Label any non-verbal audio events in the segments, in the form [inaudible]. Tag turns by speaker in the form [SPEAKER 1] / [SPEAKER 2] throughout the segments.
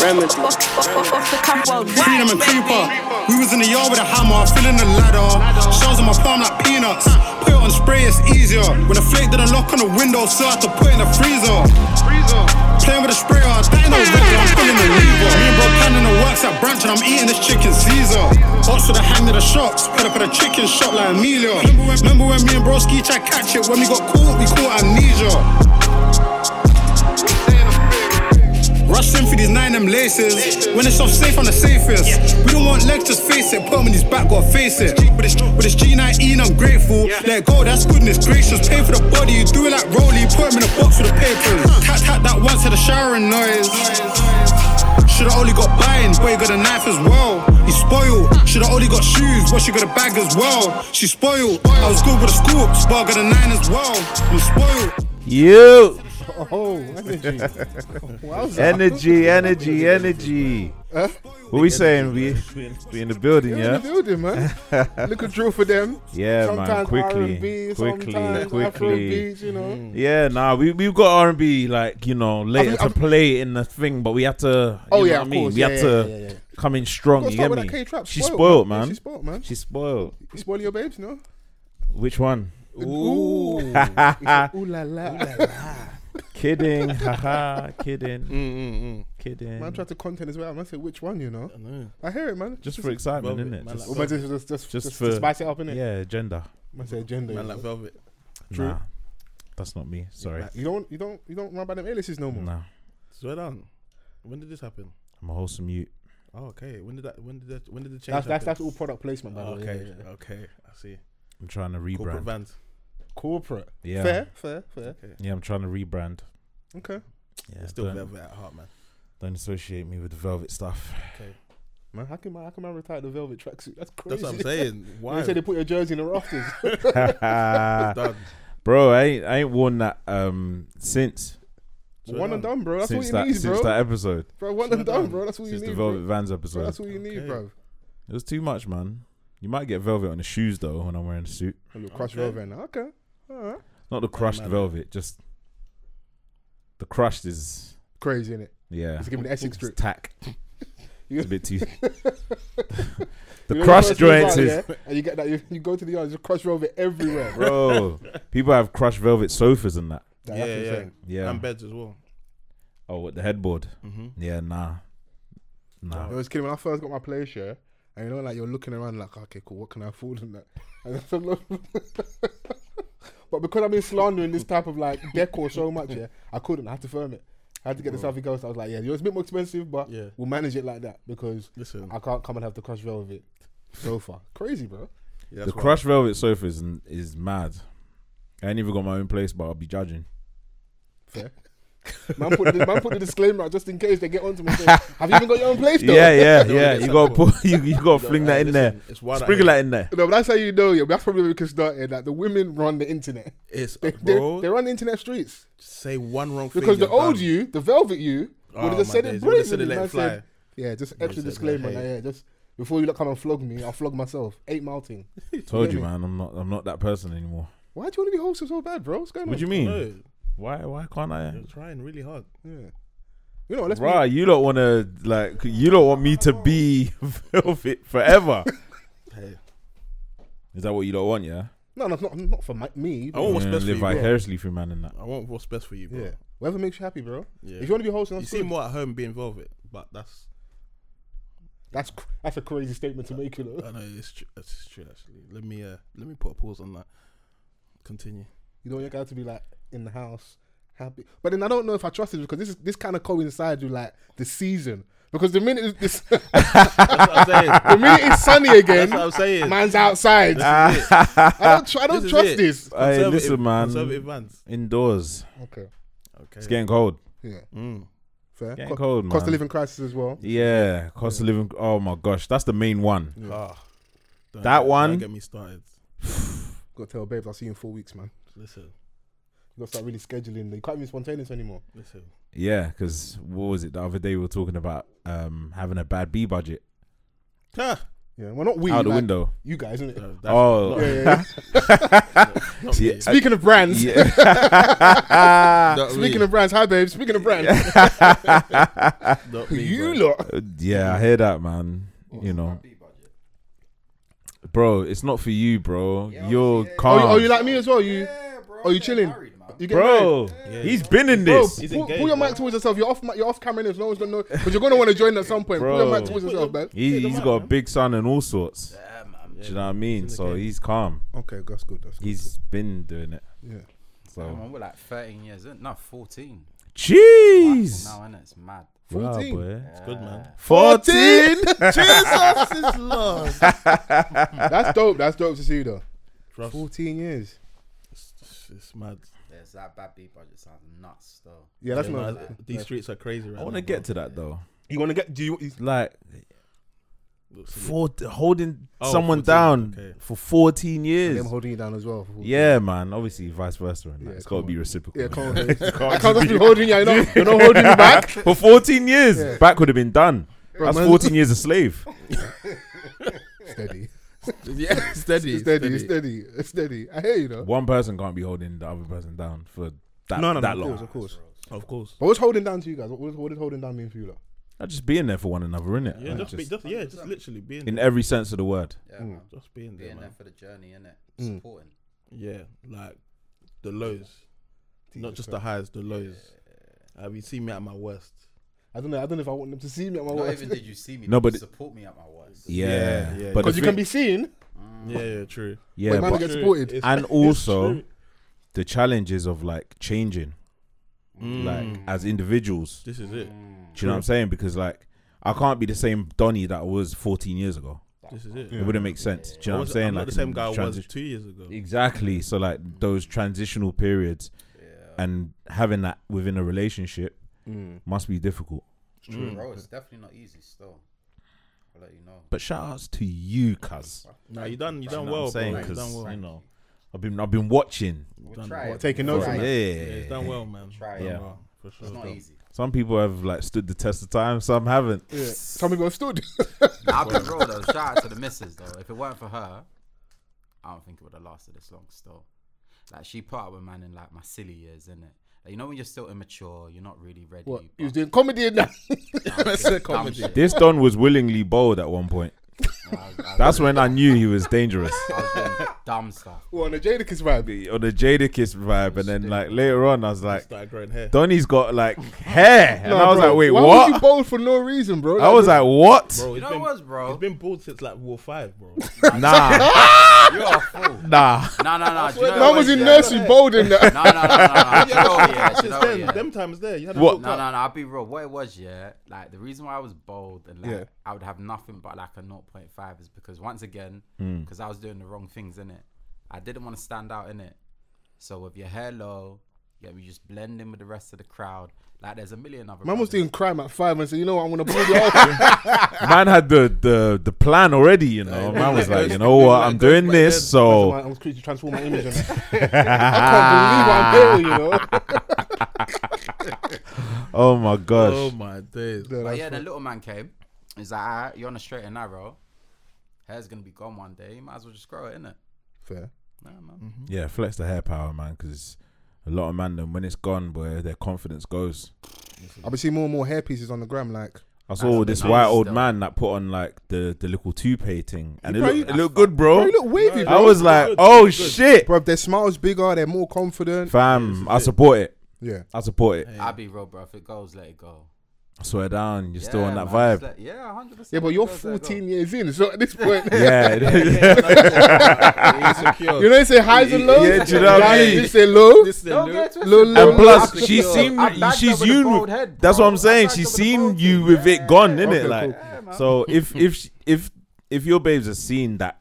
[SPEAKER 1] Remedy.
[SPEAKER 2] Off, off, off, off the cuff worldwide.
[SPEAKER 3] Freedom and creeper.
[SPEAKER 2] baby.
[SPEAKER 3] We was in the yard with a hammer, filling the ladder. Shells on my palm like peanuts. Put it on spray, it's easier. When the flake didn't lock on the window, so I had to put it in the freezer. Playing with a sprayer, that ain't no regular, I'm pulling the lever. Me and bro planning the works at branch, and I'm eating this chicken Caesar. Ops with the hand of the shops, put up at a chicken shop like Amelia. Remember when, remember when me and Broski tried catch it? When we got caught, we caught amnesia. Rushing for these 9M laces. When it's off safe, I'm the safest. We don't want legs, just face it. Put 'em in his back, gotta face it. But it's, but it's G19, I'm grateful. Let go, that's goodness gracious. Pay for the body, you do it like Rolly. Put him in a box with the papers. Tap, tap that once, had a showering noise. Should've only got buying, boy, got a knife as well. He spoiled. Should've only got shoes, but she got a bag as well. She spoiled. I was good with the scoops, but I got a nine as well. I'm spoiled.
[SPEAKER 4] You
[SPEAKER 5] Oh, energy.
[SPEAKER 4] [laughs]
[SPEAKER 5] Wowza.
[SPEAKER 4] energy, eh? energy, energy. What we saying? We we in the building,
[SPEAKER 5] Yeah. In the
[SPEAKER 4] yeah,
[SPEAKER 5] building, man.
[SPEAKER 4] [laughs]
[SPEAKER 5] Little drill for them.
[SPEAKER 4] yeah, man.
[SPEAKER 5] sometimes
[SPEAKER 4] Quickly,
[SPEAKER 5] R&B,
[SPEAKER 4] quickly,
[SPEAKER 5] sometimes
[SPEAKER 4] quickly.
[SPEAKER 5] Afrobeat, you know.
[SPEAKER 4] Yeah, nah, we we've got R and B like you know later
[SPEAKER 5] mean,
[SPEAKER 4] to
[SPEAKER 5] I'm-
[SPEAKER 4] play in the thing, but we have to. You
[SPEAKER 5] Oh,
[SPEAKER 4] know
[SPEAKER 5] yeah,
[SPEAKER 4] what
[SPEAKER 5] of
[SPEAKER 4] I mean,
[SPEAKER 5] course.
[SPEAKER 4] we
[SPEAKER 5] Yeah,
[SPEAKER 4] have
[SPEAKER 5] yeah,
[SPEAKER 4] to
[SPEAKER 5] yeah, yeah, yeah.
[SPEAKER 4] come in strong.
[SPEAKER 5] Gotta
[SPEAKER 4] You
[SPEAKER 5] start
[SPEAKER 4] get
[SPEAKER 5] with
[SPEAKER 4] me?
[SPEAKER 5] that K-Trap.
[SPEAKER 4] She's spoiled, man.
[SPEAKER 5] She's spoiled, man.
[SPEAKER 4] She's spoiled.
[SPEAKER 5] You spoil your babes, no?
[SPEAKER 4] Which one? [laughs]
[SPEAKER 5] Ooh. Ooh la la.
[SPEAKER 4] Kidding, [laughs] haha, kidding,
[SPEAKER 6] Mm, mm,
[SPEAKER 4] kidding.
[SPEAKER 5] Man, try to content as well. I must say which one, you know.
[SPEAKER 6] mm. I know.
[SPEAKER 5] I hear it, man.
[SPEAKER 4] just for excitement,
[SPEAKER 6] Love it,
[SPEAKER 4] isn't it?
[SPEAKER 6] man,
[SPEAKER 5] Or man, just, just, just,
[SPEAKER 4] Just
[SPEAKER 5] just
[SPEAKER 4] for-
[SPEAKER 5] to spice it up, innit?
[SPEAKER 4] yeah, agenda.
[SPEAKER 5] Man, say agenda.
[SPEAKER 6] Man
[SPEAKER 5] you
[SPEAKER 6] like
[SPEAKER 5] know.
[SPEAKER 6] velvet.
[SPEAKER 5] True.
[SPEAKER 4] Nah, that's not me. Sorry.
[SPEAKER 5] You don't, you don't, you don't run by them aliases no more.
[SPEAKER 4] Nah,
[SPEAKER 6] Swear down. When did this happen?
[SPEAKER 4] I'm a wholesome mute.
[SPEAKER 6] Oh, okay. When did that? When did that? When did the change?
[SPEAKER 5] That's, that's that's
[SPEAKER 6] happen?
[SPEAKER 5] all product placement, by the
[SPEAKER 6] Oh,
[SPEAKER 5] way.
[SPEAKER 6] okay.
[SPEAKER 5] Yeah, yeah, yeah.
[SPEAKER 6] Okay. I see.
[SPEAKER 4] I'm trying to
[SPEAKER 6] Corporate
[SPEAKER 4] rebrand.
[SPEAKER 6] vans.
[SPEAKER 5] Corporate.
[SPEAKER 4] Yeah,
[SPEAKER 5] Fair, fair, fair.
[SPEAKER 4] yeah, I'm trying to rebrand.
[SPEAKER 5] Okay.
[SPEAKER 4] Yeah,
[SPEAKER 6] Still
[SPEAKER 4] don't,
[SPEAKER 6] velvet at heart, man.
[SPEAKER 4] don't associate me with the velvet
[SPEAKER 5] [laughs]
[SPEAKER 4] stuff. [laughs]
[SPEAKER 6] Okay.
[SPEAKER 5] Man, how can man, how can man retire the velvet tracksuit? That's
[SPEAKER 6] That's
[SPEAKER 5] crazy.
[SPEAKER 6] what I'm
[SPEAKER 5] [laughs]
[SPEAKER 6] saying.
[SPEAKER 5] When
[SPEAKER 6] Why?
[SPEAKER 5] They say they put your jersey in
[SPEAKER 4] [laughs]
[SPEAKER 5] the rafters. [laughs]
[SPEAKER 6] Done.
[SPEAKER 4] Bro, I ain't, I ain't worn that um since
[SPEAKER 6] Swear
[SPEAKER 5] one and
[SPEAKER 6] down.
[SPEAKER 5] done, bro. That's
[SPEAKER 4] since
[SPEAKER 5] all
[SPEAKER 4] that
[SPEAKER 5] you need,
[SPEAKER 4] since
[SPEAKER 5] bro.
[SPEAKER 4] that episode
[SPEAKER 5] bro, one and
[SPEAKER 6] Swear
[SPEAKER 5] done,
[SPEAKER 6] down.
[SPEAKER 5] bro. That's all you
[SPEAKER 4] since the
[SPEAKER 5] need,
[SPEAKER 4] Velvet
[SPEAKER 5] bro.
[SPEAKER 4] Vans
[SPEAKER 5] Bro,
[SPEAKER 4] episode.
[SPEAKER 5] That's all you need,
[SPEAKER 6] Okay.
[SPEAKER 5] bro.
[SPEAKER 4] It was too much, man. You might get velvet on the shoes though when I'm wearing a suit.
[SPEAKER 5] A little crushed
[SPEAKER 6] Okay.
[SPEAKER 5] velvet. now. Okay. All right.
[SPEAKER 4] Not the crushed
[SPEAKER 6] man.
[SPEAKER 4] velvet, just the crushed is
[SPEAKER 5] Crazy, innit?
[SPEAKER 4] yeah.
[SPEAKER 5] Just give me the Essex
[SPEAKER 4] It's
[SPEAKER 5] drip. [laughs]
[SPEAKER 4] tack. it's a bit too. the
[SPEAKER 5] You know
[SPEAKER 4] crushed
[SPEAKER 5] first thing
[SPEAKER 4] joints
[SPEAKER 5] about,
[SPEAKER 4] is
[SPEAKER 5] yeah? And you get that, you, you go to the yard, just crushed velvet everywhere. Bro. [laughs]
[SPEAKER 4] bro. People have crushed velvet sofas and that.
[SPEAKER 5] Like,
[SPEAKER 6] Yeah,
[SPEAKER 5] that's what I'm
[SPEAKER 6] yeah.
[SPEAKER 5] saying.
[SPEAKER 4] Yeah.
[SPEAKER 6] And beds as well.
[SPEAKER 4] oh, what the headboard?
[SPEAKER 6] Mm-hmm.
[SPEAKER 4] Yeah, nah, nah.
[SPEAKER 5] I was kidding when I first got my place, yeah. And you know, like you're looking around, like, okay, cool, what can I afford in that? [laughs] And that's a lot. but because I've been slandering this type of like decor so much, yeah, I couldn't. I had to firm it. I had to get the something else. I was like, yeah, you know, it's a bit more expensive, but
[SPEAKER 6] Yeah.
[SPEAKER 5] we'll manage it like that because
[SPEAKER 6] Listen.
[SPEAKER 5] I can't come and have the crush velvet sofa. Crazy, bro.
[SPEAKER 6] Yeah,
[SPEAKER 4] the
[SPEAKER 6] that's
[SPEAKER 4] crushed velvet sofa is, is mad. I ain't even got my own place, but I'll be judging.
[SPEAKER 5] Fair. Man put, the, man put the disclaimer out just in case they get onto
[SPEAKER 4] [laughs]
[SPEAKER 5] me. and say, Have you even got your own place though?
[SPEAKER 4] Yeah,
[SPEAKER 5] [laughs]
[SPEAKER 4] yeah,
[SPEAKER 6] No,
[SPEAKER 4] yeah.
[SPEAKER 6] it's
[SPEAKER 4] You
[SPEAKER 6] a
[SPEAKER 4] gotta
[SPEAKER 6] cool.
[SPEAKER 4] put, [laughs] you, you gotta
[SPEAKER 6] Yo,
[SPEAKER 4] fling
[SPEAKER 6] hey,
[SPEAKER 4] that in there.
[SPEAKER 6] listen, It's wild. out
[SPEAKER 4] Sprinkle
[SPEAKER 6] here.
[SPEAKER 4] that in there.
[SPEAKER 5] No, but that's how you know, yeah. That's probably where we started. Like the women run the internet.
[SPEAKER 6] It's
[SPEAKER 5] They, they,
[SPEAKER 6] bro.
[SPEAKER 5] they run the internet streets.
[SPEAKER 6] [laughs] say one wrong thing.
[SPEAKER 5] Because the
[SPEAKER 6] you're
[SPEAKER 5] old
[SPEAKER 6] done.
[SPEAKER 5] you, the velvet you,
[SPEAKER 6] Oh,
[SPEAKER 5] would have just
[SPEAKER 6] my
[SPEAKER 5] said
[SPEAKER 6] days.
[SPEAKER 5] it
[SPEAKER 6] You would've said
[SPEAKER 5] brazenly.
[SPEAKER 6] it, let
[SPEAKER 5] man
[SPEAKER 6] it fly.
[SPEAKER 5] said- yeah, just
[SPEAKER 6] You
[SPEAKER 5] extra
[SPEAKER 6] said,
[SPEAKER 5] disclaimer.
[SPEAKER 6] hey.
[SPEAKER 5] like, yeah, just before you lot come and flog me, I'll flog myself. Eight
[SPEAKER 6] [laughs]
[SPEAKER 5] mile thing.
[SPEAKER 4] Told you,
[SPEAKER 5] Yeah,
[SPEAKER 4] man. I'm not. I'm not that person anymore.
[SPEAKER 5] Why do you want to be wholesome so bad, bro? What's going
[SPEAKER 4] What
[SPEAKER 5] on?
[SPEAKER 4] do you mean?
[SPEAKER 6] No,
[SPEAKER 4] Why? Why can't I?
[SPEAKER 6] you're trying really hard.
[SPEAKER 5] Yeah. You know, let's be-
[SPEAKER 4] Bruh, you don't want to like. You don't want me to be [laughs] velvet
[SPEAKER 5] [laughs]
[SPEAKER 4] forever.
[SPEAKER 6] Hey,
[SPEAKER 4] Is that what you don't want? Yeah.
[SPEAKER 5] no, no, not not for my, me.
[SPEAKER 6] I want what's
[SPEAKER 4] Yeah,
[SPEAKER 6] best for
[SPEAKER 4] live
[SPEAKER 6] you. bro.
[SPEAKER 4] vicariously through man and that.
[SPEAKER 6] I want what's best for you, bro.
[SPEAKER 5] yeah, whatever makes you happy, bro.
[SPEAKER 6] Yeah.
[SPEAKER 5] If you want to be wholesome,
[SPEAKER 6] You
[SPEAKER 5] that's
[SPEAKER 6] seem
[SPEAKER 5] good.
[SPEAKER 6] more at home being velvet, but that's
[SPEAKER 5] that's cr- that's a crazy statement to make, you know.
[SPEAKER 6] I know it's true. It's true actually. Let me uh, let me put a pause on that. Continue.
[SPEAKER 5] You don't want your guy to be like in the house, happy. But then I don't know if I trust it because this is this kind of coincides with like the season. Because the minute it's- this, the
[SPEAKER 6] [laughs] That's what I'm
[SPEAKER 5] [laughs]
[SPEAKER 6] saying.
[SPEAKER 5] minute it's sunny again,
[SPEAKER 6] That's what I'm saying.
[SPEAKER 5] man's
[SPEAKER 4] [laughs]
[SPEAKER 5] outside. I don't, tr- I don't
[SPEAKER 6] This is
[SPEAKER 5] trust
[SPEAKER 6] it.
[SPEAKER 5] this.
[SPEAKER 4] Hey,
[SPEAKER 6] Conservative-
[SPEAKER 4] listen, man.
[SPEAKER 6] Conservative vans.
[SPEAKER 4] Indoors,
[SPEAKER 5] Okay.
[SPEAKER 6] Okay.
[SPEAKER 4] it's getting cold.
[SPEAKER 5] Yeah.
[SPEAKER 6] Mm.
[SPEAKER 5] Fair.
[SPEAKER 4] Getting
[SPEAKER 5] Co-
[SPEAKER 4] cold,
[SPEAKER 5] cost of
[SPEAKER 4] man.
[SPEAKER 5] living crisis as well.
[SPEAKER 4] Yeah, cost of living. Oh my gosh, that's the main one.
[SPEAKER 6] Ah. Don't-
[SPEAKER 4] That
[SPEAKER 6] Don't
[SPEAKER 4] one-
[SPEAKER 6] get me
[SPEAKER 5] [sighs]
[SPEAKER 6] started.
[SPEAKER 5] Got to tell babes, I'll see you in four weeks, man.
[SPEAKER 6] Listen,
[SPEAKER 5] You got to start really scheduling. You can't be spontaneous anymore.
[SPEAKER 6] listen.
[SPEAKER 4] Yeah, because what was it the other day? We were talking about um having a bad B budget.
[SPEAKER 6] Ah,
[SPEAKER 5] Yeah, well, not Oh, we.
[SPEAKER 4] Out the
[SPEAKER 5] like,
[SPEAKER 4] window.
[SPEAKER 5] You guys, isn't it?
[SPEAKER 6] No, Uh, that's
[SPEAKER 4] Oh,
[SPEAKER 5] Yeah,
[SPEAKER 4] [laughs]
[SPEAKER 5] yeah,
[SPEAKER 6] [laughs] not
[SPEAKER 4] See,
[SPEAKER 6] me.
[SPEAKER 4] I-
[SPEAKER 5] [laughs] Speaking of brands, [laughs]
[SPEAKER 4] yeah.
[SPEAKER 6] Not
[SPEAKER 5] speaking
[SPEAKER 6] me.
[SPEAKER 5] of brands, hi babe. Speaking of
[SPEAKER 6] [laughs]
[SPEAKER 5] brands, [laughs]
[SPEAKER 6] Not me,
[SPEAKER 5] you
[SPEAKER 6] bro.
[SPEAKER 5] lot.
[SPEAKER 4] Uh, yeah, I hear that, man. You know, bro, it's not for you, bro. You're
[SPEAKER 5] Oh,
[SPEAKER 4] calm,
[SPEAKER 5] you- oh, you like me as well? You? Oh, you chilling? You getting married?
[SPEAKER 4] bro. He's been in
[SPEAKER 5] Bro,
[SPEAKER 4] this.
[SPEAKER 5] pull,
[SPEAKER 6] He's
[SPEAKER 5] pull
[SPEAKER 6] engaged,
[SPEAKER 5] your
[SPEAKER 6] man.
[SPEAKER 5] mic towards yourself. You're off. mi- You're off camera. If no one's gonna know, because you're gonna want to join at some point. Pull your
[SPEAKER 4] Bro.
[SPEAKER 5] mic towards yourself, man.
[SPEAKER 4] He, he's got a big son and all sorts. Do you know what I mean? So
[SPEAKER 6] game.
[SPEAKER 4] he's calm.
[SPEAKER 5] Okay, that's good. That's good.
[SPEAKER 4] He's been doing it.
[SPEAKER 5] yeah.
[SPEAKER 4] So,
[SPEAKER 1] Man, we're like 13 years in. No, 14.
[SPEAKER 4] jeez.
[SPEAKER 1] Now, and it's mad.
[SPEAKER 4] Wow,
[SPEAKER 5] 14.
[SPEAKER 4] boy.
[SPEAKER 6] It's good, man.
[SPEAKER 5] [laughs]
[SPEAKER 4] 14.
[SPEAKER 6] Jesus is Lord.
[SPEAKER 4] [laughs]
[SPEAKER 5] That's dope. That's dope to see though.
[SPEAKER 6] Trust.
[SPEAKER 5] Fourteen years.
[SPEAKER 6] It's, it's mad.
[SPEAKER 1] There's that bad beat budget sounds nuts, though.
[SPEAKER 5] Yeah, that's
[SPEAKER 6] Yeah,
[SPEAKER 5] not.
[SPEAKER 6] man, these streets are crazy right
[SPEAKER 4] I want to
[SPEAKER 6] now,
[SPEAKER 4] get to that though.
[SPEAKER 5] You wanna get? Do you? you
[SPEAKER 4] Like,
[SPEAKER 6] bro.
[SPEAKER 4] for holding
[SPEAKER 6] Oh,
[SPEAKER 4] someone
[SPEAKER 6] 14,
[SPEAKER 4] down
[SPEAKER 6] okay.
[SPEAKER 4] for 14
[SPEAKER 5] them
[SPEAKER 4] years.
[SPEAKER 5] holding you down as
[SPEAKER 6] [laughs]
[SPEAKER 5] well.
[SPEAKER 4] Yeah, man. Obviously, vice versa. And that.
[SPEAKER 5] Yeah,
[SPEAKER 4] it's got to
[SPEAKER 5] come
[SPEAKER 4] be
[SPEAKER 5] on.
[SPEAKER 4] reciprocal. [laughs]
[SPEAKER 5] Yeah, come on.
[SPEAKER 4] man.
[SPEAKER 5] I can't just be holding you. [laughs]
[SPEAKER 4] [laughs]
[SPEAKER 5] You're not, you're not holding me back.
[SPEAKER 4] for 14 years,
[SPEAKER 5] Yeah.
[SPEAKER 4] back would have been done.
[SPEAKER 5] Bro,
[SPEAKER 4] That's
[SPEAKER 5] man-
[SPEAKER 4] 14 years a
[SPEAKER 5] [laughs]
[SPEAKER 4] slave.
[SPEAKER 5] Steady.
[SPEAKER 6] [laughs] Yeah, steady,
[SPEAKER 5] Steady, steady, steady. I hear you though.
[SPEAKER 4] One person can't be holding the other person down for that, that
[SPEAKER 5] Of
[SPEAKER 4] long.
[SPEAKER 5] course, of course.
[SPEAKER 6] Of course.
[SPEAKER 5] But what's holding down to you guys? What, what did holding down mean for you lot?
[SPEAKER 4] Not just being there for one another, innit?
[SPEAKER 6] Yeah,
[SPEAKER 4] Like,
[SPEAKER 6] just, be,
[SPEAKER 4] just-
[SPEAKER 6] just yeah, just literally being
[SPEAKER 4] in
[SPEAKER 6] there.
[SPEAKER 4] every sense of the word.
[SPEAKER 1] Yeah,
[SPEAKER 5] Mm.
[SPEAKER 1] man.
[SPEAKER 6] just being there,
[SPEAKER 1] Being there
[SPEAKER 6] man.
[SPEAKER 1] for the journey, innit?
[SPEAKER 5] Mm.
[SPEAKER 1] Supporting.
[SPEAKER 6] Yeah, like the lows, not just the highs, the lows. Have you seen me at my worst?
[SPEAKER 5] I don't know. I don't know if I want them to see me at my
[SPEAKER 1] Not
[SPEAKER 5] work.
[SPEAKER 1] even did you see me.
[SPEAKER 4] No,
[SPEAKER 1] No,
[SPEAKER 4] but
[SPEAKER 1] but
[SPEAKER 4] it-
[SPEAKER 1] support me at my worst.
[SPEAKER 4] Yeah,
[SPEAKER 6] Yeah, yeah.
[SPEAKER 4] But the
[SPEAKER 5] Because you can
[SPEAKER 4] thing-
[SPEAKER 5] be seen.
[SPEAKER 6] Yeah, yeah, true.
[SPEAKER 4] yeah,
[SPEAKER 5] Mm. Wait, man,
[SPEAKER 4] but
[SPEAKER 5] get
[SPEAKER 6] True.
[SPEAKER 5] supported.
[SPEAKER 6] It's-
[SPEAKER 4] And
[SPEAKER 6] it's
[SPEAKER 4] also-
[SPEAKER 6] true.
[SPEAKER 4] the challenges of like changing, like as individuals.
[SPEAKER 6] Mm. this is it.
[SPEAKER 4] Do you know what I'm saying? Because like I can't be the same Donny that I was 14 years ago.
[SPEAKER 6] This is it.
[SPEAKER 4] It wouldn't make sense. Do you
[SPEAKER 6] I
[SPEAKER 4] know what I'm
[SPEAKER 6] wasn't-
[SPEAKER 4] saying?
[SPEAKER 6] I'm not
[SPEAKER 4] like
[SPEAKER 6] the same
[SPEAKER 4] in
[SPEAKER 6] guy I was
[SPEAKER 4] transi-
[SPEAKER 6] two years ago.
[SPEAKER 4] Exactly. So like those transitional periods and having that within a relationship
[SPEAKER 6] Mm.
[SPEAKER 4] must be difficult.
[SPEAKER 1] It's
[SPEAKER 5] Mm.
[SPEAKER 1] true, bro. It's definitely not easy still. I'll let you know.
[SPEAKER 5] [laughs]
[SPEAKER 4] But shout outs to you, cuz.
[SPEAKER 6] Nah, you done, you
[SPEAKER 4] You
[SPEAKER 6] done
[SPEAKER 4] know what
[SPEAKER 6] well,
[SPEAKER 4] I'm saying?
[SPEAKER 6] bro. You
[SPEAKER 4] 'Cause,
[SPEAKER 6] done well.
[SPEAKER 4] you know, I've been I've been watching.
[SPEAKER 1] We'll
[SPEAKER 6] done
[SPEAKER 1] try
[SPEAKER 6] well.
[SPEAKER 1] it.
[SPEAKER 5] Taking
[SPEAKER 1] We'll
[SPEAKER 5] notes
[SPEAKER 1] try
[SPEAKER 5] from
[SPEAKER 1] it.
[SPEAKER 5] that.
[SPEAKER 6] Yeah,
[SPEAKER 4] Yeah.
[SPEAKER 6] it's done well, man.
[SPEAKER 1] Try
[SPEAKER 6] Done
[SPEAKER 1] it.
[SPEAKER 6] well, for sure.
[SPEAKER 1] It's not easy.
[SPEAKER 4] Some people have like stood the test of time, some haven't.
[SPEAKER 5] Yeah. Some people have
[SPEAKER 1] [laughs]
[SPEAKER 5] stood.
[SPEAKER 1] I'll be real though. Shout out to the missus though. If it weren't for her, I don't think it would have lasted this long. Still, like she put up with man in like my silly years, innit? Like, you know when you're still immature, you're not really ready.
[SPEAKER 5] What?
[SPEAKER 1] but
[SPEAKER 5] You was doing comedy
[SPEAKER 1] [laughs]
[SPEAKER 5] in that.
[SPEAKER 1] I'm
[SPEAKER 6] That's
[SPEAKER 1] doing
[SPEAKER 6] a
[SPEAKER 1] dumb
[SPEAKER 6] comedy.
[SPEAKER 1] shit.
[SPEAKER 4] This Don was willingly bold at one point.
[SPEAKER 1] I was- I
[SPEAKER 4] That's when I knew he was dangerous.
[SPEAKER 1] was doing dumb stuff.
[SPEAKER 5] Well, on a Jadakiss vibe.
[SPEAKER 4] On the Jadakiss vibe, and then like later on, I was like,
[SPEAKER 6] Started growing hair.
[SPEAKER 4] Donny's got like hair, and
[SPEAKER 5] Nah,
[SPEAKER 4] I was
[SPEAKER 5] bro.
[SPEAKER 4] like, wait,
[SPEAKER 5] Why
[SPEAKER 4] what?
[SPEAKER 5] Was you bold for no reason, bro.
[SPEAKER 4] I was like, what?
[SPEAKER 6] Bro,
[SPEAKER 1] You
[SPEAKER 6] it's
[SPEAKER 1] know
[SPEAKER 6] been,
[SPEAKER 1] what, bro?
[SPEAKER 6] It's been bald since like War 5, bro.
[SPEAKER 4] [laughs] Nah,
[SPEAKER 1] You're a fool.
[SPEAKER 4] nah.
[SPEAKER 1] No, no, no. Do you know
[SPEAKER 5] man
[SPEAKER 1] what
[SPEAKER 5] was
[SPEAKER 1] it
[SPEAKER 5] in
[SPEAKER 1] is, yeah?
[SPEAKER 5] nursery bold in that.
[SPEAKER 1] No, no,
[SPEAKER 6] [laughs]
[SPEAKER 1] no, no, [laughs] no. Do you know what it is?
[SPEAKER 6] Since
[SPEAKER 1] Do you know what
[SPEAKER 6] then,
[SPEAKER 1] it is?
[SPEAKER 6] them times there, you had a
[SPEAKER 4] What?
[SPEAKER 6] book
[SPEAKER 1] No,
[SPEAKER 6] out.
[SPEAKER 1] no, no. I'll be real. What it was, yeah. Like the reason why I was bold and like
[SPEAKER 5] Yeah.
[SPEAKER 1] I would have nothing but like a 0.5 is because once again,
[SPEAKER 4] Hmm.
[SPEAKER 1] because I was doing the wrong things in it. I didn't want to stand out in it. So with your hair low, yeah, we just blend in with the rest of the crowd. Like there's a million other.
[SPEAKER 5] Man was
[SPEAKER 1] brothers.
[SPEAKER 5] doing crime at five and said, you know what, I'm
[SPEAKER 4] [laughs]
[SPEAKER 5] gonna pull you off.
[SPEAKER 4] Man had the the the plan already, you know. Man was like, you know what, I'm doing this,
[SPEAKER 5] Oh.
[SPEAKER 4] so
[SPEAKER 5] I'm creature transform my image. And
[SPEAKER 1] [laughs]
[SPEAKER 5] I can't believe I'm [laughs] here, you know.
[SPEAKER 4] [laughs] oh my
[SPEAKER 6] Oh
[SPEAKER 4] gosh,
[SPEAKER 6] my days.
[SPEAKER 1] But yeah, the little man came. He's like, all right, you're on a straight and narrow. Hair's gonna be gone one day. You might as well just grow it, innit?
[SPEAKER 5] Fair.
[SPEAKER 1] Nah, man.
[SPEAKER 4] yeah, flex the hair power, man, because a lot of man, them when it's gone, boy, their confidence goes.
[SPEAKER 5] I've been seeing more and more hair pieces on the gram. Like,
[SPEAKER 4] I saw this
[SPEAKER 1] nice
[SPEAKER 4] white old
[SPEAKER 1] though.
[SPEAKER 4] man that put on like the the little toupee thing, and it
[SPEAKER 5] Bro,
[SPEAKER 4] looked,
[SPEAKER 5] you-
[SPEAKER 4] it looked good,
[SPEAKER 5] bro,
[SPEAKER 4] bro.
[SPEAKER 5] you look wavy, bro.
[SPEAKER 4] I was like,
[SPEAKER 6] Good,
[SPEAKER 4] oh
[SPEAKER 6] good.
[SPEAKER 4] shit,
[SPEAKER 5] bro, their smile's bigger. They're more confident.
[SPEAKER 4] fam, I support it.
[SPEAKER 5] Yeah.
[SPEAKER 4] I support it.
[SPEAKER 1] I'll be real, bro. If it goes, let it go.
[SPEAKER 4] I swear down, you're still on
[SPEAKER 1] Yeah,
[SPEAKER 4] that
[SPEAKER 1] man,
[SPEAKER 4] vibe.
[SPEAKER 1] just let- yeah, hundred percent.
[SPEAKER 5] Yeah, but you're 14 years in, so at this point,
[SPEAKER 4] [laughs]
[SPEAKER 5] [laughs]
[SPEAKER 4] Yeah,
[SPEAKER 6] Insecure.
[SPEAKER 5] you know, they say highs and lows.
[SPEAKER 4] Yeah, do you know what I
[SPEAKER 5] Guys,
[SPEAKER 4] mean?
[SPEAKER 5] They say low.
[SPEAKER 6] This thing,
[SPEAKER 1] Don't
[SPEAKER 6] look-
[SPEAKER 1] get it twisted,
[SPEAKER 5] Lil-
[SPEAKER 1] bro.
[SPEAKER 5] Lil-
[SPEAKER 4] and
[SPEAKER 5] I'm
[SPEAKER 4] plus
[SPEAKER 1] back
[SPEAKER 4] she
[SPEAKER 1] to-
[SPEAKER 4] seen
[SPEAKER 1] I'm back there
[SPEAKER 4] she's
[SPEAKER 1] with a
[SPEAKER 4] you.
[SPEAKER 1] bald head,
[SPEAKER 4] that's
[SPEAKER 1] bro.
[SPEAKER 4] what I'm saying.
[SPEAKER 1] I'm back
[SPEAKER 4] She's
[SPEAKER 1] there with a
[SPEAKER 4] seen
[SPEAKER 1] bald
[SPEAKER 4] you
[SPEAKER 1] head.
[SPEAKER 4] with it gone, innit?
[SPEAKER 5] cool,
[SPEAKER 4] like
[SPEAKER 5] cool.
[SPEAKER 4] so,
[SPEAKER 5] [laughs]
[SPEAKER 4] if if she- if if your babes are seen that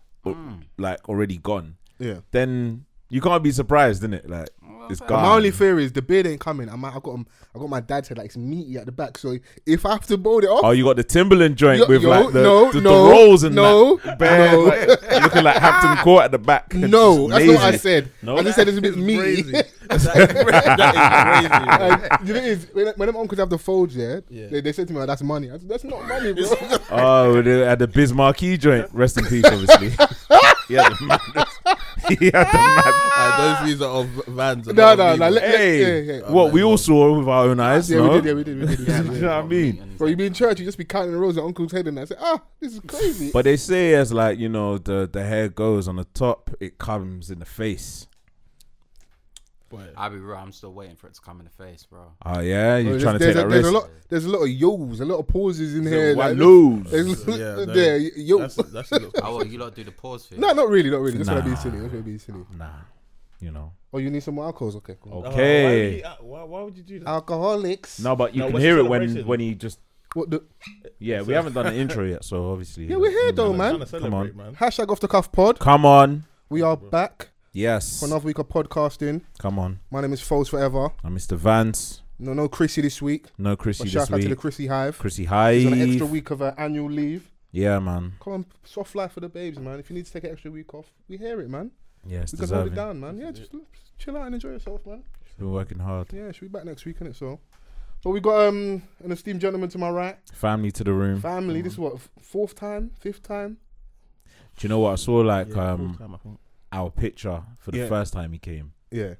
[SPEAKER 4] like already gone,
[SPEAKER 5] Yeah.
[SPEAKER 4] then you can't be surprised, innit? Like it's
[SPEAKER 1] saying?
[SPEAKER 4] gone.
[SPEAKER 5] My only fear is the beard ain't coming. I'm, I got I got my dad's head like it's meaty at the back. So if I have to bald it off,
[SPEAKER 4] Oh, you got the Timberland joint
[SPEAKER 5] Yo-
[SPEAKER 4] with
[SPEAKER 5] yo,
[SPEAKER 4] like the,
[SPEAKER 5] no,
[SPEAKER 4] the, the
[SPEAKER 5] no,
[SPEAKER 4] rolls and
[SPEAKER 5] no, [laughs]
[SPEAKER 4] that. Bare,
[SPEAKER 5] no.
[SPEAKER 4] like, looking like Hampton Court at the back. [laughs]
[SPEAKER 5] no,
[SPEAKER 4] Just
[SPEAKER 5] that's not what I
[SPEAKER 4] lazy.
[SPEAKER 5] said.
[SPEAKER 4] No.
[SPEAKER 5] I just said it's a bit [laughs]
[SPEAKER 6] Crazy.
[SPEAKER 5] meaty.
[SPEAKER 6] that is that is crazy.
[SPEAKER 5] Like, you know, it's, when, when them uncles have the folds, yeah,
[SPEAKER 6] Yeah.
[SPEAKER 5] They, they said to me, oh, "That's money." I said, "That's not money, bro." [laughs]
[SPEAKER 4] Oh, they had the Bismarcky joint. Rest in peace, obviously.
[SPEAKER 5] [laughs]
[SPEAKER 4] he had [laughs] the madness. He had
[SPEAKER 6] [laughs]
[SPEAKER 4] the madness.
[SPEAKER 6] Uh, those views are of vans. and
[SPEAKER 5] no,
[SPEAKER 6] not
[SPEAKER 5] no,
[SPEAKER 6] of
[SPEAKER 5] no.
[SPEAKER 6] people.
[SPEAKER 5] Let, let-
[SPEAKER 4] Hey,
[SPEAKER 5] yeah, yeah.
[SPEAKER 4] what we all saw with our own eyes.
[SPEAKER 5] yeah,
[SPEAKER 4] no?
[SPEAKER 5] we did, yeah, we did, we did.
[SPEAKER 4] [laughs]
[SPEAKER 5] yeah,
[SPEAKER 4] you
[SPEAKER 5] yeah.
[SPEAKER 4] know what I mean?
[SPEAKER 5] Bro, you be in church, you just be counting the rows of uncle's head, and I said, "Ah, this is crazy."
[SPEAKER 4] But they say as like you know the the hair goes on the top, it comes in the face.
[SPEAKER 1] I'll be real. I'm still waiting for it to come in the face, bro.
[SPEAKER 4] Oh yeah,
[SPEAKER 5] [laughs]
[SPEAKER 4] you're
[SPEAKER 5] Bro,
[SPEAKER 4] trying to take
[SPEAKER 5] there's, there's a,
[SPEAKER 4] that
[SPEAKER 5] there's
[SPEAKER 4] risk.
[SPEAKER 5] a lot. There's a lot of yo's, a lot of pauses in here. like,
[SPEAKER 4] Wallows.
[SPEAKER 5] there's,
[SPEAKER 6] Yeah,
[SPEAKER 5] yeah,
[SPEAKER 6] no.
[SPEAKER 5] there, yo.
[SPEAKER 6] That's, that's
[SPEAKER 5] [laughs]
[SPEAKER 6] the-
[SPEAKER 1] Oh, well, you lot do the pause thing.
[SPEAKER 5] No, not really, not really. That's gonna be
[SPEAKER 4] Nah.
[SPEAKER 5] silly. That's gonna be silly.
[SPEAKER 4] Nah, you know.
[SPEAKER 5] Oh, you need some more alcohols? Okay, cool.
[SPEAKER 6] Oh,
[SPEAKER 4] Okay.
[SPEAKER 6] why, would you- uh, why, why would you do that?
[SPEAKER 5] Alcoholics.
[SPEAKER 4] No, but you
[SPEAKER 6] No,
[SPEAKER 4] can
[SPEAKER 6] what's
[SPEAKER 4] hear
[SPEAKER 6] the
[SPEAKER 4] it when
[SPEAKER 6] celebration?
[SPEAKER 4] when he just.
[SPEAKER 5] What the
[SPEAKER 4] Yeah, we haven't done an intro yet, so obviously.
[SPEAKER 5] Yeah, we're here though,
[SPEAKER 6] I'm trying
[SPEAKER 5] man.
[SPEAKER 6] to
[SPEAKER 4] Come on.
[SPEAKER 6] celebrate, man.
[SPEAKER 5] Hashtag off the cuff pod.
[SPEAKER 4] Come on,
[SPEAKER 5] We are back
[SPEAKER 4] yes.
[SPEAKER 5] for another week of podcasting.
[SPEAKER 4] Come on,
[SPEAKER 5] My name is Foles Forever.
[SPEAKER 4] I'm Mr. Uh, Vance.
[SPEAKER 5] No, no Chrissy this week.
[SPEAKER 4] No
[SPEAKER 5] But
[SPEAKER 4] Chrissy
[SPEAKER 5] shout
[SPEAKER 4] this
[SPEAKER 5] out to the
[SPEAKER 4] week.
[SPEAKER 5] Chrissy Hive.
[SPEAKER 4] Chrissy
[SPEAKER 5] She's on an extra
[SPEAKER 4] Hive.
[SPEAKER 5] week of her annual leave.
[SPEAKER 4] Yeah, man.
[SPEAKER 5] Come on, soft life for the babes, man. If you need to take an extra week off, we hear it, man.
[SPEAKER 4] Yeah, it's
[SPEAKER 5] We can hold it
[SPEAKER 4] deserving.
[SPEAKER 5] down, man. Yeah, just, just chill out and enjoy yourself, man.
[SPEAKER 4] Been working hard.
[SPEAKER 5] Yeah, she'll be back next week, innit? So, but we got um an esteemed gentleman to my right.
[SPEAKER 4] Family to the room.
[SPEAKER 5] Family. This is what f- fourth time, fifth time.
[SPEAKER 4] Do you know what I saw? Like
[SPEAKER 6] Yeah, full
[SPEAKER 4] um,
[SPEAKER 6] time, I think.
[SPEAKER 4] our picture for the
[SPEAKER 5] Yeah.
[SPEAKER 4] first time he came
[SPEAKER 5] Yeah,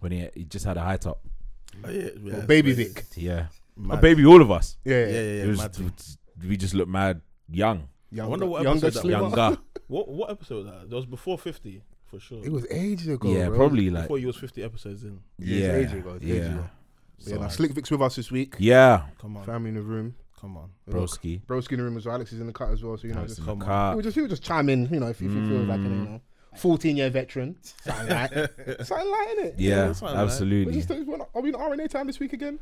[SPEAKER 4] when he he just had a high top.
[SPEAKER 6] Oh, [laughs] yeah, yeah,
[SPEAKER 5] baby
[SPEAKER 6] it's
[SPEAKER 5] Vic.
[SPEAKER 4] Yeah,
[SPEAKER 6] mad.
[SPEAKER 4] a baby. All of us.
[SPEAKER 5] Yeah,
[SPEAKER 6] Yeah,
[SPEAKER 5] yeah.
[SPEAKER 6] yeah,
[SPEAKER 4] It was-
[SPEAKER 6] yeah. mad.
[SPEAKER 4] we just look mad young,
[SPEAKER 5] Younger,
[SPEAKER 6] wonder what
[SPEAKER 5] [laughs] younger,
[SPEAKER 6] episode that
[SPEAKER 5] slimmer.
[SPEAKER 4] younger.
[SPEAKER 6] [laughs] What what episode was that? That was before fifty for sure.
[SPEAKER 5] It was ages ago.
[SPEAKER 4] yeah,
[SPEAKER 5] bro.
[SPEAKER 4] probably like
[SPEAKER 6] before you was fifty episodes in.
[SPEAKER 5] Yeah,
[SPEAKER 4] yeah,
[SPEAKER 5] it's ages ago, it's ages
[SPEAKER 4] yeah,
[SPEAKER 5] ago. Yeah,
[SPEAKER 6] So,
[SPEAKER 5] now Slick Vic's with us this week.
[SPEAKER 4] yeah,
[SPEAKER 6] Come on,
[SPEAKER 5] Family in the room.
[SPEAKER 6] come on.
[SPEAKER 4] broski.
[SPEAKER 5] Broski in the room as well. Alex is in the cut as well. So you know,
[SPEAKER 4] Alex
[SPEAKER 5] just,
[SPEAKER 4] in the
[SPEAKER 6] come on.
[SPEAKER 4] car.
[SPEAKER 5] we just we just chime in. You know, if, if you feel like it, you know, fourteen year veteran, something
[SPEAKER 6] [laughs]
[SPEAKER 5] like, something like innit?
[SPEAKER 4] Yeah,
[SPEAKER 6] that's fine,
[SPEAKER 5] We
[SPEAKER 4] absolutely.
[SPEAKER 5] just, we're not- are we in RNA time this week again?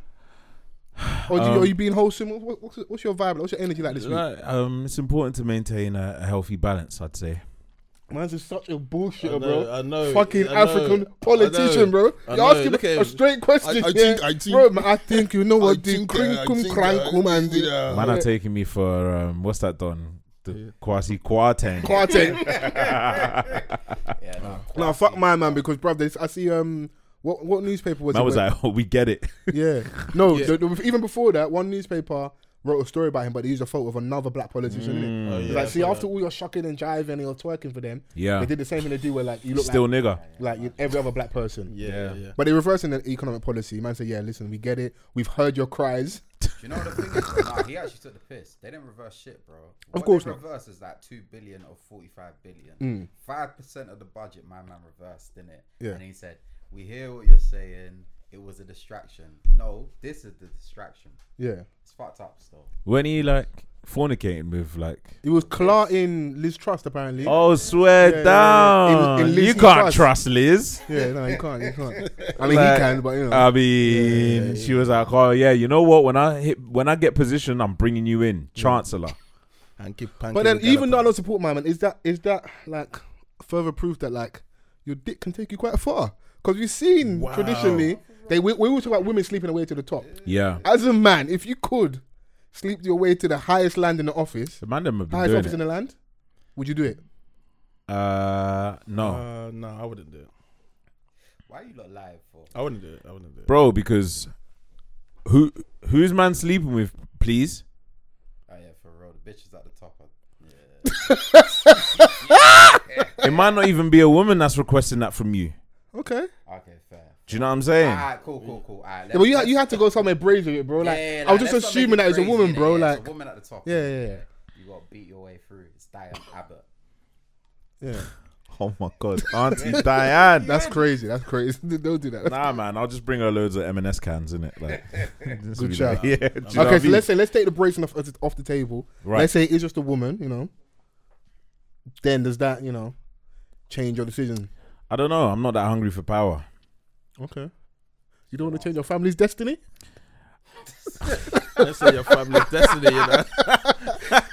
[SPEAKER 5] Or do Oh, you,
[SPEAKER 4] Um,
[SPEAKER 5] are you being wholesome? What, what's, what's your vibe? Like, what's your energy like this week?
[SPEAKER 4] Like, um, it's important to maintain a, a healthy balance. I'd say.
[SPEAKER 5] Man's is such a bullshitter,
[SPEAKER 6] I know,
[SPEAKER 5] bro.
[SPEAKER 6] I know,
[SPEAKER 5] Fucking
[SPEAKER 6] I know,
[SPEAKER 5] African
[SPEAKER 6] I
[SPEAKER 5] politician,
[SPEAKER 6] know,
[SPEAKER 5] bro.
[SPEAKER 6] I
[SPEAKER 5] You're
[SPEAKER 6] know,
[SPEAKER 5] asking
[SPEAKER 6] look at
[SPEAKER 5] a
[SPEAKER 6] him.
[SPEAKER 5] straight question.
[SPEAKER 6] I- I
[SPEAKER 5] yeah.
[SPEAKER 6] think- I think-
[SPEAKER 5] bro, man, I think you know what the
[SPEAKER 6] think, uh, [laughs] I
[SPEAKER 5] crinkum
[SPEAKER 6] think, uh,
[SPEAKER 5] crankum and the
[SPEAKER 4] Man are taking me for um, what's that done? The Kwasi
[SPEAKER 6] [laughs]
[SPEAKER 4] Kwarteng. [laughs]
[SPEAKER 5] [laughs] quartet.
[SPEAKER 1] Yeah, no.
[SPEAKER 5] no, fuck my man because, bruv, they- I see um, what what newspaper was
[SPEAKER 4] Man
[SPEAKER 5] it?
[SPEAKER 4] was
[SPEAKER 5] when-
[SPEAKER 4] like, [laughs] oh, we get it.
[SPEAKER 5] [laughs] Yeah. No,
[SPEAKER 6] Yeah.
[SPEAKER 5] the- the- even before that, one newspaper wrote a story about him, but they used a photo of another black politician, innit?
[SPEAKER 6] Oh,
[SPEAKER 5] It's
[SPEAKER 6] yeah, I
[SPEAKER 5] like, see,
[SPEAKER 6] saw
[SPEAKER 5] after all your shucking and jiving and your twerking for them,
[SPEAKER 4] Yeah,
[SPEAKER 5] they did the same thing they do where, like, you look
[SPEAKER 4] still nigger.
[SPEAKER 5] like, like you- every other black person.
[SPEAKER 6] that. yeah, yeah.
[SPEAKER 5] But they're reversing the economic policy. Man said, yeah, listen, we get it. We've heard your [laughs] cries.
[SPEAKER 1] Do you know what the thing is? Nah, he actually took the piss. They didn't reverse shit, bro. What
[SPEAKER 5] course
[SPEAKER 1] they
[SPEAKER 5] not. Mm.
[SPEAKER 1] reverse is that two billion of forty-five billion. Five percent of the budget, my man reversed in it,
[SPEAKER 5] Yeah.
[SPEAKER 1] and he said, "We hear what you're saying. It was a distraction. No, this is the distraction.
[SPEAKER 5] Yeah.
[SPEAKER 1] It's fucked up still.
[SPEAKER 4] When he like fornicating with like,
[SPEAKER 5] It was clarting Liz Trust, apparently.
[SPEAKER 4] oh, swear
[SPEAKER 5] yeah, yeah.
[SPEAKER 4] down,
[SPEAKER 5] In- in Liz
[SPEAKER 4] you
[SPEAKER 5] he
[SPEAKER 4] can't
[SPEAKER 5] does.
[SPEAKER 4] trust Liz.
[SPEAKER 5] Yeah, no, you can't. You can't. I mean,
[SPEAKER 4] Like, um,
[SPEAKER 5] he can, but, you know.
[SPEAKER 4] I mean, she was like, "Oh yeah, you know what? When I hit, when I get position, I'm bringing you in, Chancellor."
[SPEAKER 6] And keep panking
[SPEAKER 5] but then,
[SPEAKER 6] the
[SPEAKER 5] even though I
[SPEAKER 6] gallop.
[SPEAKER 5] don't support my man, is that, is that, like, further proof that, like, your dick can take you quite far? Because we've seen,
[SPEAKER 6] Wow.
[SPEAKER 5] traditionally, they we, we always talk about women sleeping away to the top.
[SPEAKER 4] Yeah,
[SPEAKER 5] As a man, if you could sleep your way to the highest land in the office,
[SPEAKER 4] the man them have been
[SPEAKER 5] highest office in
[SPEAKER 4] doing
[SPEAKER 5] the land, would you do it?
[SPEAKER 4] it. Uh, no,
[SPEAKER 6] uh, no, I wouldn't do it.
[SPEAKER 1] Why are you not live for?
[SPEAKER 6] I wouldn't do it. I wouldn't do it.
[SPEAKER 4] bro, because who who's man sleeping with? Please,
[SPEAKER 1] Oh yeah, for real. The bitch is at the top. Of, yeah.
[SPEAKER 4] it might not even be a woman that's requesting that from you.
[SPEAKER 5] Okay.
[SPEAKER 1] Okay, fair.
[SPEAKER 4] Do you know what I'm saying?
[SPEAKER 1] Alright, cool, cool, cool. Alright,
[SPEAKER 5] Yeah, but you, had- you had to go somewhere brave with it, bro. Like, I was just assuming that it was a woman, bro.
[SPEAKER 1] it's
[SPEAKER 5] Like,
[SPEAKER 1] a woman at the top.
[SPEAKER 5] Yeah, yeah, yeah.
[SPEAKER 1] You gotta beat your way through. It's Diane Abbott.
[SPEAKER 5] yeah.
[SPEAKER 4] Oh my god, Auntie Diane.
[SPEAKER 5] [laughs] That's crazy. That's crazy. Don't do that.
[SPEAKER 4] Nah, man, I'll just bring her loads of M&S cans in it.
[SPEAKER 6] [laughs]
[SPEAKER 4] Like, [laughs] just
[SPEAKER 5] Good
[SPEAKER 4] be [laughs]
[SPEAKER 5] shout.
[SPEAKER 4] yeah. do you know what I
[SPEAKER 5] okay, so
[SPEAKER 4] mean?
[SPEAKER 5] let's say let's take the brace off off the table.
[SPEAKER 4] Right.
[SPEAKER 5] Let's say it's just a woman, you know. Then does that, you know, change your decision?
[SPEAKER 4] I don't know. I'm not that hungry for power.
[SPEAKER 6] [laughs]
[SPEAKER 5] Okay. You don't want to change your family's destiny?
[SPEAKER 6] That's say your family's destiny, you
[SPEAKER 4] [laughs]
[SPEAKER 6] know.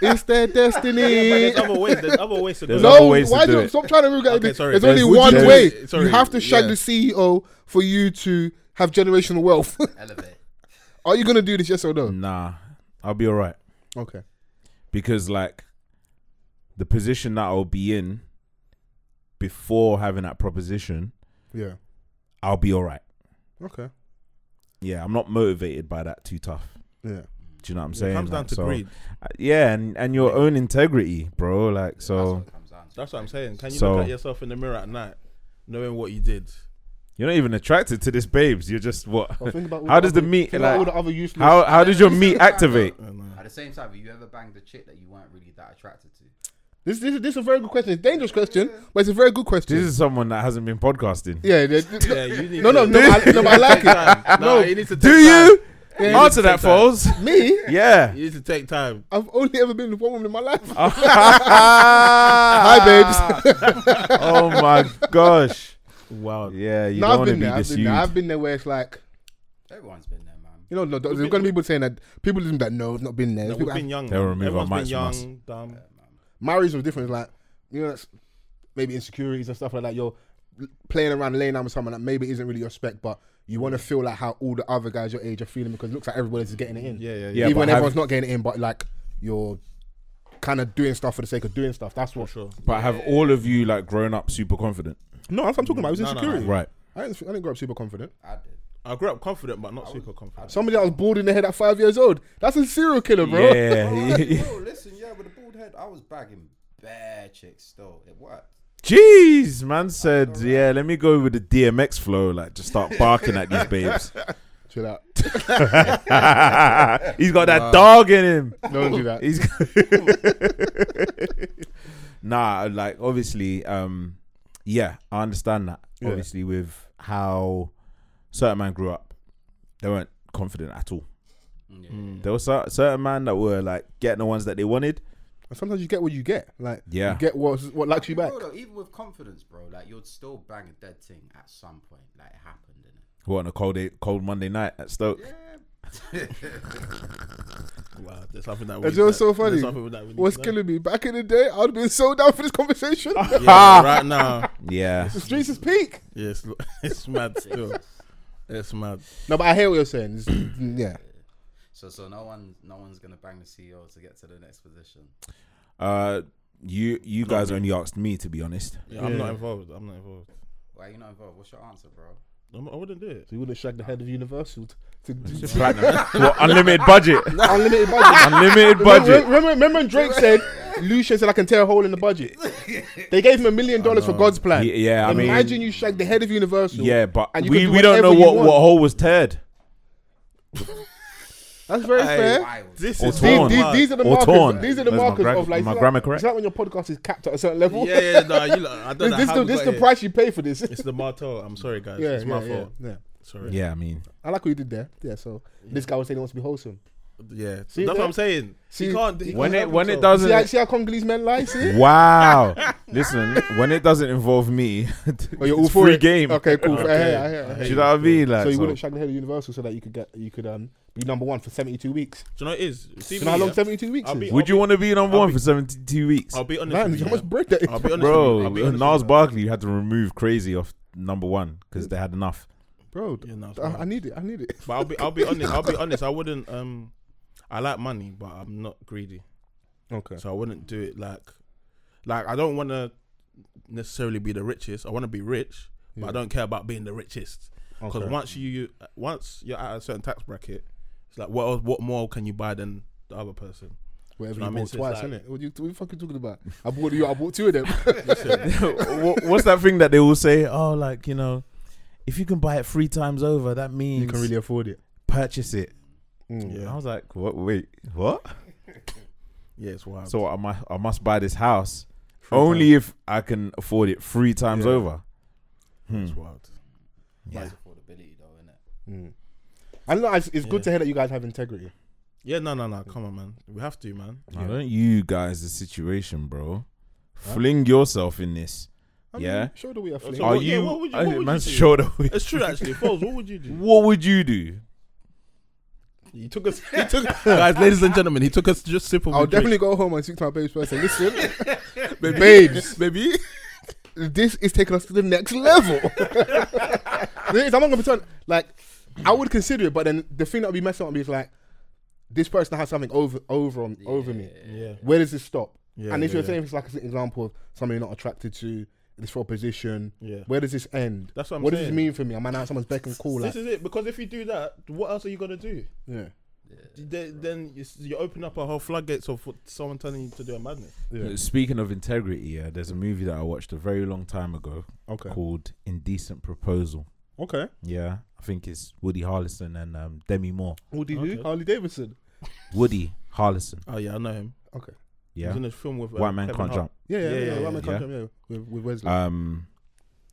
[SPEAKER 5] It's their destiny.
[SPEAKER 6] There's other ways. There's other ways to
[SPEAKER 4] There's
[SPEAKER 6] go.
[SPEAKER 4] other
[SPEAKER 5] No,
[SPEAKER 4] ways to
[SPEAKER 5] why
[SPEAKER 4] do
[SPEAKER 5] do you
[SPEAKER 4] it.
[SPEAKER 5] stop trying to regret
[SPEAKER 6] Okay,
[SPEAKER 5] it?
[SPEAKER 6] sorry.
[SPEAKER 5] There's
[SPEAKER 6] There's
[SPEAKER 5] only
[SPEAKER 4] which
[SPEAKER 5] one
[SPEAKER 4] way-
[SPEAKER 5] way.
[SPEAKER 6] sorry,
[SPEAKER 5] You have to shag
[SPEAKER 6] yeah.
[SPEAKER 5] the CEO for you to have generational wealth. [laughs]
[SPEAKER 1] Elevate.
[SPEAKER 5] Are you gonna do this? Yes or no?
[SPEAKER 4] Nah, I'll be all right
[SPEAKER 5] Okay.
[SPEAKER 4] because like the position that I'll be in before having that proposition,
[SPEAKER 5] Yeah.
[SPEAKER 4] I'll be all right.
[SPEAKER 5] Okay.
[SPEAKER 4] Yeah, I'm not motivated by that too tough.
[SPEAKER 5] Yeah.
[SPEAKER 4] Do you know what I'm
[SPEAKER 6] It
[SPEAKER 4] saying?
[SPEAKER 6] comes down
[SPEAKER 4] Like,
[SPEAKER 6] to
[SPEAKER 4] so-
[SPEAKER 6] greed.
[SPEAKER 4] Uh, Yeah, and and your own integrity, bro. Like so,
[SPEAKER 6] That's what I'm saying. Can you
[SPEAKER 4] So-
[SPEAKER 6] look at yourself in the mirror at night, knowing what you did?
[SPEAKER 4] you're not even attracted to this, babes. You're just what?
[SPEAKER 5] Well,
[SPEAKER 4] [laughs]
[SPEAKER 5] think about all
[SPEAKER 4] How does the
[SPEAKER 5] other-
[SPEAKER 4] meat
[SPEAKER 5] think about all
[SPEAKER 4] like?
[SPEAKER 5] the other useless?
[SPEAKER 4] How how does your meat activate?
[SPEAKER 1] At the same time, have you ever banged a chick that you weren't really that attracted to?
[SPEAKER 5] This, this, this is a very good question. It's a dangerous question, but it's a very good question.
[SPEAKER 4] This is someone that hasn't been podcasting.
[SPEAKER 5] yeah, the-
[SPEAKER 6] [laughs]
[SPEAKER 5] the-
[SPEAKER 6] Yeah, you need
[SPEAKER 5] no, no,
[SPEAKER 6] to-
[SPEAKER 5] no, I, no, but
[SPEAKER 6] [laughs]
[SPEAKER 5] I like it.
[SPEAKER 6] Time. No, you need to
[SPEAKER 4] Do
[SPEAKER 6] take
[SPEAKER 4] you?
[SPEAKER 6] time.
[SPEAKER 4] Answer that,
[SPEAKER 6] take that.
[SPEAKER 4] Foles.
[SPEAKER 5] Me,
[SPEAKER 4] [laughs] Yeah.
[SPEAKER 6] You [laughs] need to take time.
[SPEAKER 5] I've only ever been with one woman in my life.
[SPEAKER 4] [laughs]
[SPEAKER 5] [laughs]
[SPEAKER 4] Hi,
[SPEAKER 5] Hi, babes.
[SPEAKER 4] [laughs] oh my gosh.
[SPEAKER 6] Wow.
[SPEAKER 4] Yeah, you
[SPEAKER 5] no,
[SPEAKER 4] don't
[SPEAKER 5] I've
[SPEAKER 4] want to
[SPEAKER 5] been
[SPEAKER 4] be
[SPEAKER 5] there. I've been
[SPEAKER 4] deceived.
[SPEAKER 5] there. I've been there where it's like,
[SPEAKER 1] Everyone's been there, man.
[SPEAKER 5] you know, no, there's going to be people saying that people didn't that no, I've not been there.
[SPEAKER 6] No,
[SPEAKER 5] People
[SPEAKER 6] we've
[SPEAKER 5] have-
[SPEAKER 6] been young.
[SPEAKER 4] They'll remove our
[SPEAKER 6] Everyone's been
[SPEAKER 4] mics from
[SPEAKER 6] young, dumb.
[SPEAKER 5] marriage was different. Like, you know, that's maybe insecurities and stuff like that. You're playing around laying down with someone that maybe isn't really your spec, but you want to feel like how all the other guys your age are feeling because it looks like everybody's getting it in.
[SPEAKER 6] Yeah, yeah, yeah.
[SPEAKER 4] Yeah,
[SPEAKER 5] Even
[SPEAKER 4] but
[SPEAKER 5] when
[SPEAKER 4] have-
[SPEAKER 5] everyone's not getting it in, but like you're kind of doing stuff for the sake of doing stuff. That's
[SPEAKER 6] For
[SPEAKER 5] what.
[SPEAKER 6] sure.
[SPEAKER 4] But have all of you like grown up super confident?
[SPEAKER 5] No, that's what I'm talking about. It was
[SPEAKER 6] No, no,
[SPEAKER 5] insecurity.
[SPEAKER 4] Right.
[SPEAKER 5] I didn't, I didn't grow up super confident.
[SPEAKER 1] I did.
[SPEAKER 6] I grew up confident, but not super confident.
[SPEAKER 5] Somebody that was bald in the head at five years old. That's a serial killer, bro. [laughs]
[SPEAKER 6] [laughs]
[SPEAKER 4] Yeah.
[SPEAKER 1] Bro, listen, yeah, with a bald head, I was bagging bare chicks still. It worked.
[SPEAKER 4] Jeez, man said, yeah, let me go with the DMX flow, like just start barking at these babes.
[SPEAKER 5] [laughs] Chill
[SPEAKER 4] [laughs]
[SPEAKER 5] out.
[SPEAKER 4] He's got that dog in him.
[SPEAKER 5] Don't do that.
[SPEAKER 4] He's [laughs] nah, like obviously, um, yeah, I understand that. Obviously, with how certain man grew up, they weren't confident at all.
[SPEAKER 5] Hmm.
[SPEAKER 4] There was cer- certain man that were like getting the ones that they wanted.
[SPEAKER 5] And Sometimes you get what you get. Like,
[SPEAKER 4] [laughs] Yeah.
[SPEAKER 5] you get what what likes
[SPEAKER 6] [laughs]
[SPEAKER 5] you back.
[SPEAKER 1] Bro, though, even with confidence, bro, like you'd still bang a dead thing at some point. Like it happened, innit?
[SPEAKER 4] What on a cold day, cold Monday night at Stoke?
[SPEAKER 1] [laughs]
[SPEAKER 6] Wow, there's something
[SPEAKER 5] [laughs]
[SPEAKER 6] that.
[SPEAKER 5] That's
[SPEAKER 6] we-
[SPEAKER 5] just so
[SPEAKER 6] there's
[SPEAKER 5] funny.
[SPEAKER 6] something that we need
[SPEAKER 5] What's
[SPEAKER 6] to know.
[SPEAKER 5] killing me? Back in the day, I'd have been so down for this conversation. [laughs]
[SPEAKER 6] [laughs]
[SPEAKER 5] the
[SPEAKER 6] Yeah, right now,
[SPEAKER 4] [laughs] Yeah,
[SPEAKER 5] streets is peak.
[SPEAKER 6] yes, [laughs] it's mad
[SPEAKER 5] [laughs]
[SPEAKER 6] still. It's mad.
[SPEAKER 5] No, but I hear what you're
[SPEAKER 4] [clears throat]
[SPEAKER 5] saying. It's- yeah.
[SPEAKER 1] So, so no one, no one's gonna bang the CEO to get to the next position.
[SPEAKER 4] uh, you you guys only asked me to be honest.
[SPEAKER 6] Yeah, I'm not involved. I'm not involved.
[SPEAKER 1] Why are you not involved? What's your answer, bro?
[SPEAKER 6] I'm, I wouldn't do it.
[SPEAKER 5] You wouldn't shag the head of Universal
[SPEAKER 4] [laughs]
[SPEAKER 5] to [laughs] do
[SPEAKER 4] Platinum, What, unlimited budget,
[SPEAKER 5] [laughs] unlimited budget.
[SPEAKER 4] [laughs] unlimited
[SPEAKER 5] Remember,
[SPEAKER 4] budget.
[SPEAKER 5] remember, remember when Drake
[SPEAKER 6] [laughs]
[SPEAKER 5] said, Lucian said, I can tear a hole in the budget. They gave him a million dollars for God's plan.
[SPEAKER 4] Y- yeah, I mean-
[SPEAKER 5] Imagine you shag the head of Universal.
[SPEAKER 4] Yeah, but
[SPEAKER 5] and you
[SPEAKER 4] we,
[SPEAKER 5] can do
[SPEAKER 4] we don't
[SPEAKER 5] whatever
[SPEAKER 4] know
[SPEAKER 5] you
[SPEAKER 4] what,
[SPEAKER 5] want.
[SPEAKER 4] what hole was teared.
[SPEAKER 5] That's very fair.
[SPEAKER 1] Wild.
[SPEAKER 6] This
[SPEAKER 4] Or
[SPEAKER 6] is
[SPEAKER 4] torn.
[SPEAKER 5] These, these, these are the
[SPEAKER 4] Or
[SPEAKER 5] markers.
[SPEAKER 4] torn.
[SPEAKER 5] These are the
[SPEAKER 4] That's my
[SPEAKER 5] markers
[SPEAKER 4] gra-
[SPEAKER 5] of like.
[SPEAKER 4] my
[SPEAKER 5] is that-
[SPEAKER 4] grammar correct?
[SPEAKER 5] Is that when your podcast is capped at a certain level?
[SPEAKER 6] Yeah, yeah, no, you. Lot, I don't
[SPEAKER 5] This,
[SPEAKER 6] know
[SPEAKER 5] this,
[SPEAKER 6] how
[SPEAKER 5] the,
[SPEAKER 6] we
[SPEAKER 5] this
[SPEAKER 6] got
[SPEAKER 5] the
[SPEAKER 6] here.
[SPEAKER 5] price you pay for this.
[SPEAKER 6] It's the martel. I'm sorry, guys.
[SPEAKER 5] yeah,
[SPEAKER 6] it's my
[SPEAKER 5] yeah, yeah,
[SPEAKER 6] fault.
[SPEAKER 5] yeah.
[SPEAKER 6] Sorry.
[SPEAKER 4] Yeah, I mean,
[SPEAKER 5] I like what you did there. Yeah, so this guy was saying he wants to be wholesome.
[SPEAKER 6] Yeah,
[SPEAKER 5] See
[SPEAKER 6] that's
[SPEAKER 5] that?
[SPEAKER 6] what I'm saying.
[SPEAKER 5] See-
[SPEAKER 6] he can't. He
[SPEAKER 4] when
[SPEAKER 6] can't
[SPEAKER 4] it
[SPEAKER 6] help
[SPEAKER 4] when it
[SPEAKER 6] himself.
[SPEAKER 5] See how,
[SPEAKER 4] doesn't
[SPEAKER 5] see how Congolese men lie? See?
[SPEAKER 4] wow [laughs] listen when it doesn't involve me [laughs]
[SPEAKER 5] Oh, you're all
[SPEAKER 4] it's
[SPEAKER 5] for
[SPEAKER 4] free
[SPEAKER 5] it?
[SPEAKER 4] game
[SPEAKER 5] Okay, cool. I hear you, I hear you, I
[SPEAKER 4] do
[SPEAKER 5] hear
[SPEAKER 4] you
[SPEAKER 5] you.
[SPEAKER 4] know what I mean like,
[SPEAKER 5] So you
[SPEAKER 4] so-
[SPEAKER 5] wouldn't shag the head of Universal so that you could get you could um be number one for seventy two weeks.
[SPEAKER 6] Do you know what it is? See
[SPEAKER 5] Do you know how
[SPEAKER 6] me,
[SPEAKER 5] long
[SPEAKER 6] yeah?
[SPEAKER 5] seventy two weeks
[SPEAKER 6] I'll
[SPEAKER 5] is?
[SPEAKER 6] be-
[SPEAKER 4] would you want to be number
[SPEAKER 6] I'll
[SPEAKER 4] one
[SPEAKER 6] be-
[SPEAKER 4] for 72 weeks
[SPEAKER 6] I'll be honest.
[SPEAKER 5] Man,
[SPEAKER 6] with you,
[SPEAKER 5] how
[SPEAKER 6] yeah.
[SPEAKER 5] much bread that is?
[SPEAKER 6] I'll be honest. with you.
[SPEAKER 4] bro
[SPEAKER 6] I'll be honest
[SPEAKER 4] Nas
[SPEAKER 6] with you.
[SPEAKER 4] Barkley had to remove crazy off number one because they had enough
[SPEAKER 5] Bro,
[SPEAKER 6] Yeah, no, it's
[SPEAKER 5] I,
[SPEAKER 6] fine.
[SPEAKER 5] I need it. I need it.
[SPEAKER 6] But I'll be, I'll be honest. I'll be honest. I wouldn't. Um, I like money, but I'm not greedy,
[SPEAKER 5] Okay.
[SPEAKER 6] so I wouldn't do it like, like I don't want to necessarily be the richest. I want to be rich, but I don't care about being the richest. Because
[SPEAKER 5] Okay.
[SPEAKER 6] once you, once you're at a certain tax bracket, it's like what else, what more can you buy than the other person?
[SPEAKER 5] Whatever
[SPEAKER 6] No, I
[SPEAKER 5] you
[SPEAKER 6] mean,
[SPEAKER 5] bought
[SPEAKER 6] so it's
[SPEAKER 5] twice,
[SPEAKER 6] like-
[SPEAKER 5] innit? What you, what you fucking talking about? I bought you. I bought two
[SPEAKER 6] [laughs]
[SPEAKER 5] of
[SPEAKER 4] [laughs]
[SPEAKER 5] them. [laughs]
[SPEAKER 4] Wha- what's that thing that they will say oh like you know if you can buy it three times over that means
[SPEAKER 5] you can really afford it.
[SPEAKER 4] purchase it I
[SPEAKER 6] Yeah,
[SPEAKER 4] was like what wait what
[SPEAKER 6] yeah, it's wild.
[SPEAKER 4] so I must I must buy this house only if I can afford it three times
[SPEAKER 6] Yeah.
[SPEAKER 4] over Hmm.
[SPEAKER 6] it's wild.
[SPEAKER 1] That's affordability, though, innit?
[SPEAKER 5] I know. It's, it's good to hear that you guys have integrity.
[SPEAKER 6] Yeah, no, no, no. Come on, man. We have to, man.
[SPEAKER 4] Now, don't you guys the situation, bro. Fling yourself in this. yeah.
[SPEAKER 5] Sure, do we have fling?
[SPEAKER 6] So
[SPEAKER 4] Are
[SPEAKER 6] what- yeah,
[SPEAKER 4] you?
[SPEAKER 6] what would you-
[SPEAKER 4] I-
[SPEAKER 6] what would
[SPEAKER 4] man's
[SPEAKER 6] you do?
[SPEAKER 4] [laughs]
[SPEAKER 5] [laughs]
[SPEAKER 4] shoulder width.
[SPEAKER 6] It's true, actually. Falls. What would you do?
[SPEAKER 4] What would you do?
[SPEAKER 6] He took us. He took [laughs] guys, ladies and gentlemen. He took us just simple.
[SPEAKER 5] I'll definitely go home and speak to my babes first and listen, [laughs] babes,
[SPEAKER 6] Maybe
[SPEAKER 5] this is taking us to the next level. The thing is, I'm not gonna pretend like I would consider it, but then the thing that would be messing up me is like this person has something over over on, over me.
[SPEAKER 6] Yeah.
[SPEAKER 5] Where does this stop?
[SPEAKER 6] Yeah,
[SPEAKER 5] and if
[SPEAKER 6] yeah,
[SPEAKER 5] you're
[SPEAKER 6] yeah.
[SPEAKER 5] saying it's like an example of somebody you're not attracted to, this for a position,
[SPEAKER 6] Yeah.
[SPEAKER 5] where does this end?
[SPEAKER 6] That's what I'm
[SPEAKER 5] What does
[SPEAKER 6] saying.
[SPEAKER 5] this mean for me? Am I now at someone's beck and call? Like,
[SPEAKER 6] this is it. Because if you do that, what else are you gonna do?
[SPEAKER 5] yeah,
[SPEAKER 6] Then, then you, s- you open up a whole floodgates of what- someone telling you to do a madness.
[SPEAKER 5] Yeah.
[SPEAKER 4] Speaking of integrity, yeah, there's a movie that I watched a very long time ago
[SPEAKER 5] okay,
[SPEAKER 4] called Indecent Proposal.
[SPEAKER 5] okay.
[SPEAKER 4] Yeah, I think it's Woody Harrelson and um, Demi Moore.
[SPEAKER 5] Woody
[SPEAKER 6] Okay.
[SPEAKER 5] who? Harley Davidson.
[SPEAKER 4] Woody Harrelson.
[SPEAKER 6] Oh yeah, I know him.
[SPEAKER 5] Okay.
[SPEAKER 6] He's
[SPEAKER 4] Yeah,
[SPEAKER 6] in a film with uh,
[SPEAKER 4] White Man
[SPEAKER 6] Kevin
[SPEAKER 4] Can't
[SPEAKER 6] Hart.
[SPEAKER 4] Jump.
[SPEAKER 5] Yeah, yeah,
[SPEAKER 6] Yeah,
[SPEAKER 5] yeah.
[SPEAKER 6] yeah,
[SPEAKER 5] yeah,
[SPEAKER 6] yeah.
[SPEAKER 5] Ramen Khanjam, yeah, With, with Wesley.
[SPEAKER 4] Um,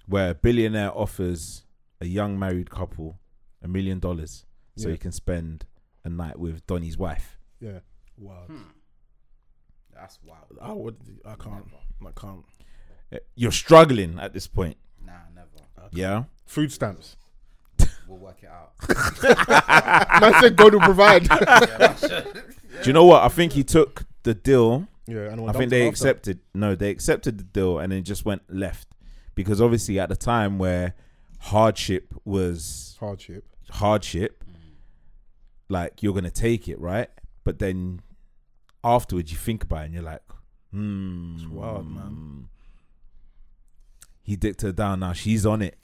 [SPEAKER 4] where a billionaire offers a young married couple a million dollars so
[SPEAKER 5] Yeah.
[SPEAKER 4] he can spend a night with Donnie's wife.
[SPEAKER 5] yeah.
[SPEAKER 6] Wow.
[SPEAKER 1] That's wild.
[SPEAKER 6] I would. I can't. I can't.
[SPEAKER 4] Uh, You're struggling at this point.
[SPEAKER 1] Nah, never.
[SPEAKER 4] Yeah,
[SPEAKER 5] Food stamps.
[SPEAKER 1] [laughs] We'll work it out.
[SPEAKER 5] [laughs] Man said go to
[SPEAKER 1] [laughs]
[SPEAKER 5] provide.
[SPEAKER 4] do you know what? I think he took the deal.
[SPEAKER 5] yeah, and
[SPEAKER 4] I think they accepted. No, they accepted the deal and then just went left because obviously at the time where hardship was
[SPEAKER 5] hardship.
[SPEAKER 4] hardship, like you're gonna take it, right? But then afterwards, you think about it and you're like, hmm, it's
[SPEAKER 6] wild, man.
[SPEAKER 4] He dicked her down. Now she's on it.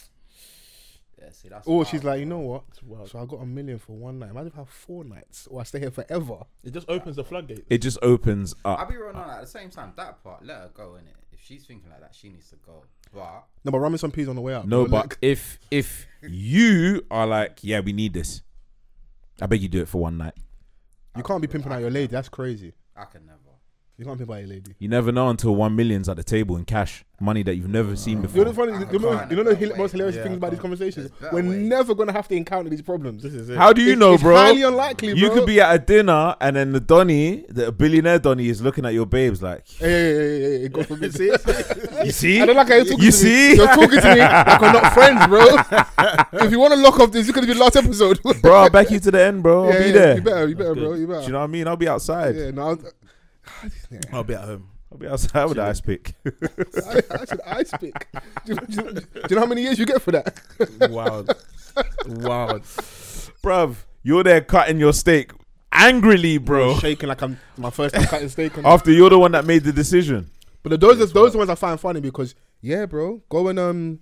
[SPEAKER 1] Yeah, see, that's
[SPEAKER 5] Or
[SPEAKER 1] wild.
[SPEAKER 5] she's like, you know what?
[SPEAKER 6] wild.
[SPEAKER 5] So I got a million for one night. Imagine if I have four nights, or I stay here forever.
[SPEAKER 6] It just opens the floodgate.
[SPEAKER 4] It just opens
[SPEAKER 6] Uh,
[SPEAKER 1] I'll
[SPEAKER 4] up.
[SPEAKER 1] be real on that. At the same time, that part, let her go in it. If she's thinking like that, she needs to go. But
[SPEAKER 5] No, but ramen some peas on the way out.
[SPEAKER 4] No,
[SPEAKER 5] You're
[SPEAKER 4] but
[SPEAKER 5] like,
[SPEAKER 4] if if you are like, yeah, we need this. I bet you do it for one night.
[SPEAKER 5] you can't be pimping out your lady. That's crazy.
[SPEAKER 1] I can never.
[SPEAKER 5] You can't pimp out your lady.
[SPEAKER 4] You never know until one million's at the table in cash, money that you've never seen
[SPEAKER 5] You know the
[SPEAKER 4] before.
[SPEAKER 5] funny,
[SPEAKER 1] I
[SPEAKER 5] you know,
[SPEAKER 1] can't,
[SPEAKER 5] you know the
[SPEAKER 1] I can't
[SPEAKER 5] most hilarious
[SPEAKER 6] wait.
[SPEAKER 5] things
[SPEAKER 6] Yeah, I
[SPEAKER 5] about these
[SPEAKER 6] can't.
[SPEAKER 5] conversations.
[SPEAKER 1] There's better
[SPEAKER 5] We're
[SPEAKER 1] ways.
[SPEAKER 5] never gonna have to encounter these problems.
[SPEAKER 6] This is it.
[SPEAKER 4] How do you
[SPEAKER 5] It's-
[SPEAKER 4] know,
[SPEAKER 5] it's
[SPEAKER 4] bro?
[SPEAKER 5] highly unlikely,
[SPEAKER 4] You
[SPEAKER 5] bro.
[SPEAKER 4] could be at a dinner and then the Donny, the billionaire Donny, is looking at your babes like,
[SPEAKER 5] Hey, hey, hey, hey, hey, God forbid. [laughs] See,
[SPEAKER 4] you see?
[SPEAKER 5] I don't like how you're talking
[SPEAKER 4] You
[SPEAKER 5] to
[SPEAKER 4] see?
[SPEAKER 5] me. You're talking
[SPEAKER 4] [laughs]
[SPEAKER 5] to me like we're not friends, bro. if you want to lock off this, it's gonna be the last episode,
[SPEAKER 4] bro, I'll
[SPEAKER 5] [laughs]
[SPEAKER 4] back you to the end, bro. I'll
[SPEAKER 5] yeah,
[SPEAKER 4] be
[SPEAKER 5] yeah,
[SPEAKER 4] there.
[SPEAKER 5] You better, you better, bro.
[SPEAKER 6] good.
[SPEAKER 5] You
[SPEAKER 4] Do you
[SPEAKER 5] better.
[SPEAKER 4] know what I mean? I'll be outside.
[SPEAKER 5] Yeah, no, I was- yeah.
[SPEAKER 6] I'll be at home.
[SPEAKER 4] I'll [laughs] be outside with the ice pick.
[SPEAKER 5] I, I said ice
[SPEAKER 4] [laughs]
[SPEAKER 5] pick. Do, you- do you- do you know how many years you get for that?
[SPEAKER 6] Wild. Wild.
[SPEAKER 4] Bruv, you're there cutting your steak angrily, bro.
[SPEAKER 5] Shaking like I'm my first time cutting
[SPEAKER 4] [laughs]
[SPEAKER 5] steak. And
[SPEAKER 4] After you're the one that made the decision.
[SPEAKER 5] But those are, those are the ones I find funny because yeah, bro, go and um,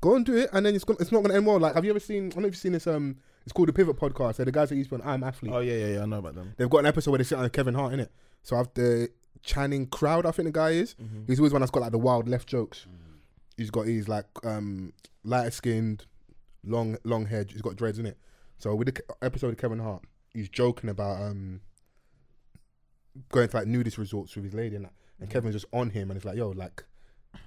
[SPEAKER 5] go and do it, and then it's gonna, it's not gonna end well. Like, have you ever seen? I don't know if you've seen this. Um, it's called the Pivot Podcast. They're the guys that used to be on I'm Athlete.
[SPEAKER 6] Oh yeah, yeah, yeah. I know about them.
[SPEAKER 5] They've got an episode where they sit on Kevin Hart in it. So after Channing Crowd, I think the guy is. He's always one that's got like the wild left jokes. He's got he's like um light skinned, long long hair. He's got dreads in it. So with the Ke- episode of Kevin Hart, he's joking about um going to like nudist resorts with his lady and that. And Kevin's just on him and it's like, yo, like,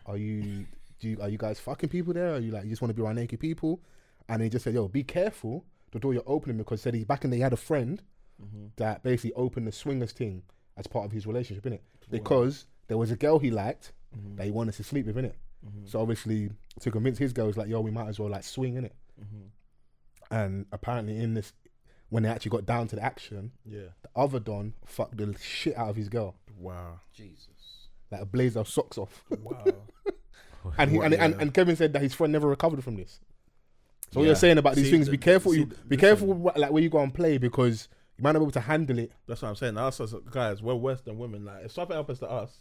[SPEAKER 5] are you do you, are you guys fucking people there? Are you like you just want to be around naked people? And he just said, yo, be careful the door you're opening because he said he back in the he had a friend
[SPEAKER 6] Mm-hmm.
[SPEAKER 5] that basically opened the swingers thing as part of his relationship, innit? Because there was a girl he liked
[SPEAKER 6] Mm-hmm.
[SPEAKER 5] that he wanted to sleep with, innit? So obviously, to convince his girls, like, yo, we might as well like swing, innit? And apparently, in this, when they actually got down to the action,
[SPEAKER 6] Yeah.
[SPEAKER 5] the other Don fucked the shit out of his girl,
[SPEAKER 6] Wow.
[SPEAKER 1] Jesus.
[SPEAKER 5] like a blazer of socks off.
[SPEAKER 6] Wow.
[SPEAKER 5] [laughs] and, he, and, and
[SPEAKER 6] yeah.
[SPEAKER 5] and Kevin said that his friend never recovered from this. So what
[SPEAKER 6] Yeah.
[SPEAKER 5] you're saying about these
[SPEAKER 6] See,
[SPEAKER 5] things,
[SPEAKER 6] the-
[SPEAKER 5] be careful,
[SPEAKER 6] see,
[SPEAKER 5] you,
[SPEAKER 6] the-
[SPEAKER 5] be careful, wh- like where you go and play because you might not be able to handle it.
[SPEAKER 6] That's what I'm saying. Us as guys, we're worse than women. Like if something happens to us,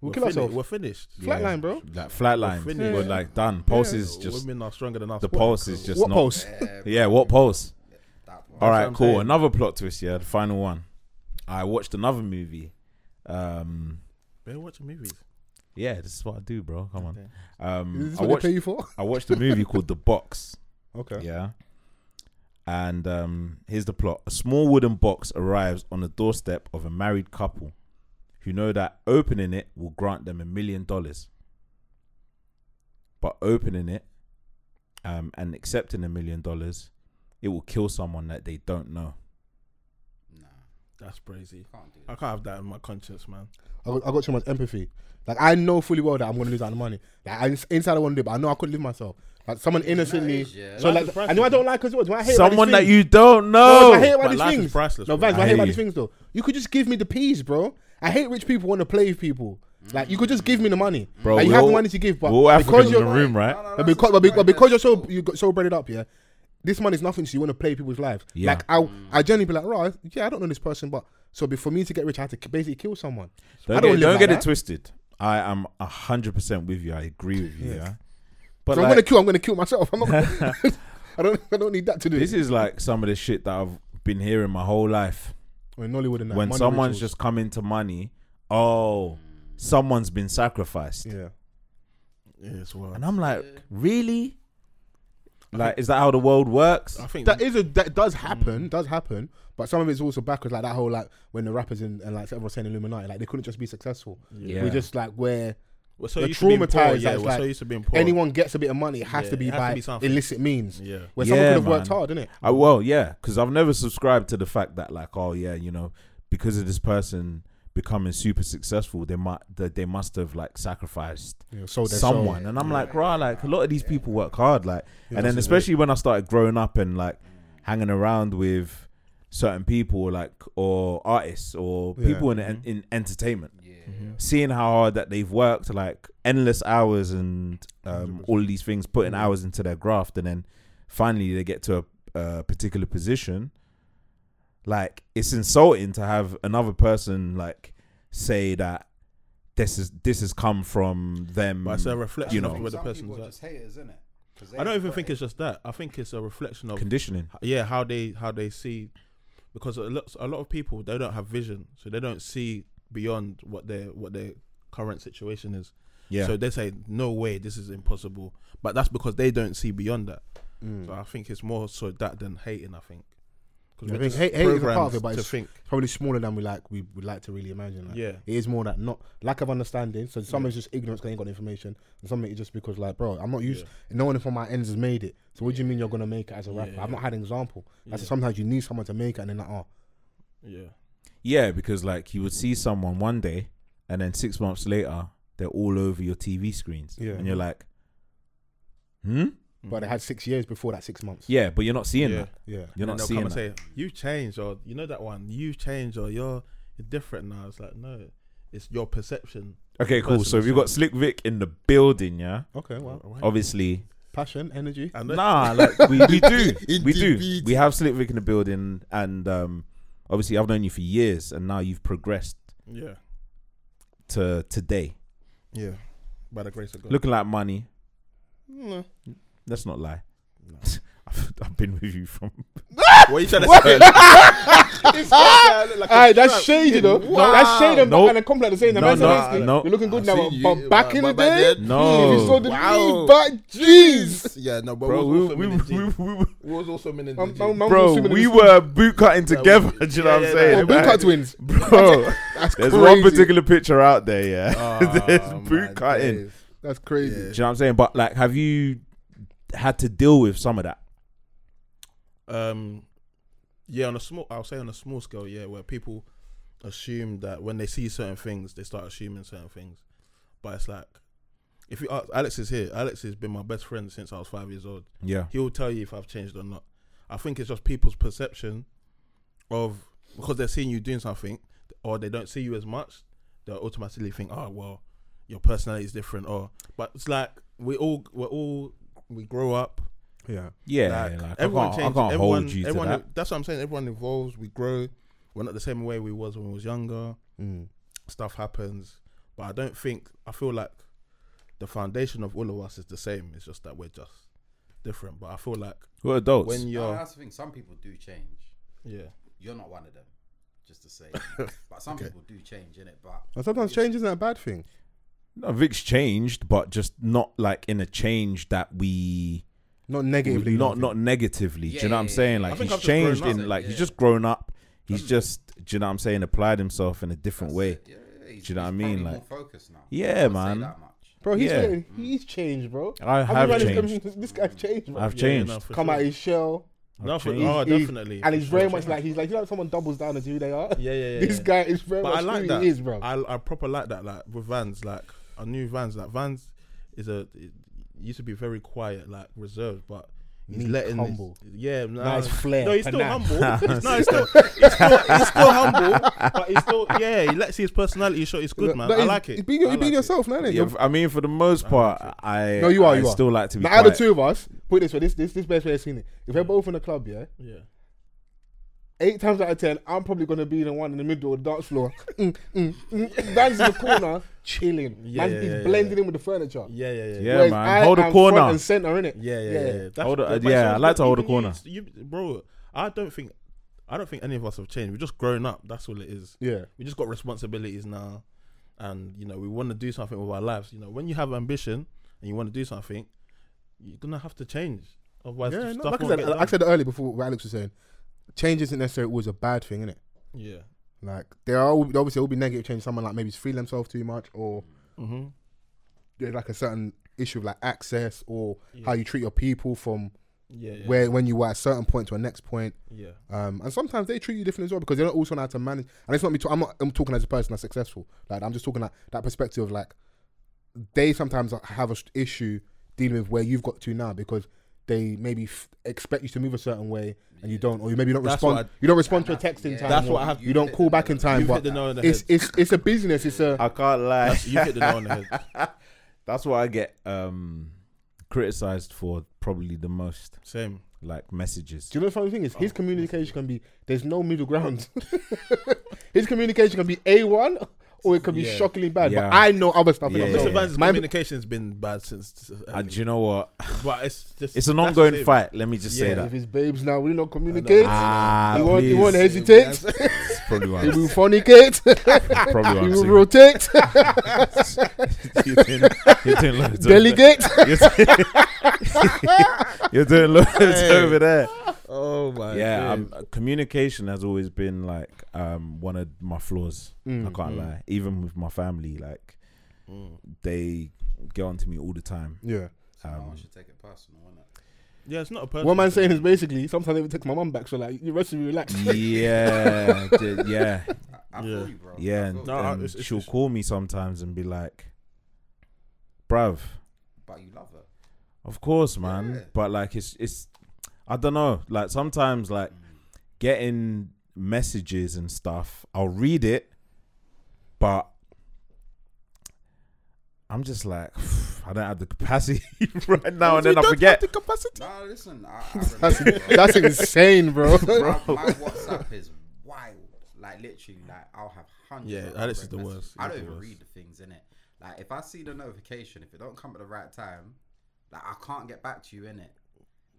[SPEAKER 5] We'll
[SPEAKER 6] we're
[SPEAKER 5] kill
[SPEAKER 6] fini-
[SPEAKER 5] ourselves.
[SPEAKER 6] We're finished.
[SPEAKER 5] Flatline, bro.
[SPEAKER 4] Like flatline.
[SPEAKER 6] We're
[SPEAKER 4] We're
[SPEAKER 6] finished.
[SPEAKER 4] like done. Pulse is
[SPEAKER 6] Yeah,
[SPEAKER 4] just
[SPEAKER 6] women are stronger than us.
[SPEAKER 4] the pulse is just
[SPEAKER 5] What
[SPEAKER 4] not
[SPEAKER 5] post? [laughs]
[SPEAKER 4] Yeah, what pulse?
[SPEAKER 1] That one.
[SPEAKER 4] All right,
[SPEAKER 6] I'm
[SPEAKER 4] cool.
[SPEAKER 6] saying.
[SPEAKER 4] Another plot twist, yeah, the final one. I watched another movie. Um
[SPEAKER 6] Better watch movies.
[SPEAKER 4] yeah, this is what I do, bro. Come on. Um
[SPEAKER 5] Is this
[SPEAKER 4] I
[SPEAKER 5] what
[SPEAKER 4] watched
[SPEAKER 5] they pay you for?
[SPEAKER 4] I watched a movie called The Box.
[SPEAKER 5] [laughs] Okay.
[SPEAKER 4] Yeah. And um, here's the plot a small wooden box arrives on the doorstep of a married couple who know that opening it will grant them a million dollars. But opening it um, and accepting a million dollars, it will kill someone that they don't know.
[SPEAKER 1] Nah.
[SPEAKER 6] That's crazy.
[SPEAKER 1] Can't do
[SPEAKER 6] I can't have that in my conscience, man.
[SPEAKER 5] I got, I got too much empathy. Like I know fully well that I'm gonna lose out on money. Like I, inside I want to do, it, but I know I couldn't live myself. Like someone innocently.
[SPEAKER 1] is, yeah.
[SPEAKER 5] So
[SPEAKER 6] Life
[SPEAKER 5] like,
[SPEAKER 6] is
[SPEAKER 5] I know I
[SPEAKER 6] priceless,
[SPEAKER 5] don't like as well. Do I hate about
[SPEAKER 4] Someone
[SPEAKER 5] these
[SPEAKER 4] that
[SPEAKER 5] things?
[SPEAKER 4] you don't
[SPEAKER 5] No,
[SPEAKER 4] know.
[SPEAKER 5] I hate about
[SPEAKER 6] But
[SPEAKER 5] these
[SPEAKER 6] life is
[SPEAKER 5] things.
[SPEAKER 6] priceless,
[SPEAKER 5] no,
[SPEAKER 6] bro.
[SPEAKER 5] Vance, but I,
[SPEAKER 4] I
[SPEAKER 5] hate about
[SPEAKER 4] hear
[SPEAKER 5] these
[SPEAKER 4] you.
[SPEAKER 5] things though. You could just give me the peas, bro. I hate rich people want to play with people. Like you could just give me the money.
[SPEAKER 4] Bro,
[SPEAKER 5] like, you
[SPEAKER 4] we
[SPEAKER 5] have
[SPEAKER 4] all-
[SPEAKER 5] the money to give, but
[SPEAKER 4] we're all Africans
[SPEAKER 5] because
[SPEAKER 4] in
[SPEAKER 5] you're
[SPEAKER 4] the room, right?
[SPEAKER 5] but because, but, be- but because you're so you got so breaded up, yeah. This money's nothing, so you want to play people's lives.
[SPEAKER 4] Yeah.
[SPEAKER 5] Like I, I generally be like, right, yeah, I don't know this person, but so be, for me to get rich, I had to k- basically kill someone.
[SPEAKER 4] Don't
[SPEAKER 5] I don't
[SPEAKER 4] get,
[SPEAKER 5] live
[SPEAKER 4] don't
[SPEAKER 5] like
[SPEAKER 4] get it
[SPEAKER 5] that.
[SPEAKER 4] twisted. I am hundred percent with you. I agree with you. Yeah. But
[SPEAKER 5] So I'm
[SPEAKER 4] like,
[SPEAKER 5] gonna kill. I'm gonna kill myself. I'm not.
[SPEAKER 4] [laughs]
[SPEAKER 5] Gonna, [laughs] I don't. I don't need that to do.
[SPEAKER 4] this is like some of the shit that I've been hearing my whole life.
[SPEAKER 5] when Nollywood and that,
[SPEAKER 4] when
[SPEAKER 5] money
[SPEAKER 4] someone's
[SPEAKER 5] rituals.
[SPEAKER 4] just coming to money, oh, someone's been sacrificed,
[SPEAKER 5] yeah.
[SPEAKER 6] Yes, well.
[SPEAKER 4] and I'm like, really? Like, is that how the world works?
[SPEAKER 6] I think Mm.
[SPEAKER 5] That is a that does happen, does happen, but some of it's also backwards, like that whole like when the rappers in, and like everyone saying Illuminati, like they couldn't just be successful.
[SPEAKER 4] Yeah.
[SPEAKER 5] We're just like where
[SPEAKER 6] we're so
[SPEAKER 5] we're
[SPEAKER 6] used to being poor.
[SPEAKER 5] traumatized,
[SPEAKER 6] Yeah,
[SPEAKER 5] that's
[SPEAKER 6] we're
[SPEAKER 5] like
[SPEAKER 6] so used to being poor.
[SPEAKER 5] anyone gets a bit of money it has
[SPEAKER 6] Yeah,
[SPEAKER 5] to be
[SPEAKER 6] it has to
[SPEAKER 5] by
[SPEAKER 6] be something.
[SPEAKER 5] illicit means.
[SPEAKER 6] Yeah.
[SPEAKER 5] Where someone
[SPEAKER 4] Yeah,
[SPEAKER 5] could have worked
[SPEAKER 4] man.
[SPEAKER 5] hard, innit?
[SPEAKER 4] I well, yeah, because I've never subscribed to the fact that like, oh yeah, you know, because of this person becoming super successful, they might that they must have like sacrificed
[SPEAKER 5] Yeah, sold their soul.
[SPEAKER 4] someone, and I'm like, rah, like a lot of these people work hard, like, and then
[SPEAKER 5] this is
[SPEAKER 4] especially when I started growing up and like hanging around with certain people, like or artists or
[SPEAKER 5] Yeah.
[SPEAKER 4] people in en- in entertainment,
[SPEAKER 6] Mm-hmm.
[SPEAKER 4] seeing how hard that they've worked, like endless hours and um, all these things, putting hours into their graft, and then finally they get to a, a particular position. Like it's insulting to have another person like say that this is this has come from them.
[SPEAKER 6] But it's a reflection
[SPEAKER 4] you
[SPEAKER 6] of
[SPEAKER 4] know,
[SPEAKER 6] where the
[SPEAKER 1] Some people
[SPEAKER 6] person's
[SPEAKER 1] are
[SPEAKER 6] at.
[SPEAKER 1] just haters, innit? 'Cause they
[SPEAKER 6] I don't
[SPEAKER 1] ain't
[SPEAKER 6] even
[SPEAKER 1] got
[SPEAKER 6] think
[SPEAKER 1] it.
[SPEAKER 6] it's just that. I think it's a reflection of
[SPEAKER 4] conditioning.
[SPEAKER 6] yeah how they how they see because a lot a lot of people they don't have vision, so they don't see beyond what their what their current situation is.
[SPEAKER 4] Yeah.
[SPEAKER 6] So they say no way, this is impossible. But that's because they don't see beyond that.
[SPEAKER 5] Mm.
[SPEAKER 6] So I think it's more so that than hating. I think because
[SPEAKER 5] I think hate, hate is a part of it, but
[SPEAKER 6] to
[SPEAKER 5] it's
[SPEAKER 6] think.
[SPEAKER 5] probably smaller than we like we would like to really imagine. Like,
[SPEAKER 6] Yeah.
[SPEAKER 5] it is more that not lack of understanding. So some is just ignorance, 'cause they ain't got the information, and some of it is just because like, bro, I'm not used. No one from my ends has made it. So what do you mean you're gonna make it as a rapper? I've not had an example. That's sometimes you need someone to make it, and then like, oh,
[SPEAKER 6] Yeah,
[SPEAKER 4] Yeah, because like you would see someone one day, and then six months later, they're all over your TV screens.
[SPEAKER 5] Yeah.
[SPEAKER 4] and you're like, hmm.
[SPEAKER 5] but
[SPEAKER 6] Mm.
[SPEAKER 5] it had six years before that six months.
[SPEAKER 4] Yeah, but you're not seeing
[SPEAKER 6] Yeah.
[SPEAKER 4] that.
[SPEAKER 5] Yeah.
[SPEAKER 4] You're
[SPEAKER 6] and
[SPEAKER 4] not
[SPEAKER 6] they'll come
[SPEAKER 4] seeing
[SPEAKER 6] and
[SPEAKER 4] that.
[SPEAKER 6] say you changed or you know that one you changed or you're you're different now. It's like no, it's your perception.
[SPEAKER 4] Okay, cool. So
[SPEAKER 6] Personal
[SPEAKER 4] we've got Slick Vic in the building, yeah.
[SPEAKER 5] Okay. Well,
[SPEAKER 4] Obviously,
[SPEAKER 5] passion, energy.
[SPEAKER 6] And [laughs]
[SPEAKER 4] nah, like we, we do, we
[SPEAKER 5] [laughs]
[SPEAKER 4] do. We have Slick Vic in the building, and um, obviously I've known you for years, and now you've progressed
[SPEAKER 6] yeah,
[SPEAKER 4] to today,
[SPEAKER 6] yeah. By the grace of God.
[SPEAKER 4] looking like money.
[SPEAKER 6] Hmm.
[SPEAKER 4] Let's not lie. I've, [laughs] I've been with you from.
[SPEAKER 6] [laughs]
[SPEAKER 4] [laughs]
[SPEAKER 6] what are you trying to say?
[SPEAKER 5] Aye, that's shade, you know. That's shade and,
[SPEAKER 4] Nope.
[SPEAKER 5] and a compliment at the same time.
[SPEAKER 4] No,
[SPEAKER 5] Man said,
[SPEAKER 4] no,
[SPEAKER 5] "Listen,
[SPEAKER 4] no.
[SPEAKER 5] You're looking good
[SPEAKER 6] I
[SPEAKER 5] now,
[SPEAKER 6] see you,
[SPEAKER 5] but back in the
[SPEAKER 6] but back
[SPEAKER 5] day,
[SPEAKER 6] then-
[SPEAKER 4] No,
[SPEAKER 5] if you saw the
[SPEAKER 6] Wow.
[SPEAKER 5] wow. back, jeez.
[SPEAKER 6] yeah, no, but
[SPEAKER 4] bro,
[SPEAKER 6] we, was also
[SPEAKER 4] we, we,
[SPEAKER 6] men in
[SPEAKER 4] we,
[SPEAKER 6] jeans.
[SPEAKER 4] we, we,
[SPEAKER 6] we was also men in
[SPEAKER 5] Um,
[SPEAKER 6] jeans.
[SPEAKER 5] um, um,
[SPEAKER 4] bro,
[SPEAKER 5] swimming in
[SPEAKER 4] we
[SPEAKER 5] the-
[SPEAKER 4] were boot cutting together.
[SPEAKER 6] [laughs]
[SPEAKER 4] do you know what
[SPEAKER 6] yeah,
[SPEAKER 4] I'm
[SPEAKER 6] yeah,
[SPEAKER 4] saying?
[SPEAKER 5] Oh,
[SPEAKER 4] Like,
[SPEAKER 5] Bootcut twins.
[SPEAKER 6] [laughs]
[SPEAKER 4] bro. [laughs]
[SPEAKER 5] That's
[SPEAKER 4] There's
[SPEAKER 5] crazy.
[SPEAKER 4] one particular picture out there, yeah. [laughs] There's
[SPEAKER 6] Oh, my
[SPEAKER 4] boot cutting.
[SPEAKER 6] days.
[SPEAKER 5] That's crazy.
[SPEAKER 4] Do you know what I'm saying? But like, have you had to deal with some of that?
[SPEAKER 6] Um, yeah, on a small, I'll say on a small scale, yeah, where people assume that when they see certain things, they start assuming certain things. But it's like, if you ask, Alex is here. Alex has been my best friend since I was five years old.
[SPEAKER 4] Yeah.
[SPEAKER 6] He'll tell you if I've changed or not. I think it's just people's perception of because they're seeing you doing something or they don't see you as much, they'll automatically think, oh well, your personality is different. Or but it's like we all we're all we grow up.
[SPEAKER 5] Yeah.
[SPEAKER 4] Yeah.
[SPEAKER 6] like,
[SPEAKER 4] Like,
[SPEAKER 6] everyone
[SPEAKER 4] I
[SPEAKER 6] changes.
[SPEAKER 4] can't, I can't
[SPEAKER 6] everyone,
[SPEAKER 4] hold you to
[SPEAKER 6] everyone,
[SPEAKER 4] that.
[SPEAKER 6] That's what I'm saying. Everyone evolves. We grow. We're not the same way we was when we was younger.
[SPEAKER 4] Mm.
[SPEAKER 6] Stuff happens, but I don't think I feel like the foundation of all of us is the same. It's just that we're just different. But I feel like
[SPEAKER 4] We're adults.
[SPEAKER 6] when
[SPEAKER 1] No,
[SPEAKER 6] you're
[SPEAKER 1] that's the thing. Some people do change.
[SPEAKER 6] yeah,
[SPEAKER 1] You're not one of them, just to say.
[SPEAKER 4] [laughs]
[SPEAKER 1] but some people do change, innit? But
[SPEAKER 5] And sometimes change isn't a bad thing.
[SPEAKER 4] no, Vic's changed, but just not like in a change that we
[SPEAKER 5] Not negatively.
[SPEAKER 4] not not negatively. do you know what I'm
[SPEAKER 1] Yeah.
[SPEAKER 4] saying?
[SPEAKER 6] I
[SPEAKER 4] Like
[SPEAKER 6] think
[SPEAKER 4] he's
[SPEAKER 6] I've just grown
[SPEAKER 4] changed
[SPEAKER 6] up.
[SPEAKER 4] in like he's just grown up. He's just do you know what I'm saying? Applied himself in a different way.
[SPEAKER 1] yeah, yeah, he's,
[SPEAKER 4] Do you know what I
[SPEAKER 1] he's
[SPEAKER 4] mean?
[SPEAKER 1] probably
[SPEAKER 4] Like-
[SPEAKER 1] more focused now.
[SPEAKER 4] Yeah,
[SPEAKER 1] I'll say
[SPEAKER 4] man.
[SPEAKER 1] that much.
[SPEAKER 5] Bro, he's
[SPEAKER 4] Yeah.
[SPEAKER 5] changed. he's changed, bro.
[SPEAKER 4] I
[SPEAKER 5] I've
[SPEAKER 4] have
[SPEAKER 5] been around
[SPEAKER 4] changed.
[SPEAKER 5] This, this guy's changed, bro.
[SPEAKER 4] I've
[SPEAKER 6] Yeah,
[SPEAKER 4] changed.
[SPEAKER 6] no, for
[SPEAKER 5] Come
[SPEAKER 6] sure.
[SPEAKER 5] out his shell.
[SPEAKER 6] Nothing.
[SPEAKER 4] changed.
[SPEAKER 6] Oh,
[SPEAKER 5] He's-
[SPEAKER 6] definitely.
[SPEAKER 5] And it's
[SPEAKER 6] For
[SPEAKER 5] very
[SPEAKER 6] sure.
[SPEAKER 5] much like he's like you know if someone doubles down as who they are.
[SPEAKER 6] Yeah, yeah, yeah,
[SPEAKER 5] This
[SPEAKER 6] yeah.
[SPEAKER 5] guy is very
[SPEAKER 6] But
[SPEAKER 5] much
[SPEAKER 6] I like
[SPEAKER 5] who
[SPEAKER 6] that.
[SPEAKER 5] he is, bro.
[SPEAKER 6] I I proper like that. Like with Vans, like I knew Vans. Like Vans is a it used to be very quiet, like reserved, but he's
[SPEAKER 5] Meek,
[SPEAKER 6] letting this-
[SPEAKER 5] humble.
[SPEAKER 6] yeah, nah,
[SPEAKER 5] Now it's flair,
[SPEAKER 6] No, he's still
[SPEAKER 5] panache. [laughs]
[SPEAKER 6] humble. no, he's still, he's still he's still humble, but he's still yeah. He lets his personality show. It's good, man.
[SPEAKER 5] No,
[SPEAKER 6] I
[SPEAKER 5] he's-
[SPEAKER 6] like it.
[SPEAKER 5] He's being, he's
[SPEAKER 6] I like
[SPEAKER 5] being
[SPEAKER 6] it.
[SPEAKER 5] yourself, now, innit?
[SPEAKER 4] Yeah,
[SPEAKER 5] You're-
[SPEAKER 4] f- I mean, for the most part, I
[SPEAKER 5] No, you are.
[SPEAKER 4] I
[SPEAKER 5] you are.
[SPEAKER 4] still like to be.
[SPEAKER 5] Now, out of the
[SPEAKER 4] quiet.
[SPEAKER 5] two of us, put it this way: this this this best way I've seen it. If we're both in a club, yeah,
[SPEAKER 6] Yeah.
[SPEAKER 5] eight times out of ten, I'm probably gonna be the one in the middle of the dance floor. [laughs] mm, mm, mm. Dan's in the corner, chilling.
[SPEAKER 6] Yeah,
[SPEAKER 5] Man's-
[SPEAKER 6] yeah,
[SPEAKER 5] he's
[SPEAKER 6] yeah,
[SPEAKER 5] blending in with the furniture.
[SPEAKER 6] Yeah, yeah, yeah.
[SPEAKER 4] Yeah,
[SPEAKER 5] Whereas
[SPEAKER 4] man.
[SPEAKER 5] I
[SPEAKER 4] Hold the
[SPEAKER 5] am
[SPEAKER 4] corner.
[SPEAKER 5] front and center, innit?
[SPEAKER 6] Yeah, yeah, yeah. yeah. That's
[SPEAKER 4] Hold
[SPEAKER 6] good,
[SPEAKER 4] a-
[SPEAKER 6] but
[SPEAKER 4] yeah,
[SPEAKER 6] it's
[SPEAKER 4] I like to
[SPEAKER 6] good.
[SPEAKER 4] hold a
[SPEAKER 6] Even
[SPEAKER 4] corner.
[SPEAKER 6] You, you- bro, I don't think, I don't think any of us have changed. We've just grown up. That's all it is.
[SPEAKER 5] Yeah.
[SPEAKER 6] we just got responsibilities now, and you know we want to do something with our lives. You know, when you have ambition and you want to do something, you're gonna have to change. Otherwise,
[SPEAKER 5] Yeah,
[SPEAKER 6] stuff
[SPEAKER 5] no, like I
[SPEAKER 6] won't
[SPEAKER 5] said,
[SPEAKER 6] get
[SPEAKER 5] like I
[SPEAKER 6] done.
[SPEAKER 5] said earlier before what Alex was saying, change isn't necessarily always a bad thing, innit?
[SPEAKER 6] yeah,
[SPEAKER 5] Like there are al- obviously will be negative change. Someone like maybe free themselves too much, or
[SPEAKER 6] Mhm.
[SPEAKER 5] there's like a certain issue of like access or how you treat your people from
[SPEAKER 6] yeah, yeah,
[SPEAKER 5] where when you were at a certain point to a next point.
[SPEAKER 6] yeah,
[SPEAKER 5] Um, and sometimes they treat you different as well because they don't also know how to manage. And it's not me. To, I'm not. I'm talking as a person that's successful. Like I'm just talking that that perspective of like they sometimes have a st- issue dealing with where you've got to now because they maybe f- expect you to move a certain way and you don't, or you maybe don't
[SPEAKER 6] That's
[SPEAKER 5] respond.
[SPEAKER 6] what I-
[SPEAKER 5] you don't respond to a text in time.
[SPEAKER 6] That's
[SPEAKER 5] or
[SPEAKER 6] what I have-
[SPEAKER 5] You don't call back in time.
[SPEAKER 6] You've hit
[SPEAKER 5] But
[SPEAKER 6] the nail on the
[SPEAKER 5] it's
[SPEAKER 6] head.
[SPEAKER 5] it's it's a business. It's a
[SPEAKER 4] I can't lie.
[SPEAKER 6] you hit the nail on the
[SPEAKER 5] [laughs]
[SPEAKER 6] head.
[SPEAKER 4] [laughs] That's what I get um criticized for probably the most,
[SPEAKER 6] Same. Oh.
[SPEAKER 4] like messages.
[SPEAKER 5] Do you know the funny thing is his communication can be there's no middle ground. [laughs] his communication can be a one or it can be
[SPEAKER 6] Yeah.
[SPEAKER 5] shockingly bad.
[SPEAKER 4] Yeah.
[SPEAKER 5] But I know other stuff.
[SPEAKER 4] Yeah,
[SPEAKER 5] about
[SPEAKER 4] yeah,
[SPEAKER 6] Mr.
[SPEAKER 4] yeah.
[SPEAKER 6] Van's
[SPEAKER 5] My-
[SPEAKER 6] communication's been bad since, uh,
[SPEAKER 4] And do you know what?
[SPEAKER 6] but it's just
[SPEAKER 4] It's an
[SPEAKER 6] that's the
[SPEAKER 4] ongoing
[SPEAKER 6] same.
[SPEAKER 4] fight. Let me just say
[SPEAKER 6] Yeah.
[SPEAKER 4] that.
[SPEAKER 5] If his babes now will not communicate,
[SPEAKER 4] Ah,
[SPEAKER 5] he won't he
[SPEAKER 4] please.
[SPEAKER 5] won't hesitate.
[SPEAKER 4] It's
[SPEAKER 5] [laughs]
[SPEAKER 4] probably
[SPEAKER 5] He
[SPEAKER 4] one.
[SPEAKER 5] will
[SPEAKER 4] [laughs]
[SPEAKER 5] fornicate. [laughs]
[SPEAKER 4] probably
[SPEAKER 5] he
[SPEAKER 4] one.
[SPEAKER 5] will
[SPEAKER 4] Single. [laughs]
[SPEAKER 5] rotate. [laughs]
[SPEAKER 1] [laughs]
[SPEAKER 4] you're doing, you're doing loads over there.
[SPEAKER 5] delegate.
[SPEAKER 4] You're doing, [laughs] you're doing loads over there.
[SPEAKER 6] Oh my.
[SPEAKER 4] yeah,
[SPEAKER 6] days.
[SPEAKER 4] um, communication has always been like um, one of my flaws.
[SPEAKER 6] Mm.
[SPEAKER 4] I can't lie. Even with my family, like they get onto me all the time.
[SPEAKER 5] Yeah.
[SPEAKER 1] no
[SPEAKER 4] Um,
[SPEAKER 1] one should take it personal, innit?
[SPEAKER 6] yeah, it's not a person.
[SPEAKER 5] What man's saying is basically sometimes they even take my mum back, so like you rest of you relax.
[SPEAKER 4] yeah,
[SPEAKER 5] [laughs]
[SPEAKER 4] d- yeah,
[SPEAKER 1] I
[SPEAKER 6] Yeah.
[SPEAKER 1] feel you, bro.
[SPEAKER 4] yeah. um, And,
[SPEAKER 1] I feel you.
[SPEAKER 6] No, I-
[SPEAKER 4] and
[SPEAKER 6] it's- it's-
[SPEAKER 4] she'll
[SPEAKER 6] it's-
[SPEAKER 4] call me sometimes and be like, "Bruv,
[SPEAKER 1] But you love her.
[SPEAKER 4] of course, man."
[SPEAKER 1] Yeah.
[SPEAKER 4] But like, it's it's I don't know. Like sometimes, like
[SPEAKER 1] Mm.
[SPEAKER 4] getting messages and stuff, I'll read it, but I'm just like, [sighs] I don't have the capacity [laughs] right now, and then I forget.
[SPEAKER 1] No, listen. I, I
[SPEAKER 5] [laughs] That's,
[SPEAKER 1] remember,
[SPEAKER 5] that's insane, [laughs] bro.
[SPEAKER 1] My, my WhatsApp is wild. Like literally, like I'll have hundreds.
[SPEAKER 6] Yeah,
[SPEAKER 1] of
[SPEAKER 6] Alex is
[SPEAKER 1] unread
[SPEAKER 6] the
[SPEAKER 1] messages.
[SPEAKER 6] worst.
[SPEAKER 1] I
[SPEAKER 6] He's
[SPEAKER 1] don't
[SPEAKER 6] the
[SPEAKER 1] even
[SPEAKER 6] worst.
[SPEAKER 1] read the things in it. Like if I see the notification, if it don't come at the right time, like I can't get back to you in it.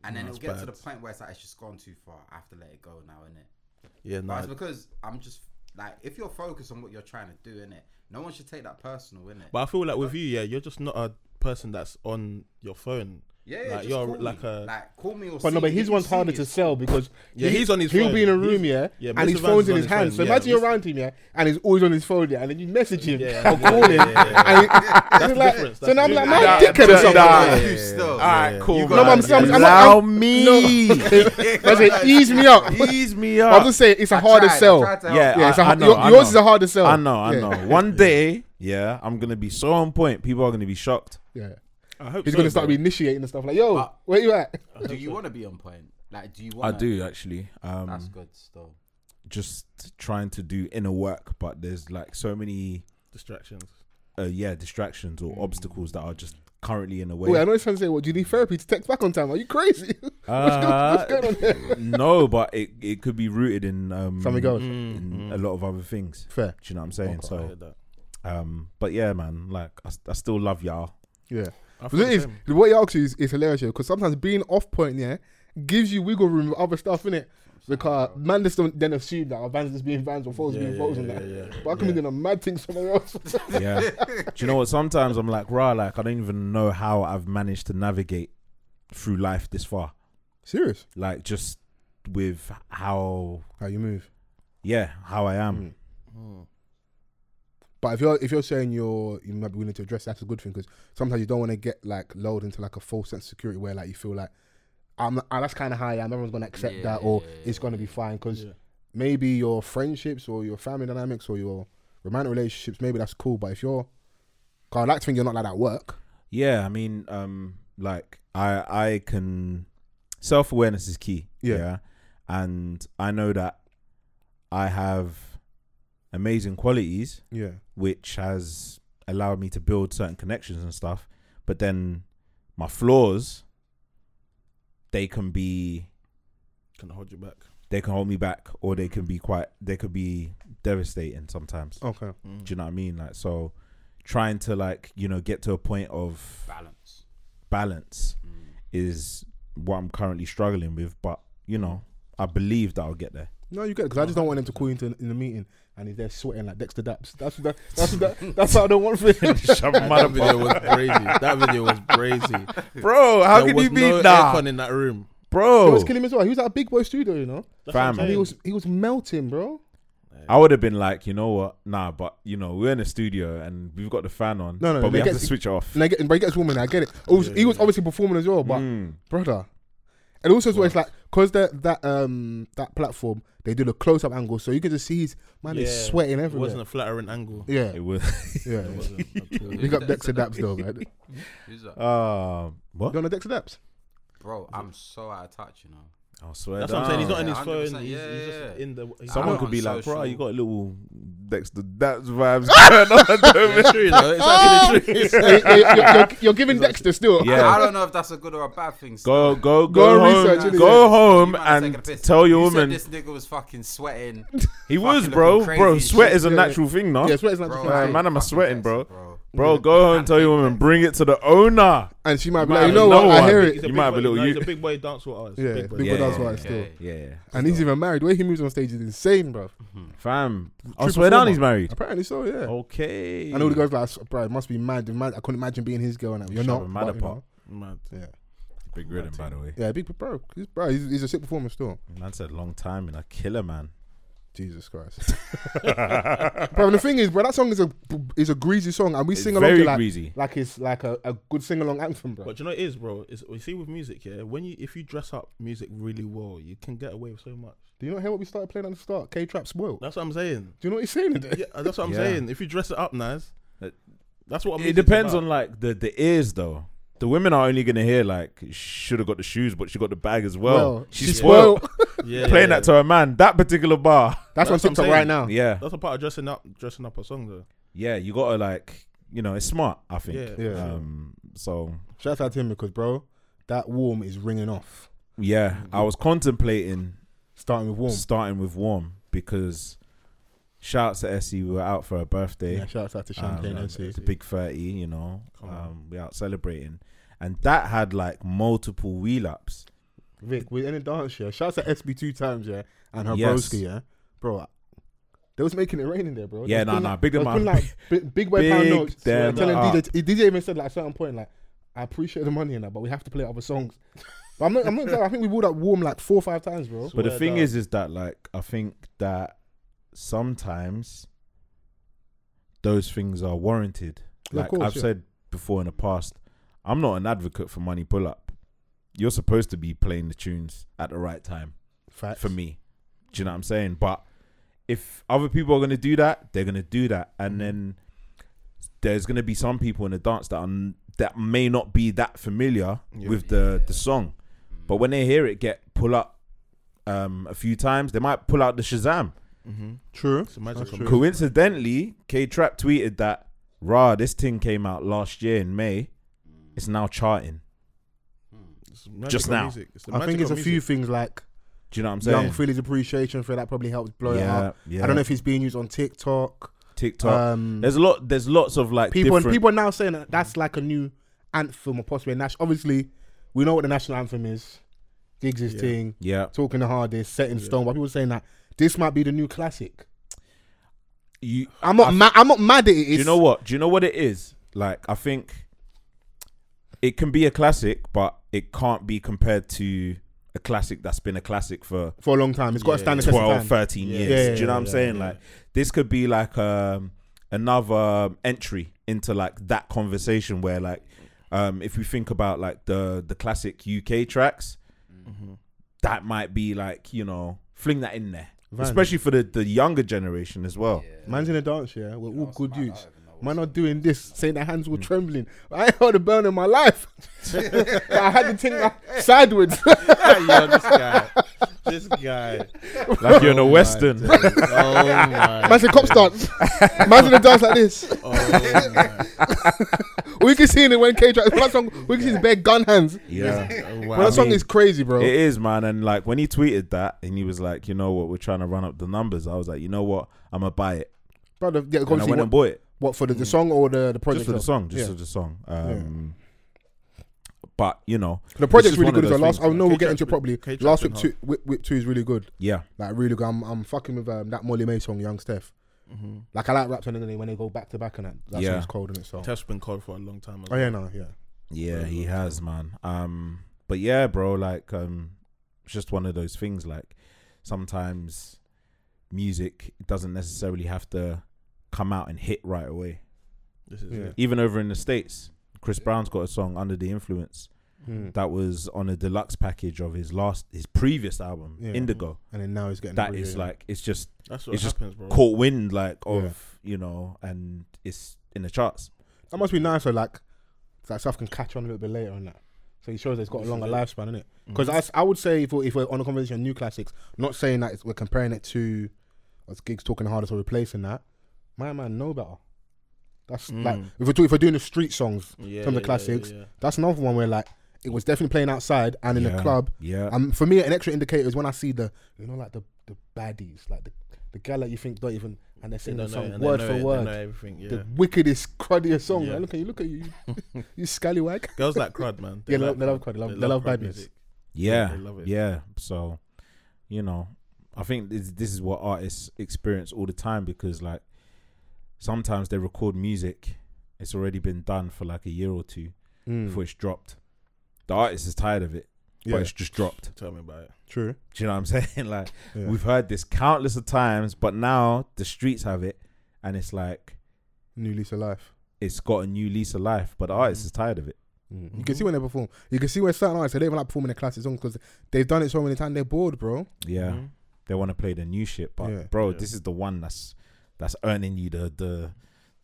[SPEAKER 1] And then
[SPEAKER 6] That's
[SPEAKER 1] it'll get to
[SPEAKER 6] bad.
[SPEAKER 1] the point where it's like it's just gone too far. I have to let it go now, innit?
[SPEAKER 6] Yeah,
[SPEAKER 1] But
[SPEAKER 6] no.
[SPEAKER 1] it's because I'm just like if you're focused on what you're trying to do in it, no one should take that personal in it.
[SPEAKER 6] But I feel like with you, yeah, you're just not a person that's on your phone.
[SPEAKER 1] yeah, yeah
[SPEAKER 6] like
[SPEAKER 1] just
[SPEAKER 6] you're
[SPEAKER 1] call
[SPEAKER 6] like
[SPEAKER 1] me.
[SPEAKER 6] a
[SPEAKER 1] like call me or.
[SPEAKER 5] But no,
[SPEAKER 1] see
[SPEAKER 5] but
[SPEAKER 1] me.
[SPEAKER 5] his
[SPEAKER 1] You
[SPEAKER 5] one's
[SPEAKER 1] see
[SPEAKER 5] harder
[SPEAKER 1] me.
[SPEAKER 5] to sell because
[SPEAKER 6] Yeah,
[SPEAKER 5] he-
[SPEAKER 6] he's on his
[SPEAKER 5] He'll
[SPEAKER 6] phone.
[SPEAKER 5] be in a
[SPEAKER 6] He's-
[SPEAKER 5] room, yeah,
[SPEAKER 6] yeah,
[SPEAKER 5] and
[SPEAKER 6] Mr.
[SPEAKER 5] his
[SPEAKER 6] Van's
[SPEAKER 5] phone's in
[SPEAKER 6] on
[SPEAKER 5] his
[SPEAKER 6] his
[SPEAKER 5] hand.
[SPEAKER 6] phone,
[SPEAKER 5] So
[SPEAKER 6] yeah.
[SPEAKER 5] imagine you're around him, yeah, and he's always on his phone, yeah, and then you message him
[SPEAKER 6] Yeah,
[SPEAKER 5] or
[SPEAKER 6] yeah,
[SPEAKER 5] call him.
[SPEAKER 6] yeah, yeah, yeah.
[SPEAKER 5] and he-
[SPEAKER 6] the
[SPEAKER 5] it's like-
[SPEAKER 6] difference,
[SPEAKER 5] so
[SPEAKER 6] that's
[SPEAKER 5] now I'm
[SPEAKER 6] the
[SPEAKER 5] like,
[SPEAKER 6] difference.
[SPEAKER 5] man,
[SPEAKER 4] Nah,
[SPEAKER 5] dickhead
[SPEAKER 4] nah,
[SPEAKER 5] or something.
[SPEAKER 4] nah.
[SPEAKER 5] Yeah.
[SPEAKER 1] You still.
[SPEAKER 4] Alright, cool.
[SPEAKER 5] No, but I'm saying- I'm- I'm-
[SPEAKER 4] Allow
[SPEAKER 5] I'm-
[SPEAKER 4] me.
[SPEAKER 5] That's it. Ease me up.
[SPEAKER 4] Ease me up.
[SPEAKER 5] I'm just saying it's a harder
[SPEAKER 1] tried, I
[SPEAKER 5] sell.
[SPEAKER 1] tried to help
[SPEAKER 4] yeah,
[SPEAKER 5] Yeah, it's a
[SPEAKER 4] I, I
[SPEAKER 5] hard,
[SPEAKER 4] know,
[SPEAKER 5] your-
[SPEAKER 4] I
[SPEAKER 5] yours
[SPEAKER 4] know.
[SPEAKER 5] is a harder sell.
[SPEAKER 4] I know, I
[SPEAKER 5] Yeah. [laughs]
[SPEAKER 4] know. One day, yeah, I'm gonna be so on point. People are gonna be shocked.
[SPEAKER 5] Yeah.
[SPEAKER 6] I hope
[SPEAKER 5] He's
[SPEAKER 6] so,
[SPEAKER 5] gonna start
[SPEAKER 6] bro.
[SPEAKER 5] initiating and stuff like, yo,
[SPEAKER 1] But-
[SPEAKER 5] where you at?
[SPEAKER 1] [laughs] Do you want to be on point? Like, do you
[SPEAKER 4] Uh, I
[SPEAKER 1] want?
[SPEAKER 4] do actually.
[SPEAKER 1] That's
[SPEAKER 4] Um,
[SPEAKER 1] good still.
[SPEAKER 4] just trying to do inner work, but there's like so many,
[SPEAKER 6] distractions.
[SPEAKER 4] uh, yeah, distractions
[SPEAKER 1] Mm.
[SPEAKER 4] or obstacles that are just currently in the way.
[SPEAKER 5] Wait, I know he's trying to say, what, do you need therapy to text back on time? Are you crazy?
[SPEAKER 4] Uh,
[SPEAKER 5] [laughs] what's going on there?
[SPEAKER 4] no, but it, it could be rooted in um,
[SPEAKER 5] Something else.
[SPEAKER 4] in a lot of other things.
[SPEAKER 5] Fair.
[SPEAKER 4] Do you know what I'm saying?
[SPEAKER 6] Mm, I
[SPEAKER 4] So,
[SPEAKER 6] heard that.
[SPEAKER 4] um, but yeah, man, like I, s- I still
[SPEAKER 6] [laughs]
[SPEAKER 4] love y'all.
[SPEAKER 5] Yeah.
[SPEAKER 6] I
[SPEAKER 5] But it
[SPEAKER 6] feel
[SPEAKER 5] is,
[SPEAKER 6] the same.
[SPEAKER 5] what you ask you is, is hilarious because sometimes being off point, yeah, gives you wiggle room with other stuff in it. Because man just don't then assume that our vans just being vans or photos
[SPEAKER 6] Yeah,
[SPEAKER 5] being
[SPEAKER 6] yeah,
[SPEAKER 5] photos and
[SPEAKER 6] yeah,
[SPEAKER 5] that.
[SPEAKER 6] yeah, yeah.
[SPEAKER 5] But I can be doing a mad thing somewhere else.
[SPEAKER 4] Yeah.
[SPEAKER 5] [laughs]
[SPEAKER 4] Do you know what? Sometimes I'm like, rah, like I don't even know how I've managed to navigate through life this far.
[SPEAKER 5] Serious?
[SPEAKER 4] Like just with how,
[SPEAKER 5] How you move?
[SPEAKER 4] yeah, how I am.
[SPEAKER 6] Mm.
[SPEAKER 5] But if you're if you're saying you're you might be willing to address that's a good thing because sometimes you don't want to get like lulled into like a false sense of security where like you feel like I'm, ah, that's kind of how I am. Everyone's gonna accept
[SPEAKER 1] Yeah,
[SPEAKER 5] that, or
[SPEAKER 1] yeah,
[SPEAKER 5] it's gonna be fine because
[SPEAKER 6] Yeah.
[SPEAKER 5] maybe your friendships or your family dynamics or your romantic relationships, maybe that's cool. But if you're, 'cause I like to think you're not like that at work.
[SPEAKER 4] Yeah, I mean, um, like I I can self awareness is key.
[SPEAKER 5] Yeah.
[SPEAKER 4] and I know that I have amazing qualities,
[SPEAKER 5] Yeah,
[SPEAKER 4] which has allowed me to build certain connections and stuff. But then my flaws, they can be
[SPEAKER 6] Can hold you
[SPEAKER 1] [laughs]
[SPEAKER 6] back.
[SPEAKER 4] they can hold me back, or they can be quite they could be devastating sometimes.
[SPEAKER 5] okay.
[SPEAKER 4] Do you know what I mean? Like so, trying to like you know get to a point of
[SPEAKER 1] balance.
[SPEAKER 4] balance is what I'm currently struggling with. But you know, I believe that I'll get there.
[SPEAKER 5] No, you get because I just don't want them to call you into in the meeting and he's there sweating like Dexter Daps. That's that, that's that, that's how I don't want for
[SPEAKER 6] [laughs]
[SPEAKER 5] him.
[SPEAKER 6] That video was crazy. That video was crazy.
[SPEAKER 4] bro, how
[SPEAKER 6] There
[SPEAKER 4] can
[SPEAKER 6] was
[SPEAKER 4] you be
[SPEAKER 6] no
[SPEAKER 4] nah,
[SPEAKER 6] aircon in that room.
[SPEAKER 5] It
[SPEAKER 4] bro?
[SPEAKER 5] was killing him as well. He was at a big boy studio, you know.
[SPEAKER 4] Fam,
[SPEAKER 5] And he was he was melting, bro.
[SPEAKER 4] I would have been like, you know what? Nah, but you know, we're in a studio and we've got the fan on.
[SPEAKER 5] No, no,
[SPEAKER 4] but
[SPEAKER 5] no,
[SPEAKER 4] we
[SPEAKER 5] it
[SPEAKER 4] have to
[SPEAKER 5] gets-
[SPEAKER 4] switch it off.
[SPEAKER 5] And I get, but he gets woman. I get it. it was, he was obviously performing as well, but
[SPEAKER 4] Mm.
[SPEAKER 5] brother. And also, as well, it's like because that that um that platform they do the close up angle, so you can just see his man is
[SPEAKER 6] It
[SPEAKER 5] sweating
[SPEAKER 6] wasn't
[SPEAKER 5] everywhere.
[SPEAKER 6] a flattering angle.
[SPEAKER 5] Yeah,
[SPEAKER 4] It was.
[SPEAKER 5] [laughs] yeah.
[SPEAKER 6] It
[SPEAKER 5] [laughs]
[SPEAKER 6] wasn't at all.
[SPEAKER 5] Big up Dexter Daps
[SPEAKER 4] [laughs]
[SPEAKER 5] though, man.
[SPEAKER 1] Who's that?
[SPEAKER 4] Uh, what?
[SPEAKER 5] You on the Dexter Daps?
[SPEAKER 1] Bro, I'm so out of touch, you know.
[SPEAKER 4] I swear.
[SPEAKER 6] That's what I'm saying. He's not in
[SPEAKER 1] Yeah,
[SPEAKER 6] his phone.
[SPEAKER 1] 100%,
[SPEAKER 6] He's,
[SPEAKER 1] yeah,
[SPEAKER 6] he's just
[SPEAKER 1] yeah.
[SPEAKER 6] in the. he's-
[SPEAKER 4] Someone
[SPEAKER 1] I'm
[SPEAKER 4] could
[SPEAKER 1] on
[SPEAKER 4] be like, bro,
[SPEAKER 1] social.
[SPEAKER 4] you got a little Dexter That's vibes going
[SPEAKER 5] [laughs]
[SPEAKER 4] on. Ah!
[SPEAKER 6] It's true, though. It's actually true.
[SPEAKER 5] Hey, hey, you're, you're, you're giving Dexter still.
[SPEAKER 4] Yeah.
[SPEAKER 1] I don't know if that's a good or a bad thing.
[SPEAKER 4] Go, go, go,
[SPEAKER 5] Go
[SPEAKER 4] home.
[SPEAKER 5] research, innit?
[SPEAKER 4] go
[SPEAKER 1] You
[SPEAKER 4] home
[SPEAKER 1] might have taken a
[SPEAKER 4] and
[SPEAKER 1] piss.
[SPEAKER 4] tell your
[SPEAKER 1] you
[SPEAKER 4] woman.
[SPEAKER 1] Said this nigga was fucking sweating.
[SPEAKER 4] He was,
[SPEAKER 1] looking
[SPEAKER 4] bro.
[SPEAKER 1] crazy
[SPEAKER 4] Bro,
[SPEAKER 1] and
[SPEAKER 4] sweat
[SPEAKER 1] shit.
[SPEAKER 4] is a
[SPEAKER 5] Yeah,
[SPEAKER 4] natural thing, no?
[SPEAKER 5] Yeah, it's what it's like.
[SPEAKER 1] Bro,
[SPEAKER 4] Right,
[SPEAKER 1] I
[SPEAKER 4] man, I'm a
[SPEAKER 1] fucking
[SPEAKER 4] sweating,
[SPEAKER 1] vexed,
[SPEAKER 4] bro.
[SPEAKER 1] bro.
[SPEAKER 4] Bro, go home and tell your woman, bring it to the owner.
[SPEAKER 5] And she might be
[SPEAKER 4] might
[SPEAKER 5] like, you
[SPEAKER 4] have
[SPEAKER 5] know what?
[SPEAKER 4] another
[SPEAKER 5] I
[SPEAKER 4] one.
[SPEAKER 5] hear
[SPEAKER 4] You
[SPEAKER 5] it.
[SPEAKER 6] He's
[SPEAKER 4] might have a
[SPEAKER 6] boy-
[SPEAKER 4] little
[SPEAKER 6] no, He's
[SPEAKER 4] you-
[SPEAKER 6] a big boy dance with artist.
[SPEAKER 5] Yeah,
[SPEAKER 6] big boy.
[SPEAKER 5] big
[SPEAKER 4] Yeah,
[SPEAKER 5] boy dance
[SPEAKER 4] yeah,
[SPEAKER 5] wise still.
[SPEAKER 1] Okay.
[SPEAKER 4] Yeah. Mm-hmm.
[SPEAKER 5] And he's even married. The way he moves on stage is insane, bro.
[SPEAKER 4] Fam. I
[SPEAKER 5] True
[SPEAKER 4] swear down
[SPEAKER 5] performer.
[SPEAKER 4] he's married.
[SPEAKER 5] Apparently so, yeah.
[SPEAKER 4] Okay.
[SPEAKER 5] And all the girls like, "So- bro, it must be mad. mad. I couldn't imagine being his girl now. You're
[SPEAKER 4] Shut
[SPEAKER 5] not.
[SPEAKER 4] up, mad
[SPEAKER 5] but, you
[SPEAKER 4] apart.
[SPEAKER 5] know.
[SPEAKER 6] Mad.
[SPEAKER 4] Big rhythm, by the way.
[SPEAKER 5] Yeah, big bro. He's, bro, he's, he's a sick performer still.
[SPEAKER 4] Man said long time and a killer, man. [laughs]
[SPEAKER 5] Jesus Christ. bro, and the thing is, bro, that song is a is a greasy song, and we
[SPEAKER 4] It's
[SPEAKER 5] sing along to
[SPEAKER 4] very
[SPEAKER 5] like
[SPEAKER 4] greasy.
[SPEAKER 5] like it's like a, a good sing along anthem, bro.
[SPEAKER 6] But do you know what it is, bro? It's, you see, with music, yeah, when you if you dress up music really well, you can get away with so
[SPEAKER 5] [laughs]
[SPEAKER 6] much.
[SPEAKER 5] Do you not hear what we started playing at the start? K Trap spoiled.
[SPEAKER 6] That's what I'm saying.
[SPEAKER 5] Do you know what he's saying today?
[SPEAKER 6] Yeah, that's what I'm
[SPEAKER 4] Yeah.
[SPEAKER 6] saying. If you dress it up nice,
[SPEAKER 4] Uh,
[SPEAKER 6] that's what
[SPEAKER 4] It depends on like the, the ears though. The women are only gonna hear like should have got the shoes, but she got the bag as well.
[SPEAKER 5] Well,
[SPEAKER 4] she's
[SPEAKER 5] she
[SPEAKER 4] spoiled. [laughs]
[SPEAKER 6] on yeah,
[SPEAKER 4] Playing that to her man, that particular bar.
[SPEAKER 6] That's
[SPEAKER 5] That's, on
[SPEAKER 6] what I'm
[SPEAKER 5] TikTok
[SPEAKER 6] saying.
[SPEAKER 5] right now.
[SPEAKER 4] Yeah,
[SPEAKER 6] That's a part of dressing up, dressing up a song though.
[SPEAKER 4] yeah. You gotta like, you know, it's smart. I think.
[SPEAKER 6] Yeah,
[SPEAKER 5] Yeah.
[SPEAKER 4] Um. So
[SPEAKER 5] Shout out to him because, bro, that warm is ringing off.
[SPEAKER 4] yeah, I was contemplating
[SPEAKER 5] Mm-hmm. Starting with warm.
[SPEAKER 4] starting with warm because shouts to Essie, we were out for her birthday.
[SPEAKER 5] Yeah, shout out to
[SPEAKER 4] Um,
[SPEAKER 5] Champagne E.
[SPEAKER 4] it's
[SPEAKER 5] NC.
[SPEAKER 4] a big thirty, you know.
[SPEAKER 6] Come on.
[SPEAKER 4] Um, we out celebrating, and that had like multiple wheel ups.
[SPEAKER 5] Vic, we're in a dance, yeah. Shouts out SB two times, yeah. And her
[SPEAKER 4] Yes.
[SPEAKER 5] broski, yeah. Bro, I- they was making it rain in there, bro.
[SPEAKER 4] Yeah,
[SPEAKER 5] They was
[SPEAKER 4] nah,
[SPEAKER 5] putting,
[SPEAKER 4] nah,
[SPEAKER 5] like-
[SPEAKER 4] big
[SPEAKER 5] they
[SPEAKER 4] them
[SPEAKER 5] was putting,
[SPEAKER 4] up.
[SPEAKER 5] like, big, big boy pound
[SPEAKER 4] Big
[SPEAKER 5] notes. Yeah,
[SPEAKER 4] them
[SPEAKER 5] telling
[SPEAKER 4] up.
[SPEAKER 5] DJ, t- DJ even said like, at a certain point, like, I appreciate the money and that, but we have to play other songs. But I'm not, I'm not, exaggerating, I think we wore that warm like four or five times, bro.
[SPEAKER 4] But the
[SPEAKER 6] Swear
[SPEAKER 4] thing
[SPEAKER 6] down.
[SPEAKER 4] is, is that like I think that sometimes those things are warranted.
[SPEAKER 5] Yeah, of
[SPEAKER 4] Like
[SPEAKER 5] course,
[SPEAKER 4] I've
[SPEAKER 5] yeah.
[SPEAKER 4] said before in the past, I'm not an advocate for money pull up. You're supposed to be playing the tunes at the right time
[SPEAKER 5] Facts.
[SPEAKER 4] for me. Do you know what I'm saying? But if other people are gonna do that, they're gonna do that,
[SPEAKER 5] Mm-hmm.
[SPEAKER 4] and then there's gonna be some people in the dance that are, n- that may not be that familiar with the the song, but when they hear it get pull up um, a few times, they might pull out the Shazam. Mm-hmm.
[SPEAKER 5] True.
[SPEAKER 6] It's a magical.
[SPEAKER 5] true.
[SPEAKER 4] Coincidentally, K Trap tweeted that rah, this thing came out last year in May. It's now charting.
[SPEAKER 6] It's magical
[SPEAKER 4] Just now. Uh,
[SPEAKER 6] music. It's the
[SPEAKER 5] I think
[SPEAKER 6] magic
[SPEAKER 5] it's a
[SPEAKER 6] of
[SPEAKER 5] few
[SPEAKER 6] music.
[SPEAKER 5] things like
[SPEAKER 4] Do you know what I'm
[SPEAKER 5] Young
[SPEAKER 4] saying?
[SPEAKER 5] Philly's appreciation for it, that probably helped blow it
[SPEAKER 4] yeah,
[SPEAKER 5] up.
[SPEAKER 4] yeah.
[SPEAKER 5] I don't know if he's being used on TikTok.
[SPEAKER 4] TikTok.
[SPEAKER 5] Um,
[SPEAKER 4] there's a lot. There's lots of like
[SPEAKER 5] people and
[SPEAKER 4] different-
[SPEAKER 5] people are now saying that that's like a new anthem or possibly a national. Obviously, we know what the national anthem is. Gigs is thing,
[SPEAKER 4] Yeah,
[SPEAKER 5] talking the hardest, set in stone. But people are saying that this might be the new classic.
[SPEAKER 4] you.
[SPEAKER 5] I'm not. ma- I'm not mad at it.
[SPEAKER 4] Do
[SPEAKER 5] It's,
[SPEAKER 4] you know what? Do you know what it is? Like, I think it can be a classic, but it can't be compared to a classic that's been a classic for
[SPEAKER 5] For a long time, it's got to stand the test of
[SPEAKER 4] 12,
[SPEAKER 5] time.
[SPEAKER 4] 13 years.
[SPEAKER 5] Yeah, yeah,
[SPEAKER 4] Do you know what I'm
[SPEAKER 5] yeah,
[SPEAKER 4] saying? Like, this could be like um, another um, entry into like that conversation where, like, um, if we think about like the the classic UK tracks, that might be like you know fling that in there, especially for the the younger generation as well.
[SPEAKER 5] Man's in a dance, yeah. We're all good dudes. Man are doing this, saying their hands were
[SPEAKER 6] Hmm.
[SPEAKER 5] trembling. I ain't heard a burn in
[SPEAKER 6] [laughs]
[SPEAKER 5] my life. [laughs] I had to thing like, sideways.
[SPEAKER 6] Yo, this guy. This
[SPEAKER 5] [laughs]
[SPEAKER 6] guy.
[SPEAKER 4] Like you're in a
[SPEAKER 6] Oh my
[SPEAKER 4] western.
[SPEAKER 6] days. Oh my.
[SPEAKER 5] Man said cop starts. Man's in a dance like this.
[SPEAKER 6] Oh my.
[SPEAKER 5] [laughs] We can see in it when K drives. That song, we can see his bare gun hands.
[SPEAKER 4] Yeah.
[SPEAKER 5] [laughs]
[SPEAKER 6] Oh,
[SPEAKER 5] Bro,
[SPEAKER 6] wow.
[SPEAKER 5] that song
[SPEAKER 4] mean-
[SPEAKER 5] is crazy, bro.
[SPEAKER 4] It is, man. And like when he tweeted that and he was like, you know what, we're trying to run up the numbers. I was like, you know what, I'm gonna buy it.
[SPEAKER 5] Bro, the,
[SPEAKER 4] And
[SPEAKER 5] yeah,
[SPEAKER 4] I went
[SPEAKER 5] obviously, what,
[SPEAKER 4] and bought it Mm.
[SPEAKER 5] what, for the, the song or the, the project?
[SPEAKER 4] just for the
[SPEAKER 5] itself?
[SPEAKER 4] song, just
[SPEAKER 5] Yeah.
[SPEAKER 4] for the song. Um, But you know,
[SPEAKER 5] The
[SPEAKER 4] it's
[SPEAKER 5] project's
[SPEAKER 4] just
[SPEAKER 5] really
[SPEAKER 4] one of
[SPEAKER 5] good as well.
[SPEAKER 4] those
[SPEAKER 5] Last,
[SPEAKER 4] things,
[SPEAKER 5] oh no,
[SPEAKER 4] man.
[SPEAKER 5] we'll get into it
[SPEAKER 6] been-
[SPEAKER 5] properly.
[SPEAKER 6] K-Trap's
[SPEAKER 5] Last
[SPEAKER 6] been
[SPEAKER 5] whip two, whip, whip two is really good.
[SPEAKER 4] Yeah,
[SPEAKER 5] Like really good. I'm, I'm fucking with um, that Molly May song, Young Steph.
[SPEAKER 4] Mm-hmm.
[SPEAKER 5] Like I like raps when they when they go back to back and that. That
[SPEAKER 4] Yeah.
[SPEAKER 5] song's cold in itself.
[SPEAKER 6] Tef's been cold for a long time. as
[SPEAKER 5] Oh
[SPEAKER 6] well.
[SPEAKER 5] yeah, no, yeah.
[SPEAKER 4] yeah, he has, man. Um, but yeah, bro, like, um, it's just one of those things. Like, sometimes music doesn't necessarily have to come out and hit right away.
[SPEAKER 6] This is
[SPEAKER 5] Yeah.
[SPEAKER 6] it.
[SPEAKER 4] Even over in the states, Chris Brown's got a song "Under the Influence"
[SPEAKER 5] Mm.
[SPEAKER 4] that was on a deluxe package of his last, his previous album,
[SPEAKER 5] Yeah.
[SPEAKER 4] Indigo.
[SPEAKER 5] And then now he's getting
[SPEAKER 4] That
[SPEAKER 5] really-
[SPEAKER 4] is like, it's just
[SPEAKER 6] That's what
[SPEAKER 4] It's just
[SPEAKER 6] happens, bro.
[SPEAKER 4] caught wind, like of you know, and it's in the charts.
[SPEAKER 5] that must be nice. So like that stuff can catch on a little bit later on that. So he shows that it's got a longer lifespan, isn't it?
[SPEAKER 4] Mm-hmm.
[SPEAKER 5] Because I, would say if we're, if we're on a conversation of new classics, not saying that it's, we're comparing it to us gigs talking hardest or replacing that. My man, know better. That's like if we're, do, if we're doing the street songs
[SPEAKER 6] Mm. Yeah,
[SPEAKER 5] from the
[SPEAKER 6] yeah,
[SPEAKER 5] classics,
[SPEAKER 6] yeah, yeah.
[SPEAKER 5] that's another one where like it was definitely playing outside and in
[SPEAKER 4] Yeah,
[SPEAKER 5] a club.
[SPEAKER 4] yeah.
[SPEAKER 5] Um, for me, an extra indicator is when I see the you know like the the baddies, like the the gal that you think don't even and they're
[SPEAKER 6] They
[SPEAKER 5] singing the
[SPEAKER 6] don't know it,
[SPEAKER 5] song
[SPEAKER 6] and they
[SPEAKER 5] word
[SPEAKER 6] know
[SPEAKER 5] for
[SPEAKER 6] it, they
[SPEAKER 5] word
[SPEAKER 6] know everything. Yeah.
[SPEAKER 5] the wickedest, cruddiest song.
[SPEAKER 6] Yeah.
[SPEAKER 5] man. Look at you, look at you,
[SPEAKER 6] [laughs]
[SPEAKER 5] you, you scallywag.
[SPEAKER 6] Girls like crud, man.
[SPEAKER 5] Yeah, they love- they love crud,
[SPEAKER 6] crud.
[SPEAKER 5] they love- they love
[SPEAKER 6] crud
[SPEAKER 5] badness.
[SPEAKER 6] music.
[SPEAKER 4] Yeah,
[SPEAKER 6] I love it.
[SPEAKER 4] yeah. So, you know, I think this, this is what artists experience all the time because, like, sometimes they record music, it's already been done for like a year or two before it's dropped. The artist is tired of it,
[SPEAKER 5] Yeah.
[SPEAKER 4] but it's just dropped.
[SPEAKER 6] Tell me about it.
[SPEAKER 5] True.
[SPEAKER 4] Do you know what I'm [laughs] saying? Like,
[SPEAKER 5] Yeah.
[SPEAKER 4] we've heard this countless of times, but now the streets have it, and it's like
[SPEAKER 5] New lease of life.
[SPEAKER 4] it's got a new lease of life. But the artist is tired of it.
[SPEAKER 5] You
[SPEAKER 6] Mm-hmm.
[SPEAKER 5] can see when they perform. You can see when certain artists they don't even like performing their classic songs because they've done it so many times. They're bored, bro.
[SPEAKER 4] Yeah,
[SPEAKER 6] Mm-hmm.
[SPEAKER 4] they want to play the new shit, but
[SPEAKER 5] Yeah.
[SPEAKER 4] bro, this is the one that's that's earning you the the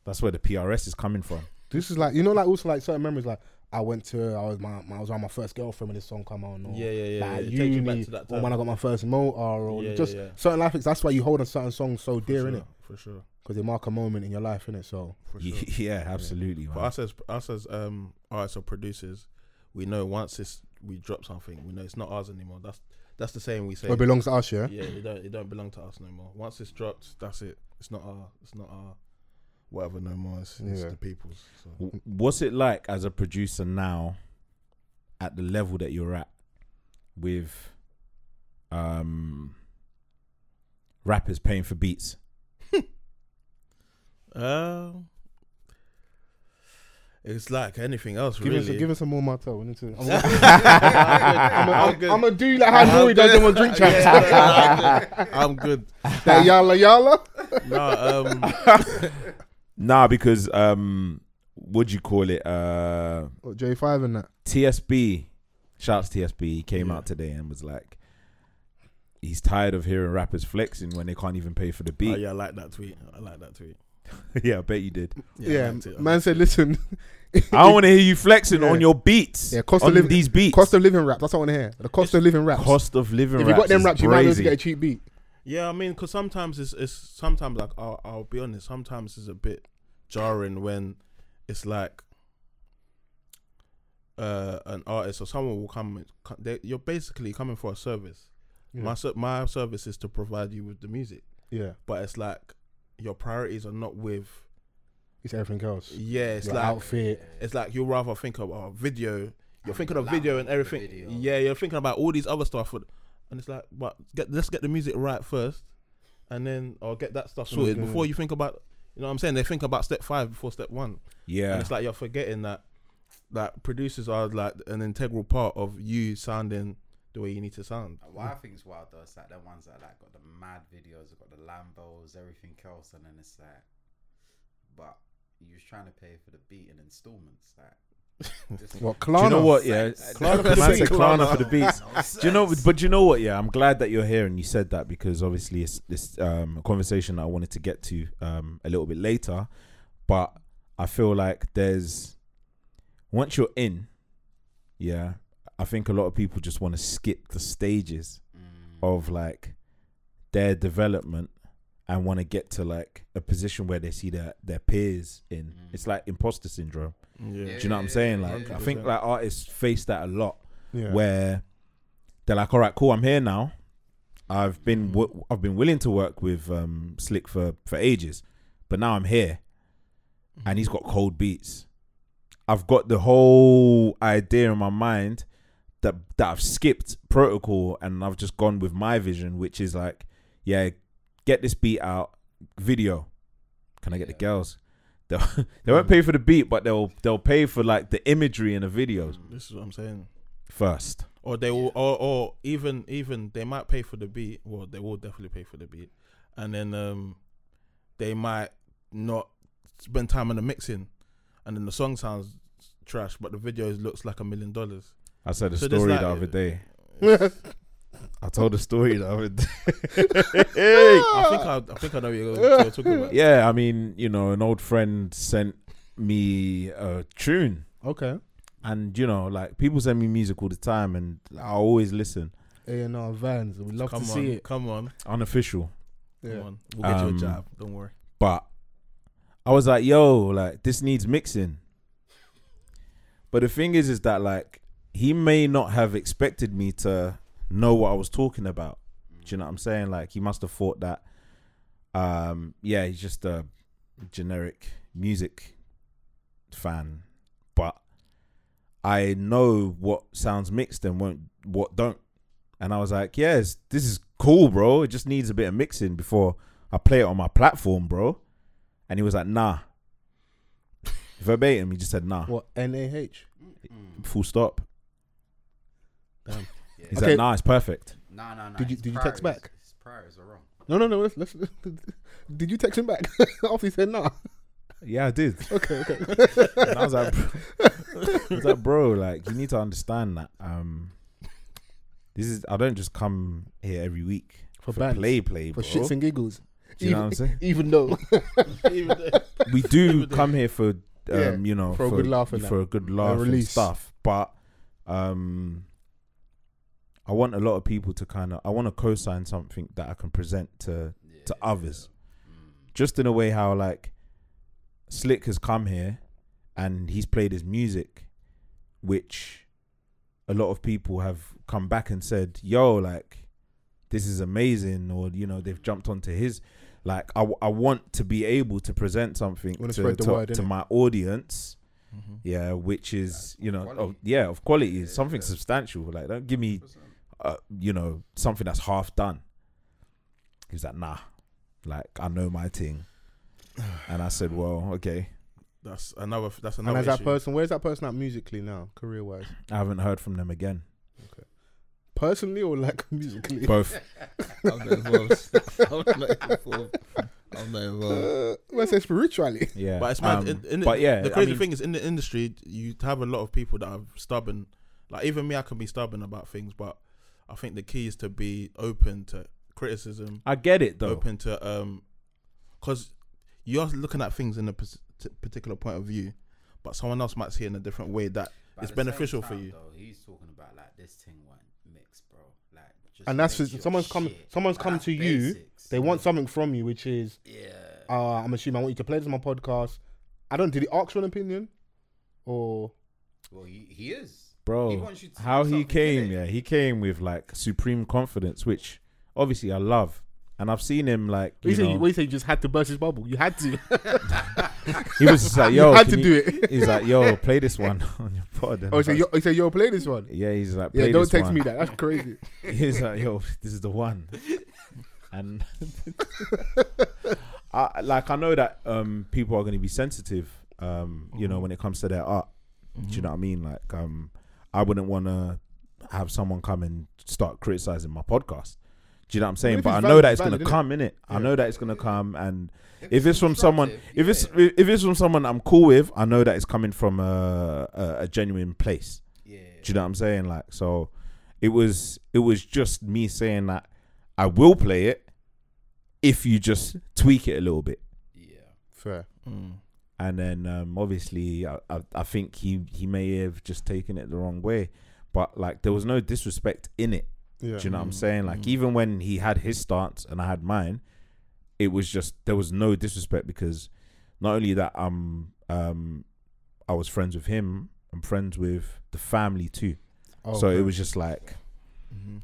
[SPEAKER 4] that's where the PRS is coming from.
[SPEAKER 5] This is like you know, like also like certain memories. Like I went to, I was my, my I was around my first girlfriend when this song come on. Or
[SPEAKER 6] Yeah, yeah, yeah, yeah. It
[SPEAKER 5] Like
[SPEAKER 6] takes you back
[SPEAKER 5] uni,
[SPEAKER 6] to that
[SPEAKER 5] or when
[SPEAKER 6] time.
[SPEAKER 5] I got my first motor, or
[SPEAKER 6] Yeah, yeah,
[SPEAKER 5] just
[SPEAKER 6] yeah.
[SPEAKER 5] certain life. That's why you hold on certain songs so dear,
[SPEAKER 6] For
[SPEAKER 5] innit? 'Cause
[SPEAKER 6] sure, For sure.
[SPEAKER 5] Because they mark a moment in your life, innit? So
[SPEAKER 6] For sure.
[SPEAKER 4] Yeah, [laughs] absolutely, man.
[SPEAKER 6] But us as us as um artists or producers, we know once it's, we drop something, we know it's not ours anymore. That's that's the saying we say.
[SPEAKER 5] it belongs to us, yeah.
[SPEAKER 6] yeah, it don't it don't belong to us no more. Once it's dropped, that's it. It's not our it's not our whatever no more. It's, it's
[SPEAKER 5] Yeah.
[SPEAKER 6] the people's. So.
[SPEAKER 4] W- What's it like as a producer now, at the level that you're at, with um rappers paying for beats?
[SPEAKER 6] Um, it's like anything else,
[SPEAKER 5] Give, us,
[SPEAKER 6] really. [laughs]
[SPEAKER 5] give us some more Martel. We need to. I'm
[SPEAKER 6] I'm,
[SPEAKER 5] [laughs] I'm
[SPEAKER 6] good.
[SPEAKER 5] gonna do like how Nori
[SPEAKER 6] I'm
[SPEAKER 5] does
[SPEAKER 6] good.
[SPEAKER 5] them on
[SPEAKER 6] [laughs]
[SPEAKER 5] drink
[SPEAKER 6] Yeah,
[SPEAKER 5] champs.
[SPEAKER 6] yeah, I'm
[SPEAKER 5] [laughs]
[SPEAKER 6] good. [laughs]
[SPEAKER 5] That yalla yalla.
[SPEAKER 6] No, um,
[SPEAKER 5] [laughs]
[SPEAKER 4] Nah, because um, what do you call it? Uh,
[SPEAKER 5] J five and that.
[SPEAKER 4] TSB, shouts TSB, he came
[SPEAKER 6] Yeah.
[SPEAKER 4] out today and was like, he's tired of hearing rappers flexing when they can't even pay for the beat.
[SPEAKER 6] oh,
[SPEAKER 4] yeah. [laughs]
[SPEAKER 6] yeah, I like that tweet. I like that tweet.
[SPEAKER 4] I bet you did.
[SPEAKER 5] Yeah,
[SPEAKER 6] I liked it.
[SPEAKER 5] man said, listen,
[SPEAKER 4] I don't want to hear you flexing
[SPEAKER 5] Yeah.
[SPEAKER 4] on your beats.
[SPEAKER 5] Yeah, cost of
[SPEAKER 4] on
[SPEAKER 5] living-
[SPEAKER 4] these beats.
[SPEAKER 5] cost of living rap. That's what I want to hear. The cost of living rap.
[SPEAKER 4] Cost of living.
[SPEAKER 5] If you got them
[SPEAKER 4] raps
[SPEAKER 5] raps,
[SPEAKER 4] is
[SPEAKER 5] you might as well
[SPEAKER 4] crazy.
[SPEAKER 5] get a cheap beat.
[SPEAKER 6] Yeah, I mean, because sometimes it's, it's sometimes like I'll, I'll be honest. Sometimes it's a bit jarring when it's like uh, an artist or someone will come. and co- They, you're basically coming for a service. My ser- my service is to provide you with the music,
[SPEAKER 5] Yeah,
[SPEAKER 6] but it's like your priorities are not with.
[SPEAKER 5] it's everything else.
[SPEAKER 6] Yeah, it's
[SPEAKER 5] Your
[SPEAKER 6] like
[SPEAKER 5] outfit.
[SPEAKER 6] it's like you rather think of oh, video. You're thinking of video and everything. Yeah, you're thinking about all these other stuff, and and it's like, but get let's get the music right first, and then or get that stuff sorted
[SPEAKER 5] Mhm.
[SPEAKER 6] before you think about. You know what I'm saying? They think about step five before step one, and
[SPEAKER 4] Yeah.
[SPEAKER 6] it's like you're forgetting that that producers are like an integral part of you sounding the way you need to sound.
[SPEAKER 1] What I think is wild though is like the ones that like got the mad videos, got the Lambos, everything else, and then it's like, but you was trying to pay for the beat in installments. Like,
[SPEAKER 6] [laughs]
[SPEAKER 5] What,
[SPEAKER 4] Do
[SPEAKER 5] Klarna?
[SPEAKER 4] you know what? Yeah,
[SPEAKER 5] Klarna for
[SPEAKER 4] [laughs]
[SPEAKER 5] the
[SPEAKER 4] Man
[SPEAKER 5] beats.
[SPEAKER 4] said Klarna for the beats. Do you know? But do you know what? Yeah, I'm glad that you're here and you said that because obviously it's this um, a conversation I wanted to get to um, a little bit later, but I feel like there's once you're in, yeah, I think a lot of people just want to skip the stages of like their development and want to get to like a position where they see their their peers in. It's like imposter syndrome.
[SPEAKER 6] Yeah.
[SPEAKER 4] Do you know what I'm saying? Like, I think
[SPEAKER 6] 100%.
[SPEAKER 4] like artists face that a lot,
[SPEAKER 5] Yeah.
[SPEAKER 4] where they're like, "All right, cool, I'm here now. I've been w- I've been willing to work with um, Slick for for ages, but now I'm here, and he's got cold beats. I've got the whole idea in my mind that that I've skipped protocol and I've just gone with my vision, which is like, yeah, get this beat out, video. Can I get the girls? [laughs] They'll, they won't pay for the beat, but they'll they'll pay for like the imagery in the videos
[SPEAKER 6] This is what I'm saying.
[SPEAKER 4] first.
[SPEAKER 6] Or they will, or, or even even they might pay for the beat. Well, they will definitely pay for the beat, and then um, they might not spend time on the mixing, and then the song sounds trash, but the video looks like a million dollars.
[SPEAKER 4] I said a
[SPEAKER 6] So there's
[SPEAKER 4] story
[SPEAKER 6] like- [laughs]
[SPEAKER 4] the other day.
[SPEAKER 6] It's- [laughs]
[SPEAKER 4] I told a story the other day.
[SPEAKER 6] I think I, I think I know what you're, what you're talking about.
[SPEAKER 4] yeah, I mean, you know, an old friend sent me a tune
[SPEAKER 5] okay.
[SPEAKER 4] and you know, like people send me music all the time and I always listen.
[SPEAKER 5] A&R Vans. We'd love
[SPEAKER 6] Come
[SPEAKER 5] to
[SPEAKER 6] on,
[SPEAKER 5] see it.
[SPEAKER 6] come on,
[SPEAKER 4] Unofficial.
[SPEAKER 5] Yeah.
[SPEAKER 6] come on. We'll get you
[SPEAKER 4] Um,
[SPEAKER 6] a job. Don't worry.
[SPEAKER 4] But I was like, yo, like this needs mixing. But the thing is, is that like he may not have expected me to know what I was talking about. Do you know what I'm saying? Like he must have thought that, um, yeah, he's just a generic music fan. But I know what sounds mixed and won't what don't. And I was like, yes, this is cool, bro. It just needs a bit of mixing before I play it on my platform, bro. And he was like, nah. Verbatim, he just said, nah.
[SPEAKER 5] What, NAH?
[SPEAKER 4] Full stop.
[SPEAKER 6] Damn.
[SPEAKER 4] He's
[SPEAKER 5] Okay.
[SPEAKER 4] like, nah, it's perfect.
[SPEAKER 1] Nah, nah, nah.
[SPEAKER 5] Did you-
[SPEAKER 1] his
[SPEAKER 5] did you text
[SPEAKER 1] priorities-
[SPEAKER 5] back?
[SPEAKER 1] His priorities are wrong.
[SPEAKER 5] No, no, no. Let's, [laughs] let's, did you text him back? [laughs] After he said nah.
[SPEAKER 4] Yeah, I did.
[SPEAKER 5] Okay, okay.
[SPEAKER 4] [laughs] And I was
[SPEAKER 5] [laughs]
[SPEAKER 4] like, bro, [laughs] I was like, bro, like you need to understand that. Um, this is I don't just come here every week
[SPEAKER 5] For
[SPEAKER 4] for,
[SPEAKER 5] bands.
[SPEAKER 4] play, play,
[SPEAKER 5] For
[SPEAKER 4] bro.
[SPEAKER 5] shits and giggles.
[SPEAKER 4] Do you know what I'm saying?
[SPEAKER 5] [laughs] Even
[SPEAKER 4] [laughs]
[SPEAKER 5] though.
[SPEAKER 4] we
[SPEAKER 5] [laughs]
[SPEAKER 4] do come here for um,
[SPEAKER 5] Yeah,
[SPEAKER 4] you know
[SPEAKER 5] for a good laugh and that.
[SPEAKER 4] for a good laugh and
[SPEAKER 5] release.
[SPEAKER 4] stuff. But um, I want a lot of people to kind of I want to co-sign something that I can present to to others, just in a way how like Slick has come here and he's played his music, which a lot of people have come back and said, "Yo, like." This is amazing, or you know, they've jumped onto his. Like, I, w- I want to be able to present something
[SPEAKER 5] Wanna
[SPEAKER 4] to,
[SPEAKER 5] spread the
[SPEAKER 4] to-
[SPEAKER 5] word,
[SPEAKER 4] to
[SPEAKER 5] innit?
[SPEAKER 4] my audience yeah which is you know oh, yeah of quality something substantial like don't give me uh, you know something that's half done he was like nah like i know my thing and i said well okay
[SPEAKER 6] That's another. That's
[SPEAKER 5] and
[SPEAKER 6] another
[SPEAKER 5] as
[SPEAKER 6] issue.
[SPEAKER 5] that person, where's that person at musically now, career wise?
[SPEAKER 4] i haven't heard from them again
[SPEAKER 5] Personally or like musically?
[SPEAKER 4] both
[SPEAKER 7] I'm not involved. I'm not involved. I'm not involved.
[SPEAKER 5] Uh, let's say spiritually.
[SPEAKER 4] [laughs] yeah
[SPEAKER 6] But it's mad.
[SPEAKER 4] um,
[SPEAKER 6] in, in
[SPEAKER 4] but
[SPEAKER 6] the,
[SPEAKER 4] yeah
[SPEAKER 6] the
[SPEAKER 4] I
[SPEAKER 6] crazy
[SPEAKER 4] mean,
[SPEAKER 6] thing is in the industry, you have a lot of people that are stubborn. Like even me, I can be stubborn about things, but I think the key is to be open to criticism,
[SPEAKER 4] i get it though
[SPEAKER 6] open to um, because you're looking at things in a pers- t- particular point of view, but someone else might see it in a different way that it's
[SPEAKER 1] But at the same
[SPEAKER 6] beneficial for
[SPEAKER 1] time,
[SPEAKER 6] you.
[SPEAKER 1] Though, he's talking about like this thing won't mix, bro. Like, just
[SPEAKER 5] And that's
[SPEAKER 1] mix
[SPEAKER 5] just-
[SPEAKER 1] your
[SPEAKER 5] someone's come-
[SPEAKER 1] shit.
[SPEAKER 5] someone's
[SPEAKER 1] Like,
[SPEAKER 5] come
[SPEAKER 1] that's
[SPEAKER 5] to you,
[SPEAKER 1] basics.
[SPEAKER 5] They want something from you, which is,
[SPEAKER 1] Yeah.
[SPEAKER 5] uh, I'm assuming I want you to play this on my podcast. I don't, did he ask for an opinion? Or.
[SPEAKER 1] Well, he, he is. He
[SPEAKER 4] bro
[SPEAKER 1] wants you to
[SPEAKER 4] how
[SPEAKER 1] do
[SPEAKER 4] he
[SPEAKER 1] something, innit?
[SPEAKER 4] came yeah he came with like supreme confidence which obviously i love and i've seen him like
[SPEAKER 5] You
[SPEAKER 4] you
[SPEAKER 5] say,
[SPEAKER 4] know,
[SPEAKER 5] what you say you just had to burst his bubble. You had to.
[SPEAKER 4] [laughs] he was just like yo
[SPEAKER 5] [laughs] you had
[SPEAKER 4] can
[SPEAKER 5] to
[SPEAKER 4] you-
[SPEAKER 5] do it.
[SPEAKER 4] He's like,
[SPEAKER 5] [laughs]
[SPEAKER 4] yo, play this one [laughs] on your pod. And I
[SPEAKER 5] Oh, he
[SPEAKER 4] was
[SPEAKER 5] said, yo, he said, yo, play this one.
[SPEAKER 4] yeah, he's like,
[SPEAKER 5] Yeah,
[SPEAKER 4] play
[SPEAKER 5] don't
[SPEAKER 4] this
[SPEAKER 5] text
[SPEAKER 4] one.
[SPEAKER 5] me
[SPEAKER 4] [laughs]
[SPEAKER 5] that. That's crazy.
[SPEAKER 4] He's like, yo, this is the one. And
[SPEAKER 5] [laughs]
[SPEAKER 4] I like, I know that um, people are going to be sensitive, um, you
[SPEAKER 5] Mm.
[SPEAKER 4] know, when it comes to their art.
[SPEAKER 5] Mm-hmm.
[SPEAKER 4] Do you know what I mean? Like, um, I wouldn't want to have someone come and start criticizing my podcast. Do you know what I'm saying?
[SPEAKER 5] if
[SPEAKER 4] But I
[SPEAKER 5] it's
[SPEAKER 4] know
[SPEAKER 5] valid,
[SPEAKER 4] that
[SPEAKER 5] it's
[SPEAKER 4] it's gonna
[SPEAKER 5] valid, innit?
[SPEAKER 4] come in it. I know that it's gonna come, and if it's from someone, if it's if it's from someone I'm cool with, I know that it's coming from a a, a genuine place.
[SPEAKER 8] Yeah.
[SPEAKER 4] Do you know what I'm saying? Like, so it was it was just me saying that I will play it if you just tweak it a little bit.
[SPEAKER 8] Yeah.
[SPEAKER 5] Fair.
[SPEAKER 6] Mm.
[SPEAKER 4] And then um, obviously, I, I I think he he may have just taken it the wrong way, but like there was no disrespect in it.
[SPEAKER 5] Yeah.
[SPEAKER 4] Do you know what I'm saying? Like even when he had his stance and I had mine, it was just there was no disrespect because not only that um um I was friends with him, I'm friends with the family too.
[SPEAKER 5] Oh, Mm-hmm.
[SPEAKER 4] so it
[SPEAKER 5] fair.
[SPEAKER 4] was just like,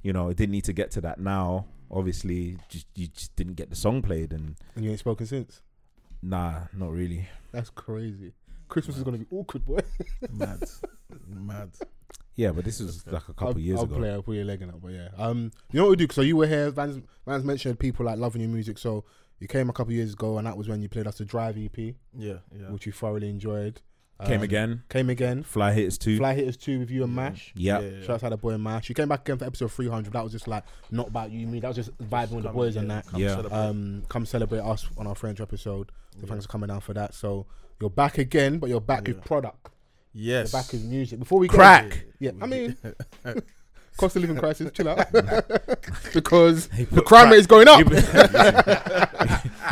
[SPEAKER 4] you know, it didn't need to get to that now. Obviously, just, you just didn't get the song played, and
[SPEAKER 5] And [laughs] you ain't spoken since.
[SPEAKER 4] nah, not really.
[SPEAKER 5] That's crazy. Christmas is gonna be awkward, boy.
[SPEAKER 6] Mad. Mad.
[SPEAKER 4] Yeah, but this was like a couple
[SPEAKER 5] I'll,
[SPEAKER 4] years
[SPEAKER 5] I'll
[SPEAKER 4] ago.
[SPEAKER 5] play. I'll put your leg in up, but yeah. Um, you know what we do? So you were here. Vans, Vans mentioned people like loving your music. So you came a couple years ago, and that was when you played us the Drive EP,
[SPEAKER 6] Yeah, yeah.
[SPEAKER 5] which you thoroughly enjoyed.
[SPEAKER 4] Came
[SPEAKER 5] Um,
[SPEAKER 4] again,
[SPEAKER 5] Came again.
[SPEAKER 4] fly hits too.
[SPEAKER 5] Fly Hitters Two with you and Mash.
[SPEAKER 4] yeah,
[SPEAKER 6] Yeah, yeah.
[SPEAKER 5] Shout out to the boy Mash. You came back again for episode 300. That was just like not about you, me. That was just vibing with the
[SPEAKER 6] Come-
[SPEAKER 5] boys and that.
[SPEAKER 6] come
[SPEAKER 4] Yeah.
[SPEAKER 6] celebrate.
[SPEAKER 5] um, come celebrate us on our French episode. So thanks for coming down for that. So you're back again, but you're back with product. You're
[SPEAKER 6] yes.
[SPEAKER 5] back with music. Before we get-
[SPEAKER 4] Crack.
[SPEAKER 5] yeah, I mean, [laughs] cost of living crisis. Chill out, [laughs] because the crime rate is going up. [laughs]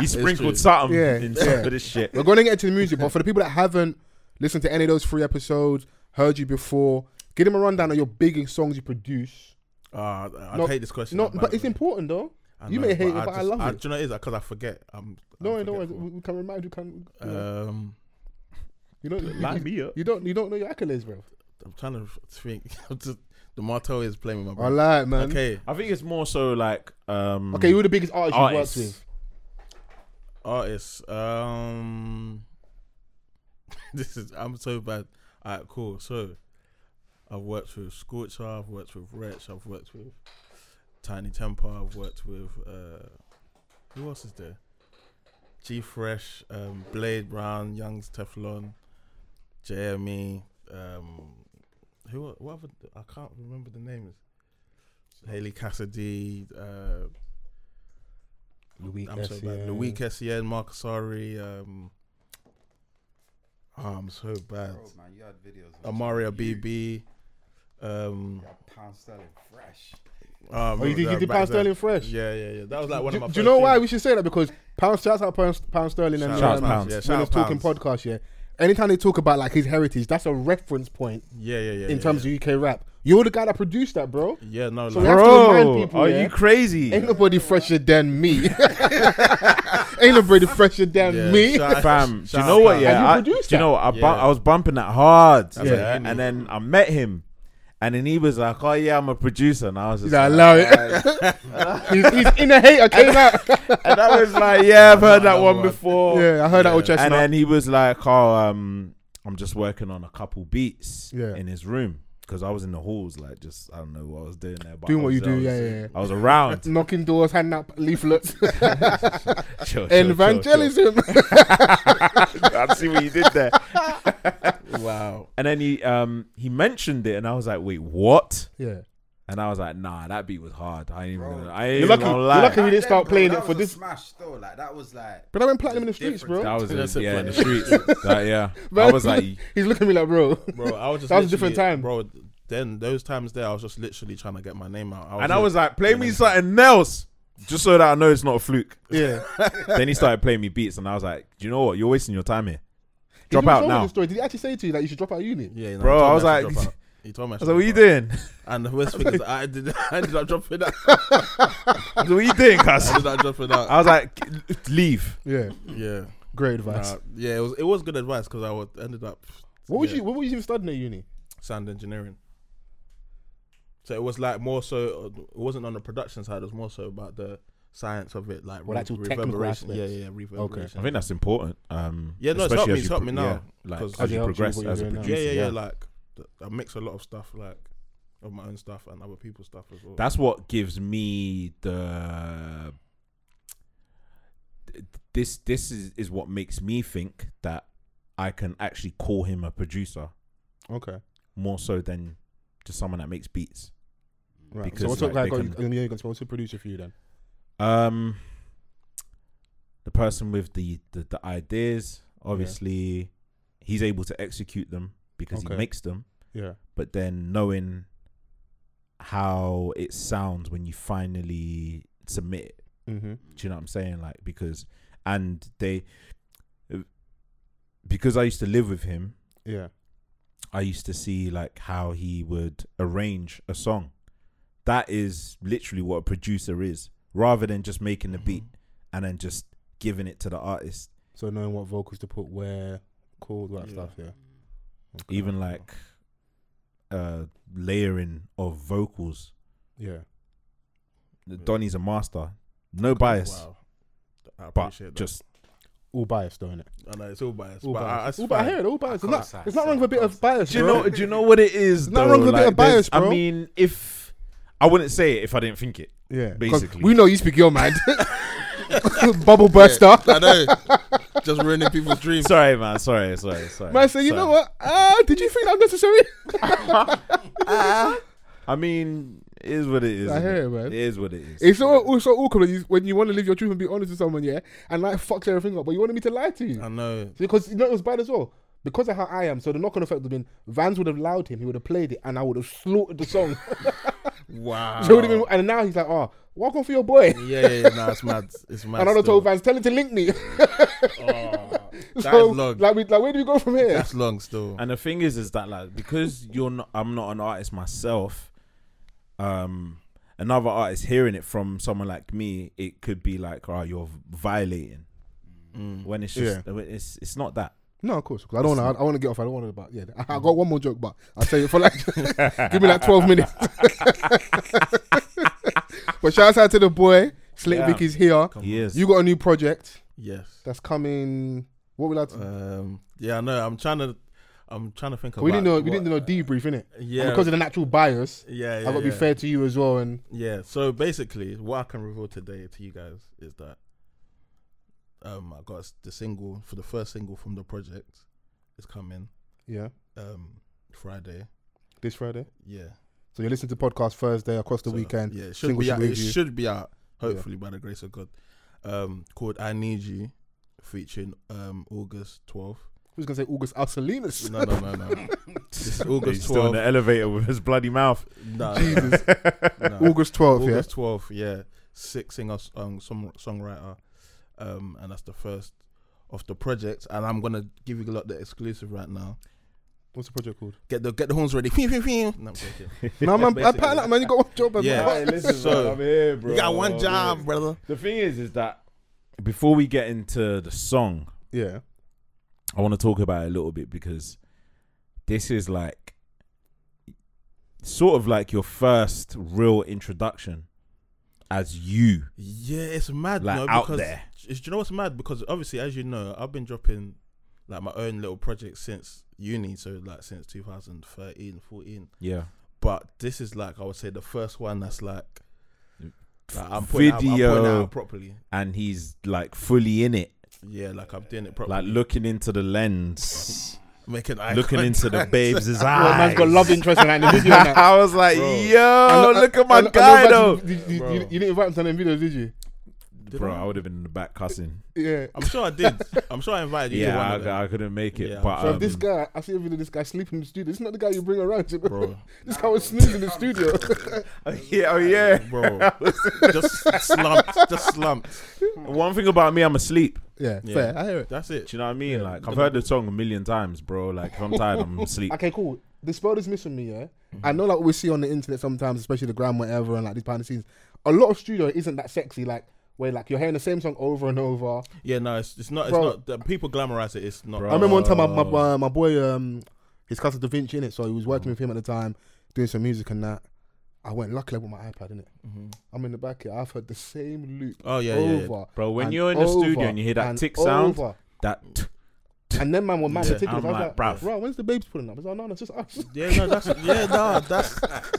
[SPEAKER 4] [laughs] he sprinkled something
[SPEAKER 5] Yeah,
[SPEAKER 4] in
[SPEAKER 5] yeah.
[SPEAKER 4] some of this shit.
[SPEAKER 5] We're going to get into the music, but for the people that haven't listened to any of those three episodes, heard you before, give them a rundown of your biggest songs you produce.
[SPEAKER 6] Ah, I, I
[SPEAKER 5] No,
[SPEAKER 6] hate this question.
[SPEAKER 5] No,
[SPEAKER 6] I'm bad
[SPEAKER 5] but it's
[SPEAKER 6] with it.
[SPEAKER 5] important though.
[SPEAKER 6] I
[SPEAKER 5] you
[SPEAKER 6] know,
[SPEAKER 5] may hate it, but I love it.
[SPEAKER 6] Do you know what it is? Because I forget. I'm,
[SPEAKER 5] No,
[SPEAKER 6] I'm
[SPEAKER 5] worry, don't worry.
[SPEAKER 6] forgetful.
[SPEAKER 5] We we can remind you. Can you
[SPEAKER 4] Uh,
[SPEAKER 5] know,
[SPEAKER 6] Um,
[SPEAKER 5] you don't
[SPEAKER 6] light
[SPEAKER 5] you,
[SPEAKER 6] me up.
[SPEAKER 5] you don't you don't know your accolades, bro.
[SPEAKER 6] I'm trying to think. [laughs] I'm just, the motto is playing with my
[SPEAKER 5] I
[SPEAKER 6] brain.
[SPEAKER 5] lied, man. Okay,
[SPEAKER 6] Okay,
[SPEAKER 4] I think it's more so like um
[SPEAKER 5] okay, who the biggest artist you worked
[SPEAKER 4] Artists.
[SPEAKER 5] with?
[SPEAKER 6] artists. Um, [laughs] this is I'm so bad. Alright, cool. So, I've worked with Scorcher. I've worked with Wretch. I've worked with Tiny Temper. I've worked with uh, who else is there? G Fresh, um, Blade Brown, Young's Teflon, JME. Um, who? el- What? Other, I can't remember the names. Haley Cassidy. Uh,
[SPEAKER 5] Louis
[SPEAKER 6] I'm so bad. Louis Kessien, Marcusari, um oh, I'm so bad.
[SPEAKER 1] Bro, man, you had videos. of
[SPEAKER 6] Amaria
[SPEAKER 1] you-
[SPEAKER 6] BB. Um ah,
[SPEAKER 1] you had Pound Sterling fresh.
[SPEAKER 5] Oh, you did, you did Pound Sterling fresh.
[SPEAKER 6] Yeah, yeah, yeah. That was like one
[SPEAKER 5] Do,
[SPEAKER 6] of my
[SPEAKER 5] do
[SPEAKER 6] first
[SPEAKER 5] you know why we
[SPEAKER 6] things.
[SPEAKER 5] should say that? Because Pound shouts out Pound, Pound Sterling and
[SPEAKER 6] Shout
[SPEAKER 4] Shout
[SPEAKER 6] out
[SPEAKER 4] out
[SPEAKER 5] um,
[SPEAKER 4] Pounds.
[SPEAKER 6] Yeah, shout
[SPEAKER 5] when it's
[SPEAKER 6] out
[SPEAKER 5] talking
[SPEAKER 6] Pounds.
[SPEAKER 5] podcast, yeah. Anytime they talk about like his heritage, that's a reference point
[SPEAKER 6] Yeah, yeah, yeah.
[SPEAKER 5] in
[SPEAKER 6] yeah,
[SPEAKER 5] terms
[SPEAKER 6] yeah.
[SPEAKER 5] of UK rap. You're the guy that produced that, bro.
[SPEAKER 6] Yeah, no,
[SPEAKER 5] So
[SPEAKER 6] like,
[SPEAKER 5] that's- to remind
[SPEAKER 4] Bro,
[SPEAKER 5] people,
[SPEAKER 4] are
[SPEAKER 5] yeah.
[SPEAKER 4] you crazy?
[SPEAKER 5] Ain't nobody fresher than me. [laughs] Ain't nobody fresher than
[SPEAKER 6] yeah,
[SPEAKER 5] me.
[SPEAKER 6] shout out-
[SPEAKER 4] Fam, do
[SPEAKER 6] shout
[SPEAKER 4] you
[SPEAKER 6] out
[SPEAKER 4] know what?
[SPEAKER 6] Pounds.
[SPEAKER 5] And
[SPEAKER 4] Yeah,
[SPEAKER 5] you
[SPEAKER 4] I, do
[SPEAKER 5] produced
[SPEAKER 4] you
[SPEAKER 5] that.
[SPEAKER 4] know what? I, bu-
[SPEAKER 6] Yeah.
[SPEAKER 4] I was bumping that hard,
[SPEAKER 6] like,
[SPEAKER 4] yeah.
[SPEAKER 6] you
[SPEAKER 4] and then I met him, and then he was like, "Oh yeah, I'm a producer," and I was just
[SPEAKER 5] Nah,
[SPEAKER 4] like,
[SPEAKER 5] allow it. [laughs] he's, he's in a hater came out.
[SPEAKER 4] [laughs] and I was like, "Yeah, I've heard that
[SPEAKER 6] Another
[SPEAKER 4] one,
[SPEAKER 6] one.
[SPEAKER 4] before."
[SPEAKER 5] yeah, I heard that old chestnut.
[SPEAKER 4] and then he was like, "Oh, um, I'm just working on a couple beats
[SPEAKER 5] Yeah.
[SPEAKER 4] in his room because I was in the halls, like just I don't know what I was doing there, but
[SPEAKER 5] Doing
[SPEAKER 4] I
[SPEAKER 5] what
[SPEAKER 4] was-
[SPEAKER 5] you
[SPEAKER 4] I
[SPEAKER 5] do,
[SPEAKER 4] was-
[SPEAKER 5] yeah, yeah, yeah.
[SPEAKER 4] I was around.
[SPEAKER 5] Knocking doors, handing out [laughs] leaflets,
[SPEAKER 4] Chill, chill, chill, chill.
[SPEAKER 5] [laughs] evangelism.
[SPEAKER 4] [laughs] I see what you did [laughs]
[SPEAKER 5] [laughs]
[SPEAKER 4] there.
[SPEAKER 6] Wow.
[SPEAKER 4] And then he um he mentioned it, and I was like, "Wait, what?"
[SPEAKER 5] yeah.
[SPEAKER 4] And I was like, "Nah, that beat was hard. I ain't even.
[SPEAKER 1] Bro.
[SPEAKER 4] Gonna, I ain't
[SPEAKER 5] You're
[SPEAKER 4] even
[SPEAKER 5] lucky,
[SPEAKER 4] gonna
[SPEAKER 5] you're
[SPEAKER 4] lie."
[SPEAKER 5] lucky he didn't
[SPEAKER 1] Then,
[SPEAKER 5] start
[SPEAKER 1] bro,
[SPEAKER 5] playing
[SPEAKER 1] that
[SPEAKER 5] it for
[SPEAKER 1] was a
[SPEAKER 5] this.
[SPEAKER 1] smash though. Like that was like.
[SPEAKER 5] But I went platinum in the
[SPEAKER 1] It's
[SPEAKER 5] streets,
[SPEAKER 1] different.
[SPEAKER 5] bro.
[SPEAKER 4] That was
[SPEAKER 6] That's
[SPEAKER 4] a,
[SPEAKER 6] it,
[SPEAKER 4] yeah in the
[SPEAKER 6] bro.
[SPEAKER 4] streets. Like, yeah, I
[SPEAKER 5] Man,
[SPEAKER 4] was like,
[SPEAKER 5] [laughs] he's looking at me like, bro.
[SPEAKER 6] Bro, I was just
[SPEAKER 5] That was a different
[SPEAKER 6] literally-
[SPEAKER 5] time.
[SPEAKER 6] Bro, then those times there I was just literally trying to get my name out.
[SPEAKER 4] and I was like, play me something else, just so that I know it's not a fluke.
[SPEAKER 5] yeah.
[SPEAKER 4] [laughs] then he started playing me beats, and I was like, do you know what? You're wasting your time here. Drop
[SPEAKER 5] Did you
[SPEAKER 4] out
[SPEAKER 5] tell me
[SPEAKER 4] now,
[SPEAKER 5] this story? Did he actually say to you that you should drop out of uni?
[SPEAKER 6] yeah, no, he
[SPEAKER 4] Bro,
[SPEAKER 6] told
[SPEAKER 4] Oh, I
[SPEAKER 6] me
[SPEAKER 4] was
[SPEAKER 6] should
[SPEAKER 4] like-
[SPEAKER 6] drop out. he told me I
[SPEAKER 4] I
[SPEAKER 6] should
[SPEAKER 4] was like,
[SPEAKER 6] drop
[SPEAKER 4] what you
[SPEAKER 6] out.
[SPEAKER 5] [laughs]
[SPEAKER 4] doing?
[SPEAKER 6] And the worst thing is I did [laughs] I ended up dropping out.
[SPEAKER 4] [laughs] I was like, what you doing, cuz?
[SPEAKER 6] I ended up dropping out.
[SPEAKER 4] I was like, leave.
[SPEAKER 5] Yeah.
[SPEAKER 6] Yeah.
[SPEAKER 5] Great advice.
[SPEAKER 6] Nah, yeah, it was it was good advice because I was, ended up
[SPEAKER 5] what would
[SPEAKER 6] yeah,
[SPEAKER 5] you? What would you even studying at uni?
[SPEAKER 6] sound engineering. So it was like more so it wasn't on the production side. It was more so about the science of it, like
[SPEAKER 5] Well, actual technical aspects.
[SPEAKER 6] Yeah, yeah, reverberation.
[SPEAKER 4] I think that's important. Um,
[SPEAKER 6] Mm. Yeah, no, it's
[SPEAKER 4] especially
[SPEAKER 6] helped me, it's
[SPEAKER 4] as you
[SPEAKER 6] helped me
[SPEAKER 4] pro-
[SPEAKER 6] now,
[SPEAKER 4] yeah, like
[SPEAKER 6] 'cause-
[SPEAKER 4] as you
[SPEAKER 5] Okay,
[SPEAKER 4] progress
[SPEAKER 5] obviously what
[SPEAKER 4] as a
[SPEAKER 5] you're doing now.
[SPEAKER 4] producer.
[SPEAKER 6] yeah, yeah, yeah,
[SPEAKER 4] yeah.
[SPEAKER 6] Like th- I mix a lot of stuff, like of my own stuff and other people's stuff as well.
[SPEAKER 4] that's what gives me the this this is, is what makes me think that I can actually call him a producer
[SPEAKER 5] Okay.
[SPEAKER 4] more so than just someone that makes beats.
[SPEAKER 5] Right.
[SPEAKER 4] Because,
[SPEAKER 5] so what's
[SPEAKER 4] like,
[SPEAKER 5] up, guy?
[SPEAKER 4] they
[SPEAKER 5] Got
[SPEAKER 4] can-
[SPEAKER 5] you, and you're going to producer for you then?
[SPEAKER 4] Um, the person with the the, the ideas, obviously, he's able to execute them because
[SPEAKER 5] Okay.
[SPEAKER 4] he makes them.
[SPEAKER 5] Yeah.
[SPEAKER 4] But then knowing how it sounds when you finally submit it,
[SPEAKER 5] Mm-hmm.
[SPEAKER 4] do you know what I'm saying? Like because and they because I used to live with him,
[SPEAKER 5] Yeah.
[SPEAKER 4] I used to see like how he would arrange a song. That is literally what a producer is, rather than just making the beat and then just giving it to the artist.
[SPEAKER 5] So knowing what vocals to put where, cool, that
[SPEAKER 6] Yeah.
[SPEAKER 5] stuff. Yeah. Okay.
[SPEAKER 4] Even like uh layering of vocals.
[SPEAKER 5] Yeah.
[SPEAKER 4] Donny's a master. No bias,
[SPEAKER 6] Wow. I
[SPEAKER 4] but
[SPEAKER 6] appreciate that.
[SPEAKER 4] just
[SPEAKER 5] All biased, don't it?
[SPEAKER 6] I know uh, it's all biased.
[SPEAKER 5] All
[SPEAKER 6] but I-
[SPEAKER 5] biased.
[SPEAKER 6] that's
[SPEAKER 5] All bi- I
[SPEAKER 6] fine.
[SPEAKER 5] hear it. All biased. It's
[SPEAKER 1] can't
[SPEAKER 5] not,
[SPEAKER 1] say-
[SPEAKER 5] it's not wrong with a bit of bias.
[SPEAKER 4] Do you
[SPEAKER 5] bro.
[SPEAKER 4] know? Do you know what it is?
[SPEAKER 5] Not
[SPEAKER 4] though?
[SPEAKER 5] wrong with a bit of
[SPEAKER 4] there's-
[SPEAKER 5] bias, bro.
[SPEAKER 4] I mean, if I wouldn't say it if I didn't think it.
[SPEAKER 5] Yeah.
[SPEAKER 4] [laughs]
[SPEAKER 5] 'cause
[SPEAKER 4] Basically.
[SPEAKER 5] we know you speak
[SPEAKER 7] [laughs]
[SPEAKER 5] your mind. [laughs] Bubble burster.
[SPEAKER 7] I know. Just ruining people's dreams.
[SPEAKER 4] Sorry, man. Sorry, sorry, sorry.
[SPEAKER 5] [laughs] Man, say you
[SPEAKER 4] sorry.
[SPEAKER 5] know what? Ah, did you think that necessary?
[SPEAKER 4] [laughs] Ah. I mean, it is what it is.
[SPEAKER 5] I
[SPEAKER 4] innit?
[SPEAKER 5] hear it, man.
[SPEAKER 4] It is what it is.
[SPEAKER 5] It's so also awkward when you, when you want to live your truth and be honest with someone, yeah, and like fucks everything up, but you wanted me to lie to you
[SPEAKER 6] I know.
[SPEAKER 5] because you know it was bad as well. Because of how I am, so the knock-on effect would have been Vans would have allowed him, he would have played it, and I would have slaughtered
[SPEAKER 6] [laughs]
[SPEAKER 5] the song. [laughs]
[SPEAKER 6] Wow.
[SPEAKER 5] so it would have been, and now he's like, "Oh, welcome for your boy."
[SPEAKER 6] yeah, yeah, yeah, nah, it's mad.
[SPEAKER 5] [laughs]
[SPEAKER 6] It's mad.
[SPEAKER 5] And I done
[SPEAKER 6] still. Oh,
[SPEAKER 5] told Vans, "Tell him to
[SPEAKER 6] [laughs]
[SPEAKER 5] link me." [laughs]
[SPEAKER 6] That's
[SPEAKER 5] so,
[SPEAKER 6] long.
[SPEAKER 5] like, we, like, where do we go from here?
[SPEAKER 6] That's long still.
[SPEAKER 4] And the thing is, is that like because you're not, I'm not an artist myself. Um, another artist hearing it from someone like me, it could be like, "Oh, you're violating." When it's just, it's it's not that.
[SPEAKER 5] No, of course. 'cause I don't want to. I want to get off. I don't want to. But yeah, I, I got one more joke, but I'll save it for like. [laughs] give me like twelve minutes. [laughs] but shout out to the boy. Slick
[SPEAKER 4] Yeah.
[SPEAKER 5] Vic is here.
[SPEAKER 4] He is.
[SPEAKER 5] You got a new project
[SPEAKER 6] Yes.
[SPEAKER 5] that's coming. What we like? To,
[SPEAKER 6] Um. Yeah, I know. I'm trying to. I'm trying to think
[SPEAKER 5] we didn't
[SPEAKER 6] about
[SPEAKER 5] know. We didn't
[SPEAKER 6] what-
[SPEAKER 5] know debrief in it.
[SPEAKER 6] Yeah.
[SPEAKER 5] because of the natural bias,
[SPEAKER 6] Yeah.
[SPEAKER 5] I
[SPEAKER 6] yeah
[SPEAKER 5] got to be
[SPEAKER 6] yeah.
[SPEAKER 5] fair to you as well. And
[SPEAKER 6] Yeah. So basically, what I can reveal today to you guys is that um, I got the single for the first single from the project is coming
[SPEAKER 5] yeah,
[SPEAKER 6] um Friday.
[SPEAKER 5] this Friday.
[SPEAKER 6] Yeah.
[SPEAKER 5] So you listen to podcast Thursday across the
[SPEAKER 6] So,
[SPEAKER 5] weekend.
[SPEAKER 6] Yeah. It should
[SPEAKER 5] Single
[SPEAKER 6] be
[SPEAKER 5] should
[SPEAKER 6] out.
[SPEAKER 5] be
[SPEAKER 6] It
[SPEAKER 5] with you.
[SPEAKER 6] should be out. Hopefully, by the grace of God. Um, called I Need You, featuring um August 12th.
[SPEAKER 5] Who's gonna say August Alsalinas?
[SPEAKER 6] No, no, no,
[SPEAKER 5] [laughs]
[SPEAKER 6] no. this is August
[SPEAKER 4] He's still in the
[SPEAKER 6] 12th.
[SPEAKER 4] elevator with his bloody mouth.
[SPEAKER 6] [laughs] No,
[SPEAKER 4] [laughs]
[SPEAKER 5] Jesus.
[SPEAKER 6] no, no.
[SPEAKER 5] August twelfth. Yeah.
[SPEAKER 6] August twelfth, yeah. Six singer, um, song, songwriter, um, and that's the first of the project. And I'm gonna give you a lot the exclusive right now.
[SPEAKER 5] What's the project called?
[SPEAKER 6] Get the get the horns ready. Pew, pew,
[SPEAKER 5] [laughs]
[SPEAKER 6] pew. No, I'm joking.
[SPEAKER 5] no man, I
[SPEAKER 6] [laughs] basically.
[SPEAKER 5] pattern up, man. You got one job. man.
[SPEAKER 6] Yeah.
[SPEAKER 4] Hey, listen,
[SPEAKER 6] So,
[SPEAKER 4] man, I'm here, bro.
[SPEAKER 6] you got one job, brother.
[SPEAKER 4] The thing is, is that before we get into the song,
[SPEAKER 5] yeah.
[SPEAKER 4] I want to talk about it a little bit because this is like sort of like your first real introduction as you.
[SPEAKER 6] Yeah, it's mad.
[SPEAKER 4] Like,
[SPEAKER 6] no,
[SPEAKER 4] out
[SPEAKER 6] because
[SPEAKER 4] there.
[SPEAKER 6] it's- do you know what's mad? Because obviously, as you know, I've been dropping like my own little projects since uni, so like since 2013, 14.
[SPEAKER 4] Yeah.
[SPEAKER 6] But this is like I would say the first one that's like. like, I'm putting
[SPEAKER 4] Video
[SPEAKER 6] out- I'm putting it out properly.
[SPEAKER 4] and he's like fully in it,
[SPEAKER 6] Yeah, like I'm doing it properly.
[SPEAKER 4] like looking into the lens,
[SPEAKER 6] [laughs] making eye
[SPEAKER 4] looking into the
[SPEAKER 6] contact. [laughs]
[SPEAKER 4] babes' eyes.
[SPEAKER 5] Well, man's got love interest in that in [laughs] the video. and that.
[SPEAKER 4] I was like, yo, look at my
[SPEAKER 5] And- and
[SPEAKER 4] guy though.
[SPEAKER 5] no, but You, you- you- you didn't invite him to them videos, did you?
[SPEAKER 4] Bro, I would have been in the back cussing.
[SPEAKER 5] Yeah.
[SPEAKER 6] I'm sure I
[SPEAKER 5] [laughs]
[SPEAKER 6] did. I'm sure I invited you. to one
[SPEAKER 4] Yeah,
[SPEAKER 6] of them.
[SPEAKER 4] I, I couldn't make it.
[SPEAKER 6] Yeah.
[SPEAKER 4] But
[SPEAKER 5] So
[SPEAKER 4] um,
[SPEAKER 5] this guy, I see a video of this guy sleeping in the studio. This is not the guy you bring around to,
[SPEAKER 6] Bro.
[SPEAKER 5] [laughs] This guy was snoozing in the studio. [laughs]
[SPEAKER 4] yeah, oh yeah. [laughs]
[SPEAKER 6] bro, [laughs] just slumped, just slumped.
[SPEAKER 4] One thing about me, I'm asleep.
[SPEAKER 5] yeah,
[SPEAKER 6] Yeah.
[SPEAKER 5] fair. I hear it.
[SPEAKER 6] That's it.
[SPEAKER 4] Do you know what I mean? Like I've heard the song a million times, bro. Like if I'm tired, I'm asleep.
[SPEAKER 5] Okay, cool. The spell is missing me, yeah? I know, like, what we see on the internet sometimes, especially the gram, whatever, and like these behind the scenes. A lot of studio isn't that sexy, like, where like you're hearing the same song over and over.
[SPEAKER 6] Yeah, no, it's, it's not. It's
[SPEAKER 5] Bro.
[SPEAKER 6] not. The people glamorize it. It's not.
[SPEAKER 4] Bro.
[SPEAKER 5] I remember one time my my, my, my boy, um, his cousin Da Vinci in it, so he was working with him at the time, doing some music and that. I went luckily with my iPad in it. I'm in the back here. I've heard the same loop.
[SPEAKER 6] Mm-hmm. Oh, yeah, yeah, yeah.
[SPEAKER 5] over,
[SPEAKER 4] Bro, when
[SPEAKER 5] and
[SPEAKER 4] you're in the studio
[SPEAKER 5] over
[SPEAKER 4] and you hear that
[SPEAKER 5] and
[SPEAKER 4] tick sound,
[SPEAKER 5] over.
[SPEAKER 4] That
[SPEAKER 6] Mm.
[SPEAKER 4] t-
[SPEAKER 5] and then man were mad
[SPEAKER 6] Yeah,
[SPEAKER 4] I'm
[SPEAKER 5] ridiculous. I was like,
[SPEAKER 4] like, bruv.
[SPEAKER 5] bro, when's the babes pulling up? He's like, no, no, it's just us.
[SPEAKER 6] Yeah, no,
[SPEAKER 5] [laughs]
[SPEAKER 6] that's yeah, no, that's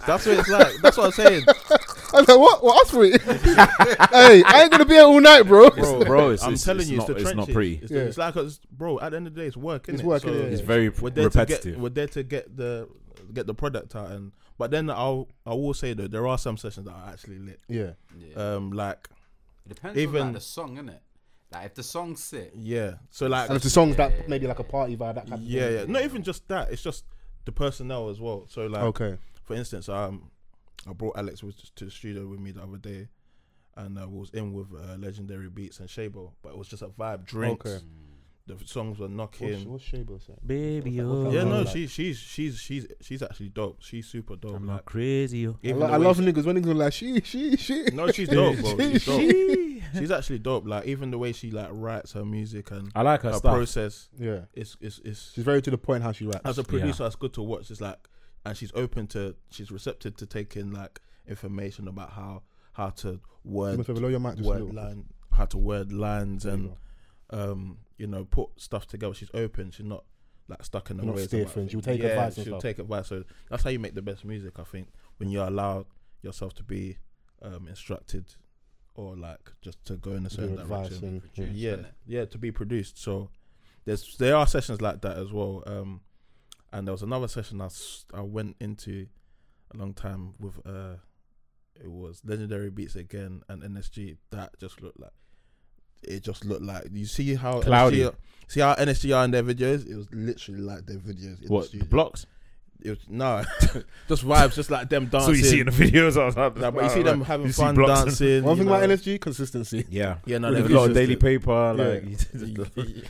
[SPEAKER 6] that's what it's like. That's what I'm saying,
[SPEAKER 5] I was like, what? What us for it? [laughs] hey, I ain't gonna be here all night, bro.
[SPEAKER 4] Bro, bro, it's-
[SPEAKER 6] I'm
[SPEAKER 4] it's-
[SPEAKER 6] telling
[SPEAKER 4] it's
[SPEAKER 6] you,
[SPEAKER 4] not-
[SPEAKER 6] it's the
[SPEAKER 4] it's not
[SPEAKER 6] trenches.
[SPEAKER 4] pretty.
[SPEAKER 6] It's,
[SPEAKER 5] Yeah.
[SPEAKER 6] the, it's like, it's, bro, at the end of the day, it's work. Innit?
[SPEAKER 5] It's work,
[SPEAKER 6] So
[SPEAKER 5] innit, yeah.
[SPEAKER 4] it's very
[SPEAKER 6] We're
[SPEAKER 4] p-
[SPEAKER 6] there to get.
[SPEAKER 4] repetitive.
[SPEAKER 6] We're there to get the get the product out, and But then I'll I will say though there are some sessions that are actually lit.
[SPEAKER 5] Yeah.
[SPEAKER 6] Um, like
[SPEAKER 1] It depends on
[SPEAKER 6] Even-
[SPEAKER 1] like, the song, innit? Like if the song's sick,
[SPEAKER 6] yeah, so like
[SPEAKER 5] And if the song's that maybe like a party vibe, that kind
[SPEAKER 6] yeah,
[SPEAKER 5] of
[SPEAKER 6] yeah, not even just that. It's just the personnel as well. So like
[SPEAKER 5] Okay.
[SPEAKER 6] for instance, um, I brought Alex with, to the studio with me the other day, and uh, we was in with uh, Legendary Beats and Shabo, but it was just a vibe, drinks.
[SPEAKER 5] Okay.
[SPEAKER 6] The songs were
[SPEAKER 5] What's,
[SPEAKER 6] knocking.
[SPEAKER 5] what's Shabo saying?
[SPEAKER 8] Baby,
[SPEAKER 5] oh.
[SPEAKER 6] yeah, no,
[SPEAKER 5] like-
[SPEAKER 6] she's she's she's she's she's actually dope. She's super dope.
[SPEAKER 8] I'm
[SPEAKER 6] like,
[SPEAKER 8] not crazy. oh.
[SPEAKER 5] I,
[SPEAKER 6] even
[SPEAKER 5] lo-
[SPEAKER 6] the
[SPEAKER 5] I
[SPEAKER 6] way
[SPEAKER 5] love
[SPEAKER 6] she-
[SPEAKER 5] niggas when niggas are like she, she, she.
[SPEAKER 6] No, she's dope,
[SPEAKER 5] [laughs]
[SPEAKER 6] bro. She's dope.
[SPEAKER 8] She-
[SPEAKER 6] She's actually dope. Like even the way she like writes her music and
[SPEAKER 4] I like her,
[SPEAKER 6] her
[SPEAKER 4] stuff.
[SPEAKER 6] process
[SPEAKER 5] Yeah,
[SPEAKER 6] is is is
[SPEAKER 5] she's very to the point how she writes.
[SPEAKER 6] as a producer, it's good to watch. It's like, and she's open to, she's receptive to taking like information about how how to
[SPEAKER 5] You
[SPEAKER 6] word
[SPEAKER 5] must have below your mic just a
[SPEAKER 6] word
[SPEAKER 5] little.
[SPEAKER 6] line, how to word lines,
[SPEAKER 5] There you
[SPEAKER 6] and um, you know, put stuff together. She's open. She's not like stuck in the
[SPEAKER 5] Not
[SPEAKER 6] ways.
[SPEAKER 5] stiff
[SPEAKER 6] about
[SPEAKER 5] and she'll
[SPEAKER 6] things.
[SPEAKER 5] take advice and
[SPEAKER 6] She'll
[SPEAKER 5] stuff.
[SPEAKER 6] take advice. So that's how you make the best music, I think, when you allow yourself to be um, instructed or like just to go in a certain
[SPEAKER 5] Your advice
[SPEAKER 6] direction
[SPEAKER 5] and yeah.
[SPEAKER 6] yeah, yeah, to be produced. So there's there are sessions like that as well. Um, and there was another session I, s- I went into a long time with uh, it was Legendary Beats again and NSG. That just looked like it just looked like you see how
[SPEAKER 4] Cloudy.
[SPEAKER 6] NSG, are- see how NSG are in their videos. It was literally like their videos. In The
[SPEAKER 4] What
[SPEAKER 6] studio.
[SPEAKER 4] blocks?
[SPEAKER 6] It was, no, [laughs] just vibes, just like them dancing.
[SPEAKER 4] the videos. I was Uh, like,
[SPEAKER 6] Nah, but you see them having
[SPEAKER 4] you see
[SPEAKER 6] fun
[SPEAKER 4] blocks and-
[SPEAKER 6] dancing.
[SPEAKER 5] One
[SPEAKER 6] you
[SPEAKER 5] thing about
[SPEAKER 6] know.
[SPEAKER 5] NSG consistency.
[SPEAKER 4] Yeah,
[SPEAKER 6] yeah, no,
[SPEAKER 4] With
[SPEAKER 6] their
[SPEAKER 4] a lot
[SPEAKER 6] videos
[SPEAKER 4] of daily
[SPEAKER 6] look-
[SPEAKER 4] paper,
[SPEAKER 6] [laughs]
[SPEAKER 5] [laughs]
[SPEAKER 4] like [laughs]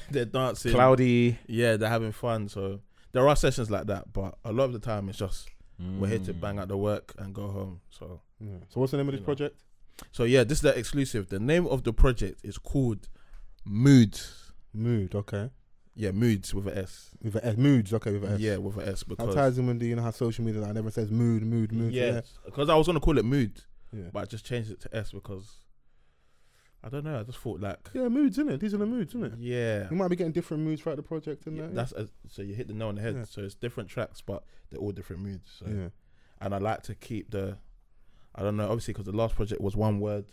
[SPEAKER 6] they're dancing.
[SPEAKER 4] cloudy.
[SPEAKER 6] yeah, they're having fun. So there are sessions like that, but a lot of the time it's just we're here to bang out the work and go home. So
[SPEAKER 5] Yeah. Mm. So what's the name of this
[SPEAKER 6] You know.
[SPEAKER 5] project?
[SPEAKER 6] so yeah, this is the exclusive. The name of the project is called Mood.
[SPEAKER 5] Mood. Okay.
[SPEAKER 6] Yeah, Moods with an S.
[SPEAKER 5] With a S. Moods. Okay. With a S.
[SPEAKER 6] Yeah, with an S
[SPEAKER 5] That
[SPEAKER 6] because
[SPEAKER 5] ties in with the you know how social media like never says mood, mood, mood.
[SPEAKER 6] yeah, because I was gonna call it Mood,
[SPEAKER 5] Yeah.
[SPEAKER 6] but I just changed it to S because I don't know. I just thought like
[SPEAKER 5] Yeah, moods, innit? These are the moods, innit?
[SPEAKER 6] yeah.
[SPEAKER 5] You might be getting different moods throughout the project,
[SPEAKER 6] Yeah,
[SPEAKER 5] innit?
[SPEAKER 6] that's a, so you hit the nail on the head.
[SPEAKER 5] Yeah.
[SPEAKER 6] So it's different tracks, but they're all different moods. So
[SPEAKER 5] yeah.
[SPEAKER 6] and I like to keep the, I don't know, obviously because the last project was one word,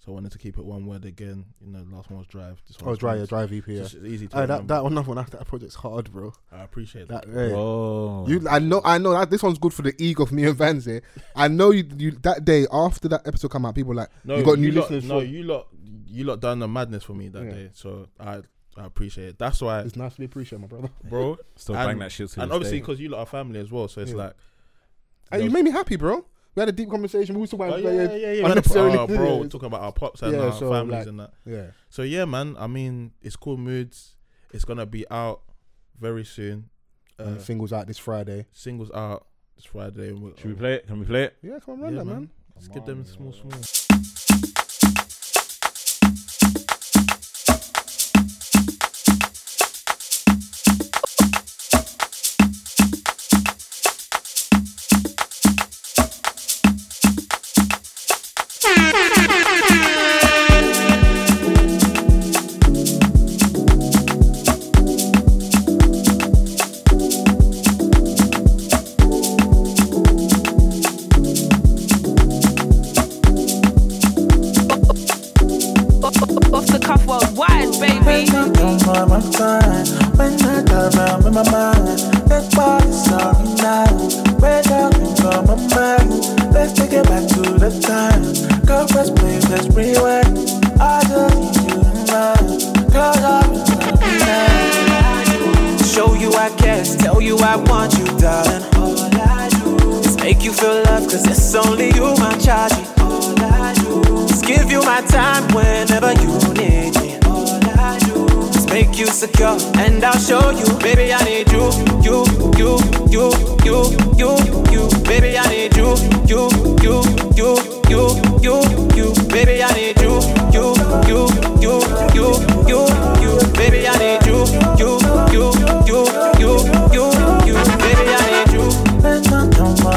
[SPEAKER 6] so I wanted to keep it one word again. You know, the last one was drive. This one
[SPEAKER 5] Oh,
[SPEAKER 6] was
[SPEAKER 5] dry, yeah,
[SPEAKER 6] Moods.
[SPEAKER 5] dry VP. Yeah.
[SPEAKER 6] Just- It's easy to
[SPEAKER 5] Hey, that
[SPEAKER 6] remember.
[SPEAKER 5] that another one. That, that project's hard, bro.
[SPEAKER 6] I appreciate that.
[SPEAKER 5] That hey.
[SPEAKER 4] Oh,
[SPEAKER 5] You, I know, I know that this one's good for the ego of me and Vans here. I know you, you that day after that episode come out, people were like you got new
[SPEAKER 6] lot,
[SPEAKER 5] listeners.
[SPEAKER 6] No,
[SPEAKER 5] for-
[SPEAKER 6] you lot, you lot done the madness for me that
[SPEAKER 5] Yeah.
[SPEAKER 6] day. So I, I appreciate it. That's why,
[SPEAKER 5] it's nice to be appreciated, my brother.
[SPEAKER 6] bro.
[SPEAKER 4] still
[SPEAKER 6] and-
[SPEAKER 4] bang that shit. To
[SPEAKER 6] and
[SPEAKER 4] this
[SPEAKER 6] obviously
[SPEAKER 4] day.
[SPEAKER 6] because you lot are family as well, so it's
[SPEAKER 5] Yeah.
[SPEAKER 6] like.
[SPEAKER 5] Hey, you made me happy, bro. We had a deep conversation. We was talking
[SPEAKER 6] Oh,
[SPEAKER 5] about
[SPEAKER 6] yeah, yeah, yeah, yeah.
[SPEAKER 5] unnecessarily-
[SPEAKER 6] Oh,
[SPEAKER 5] [laughs]
[SPEAKER 6] bro, talking about our pops and
[SPEAKER 5] Yeah,
[SPEAKER 6] our
[SPEAKER 5] so,
[SPEAKER 6] families
[SPEAKER 5] like-
[SPEAKER 6] and that.
[SPEAKER 5] yeah.
[SPEAKER 6] So yeah, man. I mean, it's cool moods. It's gonna be out very soon.
[SPEAKER 5] And
[SPEAKER 6] Uh,
[SPEAKER 5] singles out this Friday.
[SPEAKER 6] singles out this Friday. And we'll,
[SPEAKER 4] should we play it? Can we play it?
[SPEAKER 5] Yeah, come on,
[SPEAKER 6] Yeah,
[SPEAKER 5] run that,
[SPEAKER 6] man.
[SPEAKER 5] man.
[SPEAKER 6] Let's get them small, small.
[SPEAKER 2] Off the cuff worldwide, baby.
[SPEAKER 9] Show you I kiss, tell you I want you, darling. All I do is make you feel love, cause it's only you I'm charging. All I do is give you my time whenever you need me. All I do is make you secure, and I'll show you, baby, I need you, you, you, you, you, you, you, baby, I need you, you, you, you, you, you, you, baby, I need you, you, you, you, you, you, you, baby, I need you, you, you, you, you, you, you, baby, I need you.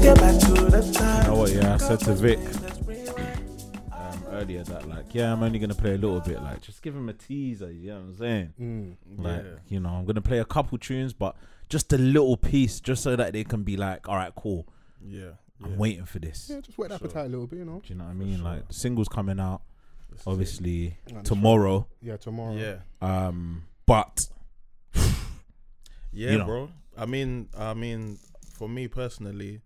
[SPEAKER 4] You know what? Oh, Yeah, I said to Vic um, earlier that like, yeah, I'm only gonna play a little bit. Like, just give him a teaser. You know what I'm saying?
[SPEAKER 5] Mm.
[SPEAKER 4] Like, you know, I'm gonna play a couple tunes, but just a little piece, just so that they can be like, all right, cool.
[SPEAKER 6] Yeah.
[SPEAKER 4] I'm waiting for this.
[SPEAKER 5] Yeah, just whet the appetite a little bit, you know.
[SPEAKER 4] Do you know what I mean? Like singles coming out, obviously
[SPEAKER 5] Nah,
[SPEAKER 4] tomorrow.
[SPEAKER 5] Yeah, tomorrow.
[SPEAKER 6] Yeah.
[SPEAKER 4] Um, but
[SPEAKER 6] Yeah,
[SPEAKER 4] You know.
[SPEAKER 6] bro. I mean, I mean, for me personally,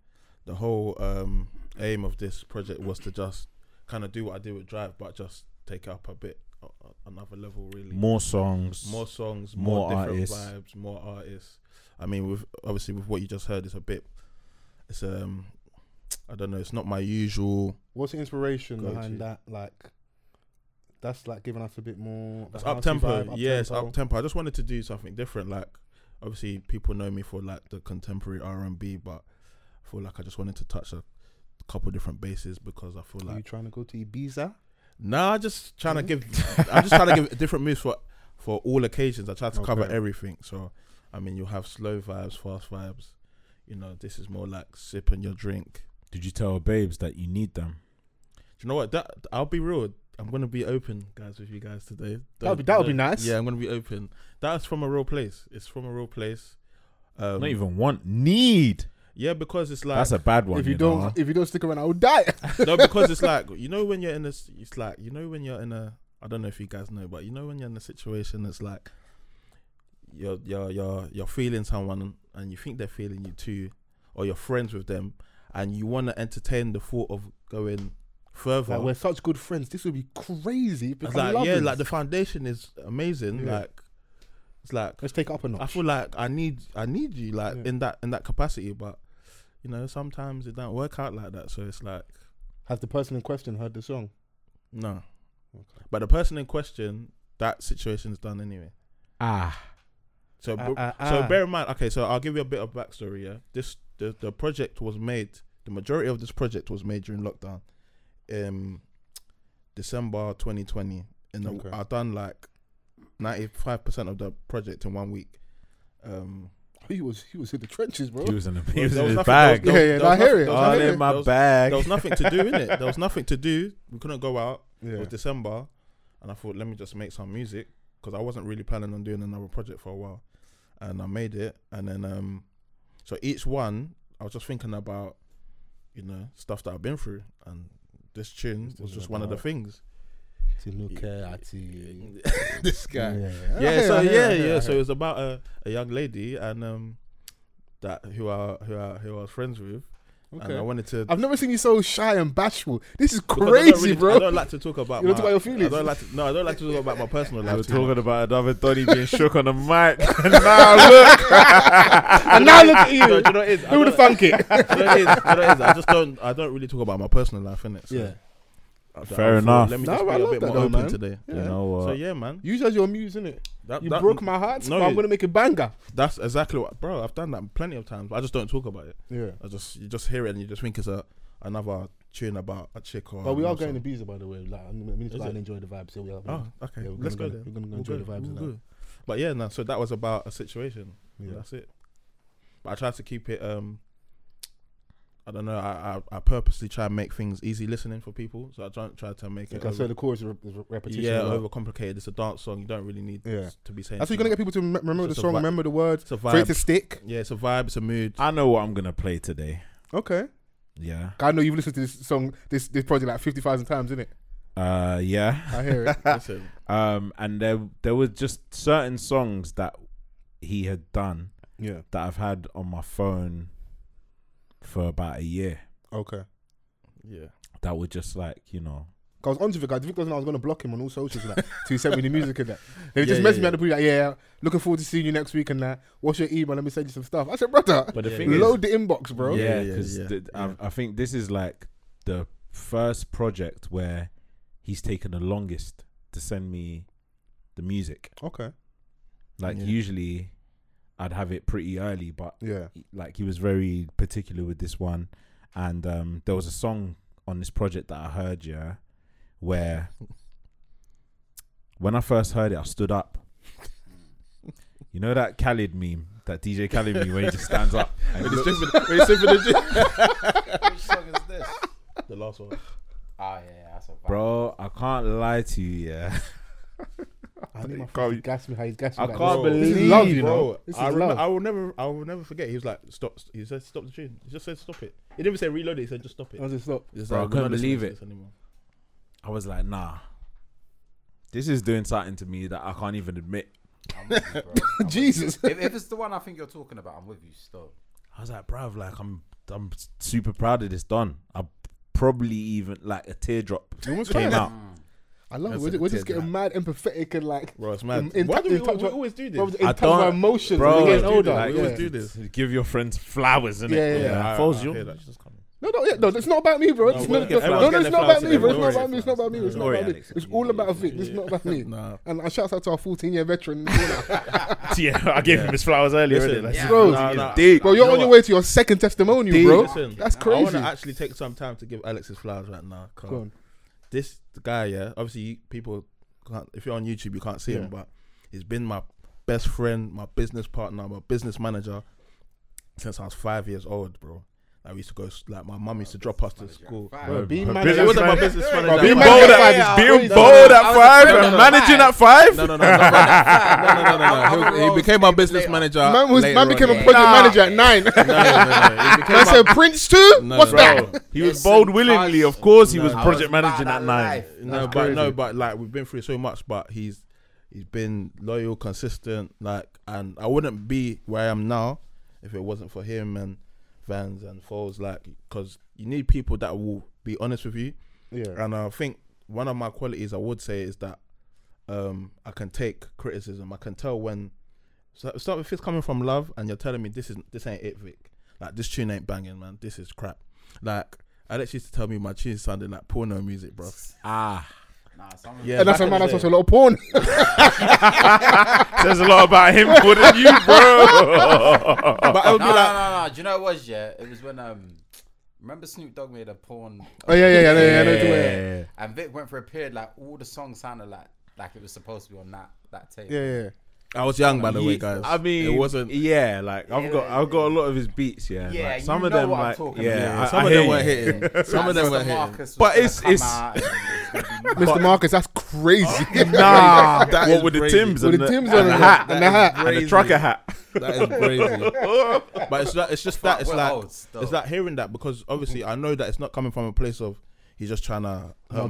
[SPEAKER 6] the whole um, aim of this project was to just kind of do what I did with Drive, but just take it up a bit, a- a- another level, really.
[SPEAKER 4] more songs,
[SPEAKER 6] more songs, more,
[SPEAKER 4] more
[SPEAKER 6] different
[SPEAKER 4] artists.
[SPEAKER 6] vibes, more artists. I mean, with obviously with what you just heard, it's a bit. It's um, I don't know. It's not my usual.
[SPEAKER 5] What's the inspiration
[SPEAKER 6] Go
[SPEAKER 5] behind
[SPEAKER 6] to.
[SPEAKER 5] that? Like, that's like giving us a bit more. of a
[SPEAKER 6] It's
[SPEAKER 5] housey
[SPEAKER 6] up tempo.
[SPEAKER 5] vibe,
[SPEAKER 6] Yeah, it's
[SPEAKER 5] up-tempo.
[SPEAKER 6] up tempo. I just wanted to do something different. Like, obviously, people know me for like the contemporary R and B, but I feel like I just wanted to touch a couple different bases because I feel
[SPEAKER 5] Are you
[SPEAKER 6] like
[SPEAKER 5] trying to go to Ibiza?
[SPEAKER 6] nah, I'm just trying to give. I'm just trying to
[SPEAKER 5] [laughs]
[SPEAKER 6] give different moves for for all occasions. I try to cover
[SPEAKER 5] Okay.
[SPEAKER 6] everything. So, I mean, you'll have slow vibes, fast vibes. You know, this is more like sipping your drink.
[SPEAKER 4] Did you tell babes that you need them?
[SPEAKER 6] Do you know what? That I'll be real. I'm gonna be open, guys, with you guys today.
[SPEAKER 5] That'll be-
[SPEAKER 6] Don't-
[SPEAKER 5] that'll be
[SPEAKER 6] don't-
[SPEAKER 5] nice.
[SPEAKER 6] Yeah, I'm gonna be open. That's from a real place. It's from a real place. Um,
[SPEAKER 4] Not even want, need.
[SPEAKER 6] Yeah, because it's like
[SPEAKER 4] That's a bad one.
[SPEAKER 5] If you, don't,
[SPEAKER 4] know.
[SPEAKER 5] if you don't stick around, I will die.
[SPEAKER 6] [laughs] no, because it's like you know when you're in this. It's like you know when you're in a. I don't know if you guys know, but you know when you're in a situation that's like you're you're you're you're feeling someone and you think they're feeling you too, or you're friends with them, and you want to entertain the thought of going further.
[SPEAKER 5] like, we're such good friends. This would be crazy.
[SPEAKER 6] It's
[SPEAKER 5] Because
[SPEAKER 6] like yeah, like the foundation is amazing.
[SPEAKER 5] Yeah.
[SPEAKER 6] Like it's like
[SPEAKER 5] Let's take it up a notch.
[SPEAKER 6] I feel like I need I need you like
[SPEAKER 5] Yeah.
[SPEAKER 6] in that in that capacity, but you know sometimes it don't work out like that. So it's like
[SPEAKER 5] Has the person in question heard the song?
[SPEAKER 6] no, but the person in question that situation's done anyway. [laughs]
[SPEAKER 4] ah,
[SPEAKER 6] So
[SPEAKER 5] Ah,
[SPEAKER 6] b-
[SPEAKER 5] ah,
[SPEAKER 6] so
[SPEAKER 5] ah.
[SPEAKER 6] bear in mind. Okay, so I'll give you a bit of backstory. Yeah, this the the project was made. The majority of this project was made during lockdown, um, December 2020. In the,
[SPEAKER 5] Okay.
[SPEAKER 6] I done like 95 percent of the project in one week. Um,
[SPEAKER 5] He was he was in the trenches, bro.
[SPEAKER 4] he was in the he was
[SPEAKER 6] there
[SPEAKER 4] in
[SPEAKER 6] was
[SPEAKER 4] his
[SPEAKER 6] nothing-
[SPEAKER 4] bag.
[SPEAKER 6] there was- there
[SPEAKER 5] Yeah, yeah,
[SPEAKER 6] was
[SPEAKER 5] no, I hear
[SPEAKER 6] nothing-
[SPEAKER 5] it.
[SPEAKER 6] there was
[SPEAKER 5] I
[SPEAKER 4] All
[SPEAKER 5] hear
[SPEAKER 6] nothing-
[SPEAKER 5] it.
[SPEAKER 4] in my
[SPEAKER 6] there was-
[SPEAKER 4] bag.
[SPEAKER 6] there was nothing to do in it. There was nothing to do. We couldn't go out. It
[SPEAKER 5] yeah.
[SPEAKER 6] was December, and I thought, let me just make some music because I wasn't really planning on doing another project for a while, and I made it. And then, um, so each one, I was just thinking about, you know, stuff that I've been through, and this tune
[SPEAKER 5] Just
[SPEAKER 6] was
[SPEAKER 5] thinking
[SPEAKER 6] just one of the
[SPEAKER 5] about-
[SPEAKER 6] things.
[SPEAKER 5] To look at you.
[SPEAKER 6] [laughs] this guy.
[SPEAKER 5] Yeah,
[SPEAKER 6] yeah, so yeah, yeah. So it was about a, a young lady and um that who I who I who I was friends with, and I wanted to.
[SPEAKER 5] I've never seen you so shy and bashful. This is
[SPEAKER 6] because I don't
[SPEAKER 5] crazy,
[SPEAKER 6] really- I
[SPEAKER 5] bro.
[SPEAKER 6] don't like to talk about. my,
[SPEAKER 5] You don't talk about your feelings?
[SPEAKER 6] I don't like to, no, I don't like to talk about my personal
[SPEAKER 4] We
[SPEAKER 6] life.
[SPEAKER 4] were
[SPEAKER 6] too much.
[SPEAKER 5] [laughs]
[SPEAKER 4] talking about another Donny being shook on the [laughs] mic.
[SPEAKER 6] [laughs]
[SPEAKER 4] now look,
[SPEAKER 5] and now look at
[SPEAKER 6] No,
[SPEAKER 5] you.
[SPEAKER 6] do you know what it is? I
[SPEAKER 5] Who would
[SPEAKER 6] don't-
[SPEAKER 5] have thunk
[SPEAKER 6] [laughs]
[SPEAKER 5] it?
[SPEAKER 6] do you know what it is? Do you know what it is? I just don't. I don't really talk about my personal life in it. So
[SPEAKER 5] Yeah.
[SPEAKER 6] I- I thought,
[SPEAKER 4] Fair enough.
[SPEAKER 6] Let me
[SPEAKER 5] No,
[SPEAKER 6] just
[SPEAKER 5] but I
[SPEAKER 6] be a
[SPEAKER 5] love
[SPEAKER 6] bit
[SPEAKER 5] that
[SPEAKER 6] more
[SPEAKER 5] though,
[SPEAKER 6] open
[SPEAKER 5] man.
[SPEAKER 6] today.
[SPEAKER 4] you know what?
[SPEAKER 6] So yeah, man.
[SPEAKER 5] Use as your muse, innit?
[SPEAKER 6] That,
[SPEAKER 5] You
[SPEAKER 6] that-
[SPEAKER 5] broke my heart,
[SPEAKER 6] no,
[SPEAKER 5] but I'm
[SPEAKER 6] you-
[SPEAKER 5] gonna make a banger.
[SPEAKER 6] That's exactly what, bro. I've done that plenty of times. I just don't talk about it.
[SPEAKER 5] Yeah.
[SPEAKER 6] I just you just hear it and you just think it's a another tune about a chick or.
[SPEAKER 5] But we are
[SPEAKER 6] another
[SPEAKER 5] going to
[SPEAKER 6] song.
[SPEAKER 5] Ibiza, by the way. Like, I'm going
[SPEAKER 6] Is
[SPEAKER 5] to
[SPEAKER 6] it?
[SPEAKER 5] enjoy the vibe. So we are.
[SPEAKER 6] Oh, okay.
[SPEAKER 5] Yeah, we're
[SPEAKER 6] Let's go there.
[SPEAKER 5] gonna- we're gonna go
[SPEAKER 6] We'll
[SPEAKER 5] enjoy
[SPEAKER 6] go,
[SPEAKER 5] the vibes
[SPEAKER 6] we'll
[SPEAKER 5] and
[SPEAKER 6] go. But yeah, no. So that was about a situation.
[SPEAKER 5] Yeah.
[SPEAKER 6] That's it. But I tried to keep it. Um, I don't know. I, I I purposely try and make things easy listening for people. So I try try to make it.
[SPEAKER 5] Like I
[SPEAKER 6] over-
[SPEAKER 5] said, the chorus is re- is re- repetition.
[SPEAKER 6] yeah,
[SPEAKER 5] like-
[SPEAKER 6] overcomplicated. It's a dance song. You don't really need
[SPEAKER 5] Yeah.
[SPEAKER 6] to be saying.
[SPEAKER 5] That's how
[SPEAKER 6] too
[SPEAKER 5] you're gonna get
[SPEAKER 6] much.
[SPEAKER 5] people to me- remember the
[SPEAKER 6] It's a
[SPEAKER 5] song,
[SPEAKER 6] vi-
[SPEAKER 5] remember the words,
[SPEAKER 6] It's a
[SPEAKER 5] for it
[SPEAKER 6] vibe.
[SPEAKER 5] to stick.
[SPEAKER 6] yeah, it's a vibe. It's a mood.
[SPEAKER 4] I know what I'm gonna play today.
[SPEAKER 5] Okay.
[SPEAKER 4] Yeah.
[SPEAKER 5] I know you've listened to this song, this this project like fifty thousand times, innit?
[SPEAKER 4] Uh, yeah.
[SPEAKER 5] I hear
[SPEAKER 4] [laughs]
[SPEAKER 5] it.
[SPEAKER 6] Listen,
[SPEAKER 4] Um, and there there was just certain songs that he had done
[SPEAKER 5] yeah.
[SPEAKER 4] that I've had on my phone for about a year.
[SPEAKER 5] Okay.
[SPEAKER 6] yeah.
[SPEAKER 4] That were just like you know,
[SPEAKER 5] I was onto the guy. The Vic was I was gonna block him on all socials
[SPEAKER 6] [laughs]
[SPEAKER 5] and that. so he sent me the music and that. Then he
[SPEAKER 6] Yeah,
[SPEAKER 5] just
[SPEAKER 6] yeah,
[SPEAKER 5] messaged me at the point like, yeah, looking forward to seeing you next week and that. What's your email? Let me send you some stuff. I said, brother,
[SPEAKER 4] but the
[SPEAKER 6] Yeah,
[SPEAKER 4] thing is,
[SPEAKER 5] load the inbox, bro.
[SPEAKER 6] Yeah.
[SPEAKER 4] yeah, because
[SPEAKER 6] yeah, yeah.
[SPEAKER 4] I, I think this is like the first project where he's taken the longest to send me the music.
[SPEAKER 5] Okay.
[SPEAKER 4] Like
[SPEAKER 6] Yeah.
[SPEAKER 4] usually, I'd have it pretty early, but
[SPEAKER 5] Yeah.
[SPEAKER 4] like he was very particular with this one and um there was a song on this project that I heard yeah where when I first heard it I stood up you know that Khalid meme that DJ Khalid meme where he just stands
[SPEAKER 6] [laughs]
[SPEAKER 4] up and he looks- [laughs]
[SPEAKER 6] Which song is this? Ah, The last one.
[SPEAKER 1] Oh, yeah, that's a vibe.
[SPEAKER 4] bro I can't lie to you yeah
[SPEAKER 5] I need my friend to gas me how he's gassing.
[SPEAKER 4] I
[SPEAKER 5] like
[SPEAKER 4] can't
[SPEAKER 5] this. This is
[SPEAKER 4] believe,
[SPEAKER 5] love, you know.
[SPEAKER 6] Bro,
[SPEAKER 5] This is
[SPEAKER 6] I, remember, I
[SPEAKER 5] love.
[SPEAKER 6] will never, I will never forget. He was like, "Stop!" He said, "Stop the tune." He just said, "Stop it." He didn't even say reload it. He said, "Just stop it."
[SPEAKER 5] I was just stop.
[SPEAKER 6] He was
[SPEAKER 4] Bro, I
[SPEAKER 6] like, "We're
[SPEAKER 4] couldn't
[SPEAKER 6] not listening
[SPEAKER 4] believe
[SPEAKER 6] to
[SPEAKER 4] it.
[SPEAKER 6] this anymore.
[SPEAKER 4] I was like nah This is doing something to me that I can't even admit.
[SPEAKER 1] I'm with you, bro. I'm with you.
[SPEAKER 5] Jesus.
[SPEAKER 1] If, if it's the one I think you're talking about, I'm with you still.
[SPEAKER 4] I was like, [laughs] bruv, like I'm I'm super proud of this done. I probably even like a teardrop came out.
[SPEAKER 5] Mm. I love it.
[SPEAKER 6] That's
[SPEAKER 5] We're,
[SPEAKER 6] a
[SPEAKER 5] we're just
[SPEAKER 6] tip,
[SPEAKER 5] getting mad empathetic and like.
[SPEAKER 6] Bro, it's mad.
[SPEAKER 5] In, in
[SPEAKER 6] Why
[SPEAKER 5] touch-
[SPEAKER 6] do we,
[SPEAKER 5] in touch
[SPEAKER 6] we
[SPEAKER 5] with-
[SPEAKER 6] always do this?
[SPEAKER 5] bro,
[SPEAKER 6] We
[SPEAKER 5] in
[SPEAKER 4] I
[SPEAKER 5] touch with our
[SPEAKER 4] don't-
[SPEAKER 5] emotions.
[SPEAKER 4] bro.
[SPEAKER 5] Bro,
[SPEAKER 6] always
[SPEAKER 5] getting
[SPEAKER 6] do
[SPEAKER 5] older.
[SPEAKER 6] this. We
[SPEAKER 5] yeah.
[SPEAKER 6] always do this.
[SPEAKER 4] Give your friends flowers, innit?
[SPEAKER 5] Yeah, yeah, yeah.
[SPEAKER 6] I-
[SPEAKER 4] Foles,
[SPEAKER 6] I
[SPEAKER 4] you-
[SPEAKER 6] hear that. Just come in.
[SPEAKER 5] No, no, yeah, no, it's not about me, bro. It's
[SPEAKER 6] we'll
[SPEAKER 5] not-
[SPEAKER 6] get
[SPEAKER 5] No,
[SPEAKER 6] flowers.
[SPEAKER 5] no,
[SPEAKER 6] We'll
[SPEAKER 5] it's
[SPEAKER 6] get
[SPEAKER 5] not
[SPEAKER 6] flowers
[SPEAKER 5] about me, bro. It's
[SPEAKER 6] together.
[SPEAKER 5] not about me. It's not about me. It's
[SPEAKER 4] Don't
[SPEAKER 5] not
[SPEAKER 4] worry,
[SPEAKER 5] about me.
[SPEAKER 4] Alex.
[SPEAKER 5] It's all about Vic. It's not about me.
[SPEAKER 6] Nah.
[SPEAKER 5] And I shouts out to our 14 year
[SPEAKER 4] [laughs]
[SPEAKER 5] veteran.
[SPEAKER 6] [laughs]
[SPEAKER 4] yeah, I gave him his flowers earlier.
[SPEAKER 6] Listen,
[SPEAKER 4] innit? Like,
[SPEAKER 6] yeah.
[SPEAKER 5] Bro,
[SPEAKER 6] Nah, nah.
[SPEAKER 4] deep.
[SPEAKER 5] Bro,
[SPEAKER 6] You
[SPEAKER 5] you're
[SPEAKER 6] know
[SPEAKER 5] on your
[SPEAKER 6] what?
[SPEAKER 5] way to your second testimonial, bro.
[SPEAKER 6] Listen,
[SPEAKER 5] That's
[SPEAKER 6] I want
[SPEAKER 5] crazy.
[SPEAKER 6] to actually take some time to give Alex his flowers right now. 'cause
[SPEAKER 5] Go on.
[SPEAKER 6] This guy, yeah, obviously you, people can't. If you're on YouTube, you can't see him, but he's been my best friend, my business partner, my business manager since I was five years old, bro. I used to go s- like my mum used to drop us to school.
[SPEAKER 1] Five.
[SPEAKER 5] Being
[SPEAKER 4] Her
[SPEAKER 5] mad
[SPEAKER 6] It
[SPEAKER 5] at
[SPEAKER 4] business
[SPEAKER 6] wasn't
[SPEAKER 5] five-
[SPEAKER 6] my
[SPEAKER 4] man-
[SPEAKER 6] business
[SPEAKER 1] Bro,
[SPEAKER 6] manager.
[SPEAKER 5] being
[SPEAKER 6] but-
[SPEAKER 5] mad
[SPEAKER 4] Bold
[SPEAKER 5] at
[SPEAKER 4] at,
[SPEAKER 5] five is
[SPEAKER 4] being
[SPEAKER 5] crazy.
[SPEAKER 4] bold
[SPEAKER 1] I
[SPEAKER 4] at
[SPEAKER 1] was a
[SPEAKER 4] five
[SPEAKER 1] friend
[SPEAKER 4] and
[SPEAKER 1] of
[SPEAKER 4] managing
[SPEAKER 1] mine.
[SPEAKER 4] at five.
[SPEAKER 6] No, no, no, no, no, no, no,
[SPEAKER 1] I'm- I'm
[SPEAKER 6] no, no. He, he
[SPEAKER 1] wrong.
[SPEAKER 6] became my business manager.
[SPEAKER 5] Man, was,
[SPEAKER 6] later
[SPEAKER 5] man
[SPEAKER 6] on,
[SPEAKER 5] became
[SPEAKER 6] yeah.
[SPEAKER 5] a project manager at nine.
[SPEAKER 4] [laughs]
[SPEAKER 6] No, no, no, no. He became
[SPEAKER 5] I said,
[SPEAKER 6] my-
[SPEAKER 5] Prince too?
[SPEAKER 6] No,
[SPEAKER 5] What's
[SPEAKER 6] no,
[SPEAKER 5] that?
[SPEAKER 6] no.
[SPEAKER 4] He was bold willingly, of course. He was
[SPEAKER 1] I
[SPEAKER 4] project
[SPEAKER 1] was
[SPEAKER 4] managing
[SPEAKER 1] bad
[SPEAKER 4] at nine.
[SPEAKER 1] life.
[SPEAKER 6] No, but no, but like we've been through so much, but he's he's been loyal, consistent, like, and I wouldn't be where I am now if it wasn't for him and Vans and Foles, like, because you need people that will be honest with you.
[SPEAKER 5] Yeah.
[SPEAKER 6] And I think one of my qualities I would say is that um, I can take criticism. I can tell when. So start if it's coming from love, and you're telling me this is this ain't it, Vic. Like this tune ain't banging, man. This is crap. Like Alex used to tell me my tunes sounded like porno music,
[SPEAKER 4] [laughs]
[SPEAKER 6] bro.
[SPEAKER 4] Ah,
[SPEAKER 1] Nah, someone-
[SPEAKER 6] Yeah,
[SPEAKER 5] And that's a
[SPEAKER 6] back
[SPEAKER 5] man
[SPEAKER 6] in
[SPEAKER 5] that's
[SPEAKER 6] the
[SPEAKER 5] watched a lot
[SPEAKER 6] [laughs]
[SPEAKER 5] of porn.
[SPEAKER 4] says a lot about him more than you, bro.
[SPEAKER 6] day. But I would
[SPEAKER 1] No,
[SPEAKER 6] be
[SPEAKER 1] no,
[SPEAKER 6] like,
[SPEAKER 1] no, no. Do you know what it was? Yeah, it was when um, remember Snoop Dogg made a porn,
[SPEAKER 5] Oh, yeah, yeah, yeah, yeah, yeah. I know what you mean.
[SPEAKER 4] Yeah.
[SPEAKER 1] and Vic went for a period like all the songs sounded like like it was supposed to be on that that tape.
[SPEAKER 5] Yeah, yeah.
[SPEAKER 6] I was young, by the way,
[SPEAKER 4] Ye-
[SPEAKER 6] guys.
[SPEAKER 4] I mean,
[SPEAKER 6] it wasn't.
[SPEAKER 4] Yeah, like I've got, I've got a lot of his beats. Yeah,
[SPEAKER 1] Yeah,
[SPEAKER 4] like,
[SPEAKER 1] you
[SPEAKER 4] some of
[SPEAKER 1] know
[SPEAKER 4] them,
[SPEAKER 1] what I'm
[SPEAKER 4] like,
[SPEAKER 1] talking
[SPEAKER 4] yeah,
[SPEAKER 1] about. Yeah,
[SPEAKER 4] I-
[SPEAKER 6] some
[SPEAKER 4] I
[SPEAKER 6] of
[SPEAKER 4] hear
[SPEAKER 6] them were
[SPEAKER 4] you. [laughs]
[SPEAKER 6] hitting. Some of them were hitting.
[SPEAKER 4] But it's- it's-
[SPEAKER 5] Mr. Marcus, that's crazy.
[SPEAKER 4] [laughs]
[SPEAKER 5] [laughs]
[SPEAKER 4] Nah,
[SPEAKER 6] That
[SPEAKER 4] what
[SPEAKER 6] is
[SPEAKER 4] with the
[SPEAKER 6] crazy.
[SPEAKER 4] Tims
[SPEAKER 5] With
[SPEAKER 4] and
[SPEAKER 5] the Tims on
[SPEAKER 4] and
[SPEAKER 5] it,
[SPEAKER 4] the hat
[SPEAKER 5] and the hat.
[SPEAKER 4] and the
[SPEAKER 6] Crazy.
[SPEAKER 4] trucker hat.
[SPEAKER 6] That is crazy. [laughs] but it's like, it's just that it's
[SPEAKER 1] we're
[SPEAKER 6] like
[SPEAKER 1] old
[SPEAKER 6] it's
[SPEAKER 1] still.
[SPEAKER 6] like hearing that because obviously I know that it's not coming from a place of he's just trying to hurt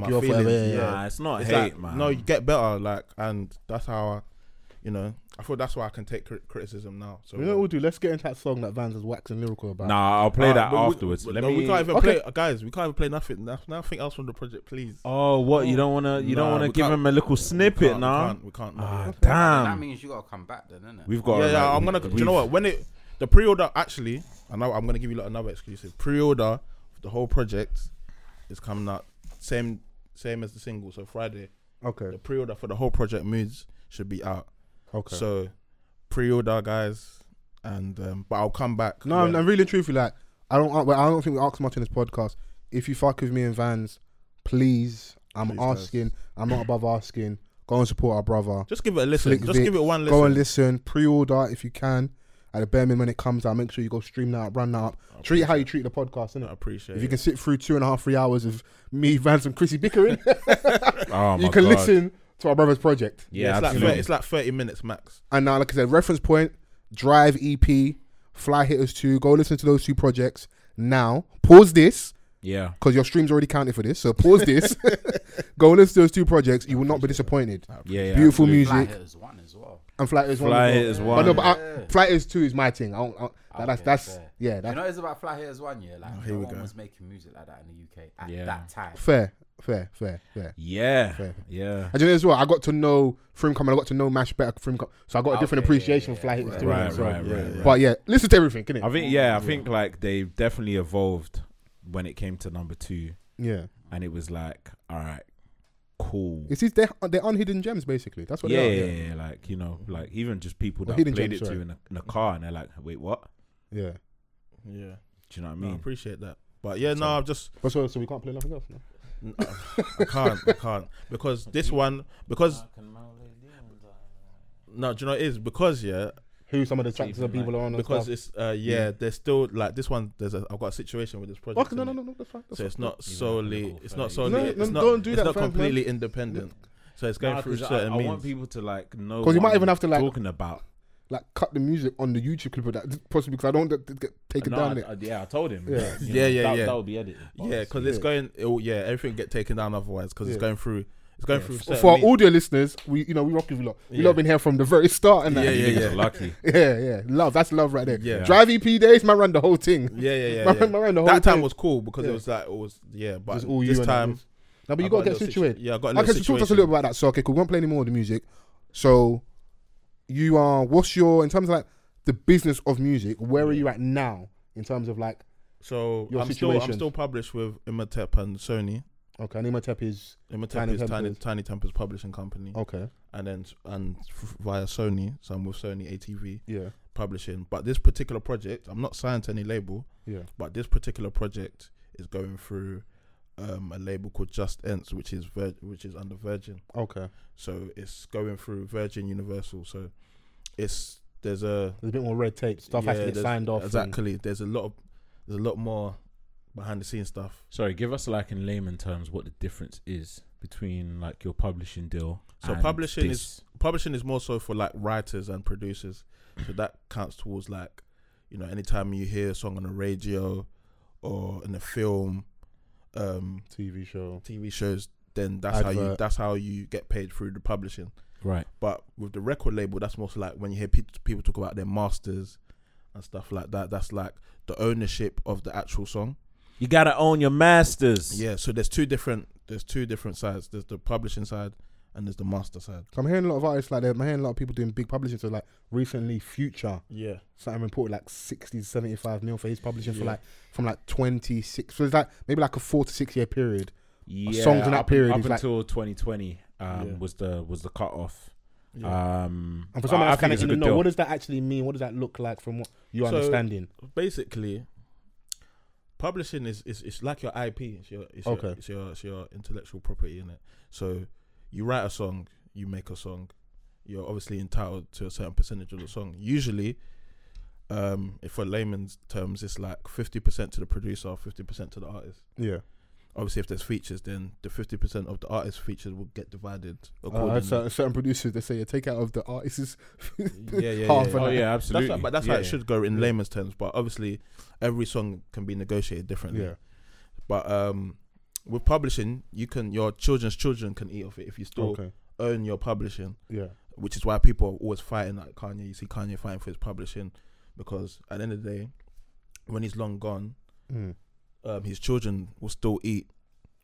[SPEAKER 7] Knock
[SPEAKER 6] my
[SPEAKER 7] you off
[SPEAKER 6] feelings.
[SPEAKER 7] forever, yeah,
[SPEAKER 4] Nah, it's not
[SPEAKER 6] It's
[SPEAKER 4] hate,
[SPEAKER 6] like,
[SPEAKER 4] man.
[SPEAKER 6] No, you get better, like, and that's how I, you know, I thought that's why I can take cri- criticism now. So
[SPEAKER 5] [laughs] You know what we'll do? Let's get into that song that Vans was waxing lyrical about.
[SPEAKER 4] Nah, I'll play
[SPEAKER 6] Uh,
[SPEAKER 4] that
[SPEAKER 6] but we-
[SPEAKER 4] afterwards.
[SPEAKER 6] but
[SPEAKER 4] Let
[SPEAKER 6] no,
[SPEAKER 4] me.
[SPEAKER 6] We can't even
[SPEAKER 5] Okay.
[SPEAKER 6] play, guys. We can't even play nothing. no- Nothing else from the project, please.
[SPEAKER 4] oh, what you don't wanna, you don't
[SPEAKER 6] Nah,
[SPEAKER 4] wanna
[SPEAKER 6] we
[SPEAKER 4] give
[SPEAKER 6] can't-
[SPEAKER 4] him a little
[SPEAKER 6] we
[SPEAKER 4] snippet,
[SPEAKER 6] can't,
[SPEAKER 4] nah?
[SPEAKER 6] We can't. We can't
[SPEAKER 4] Ah,
[SPEAKER 1] That
[SPEAKER 4] damn.
[SPEAKER 1] means you gotta come back then, isn't it?
[SPEAKER 4] We've got.
[SPEAKER 6] yeah, yeah.
[SPEAKER 4] like,
[SPEAKER 6] I'm gonna. Do you
[SPEAKER 4] we've-
[SPEAKER 6] know what? When it the pre-order actually, I know I'm gonna give you like another exclusive pre-order. for The whole project is coming out same same as the single. So Friday,
[SPEAKER 5] Okay,
[SPEAKER 6] the pre-order for the whole project moods should be out.
[SPEAKER 5] okay.
[SPEAKER 6] So pre-order, guys, and um, but I'll come back.
[SPEAKER 5] no, I'm, I'm really truthfully like I don't. I well, I don't think we ask much in this podcast. If you fuck with me and Vans, please, I'm
[SPEAKER 6] Please, guys.
[SPEAKER 5] asking. I'm not above asking. Go and support our brother.
[SPEAKER 6] just give it a listen.
[SPEAKER 5] Flick
[SPEAKER 6] just
[SPEAKER 5] Vic,
[SPEAKER 6] give it one listen.
[SPEAKER 5] Go and listen. Pre-order if you can. At the bare minimum when it comes out, make sure you go stream that up, run that up. Treat it how you treat the podcast,
[SPEAKER 6] I
[SPEAKER 5] innit?
[SPEAKER 6] appreciate.
[SPEAKER 5] If you
[SPEAKER 6] it.
[SPEAKER 5] can sit through two and a half, three hours of me, Vans, and
[SPEAKER 6] [laughs]
[SPEAKER 5] Chrissy bickering,
[SPEAKER 4] Oh my
[SPEAKER 5] [laughs] you can
[SPEAKER 4] God.
[SPEAKER 5] listen to our brother's project.
[SPEAKER 6] yeah,
[SPEAKER 4] Yeah,
[SPEAKER 6] it's like, 30,
[SPEAKER 4] absolutely.
[SPEAKER 6] it's like 30 minutes max.
[SPEAKER 5] And now, like I said, reference point, Drive EP, Fly Hitters 2. Go listen to those two projects now. Pause this,
[SPEAKER 4] Yeah.
[SPEAKER 5] because your stream's already counted for this. So pause this. [laughs] go listen to those two projects. You will not be disappointed.
[SPEAKER 4] Yeah, yeah.
[SPEAKER 5] Beautiful
[SPEAKER 4] absolutely.
[SPEAKER 5] music
[SPEAKER 1] Fly hitters one as well.
[SPEAKER 5] and Fly Hitters 1.
[SPEAKER 4] Fly
[SPEAKER 5] as well.
[SPEAKER 4] Hitters
[SPEAKER 5] But no,
[SPEAKER 4] 1,
[SPEAKER 5] but I, Fly Hitters 2 is my thing. I don't, I don't- that- that's,
[SPEAKER 1] Okay,
[SPEAKER 5] that's,
[SPEAKER 1] fair.
[SPEAKER 5] yeah, Oh,
[SPEAKER 1] You
[SPEAKER 5] that's
[SPEAKER 1] know, it's about Fly Hitters One, yeah. Like,
[SPEAKER 6] here
[SPEAKER 1] no
[SPEAKER 6] we
[SPEAKER 1] one
[SPEAKER 6] go.
[SPEAKER 1] was making music like that in the UK at
[SPEAKER 4] Yeah.
[SPEAKER 1] that time.
[SPEAKER 5] fair, fair, fair, fair.
[SPEAKER 4] Yeah.
[SPEAKER 5] Fair.
[SPEAKER 4] Yeah.
[SPEAKER 5] And you know as well, I got to know Frimcom and I got to know Mash better Frimcom. So I got a different
[SPEAKER 1] Ah, Okay, yeah,
[SPEAKER 5] appreciation
[SPEAKER 1] yeah,
[SPEAKER 5] for Fly Hitters
[SPEAKER 1] yeah.
[SPEAKER 5] 2.
[SPEAKER 4] Right,
[SPEAKER 5] so-
[SPEAKER 4] right, right, right.
[SPEAKER 5] But yeah, listen to everything, innit?
[SPEAKER 4] I think yeah, I think like they definitely evolved when it came to number two,
[SPEAKER 5] yeah.
[SPEAKER 4] and it was like, all right, cool.
[SPEAKER 5] It's these, they're, they're unhidden gems, basically. That's what
[SPEAKER 4] yeah,
[SPEAKER 5] they
[SPEAKER 4] yeah,
[SPEAKER 5] are.
[SPEAKER 4] yeah, yeah, like you know, like even just people
[SPEAKER 5] Or
[SPEAKER 4] that
[SPEAKER 5] hidden
[SPEAKER 4] played
[SPEAKER 5] gems,
[SPEAKER 4] it
[SPEAKER 5] sorry.
[SPEAKER 4] to in a, in a car, and they're like, wait, what?
[SPEAKER 5] Yeah. Mm.
[SPEAKER 6] Yeah,
[SPEAKER 4] Do you know what I
[SPEAKER 6] no, I
[SPEAKER 4] mean?
[SPEAKER 6] appreciate that. But yeah, no, I'm just
[SPEAKER 5] But so, so we can't play nothing else. No?
[SPEAKER 6] I can't, I can't because this one because no, do you know what it is because yeah,
[SPEAKER 5] Who some of the tracks that people are on?
[SPEAKER 6] because
[SPEAKER 5] and
[SPEAKER 6] it's uh yeah, there's still like this one. There's a I've got a situation with this project.
[SPEAKER 5] stuff. okay, no,
[SPEAKER 6] innit?
[SPEAKER 5] no, no, no, that's fine. That's
[SPEAKER 6] So it's not solely it's not solely
[SPEAKER 5] No, no,
[SPEAKER 6] it's not
[SPEAKER 5] don't do
[SPEAKER 6] it's
[SPEAKER 5] that,
[SPEAKER 6] not
[SPEAKER 5] fam, man.
[SPEAKER 6] completely independent. So it's going
[SPEAKER 4] Nah,
[SPEAKER 6] through
[SPEAKER 4] 'cause
[SPEAKER 6] certain
[SPEAKER 4] I, I
[SPEAKER 6] means.
[SPEAKER 4] want people to like know
[SPEAKER 5] 'Cause you
[SPEAKER 4] what
[SPEAKER 5] might
[SPEAKER 4] I'm
[SPEAKER 5] even have to, like-
[SPEAKER 4] talking about.
[SPEAKER 5] like cut the music on the YouTube clip of that, possibly because I don't get, get taken
[SPEAKER 4] No,
[SPEAKER 5] down.
[SPEAKER 4] I-
[SPEAKER 5] it.
[SPEAKER 4] I- yeah, I told him.
[SPEAKER 6] [laughs]
[SPEAKER 5] Yeah.
[SPEAKER 4] [laughs] you
[SPEAKER 6] Yeah,
[SPEAKER 4] know,
[SPEAKER 6] yeah,
[SPEAKER 4] that,
[SPEAKER 6] yeah.
[SPEAKER 4] That would be edited. but
[SPEAKER 6] yeah, because it's
[SPEAKER 5] Yeah.
[SPEAKER 6] going. It, will- yeah, everything get taken down otherwise because
[SPEAKER 5] Yeah.
[SPEAKER 6] it's going through It's going through certain
[SPEAKER 5] For our
[SPEAKER 6] means.
[SPEAKER 5] audio listeners, we you know we rock with you lot. We
[SPEAKER 6] Yeah.
[SPEAKER 5] lot been here from the very start and that.
[SPEAKER 6] Yeah, yeah, [laughs]
[SPEAKER 4] Niggas
[SPEAKER 6] yeah.
[SPEAKER 4] are lucky.
[SPEAKER 5] [laughs] yeah, yeah. Love, that's love right there.
[SPEAKER 6] Yeah.
[SPEAKER 5] Drive EP days, man, ran the whole thing.
[SPEAKER 6] Yeah, yeah, yeah.
[SPEAKER 5] My-
[SPEAKER 6] yeah.
[SPEAKER 5] my [laughs] man, the whole
[SPEAKER 6] that time
[SPEAKER 5] thing-
[SPEAKER 6] was cool because
[SPEAKER 5] Yeah.
[SPEAKER 6] it was like it was yeah, but
[SPEAKER 5] Just all you
[SPEAKER 6] this
[SPEAKER 5] and
[SPEAKER 6] time
[SPEAKER 5] No, but you
[SPEAKER 6] I
[SPEAKER 5] gotta
[SPEAKER 6] got a
[SPEAKER 5] get
[SPEAKER 6] little situ-
[SPEAKER 5] situated.
[SPEAKER 6] yeah, I got a
[SPEAKER 5] okay,
[SPEAKER 6] little
[SPEAKER 5] so talk to us a
[SPEAKER 6] situation.
[SPEAKER 5] little bit about that. So okay, cool. We won't play any more of the music. So you are what's your in terms of like the business of music, where are you at now in terms of like
[SPEAKER 6] so
[SPEAKER 5] Your
[SPEAKER 6] I'm still I'm
[SPEAKER 5] situation.
[SPEAKER 6] still published with Imatep and Sony.
[SPEAKER 5] okay, Animatep is
[SPEAKER 6] Imatep
[SPEAKER 5] Tiny
[SPEAKER 6] is Tiny
[SPEAKER 5] Tempers.
[SPEAKER 6] Tiny Tempers Publishing Company,
[SPEAKER 5] okay.
[SPEAKER 6] and then and f- via Sony, so I'm with Sony ATV
[SPEAKER 5] Yeah.
[SPEAKER 6] Publishing. But this particular project, I'm not signed to any label,
[SPEAKER 5] Yeah.
[SPEAKER 6] but this particular project is going through um, a label called Just Ents, which is Vir- which is under Virgin.
[SPEAKER 5] Okay.
[SPEAKER 6] So it's going through Virgin Universal. So it's there's a
[SPEAKER 5] There's a bit more red tape. Stuff has to
[SPEAKER 6] Yeah,
[SPEAKER 5] get
[SPEAKER 6] there's-
[SPEAKER 5] signed off. and-
[SPEAKER 6] Exactly. There's a lot of there's a lot more behind the scenes stuff.
[SPEAKER 4] Sorry, give us like in layman terms what the difference is between like your publishing deal.
[SPEAKER 6] So
[SPEAKER 4] and
[SPEAKER 6] publishing
[SPEAKER 4] this.
[SPEAKER 6] is publishing is more so for like writers and producers. So that counts towards like, you know, anytime you hear a song on the radio or in a film, um,
[SPEAKER 5] TV show.
[SPEAKER 6] TV shows, then that's how you
[SPEAKER 5] Advert.
[SPEAKER 6] that's how you get paid through the publishing.
[SPEAKER 4] right.
[SPEAKER 6] But with the record label, that's mostly like when you hear pe- people talk about their masters and stuff like that. That's like the ownership of the actual song.
[SPEAKER 4] You gotta own your masters.
[SPEAKER 6] Yeah, so there's two different there's two different sides. There's the publishing side and there's the master side.
[SPEAKER 5] So I'm hearing a lot of artists like that. I'm hearing a lot of people doing big publishing. So like recently, Future
[SPEAKER 6] Yeah.
[SPEAKER 5] something reported like 60, 75 mil for his publishing for
[SPEAKER 6] Yeah.
[SPEAKER 5] like from like 26. So it's like maybe like a four to six year period.
[SPEAKER 4] yeah
[SPEAKER 5] Songs in that
[SPEAKER 4] up-
[SPEAKER 5] period
[SPEAKER 4] up
[SPEAKER 5] is like-
[SPEAKER 4] until 2020 um,
[SPEAKER 6] Yeah.
[SPEAKER 4] was the was the cut off. Um,
[SPEAKER 5] And for someone
[SPEAKER 4] I- I think
[SPEAKER 5] that's kind of
[SPEAKER 4] it's a
[SPEAKER 5] in the
[SPEAKER 4] good
[SPEAKER 5] know,
[SPEAKER 4] deal.
[SPEAKER 5] what does that actually mean? What does that look like from what you're
[SPEAKER 6] So-
[SPEAKER 5] understanding?
[SPEAKER 6] Basically, publishing is is it's like your IP. It's your it's
[SPEAKER 5] Okay.
[SPEAKER 6] your it's your, it's your intellectual property in it. So you write a song, you make a song, you're obviously entitled to a certain percentage of the song. Usually, um, if for layman's terms, it's like fifty percent to the producer, fifty percent to the artist.
[SPEAKER 5] Yeah.
[SPEAKER 6] Obviously, if there's features, then the fifty percent of the artist features will get divided
[SPEAKER 5] Uh,
[SPEAKER 6] accordingly.
[SPEAKER 5] I've cer- certain producers they say yeah, take out of the artist's
[SPEAKER 6] [laughs]
[SPEAKER 1] [laughs]
[SPEAKER 6] yeah, yeah,
[SPEAKER 5] half
[SPEAKER 6] yeah.
[SPEAKER 5] and
[SPEAKER 4] Oh
[SPEAKER 5] that.
[SPEAKER 4] yeah,
[SPEAKER 6] That's
[SPEAKER 4] absolutely.
[SPEAKER 6] how, but that's
[SPEAKER 4] yeah.
[SPEAKER 6] how it should go in layman's terms. But obviously, every song can be negotiated differently.
[SPEAKER 5] Yeah.
[SPEAKER 6] But um, with publishing, you can your children's children can eat off it if you still
[SPEAKER 5] Okay.
[SPEAKER 6] earn your publishing,
[SPEAKER 5] Yeah.
[SPEAKER 6] which is why people are always fighting like Kanye. You see Kanye fighting for his publishing because at the end of the day, when he's long gone,
[SPEAKER 5] Mm.
[SPEAKER 6] um, his children will still eat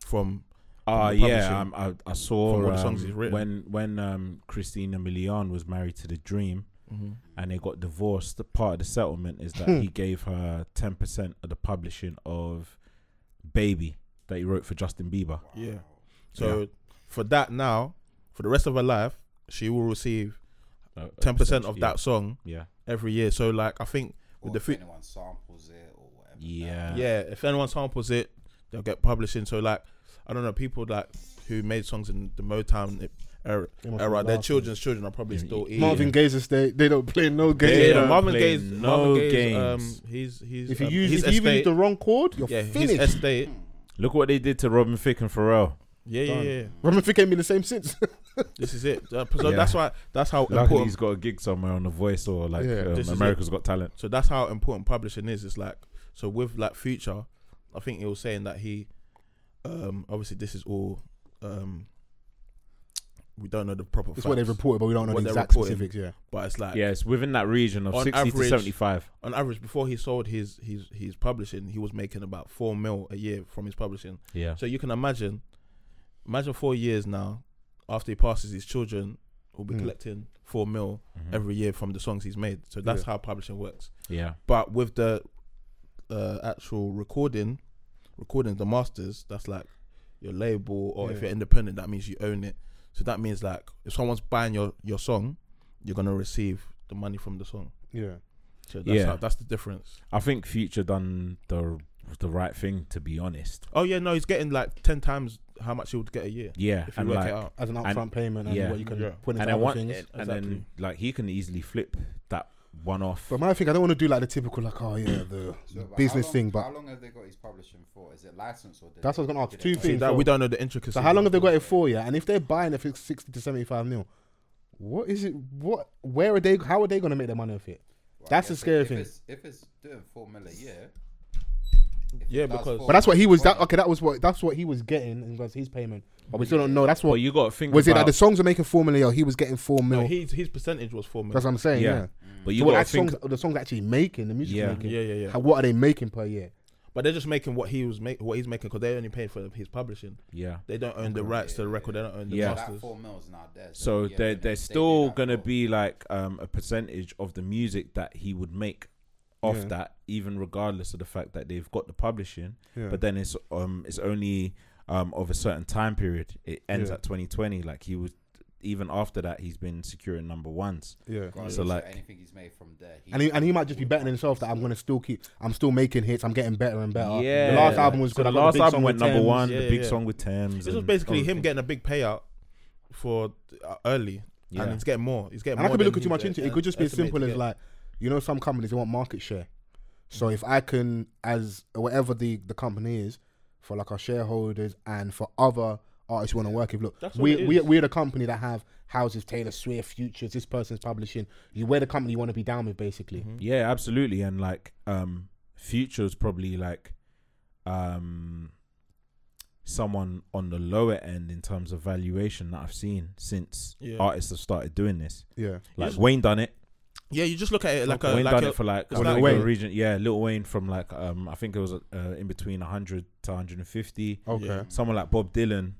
[SPEAKER 6] from.
[SPEAKER 4] Oh
[SPEAKER 6] from the
[SPEAKER 4] yeah,
[SPEAKER 6] publishing,
[SPEAKER 4] um, I, I saw
[SPEAKER 6] from all the
[SPEAKER 4] um,
[SPEAKER 6] songs he's written.
[SPEAKER 4] when when um, Christina Milian was married to the Dream
[SPEAKER 6] Mm-hmm.
[SPEAKER 4] and they got divorced. The part of the settlement is
[SPEAKER 5] Hmm.
[SPEAKER 4] that he gave her ten percent of the publishing of Baby that he wrote for Justin Bieber.
[SPEAKER 6] Yeah. So for that now, for the rest of her life, she will receive
[SPEAKER 4] Uh,
[SPEAKER 6] ten percent of
[SPEAKER 4] essentially,
[SPEAKER 6] that song
[SPEAKER 4] Yeah,
[SPEAKER 6] every year. So like I think with
[SPEAKER 1] Or
[SPEAKER 6] the
[SPEAKER 1] if
[SPEAKER 6] feat.
[SPEAKER 1] anyone samples it or whatever.
[SPEAKER 4] yeah,
[SPEAKER 6] yeah, if anyone samples it, they'll get publishing. So like, I don't know, people like who made songs in the Motown e- era,
[SPEAKER 5] They must
[SPEAKER 6] era their
[SPEAKER 5] be laughing.
[SPEAKER 6] children's children are probably
[SPEAKER 4] Yeah,
[SPEAKER 6] still
[SPEAKER 4] yeah.
[SPEAKER 6] eating.
[SPEAKER 5] [laughs] Marvin Gaye's estate, they don't play no
[SPEAKER 6] yeah,
[SPEAKER 5] games.
[SPEAKER 6] yeah,
[SPEAKER 4] don't
[SPEAKER 6] Marvin
[SPEAKER 4] play
[SPEAKER 6] Gaye's,
[SPEAKER 4] no
[SPEAKER 6] Marvin Gaye's,
[SPEAKER 4] games.
[SPEAKER 6] um, he's he's
[SPEAKER 5] if you
[SPEAKER 6] um,
[SPEAKER 5] use
[SPEAKER 6] his
[SPEAKER 5] if you even use
[SPEAKER 6] estate,
[SPEAKER 5] the wrong chord, you're
[SPEAKER 6] yeah, his
[SPEAKER 5] finished.
[SPEAKER 6] estate,
[SPEAKER 4] Look what they did to Robin Thicke and Pharrell.
[SPEAKER 6] yeah, yeah, yeah.
[SPEAKER 5] Remember if it came in the same sense. [laughs]
[SPEAKER 6] This is it. Uh, so
[SPEAKER 4] Yeah.
[SPEAKER 6] that's why that's how
[SPEAKER 4] Luckily,
[SPEAKER 6] important
[SPEAKER 4] he's got a gig somewhere on The Voice or like
[SPEAKER 5] Yeah.
[SPEAKER 4] um,
[SPEAKER 6] This is
[SPEAKER 4] America's Got Talent.
[SPEAKER 6] So that's how important publishing is. It's like so with like Future, I think he was saying that he, um, obviously this is all, um, we don't know the proper.
[SPEAKER 5] It's what they
[SPEAKER 6] facts,
[SPEAKER 5] reported, but we don't know
[SPEAKER 6] What
[SPEAKER 5] the
[SPEAKER 6] they're
[SPEAKER 5] exact
[SPEAKER 6] reporting.
[SPEAKER 5] specifics. Yeah.
[SPEAKER 6] but it's like
[SPEAKER 4] Yeah, it's within that region of
[SPEAKER 6] On
[SPEAKER 4] sixty to
[SPEAKER 6] average-
[SPEAKER 4] seventy-five.
[SPEAKER 6] on average before he sold his his his publishing, he was making about four mil a year from his publishing.
[SPEAKER 4] Yeah,
[SPEAKER 6] So you can imagine, imagine four years now, after he passes, his children will be
[SPEAKER 5] Mm.
[SPEAKER 6] collecting four mil every year from the songs he's made. So that's
[SPEAKER 5] Yeah.
[SPEAKER 6] how publishing works.
[SPEAKER 4] Mm-hmm. yeah.
[SPEAKER 6] But with the uh, actual recording, recording the masters, that's like your label, or if
[SPEAKER 5] Yeah.
[SPEAKER 6] you're independent, that means you own it. So that means like if someone's buying your your song, you're gonna receive the money from the song.
[SPEAKER 5] Yeah.
[SPEAKER 6] So that's
[SPEAKER 4] Yeah.
[SPEAKER 6] how, that's the difference.
[SPEAKER 4] I think Future done the the right thing to be honest.
[SPEAKER 6] Oh yeah, no, he's getting like ten times how much he would get a year
[SPEAKER 4] Yeah,
[SPEAKER 6] if you
[SPEAKER 4] and
[SPEAKER 6] work
[SPEAKER 4] like,
[SPEAKER 6] it out.
[SPEAKER 5] As an
[SPEAKER 4] And-
[SPEAKER 5] upfront payment and
[SPEAKER 4] yeah.
[SPEAKER 5] what you can
[SPEAKER 6] Yeah.
[SPEAKER 5] put
[SPEAKER 4] and
[SPEAKER 5] into
[SPEAKER 4] I
[SPEAKER 5] other
[SPEAKER 4] want,
[SPEAKER 5] things.
[SPEAKER 4] and then like he can easily flip that one off.
[SPEAKER 5] But my thing, I don't want to do like the typical like, oh yeah, the
[SPEAKER 1] So, but
[SPEAKER 5] business
[SPEAKER 1] how long,
[SPEAKER 5] thing.
[SPEAKER 1] how
[SPEAKER 5] But
[SPEAKER 1] long have they got his publishing for? Is it licensed or? Did
[SPEAKER 5] That's what I was gonna ask. Two
[SPEAKER 6] See
[SPEAKER 5] things.
[SPEAKER 6] that
[SPEAKER 5] so-
[SPEAKER 6] we don't know the intricacies.
[SPEAKER 5] so how long have they
[SPEAKER 6] of
[SPEAKER 5] got
[SPEAKER 6] it.
[SPEAKER 5] it for? Yeah, and if they're buying it for sixty to seventy-five mil, what is it? What? Where are they? How are they gonna make their money off it? That's the scary
[SPEAKER 1] if
[SPEAKER 5] thing.
[SPEAKER 1] It's, if it's doing four mil a year,
[SPEAKER 6] Yeah, because
[SPEAKER 5] But that's what he was. That okay? That was what. That's what he was getting in regards to his payment. But we still don't know. That's
[SPEAKER 4] But
[SPEAKER 5] what.
[SPEAKER 4] you got to think.
[SPEAKER 5] Was it that
[SPEAKER 4] about-
[SPEAKER 5] the songs were making four million? Or he was getting four mil.
[SPEAKER 6] no, his his percentage was four
[SPEAKER 5] that's
[SPEAKER 6] million.
[SPEAKER 5] what I'm saying. Yeah.
[SPEAKER 4] Yeah. But you
[SPEAKER 5] So what
[SPEAKER 4] got to
[SPEAKER 5] that
[SPEAKER 4] think.
[SPEAKER 5] songs, the songs actually making the music
[SPEAKER 4] Yeah.
[SPEAKER 5] making.
[SPEAKER 6] Yeah, yeah, yeah.
[SPEAKER 5] How, what are they making per year?
[SPEAKER 6] But they're just making what he was make what he's making because they only paid for his publishing.
[SPEAKER 4] Yeah.
[SPEAKER 6] They don't own the rights to the record. They don't own the
[SPEAKER 4] Yeah.
[SPEAKER 1] That
[SPEAKER 6] masters.
[SPEAKER 1] four mils now. There's
[SPEAKER 4] So there,
[SPEAKER 1] yeah, they- they
[SPEAKER 4] there's still
[SPEAKER 1] do that
[SPEAKER 4] gonna
[SPEAKER 1] for-
[SPEAKER 4] be like um, a percentage of the music that he would make off that, even regardless of the fact that they've got the publishing. But then it's um it's only um of a certain time period. It ends
[SPEAKER 5] Yeah.
[SPEAKER 4] at 2020. Like he was, even after that, he's been securing number ones.
[SPEAKER 5] Yeah.
[SPEAKER 1] regardless
[SPEAKER 4] so
[SPEAKER 1] of
[SPEAKER 4] like-
[SPEAKER 1] anything he's made from there.
[SPEAKER 5] And he, and he might just be betting himself that I'm gonna still keep. I'm still making hits. I'm getting better and better.
[SPEAKER 4] Yeah.
[SPEAKER 5] The last album was
[SPEAKER 4] So
[SPEAKER 5] good.
[SPEAKER 4] the
[SPEAKER 5] I got
[SPEAKER 4] last
[SPEAKER 5] big
[SPEAKER 4] album
[SPEAKER 5] song
[SPEAKER 4] went
[SPEAKER 5] with
[SPEAKER 4] number
[SPEAKER 5] Thames.
[SPEAKER 4] one.
[SPEAKER 6] Yeah,
[SPEAKER 4] the big
[SPEAKER 6] yeah.
[SPEAKER 4] song with Thames.
[SPEAKER 6] This was
[SPEAKER 4] and
[SPEAKER 6] basically him
[SPEAKER 4] everything.
[SPEAKER 6] getting a big payout for uh, early,
[SPEAKER 4] Yeah.
[SPEAKER 6] and he's getting more. He's getting.
[SPEAKER 5] And I
[SPEAKER 6] more
[SPEAKER 5] could be
[SPEAKER 6] than
[SPEAKER 5] looking too
[SPEAKER 6] he's,
[SPEAKER 5] much into it.
[SPEAKER 6] uh,
[SPEAKER 5] It could just be as
[SPEAKER 6] estimated
[SPEAKER 5] simple
[SPEAKER 6] to
[SPEAKER 5] as
[SPEAKER 6] get.
[SPEAKER 5] like, you know, some companies they want market share. So
[SPEAKER 6] Mm.
[SPEAKER 5] if I can, as whatever the the company is, for like our shareholders and for other artists who want to work with, look,
[SPEAKER 6] That's what
[SPEAKER 5] we
[SPEAKER 6] it
[SPEAKER 5] we
[SPEAKER 6] is.
[SPEAKER 5] we're the company that have houses, Taylor Swift, Futures. This person's publishing. You we're the company you want to be down with, basically.
[SPEAKER 6] Mm-hmm.
[SPEAKER 4] Yeah, absolutely. And like um Future's probably like um someone on the lower end in terms of valuation that I've seen since
[SPEAKER 6] Yeah.
[SPEAKER 4] artists have started doing this.
[SPEAKER 5] Yeah.
[SPEAKER 4] Like Wayne done it.
[SPEAKER 6] yeah, you just look at it like a
[SPEAKER 4] Wayne
[SPEAKER 6] like
[SPEAKER 4] done
[SPEAKER 6] a,
[SPEAKER 4] it for like
[SPEAKER 6] it's
[SPEAKER 4] I
[SPEAKER 6] like
[SPEAKER 4] think
[SPEAKER 5] Wayne.
[SPEAKER 4] a region. Yeah, Little Wayne from like um I think it was uh, in between 100 to 150.
[SPEAKER 5] Okay.
[SPEAKER 6] Yeah.
[SPEAKER 4] Someone like Bob Dylan,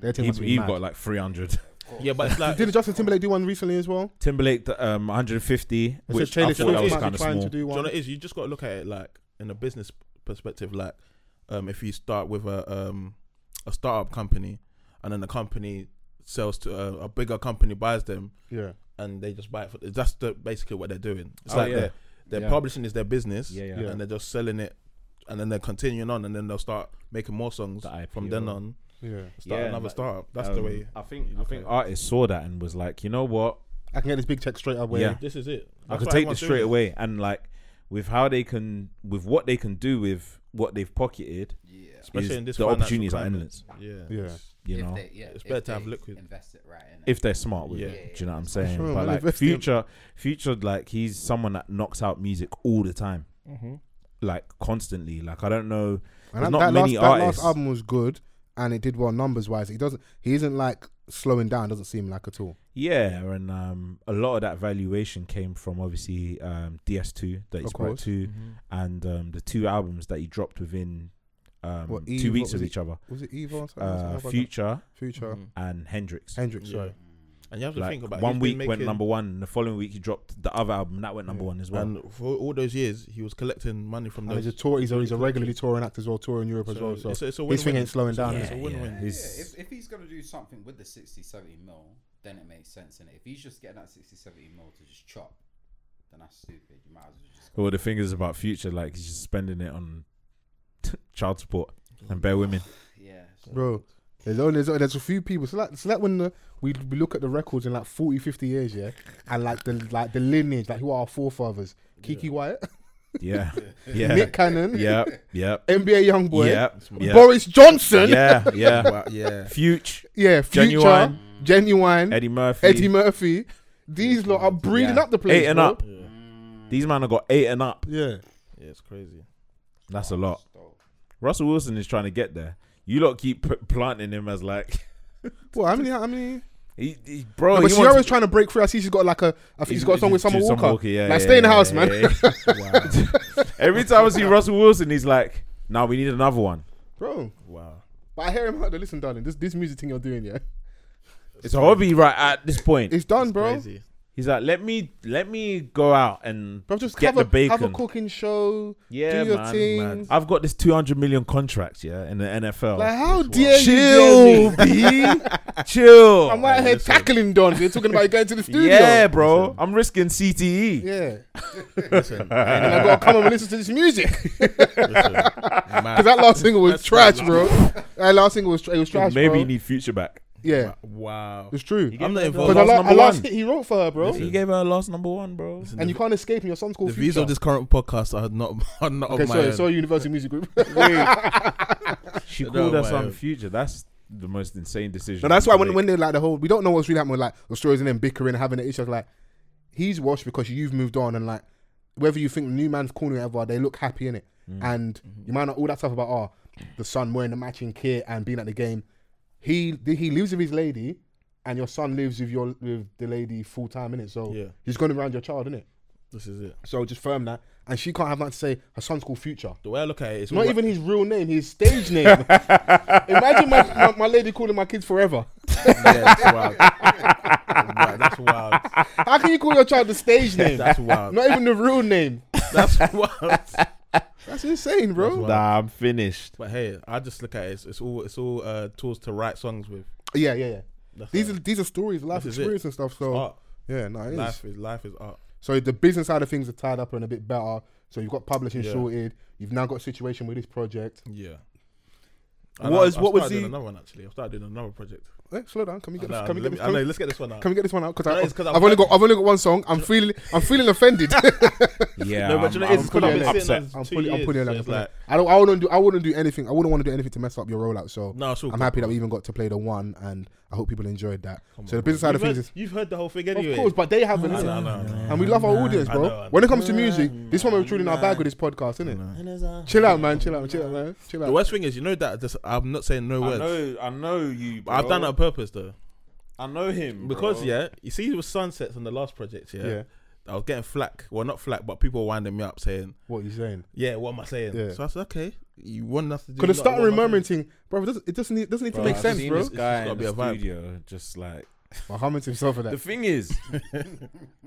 [SPEAKER 5] Their team
[SPEAKER 4] he
[SPEAKER 5] must be
[SPEAKER 4] he
[SPEAKER 5] mad.
[SPEAKER 4] got like 300.
[SPEAKER 6] yeah, [laughs] but it's like
[SPEAKER 5] Did Justin Timberlake do one recently as well?
[SPEAKER 4] [laughs] Timberlake um 150,
[SPEAKER 5] They
[SPEAKER 4] which
[SPEAKER 5] said
[SPEAKER 4] I
[SPEAKER 5] Taylor
[SPEAKER 4] thought that
[SPEAKER 5] Swift
[SPEAKER 4] was
[SPEAKER 5] might be
[SPEAKER 4] kind of
[SPEAKER 5] trying
[SPEAKER 4] small.
[SPEAKER 5] to do
[SPEAKER 6] Do you know
[SPEAKER 5] one.
[SPEAKER 6] what it is? You just got to look at it like in a business perspective. Like, um, if you start with a um, a startup company, and then the company sells to uh, a, a bigger company buys them,
[SPEAKER 5] Yeah.
[SPEAKER 6] and they just buy it. For, that's the, basically what they're doing. It's
[SPEAKER 4] Oh,
[SPEAKER 6] like
[SPEAKER 4] yeah.
[SPEAKER 6] their their
[SPEAKER 4] Yeah.
[SPEAKER 6] publishing is their business,
[SPEAKER 4] Yeah, yeah.
[SPEAKER 6] and they're just selling it, and then they're continuing on, and then they'll start making more songs
[SPEAKER 4] The
[SPEAKER 6] from
[SPEAKER 4] IPO.
[SPEAKER 6] then on.
[SPEAKER 5] Yeah.
[SPEAKER 6] Start
[SPEAKER 4] Yeah,
[SPEAKER 6] another
[SPEAKER 4] like,
[SPEAKER 6] startup. That's the
[SPEAKER 4] Um,
[SPEAKER 6] way.
[SPEAKER 4] I think
[SPEAKER 6] you
[SPEAKER 4] I
[SPEAKER 6] look
[SPEAKER 4] think
[SPEAKER 6] at it.
[SPEAKER 4] artists saw that and was like, you know what?
[SPEAKER 5] I can get this big check straight away.
[SPEAKER 4] Yeah.
[SPEAKER 6] This is it.
[SPEAKER 4] I
[SPEAKER 6] That's why
[SPEAKER 4] could take
[SPEAKER 6] everyone's
[SPEAKER 4] this straight
[SPEAKER 6] doing it.
[SPEAKER 4] away and like with how they can with what they can do with what they've pocketed,
[SPEAKER 6] especially
[SPEAKER 4] is
[SPEAKER 6] in this
[SPEAKER 4] the
[SPEAKER 6] financial
[SPEAKER 4] opportunities are
[SPEAKER 6] climate.
[SPEAKER 4] endless.
[SPEAKER 6] Yeah.
[SPEAKER 5] Yeah.
[SPEAKER 4] You
[SPEAKER 1] if
[SPEAKER 4] know,
[SPEAKER 1] they, yeah,
[SPEAKER 6] It's
[SPEAKER 1] if
[SPEAKER 6] better to have
[SPEAKER 1] they
[SPEAKER 6] liquid.
[SPEAKER 1] Invest it right in.
[SPEAKER 4] if they're smart with
[SPEAKER 6] Yeah.
[SPEAKER 4] it,
[SPEAKER 1] Yeah,
[SPEAKER 4] do you know what I'm
[SPEAKER 5] yeah.
[SPEAKER 4] saying?
[SPEAKER 5] Sure,
[SPEAKER 4] but
[SPEAKER 5] man,
[SPEAKER 4] like
[SPEAKER 5] invest in-
[SPEAKER 4] future, future, like he's someone that knocks out music all the time,
[SPEAKER 1] Mm-hmm.
[SPEAKER 4] like constantly. Like I don't know,
[SPEAKER 5] And
[SPEAKER 4] there's
[SPEAKER 5] that,
[SPEAKER 4] not
[SPEAKER 5] that
[SPEAKER 4] many
[SPEAKER 5] last, that
[SPEAKER 4] artists.
[SPEAKER 5] last album was good, and it did well numbers wise. He doesn't. He isn't like slowing down. Doesn't seem like at all.
[SPEAKER 4] Yeah, and um, a lot of that valuation came from obviously um, DS2 that he
[SPEAKER 5] Of
[SPEAKER 4] spoke
[SPEAKER 5] course. Mm-hmm.
[SPEAKER 4] to, and um, the two albums that he dropped within um,
[SPEAKER 5] What, Eve,
[SPEAKER 4] two weeks
[SPEAKER 5] what
[SPEAKER 4] of
[SPEAKER 5] was it?
[SPEAKER 4] each other,
[SPEAKER 5] Was it Evil?
[SPEAKER 4] uh, Future
[SPEAKER 5] Future.
[SPEAKER 4] and Hendrix.
[SPEAKER 5] Hendrix.
[SPEAKER 6] Mm-hmm. Yeah.
[SPEAKER 5] Sorry.
[SPEAKER 6] And you have to
[SPEAKER 4] Like,
[SPEAKER 6] think about it.
[SPEAKER 4] one
[SPEAKER 6] He's
[SPEAKER 4] week
[SPEAKER 6] been
[SPEAKER 4] went
[SPEAKER 6] making-
[SPEAKER 4] number one, and the following week he dropped the other album that went number one as well.
[SPEAKER 6] And for all those years, he was collecting money from
[SPEAKER 5] And
[SPEAKER 6] those.
[SPEAKER 5] he's a tour. He's a, he's a regularly touring act as well, touring Europe as well. So
[SPEAKER 6] it's a- it's a
[SPEAKER 5] his thing
[SPEAKER 6] win-win.
[SPEAKER 5] ain't slowing down.
[SPEAKER 6] Yeah,
[SPEAKER 5] is it?
[SPEAKER 6] a win-win.
[SPEAKER 4] his-
[SPEAKER 1] Yeah, if, if he's going to do something with the 60, 70 mil, then it makes sense. And if he's just getting that 60, 70 mil to just chop, then that's stupid. You might as well just go.
[SPEAKER 4] well, the thing is about Future, like he's just spending it on [laughs] child support and bare women.
[SPEAKER 1] Yeah. so-
[SPEAKER 5] Bro, there's only there's, there's a few people. So like, so like when the, we we look at the records in like 40, 50 years, yeah, and like the like the lineage, like who are our forefathers? Kiki Wyatt,
[SPEAKER 4] Yeah, yeah,
[SPEAKER 5] Nick Cannon,
[SPEAKER 4] yeah, yeah,
[SPEAKER 5] NBA YoungBoy,
[SPEAKER 4] yeah, yeah,
[SPEAKER 5] Boris Johnson,
[SPEAKER 4] yeah,
[SPEAKER 5] [laughs]
[SPEAKER 4] yeah.
[SPEAKER 6] Wow, yeah.
[SPEAKER 4] Future,
[SPEAKER 5] yeah, Future,
[SPEAKER 4] Genuine.
[SPEAKER 5] Genuine, Genuine
[SPEAKER 4] Eddie Murphy,
[SPEAKER 5] [laughs] Eddie Murphy. These lot are breeding
[SPEAKER 4] Yeah.
[SPEAKER 5] up the place.
[SPEAKER 4] Eight and
[SPEAKER 5] bro.
[SPEAKER 4] up. These man have got eight and up.
[SPEAKER 5] Yeah.
[SPEAKER 6] Yeah, it's crazy.
[SPEAKER 4] That's a lot.
[SPEAKER 1] So,
[SPEAKER 4] Russell Wilson is trying to get there. You lot keep p- planting him as like, [laughs]
[SPEAKER 5] Well, how many? How many?
[SPEAKER 4] he, he, bro.
[SPEAKER 5] No, but
[SPEAKER 4] he
[SPEAKER 5] Ciara's
[SPEAKER 4] wants-
[SPEAKER 5] trying to break through. I see she's got like a. I think she's got a song with Summer
[SPEAKER 4] to
[SPEAKER 5] Walker.
[SPEAKER 4] yeah,
[SPEAKER 5] like,
[SPEAKER 4] yeah,
[SPEAKER 5] stay in the
[SPEAKER 4] yeah,
[SPEAKER 5] house,
[SPEAKER 4] yeah,
[SPEAKER 5] man.
[SPEAKER 4] yeah.
[SPEAKER 5] [laughs]
[SPEAKER 4] [laughs] Every time I see Russell Wilson, he's like, "Now we need another one."
[SPEAKER 5] Bro,
[SPEAKER 6] Wow.
[SPEAKER 5] but I hear him out there. Listen, darling, this this music thing you're doing, yeah, [laughs]
[SPEAKER 4] It's a hobby, right? At this point,
[SPEAKER 5] it's done, bro.
[SPEAKER 6] Crazy.
[SPEAKER 4] he's like, "Let me, let me go out and
[SPEAKER 5] Bro, just
[SPEAKER 4] get
[SPEAKER 5] have, a,
[SPEAKER 4] the bacon."
[SPEAKER 5] have a cooking show.
[SPEAKER 4] yeah,
[SPEAKER 5] do your
[SPEAKER 4] man,
[SPEAKER 5] thing.
[SPEAKER 4] man. I've got this two hundred million contract, yeah, in the NFL.
[SPEAKER 5] Like, how dare you?
[SPEAKER 4] chill,
[SPEAKER 5] Dare me? [laughs]
[SPEAKER 4] B. chill.
[SPEAKER 5] I'm out here
[SPEAKER 6] listen.
[SPEAKER 5] tackling [laughs] Don. You're talking about going to the studio.
[SPEAKER 4] Yeah, bro. I'm risking E. CTE.
[SPEAKER 5] Yeah.
[SPEAKER 6] Listen,
[SPEAKER 5] And I gotta come and listen to this music. [laughs]
[SPEAKER 6] listen.
[SPEAKER 5] Because that last single was trash, bro. That last single was tra- it was trash.
[SPEAKER 4] Maybe
[SPEAKER 5] bro.
[SPEAKER 4] you need future back.
[SPEAKER 5] Yeah,
[SPEAKER 6] Wow.
[SPEAKER 5] it's true.
[SPEAKER 6] I'm not
[SPEAKER 5] Because
[SPEAKER 6] involved.
[SPEAKER 5] I
[SPEAKER 4] Last
[SPEAKER 5] last,
[SPEAKER 4] number
[SPEAKER 5] last
[SPEAKER 4] one.
[SPEAKER 5] hit he wrote for her,
[SPEAKER 4] [laughs]
[SPEAKER 5] bro.
[SPEAKER 4] He gave her a last number one, bro.
[SPEAKER 5] And you can't escape him. Your son's called
[SPEAKER 6] The views
[SPEAKER 5] Future.
[SPEAKER 6] of this current podcast are not [laughs] are not
[SPEAKER 5] okay,
[SPEAKER 6] of my
[SPEAKER 5] sorry,
[SPEAKER 6] own.
[SPEAKER 5] sorry, University Music Group. [laughs]
[SPEAKER 4] She
[SPEAKER 6] No,
[SPEAKER 4] called us
[SPEAKER 6] my-
[SPEAKER 4] on future. That's the most insane decision.
[SPEAKER 5] No, that's why
[SPEAKER 4] you
[SPEAKER 5] when,
[SPEAKER 4] make.
[SPEAKER 5] when they're like the whole, we don't know what's really happening. Like the stories and then bickering, having an issue. Like he's washed because you've moved on, and like whether you think the new man's corny or whatever, they look happy in it.
[SPEAKER 6] Mm.
[SPEAKER 5] And
[SPEAKER 6] Mm-hmm.
[SPEAKER 5] you might not all that stuff about oh, the son wearing the matching kit and being at the game. He he lives with his lady, and your son lives with your with the lady full time in it. So
[SPEAKER 6] Yeah.
[SPEAKER 5] he's going around your child in it.
[SPEAKER 6] This is it.
[SPEAKER 5] So just firm that, and she can't have nothing to say. Her son's called Future.
[SPEAKER 6] The way I look at it, it's
[SPEAKER 5] Not
[SPEAKER 6] all-
[SPEAKER 5] even his real name, his
[SPEAKER 6] [laughs]
[SPEAKER 5] stage name. Imagine my, my, my lady calling my kids forever.
[SPEAKER 6] Yeah, that's wild. Wow, that's wild.
[SPEAKER 5] How can you call your child the stage name?
[SPEAKER 6] That's wild.
[SPEAKER 5] Not even the real name.
[SPEAKER 6] That's wild.
[SPEAKER 5] That's insane, bro.
[SPEAKER 6] That's wild.
[SPEAKER 4] Nah, I'm finished.
[SPEAKER 6] But hey, I just look at it. It's, it's all it's all uh, tools to write songs with.
[SPEAKER 5] Yeah, yeah, yeah.
[SPEAKER 6] That's
[SPEAKER 5] These
[SPEAKER 6] it.
[SPEAKER 5] are these are stories, life
[SPEAKER 6] This is it.
[SPEAKER 5] experience and stuff. So
[SPEAKER 6] art.
[SPEAKER 5] yeah, no, it is.
[SPEAKER 6] Life is life is art.
[SPEAKER 5] So the business side of things are tied up and a bit better. So you've got publishing
[SPEAKER 6] Yeah.
[SPEAKER 5] sorted. You've now got a situation with this project.
[SPEAKER 6] Yeah.
[SPEAKER 4] What is-
[SPEAKER 6] I,
[SPEAKER 4] what was
[SPEAKER 6] I started doing
[SPEAKER 4] the-
[SPEAKER 6] Another one actually. I started doing another project.
[SPEAKER 5] Hey, slow down. Can we get
[SPEAKER 6] Nah,
[SPEAKER 5] this? Can we
[SPEAKER 6] let
[SPEAKER 5] get
[SPEAKER 6] me-
[SPEAKER 5] this?
[SPEAKER 6] I know,
[SPEAKER 5] Can,
[SPEAKER 6] let's get this one out.
[SPEAKER 5] can we get this one out?
[SPEAKER 6] No,
[SPEAKER 5] Because
[SPEAKER 6] it's 'cause I've
[SPEAKER 5] I've only
[SPEAKER 6] heard-
[SPEAKER 5] got I've only got one song. I'm feeling I'm feeling offended.
[SPEAKER 4] Yeah,
[SPEAKER 6] no, but you
[SPEAKER 4] I'm-
[SPEAKER 6] know, it's because
[SPEAKER 4] I'm
[SPEAKER 6] I've
[SPEAKER 5] putting
[SPEAKER 6] been
[SPEAKER 5] it
[SPEAKER 6] sitting there
[SPEAKER 5] I'm
[SPEAKER 6] two
[SPEAKER 5] pulling I'm
[SPEAKER 6] years,
[SPEAKER 5] pulling it
[SPEAKER 6] so
[SPEAKER 5] like,
[SPEAKER 6] it's like,
[SPEAKER 5] I don't I wouldn't do I wouldn't do anything. I wouldn't want to do anything to mess up your rollout. So
[SPEAKER 6] No, it's all
[SPEAKER 5] I'm
[SPEAKER 6] good,
[SPEAKER 5] happy
[SPEAKER 6] bro.
[SPEAKER 5] that we even got to play the one, and I hope people enjoyed that.
[SPEAKER 6] Come on,
[SPEAKER 5] so the business
[SPEAKER 6] bro.
[SPEAKER 5] side of
[SPEAKER 6] You've
[SPEAKER 5] things
[SPEAKER 6] heard-
[SPEAKER 5] is
[SPEAKER 6] You've heard the whole thing anyway.
[SPEAKER 5] Of course, but they haven't.
[SPEAKER 6] I
[SPEAKER 5] innit?
[SPEAKER 6] know, I know, I know.
[SPEAKER 5] And we love our audience,
[SPEAKER 6] I
[SPEAKER 5] bro.
[SPEAKER 6] know, I
[SPEAKER 5] When it comes to music, this one we're truly in our bag with this podcast, isn't it? Chill out, man. Chill out. Chill out, man. Chill
[SPEAKER 6] The
[SPEAKER 5] out.
[SPEAKER 6] worst thing is, you know that this, I'm not saying no
[SPEAKER 4] I
[SPEAKER 6] words.
[SPEAKER 4] know, I know you.
[SPEAKER 6] But I've done it
[SPEAKER 4] bro.
[SPEAKER 6] on purpose though,
[SPEAKER 4] I know him
[SPEAKER 6] because
[SPEAKER 4] bro.
[SPEAKER 6] yeah, you see, with sunsets on the last project, yeah,
[SPEAKER 5] Yeah.
[SPEAKER 6] I was getting flack. Well, not flack, but people were winding me up saying,
[SPEAKER 5] What are you saying?
[SPEAKER 6] "Yeah, what am I saying?"
[SPEAKER 5] Yeah.
[SPEAKER 6] So I said, "Okay, you want us to do?"
[SPEAKER 5] Could have
[SPEAKER 6] lot,
[SPEAKER 5] started
[SPEAKER 6] what am I
[SPEAKER 5] remembering
[SPEAKER 6] saying?"
[SPEAKER 5] thing, bro. It doesn't, it doesn't need, doesn't need
[SPEAKER 4] Bro,
[SPEAKER 5] to make
[SPEAKER 4] I've
[SPEAKER 5] sense,
[SPEAKER 4] seen
[SPEAKER 5] bro.
[SPEAKER 4] This guy
[SPEAKER 6] It's
[SPEAKER 4] in
[SPEAKER 6] gotta be
[SPEAKER 4] the
[SPEAKER 6] a vibe.
[SPEAKER 4] studio, just like
[SPEAKER 5] Muhammad himself for that.
[SPEAKER 4] the thing
[SPEAKER 5] [laughs]
[SPEAKER 4] is,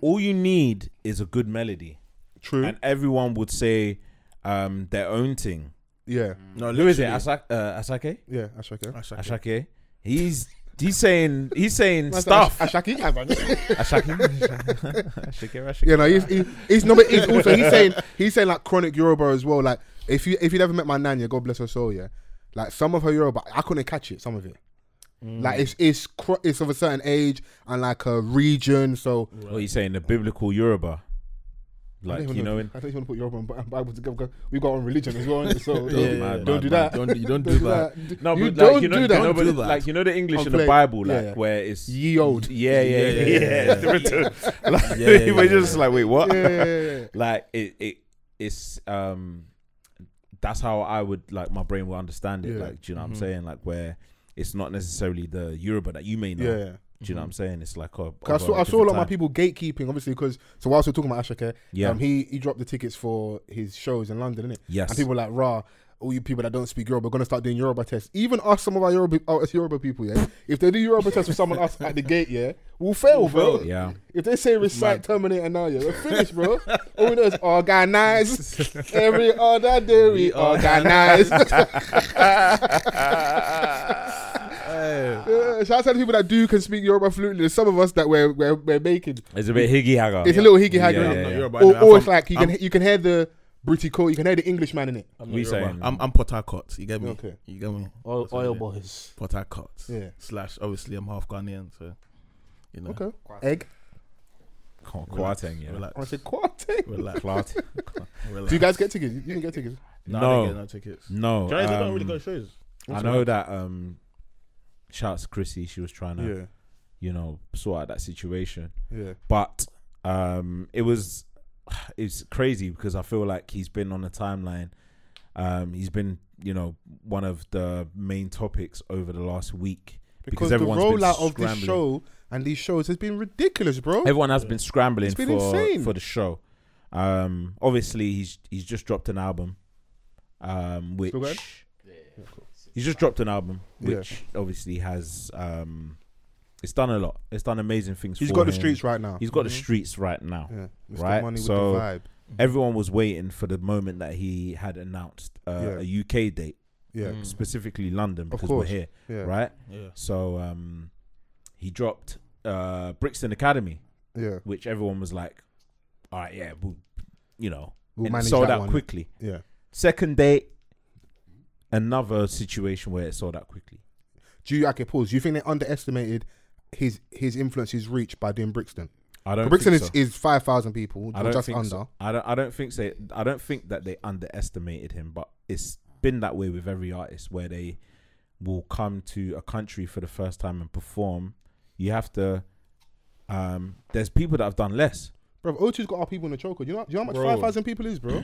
[SPEAKER 4] all you need is a good melody,
[SPEAKER 5] True.
[SPEAKER 4] and everyone would say um, their own thing.
[SPEAKER 5] yeah.
[SPEAKER 6] No,
[SPEAKER 4] Who is it?
[SPEAKER 6] literally.
[SPEAKER 4] Asake? Uh, Asake?
[SPEAKER 5] Yeah. Ashaki.
[SPEAKER 6] Ashake.
[SPEAKER 4] Asake? He's he's saying he's saying
[SPEAKER 5] That's
[SPEAKER 4] stuff.
[SPEAKER 5] Ash- Ashaki. Yeah,
[SPEAKER 4] [laughs]
[SPEAKER 5] man.
[SPEAKER 4] Ashake. Ashake. Ashake.
[SPEAKER 5] yeah. No. He's he, he's no. But he's also he's saying he's saying like chronic Yoruba as well. Like if you if you never met my nanya, God bless her soul. Yeah. Like some of her Yoruba, I couldn't catch it. Some of it.
[SPEAKER 4] Mm.
[SPEAKER 5] Like it's it's cro- it's of a certain age and like a region. So
[SPEAKER 4] What are you saying? The biblical Yoruba,
[SPEAKER 5] I don't
[SPEAKER 4] like
[SPEAKER 5] even
[SPEAKER 4] you know, in
[SPEAKER 5] I don't even want to put Yoruba and Bi- and Bible together. 'cause We got on religion as well, innit? so don't,
[SPEAKER 4] yeah, yeah.
[SPEAKER 5] don't do
[SPEAKER 4] Mad, mad,
[SPEAKER 5] that.
[SPEAKER 6] Don't,
[SPEAKER 5] [laughs]
[SPEAKER 6] you don't do that.
[SPEAKER 5] Do-
[SPEAKER 4] No, but
[SPEAKER 5] you
[SPEAKER 4] like,
[SPEAKER 5] don't
[SPEAKER 4] you know,
[SPEAKER 5] do that.
[SPEAKER 4] No,
[SPEAKER 6] Don't
[SPEAKER 4] but
[SPEAKER 6] do that.
[SPEAKER 4] Like you know the English
[SPEAKER 5] I'm
[SPEAKER 4] in the
[SPEAKER 5] playing-
[SPEAKER 4] Bible, like
[SPEAKER 5] yeah.
[SPEAKER 4] where it's
[SPEAKER 5] Ye old.
[SPEAKER 4] Yeah, yeah, yeah. yeah,
[SPEAKER 6] yeah,
[SPEAKER 4] It's [laughs] different
[SPEAKER 5] [laughs]
[SPEAKER 4] to- like,
[SPEAKER 6] Yeah, yeah,
[SPEAKER 4] [laughs] we're
[SPEAKER 6] yeah,
[SPEAKER 4] just
[SPEAKER 6] yeah.
[SPEAKER 4] like, wait, what?
[SPEAKER 5] Yeah, yeah, yeah, yeah.
[SPEAKER 4] [laughs] Like it, it, it's um, that's how I would like my brain will understand it.
[SPEAKER 5] Yeah. Mm-hmm.
[SPEAKER 4] Like, do you know what I'm saying? Like where it's not necessarily the Yoruba that you may know.
[SPEAKER 5] yeah. Mm-hmm.
[SPEAKER 4] Do you know what I'm saying? It's like a.
[SPEAKER 5] 'Cause
[SPEAKER 4] of
[SPEAKER 5] I saw, I saw a
[SPEAKER 4] different
[SPEAKER 5] lot of my
[SPEAKER 4] time.
[SPEAKER 5] people gatekeeping, obviously, because so whilst we're talking about Ashake,
[SPEAKER 4] Yeah.
[SPEAKER 5] um, he he dropped the tickets for his shows in London, innit?
[SPEAKER 4] Yes.
[SPEAKER 5] And people were like, rah, all you people that don't speak Yoruba are gonna start doing Yoruba tests. Even us, some of our Yoruba, our Yoruba people, yeah. if they do Yoruba tests with someone else at the gate, yeah, we'll fail, bro.
[SPEAKER 6] fail.
[SPEAKER 4] Yeah.
[SPEAKER 5] If they say recite Terminator now, yeah, we're finished, bro. All we know is
[SPEAKER 4] [laughs]
[SPEAKER 5] organize. Every other day we organize. Yeah, shout out to the people that do can speak Yoruba fluently. There's some of us that we're we're, we're making.
[SPEAKER 4] It's a bit higgy hagger.
[SPEAKER 5] It's a little higgy haggy.
[SPEAKER 4] Yeah,
[SPEAKER 5] innit?
[SPEAKER 4] yeah, yeah.
[SPEAKER 6] Yoruba,
[SPEAKER 5] Or,
[SPEAKER 6] anyway.
[SPEAKER 5] or
[SPEAKER 6] I'm
[SPEAKER 5] it's
[SPEAKER 6] from-
[SPEAKER 5] like you can
[SPEAKER 6] I'm-
[SPEAKER 5] you can hear the Britico, you can hear the Englishman in it.
[SPEAKER 4] We saying
[SPEAKER 6] I'm, I'm Port Harcourt. You get me?
[SPEAKER 5] Okay.
[SPEAKER 6] You get me?
[SPEAKER 7] Oil,
[SPEAKER 6] That's what it is.
[SPEAKER 7] boys.
[SPEAKER 6] Port Harcourt.
[SPEAKER 5] Yeah.
[SPEAKER 6] Slash, obviously, I'm half Ghanaian, so you know.
[SPEAKER 5] Okay. Egg.
[SPEAKER 4] Qu-
[SPEAKER 6] Relax,
[SPEAKER 4] Kwarteng, yeah.
[SPEAKER 6] Relax.
[SPEAKER 5] I said quartet.
[SPEAKER 6] Relax.
[SPEAKER 4] Kwarteng.
[SPEAKER 6] relax.
[SPEAKER 5] Do you guys get tickets? You didn't get tickets.
[SPEAKER 6] No,
[SPEAKER 4] No.
[SPEAKER 6] I didn't get no tickets.
[SPEAKER 4] No,
[SPEAKER 6] Johnny's I don't really
[SPEAKER 4] um,
[SPEAKER 6] go to shows.
[SPEAKER 4] I know that. Um, shouts to Chrissy. She was trying to, you know, sort out that situation.
[SPEAKER 5] Yeah.
[SPEAKER 4] but um, it was [sighs] it's crazy because I feel like he's been on the timeline. Um, he's been you know one of the main topics over the last week
[SPEAKER 5] Because,
[SPEAKER 4] because,
[SPEAKER 5] the
[SPEAKER 4] everyone's
[SPEAKER 5] rollout
[SPEAKER 4] been
[SPEAKER 5] of this
[SPEAKER 4] scrambling.
[SPEAKER 5] show and these shows has been ridiculous, bro.
[SPEAKER 4] Everyone has been scrambling
[SPEAKER 5] It's been
[SPEAKER 4] for
[SPEAKER 5] insane.
[SPEAKER 4] for the show. Um, obviously he's he's just dropped an album, um, which
[SPEAKER 5] Still going?
[SPEAKER 4] he's just dropped an album,
[SPEAKER 5] Yeah.
[SPEAKER 4] which obviously has um, it's done a lot. It's done amazing things.
[SPEAKER 5] He's
[SPEAKER 4] for
[SPEAKER 5] got the
[SPEAKER 4] him.
[SPEAKER 5] streets right now.
[SPEAKER 4] He's got the streets right now.
[SPEAKER 5] yeah. Mr.
[SPEAKER 4] right,
[SPEAKER 5] Money with
[SPEAKER 4] so-
[SPEAKER 5] the vibe.
[SPEAKER 4] everyone was waiting for the moment that he had announced uh, a UK date,
[SPEAKER 5] Yeah.
[SPEAKER 4] specifically London, because we're
[SPEAKER 5] course,
[SPEAKER 4] here,
[SPEAKER 5] Yeah.
[SPEAKER 4] right?
[SPEAKER 6] Yeah.
[SPEAKER 4] So um, he dropped uh, Brixton Academy,
[SPEAKER 5] Yeah.
[SPEAKER 4] which everyone was like, "All right, yeah, we'll, you know, and
[SPEAKER 5] We'll
[SPEAKER 4] it
[SPEAKER 5] manage
[SPEAKER 4] sold
[SPEAKER 5] that
[SPEAKER 4] out
[SPEAKER 5] one.
[SPEAKER 4] quickly."
[SPEAKER 5] Yeah.
[SPEAKER 4] Second date, another situation where it sold out quickly.
[SPEAKER 5] Do you okay, pause? Do you think they underestimated his his influence, his reach by doing Brixton?
[SPEAKER 4] I don't.
[SPEAKER 5] Brixton
[SPEAKER 4] think so.
[SPEAKER 5] is, is five thousand people,
[SPEAKER 4] I
[SPEAKER 5] or
[SPEAKER 4] don't
[SPEAKER 5] just
[SPEAKER 4] think
[SPEAKER 5] under.
[SPEAKER 4] so. I don't. I don't think so. I don't think that they underestimated him, but it's been that way with every artist where they will come to a country for the first time and perform. You have to. Um, there's people that have done less.
[SPEAKER 5] Bro, O2's got our people in the choker. You know, you know how much
[SPEAKER 6] Bro.
[SPEAKER 5] five thousand people is, bro.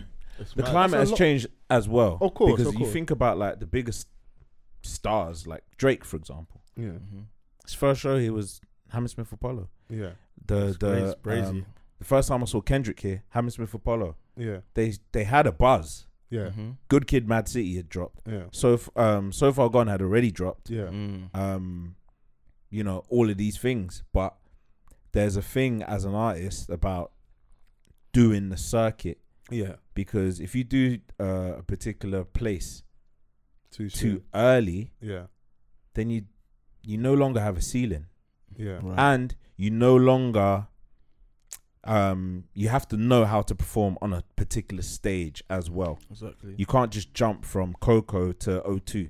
[SPEAKER 4] the climate
[SPEAKER 5] That's a
[SPEAKER 4] has
[SPEAKER 5] lot.
[SPEAKER 4] changed as well.
[SPEAKER 5] Of course,
[SPEAKER 4] because
[SPEAKER 5] of
[SPEAKER 4] you
[SPEAKER 5] course.
[SPEAKER 4] think about like the biggest stars, like Drake, for example.
[SPEAKER 5] Yeah,
[SPEAKER 7] Mm-hmm.
[SPEAKER 4] His first show, he was Hammersmith Apollo.
[SPEAKER 5] yeah,
[SPEAKER 4] The the
[SPEAKER 6] crazy.
[SPEAKER 4] um, the first time I saw Kendrick here, Hammersmith Apollo.
[SPEAKER 5] yeah,
[SPEAKER 4] They they had a buzz.
[SPEAKER 5] yeah,
[SPEAKER 4] Good Kid, Mad City had dropped.
[SPEAKER 5] yeah,
[SPEAKER 4] So f- um, so far gone had already dropped.
[SPEAKER 5] yeah.
[SPEAKER 4] um, you know, all of these things. But there's a thing as an artist about doing the circuit
[SPEAKER 5] Yeah.
[SPEAKER 4] because if you do uh, a particular place
[SPEAKER 5] Too
[SPEAKER 4] too
[SPEAKER 5] soon.
[SPEAKER 4] early,
[SPEAKER 5] Yeah.
[SPEAKER 4] then you you no longer have a ceiling,
[SPEAKER 5] Yeah.
[SPEAKER 4] and you no longer um you have to know how to perform on a particular stage as well.
[SPEAKER 6] Exactly.
[SPEAKER 4] You can't just jump from Coco to O2.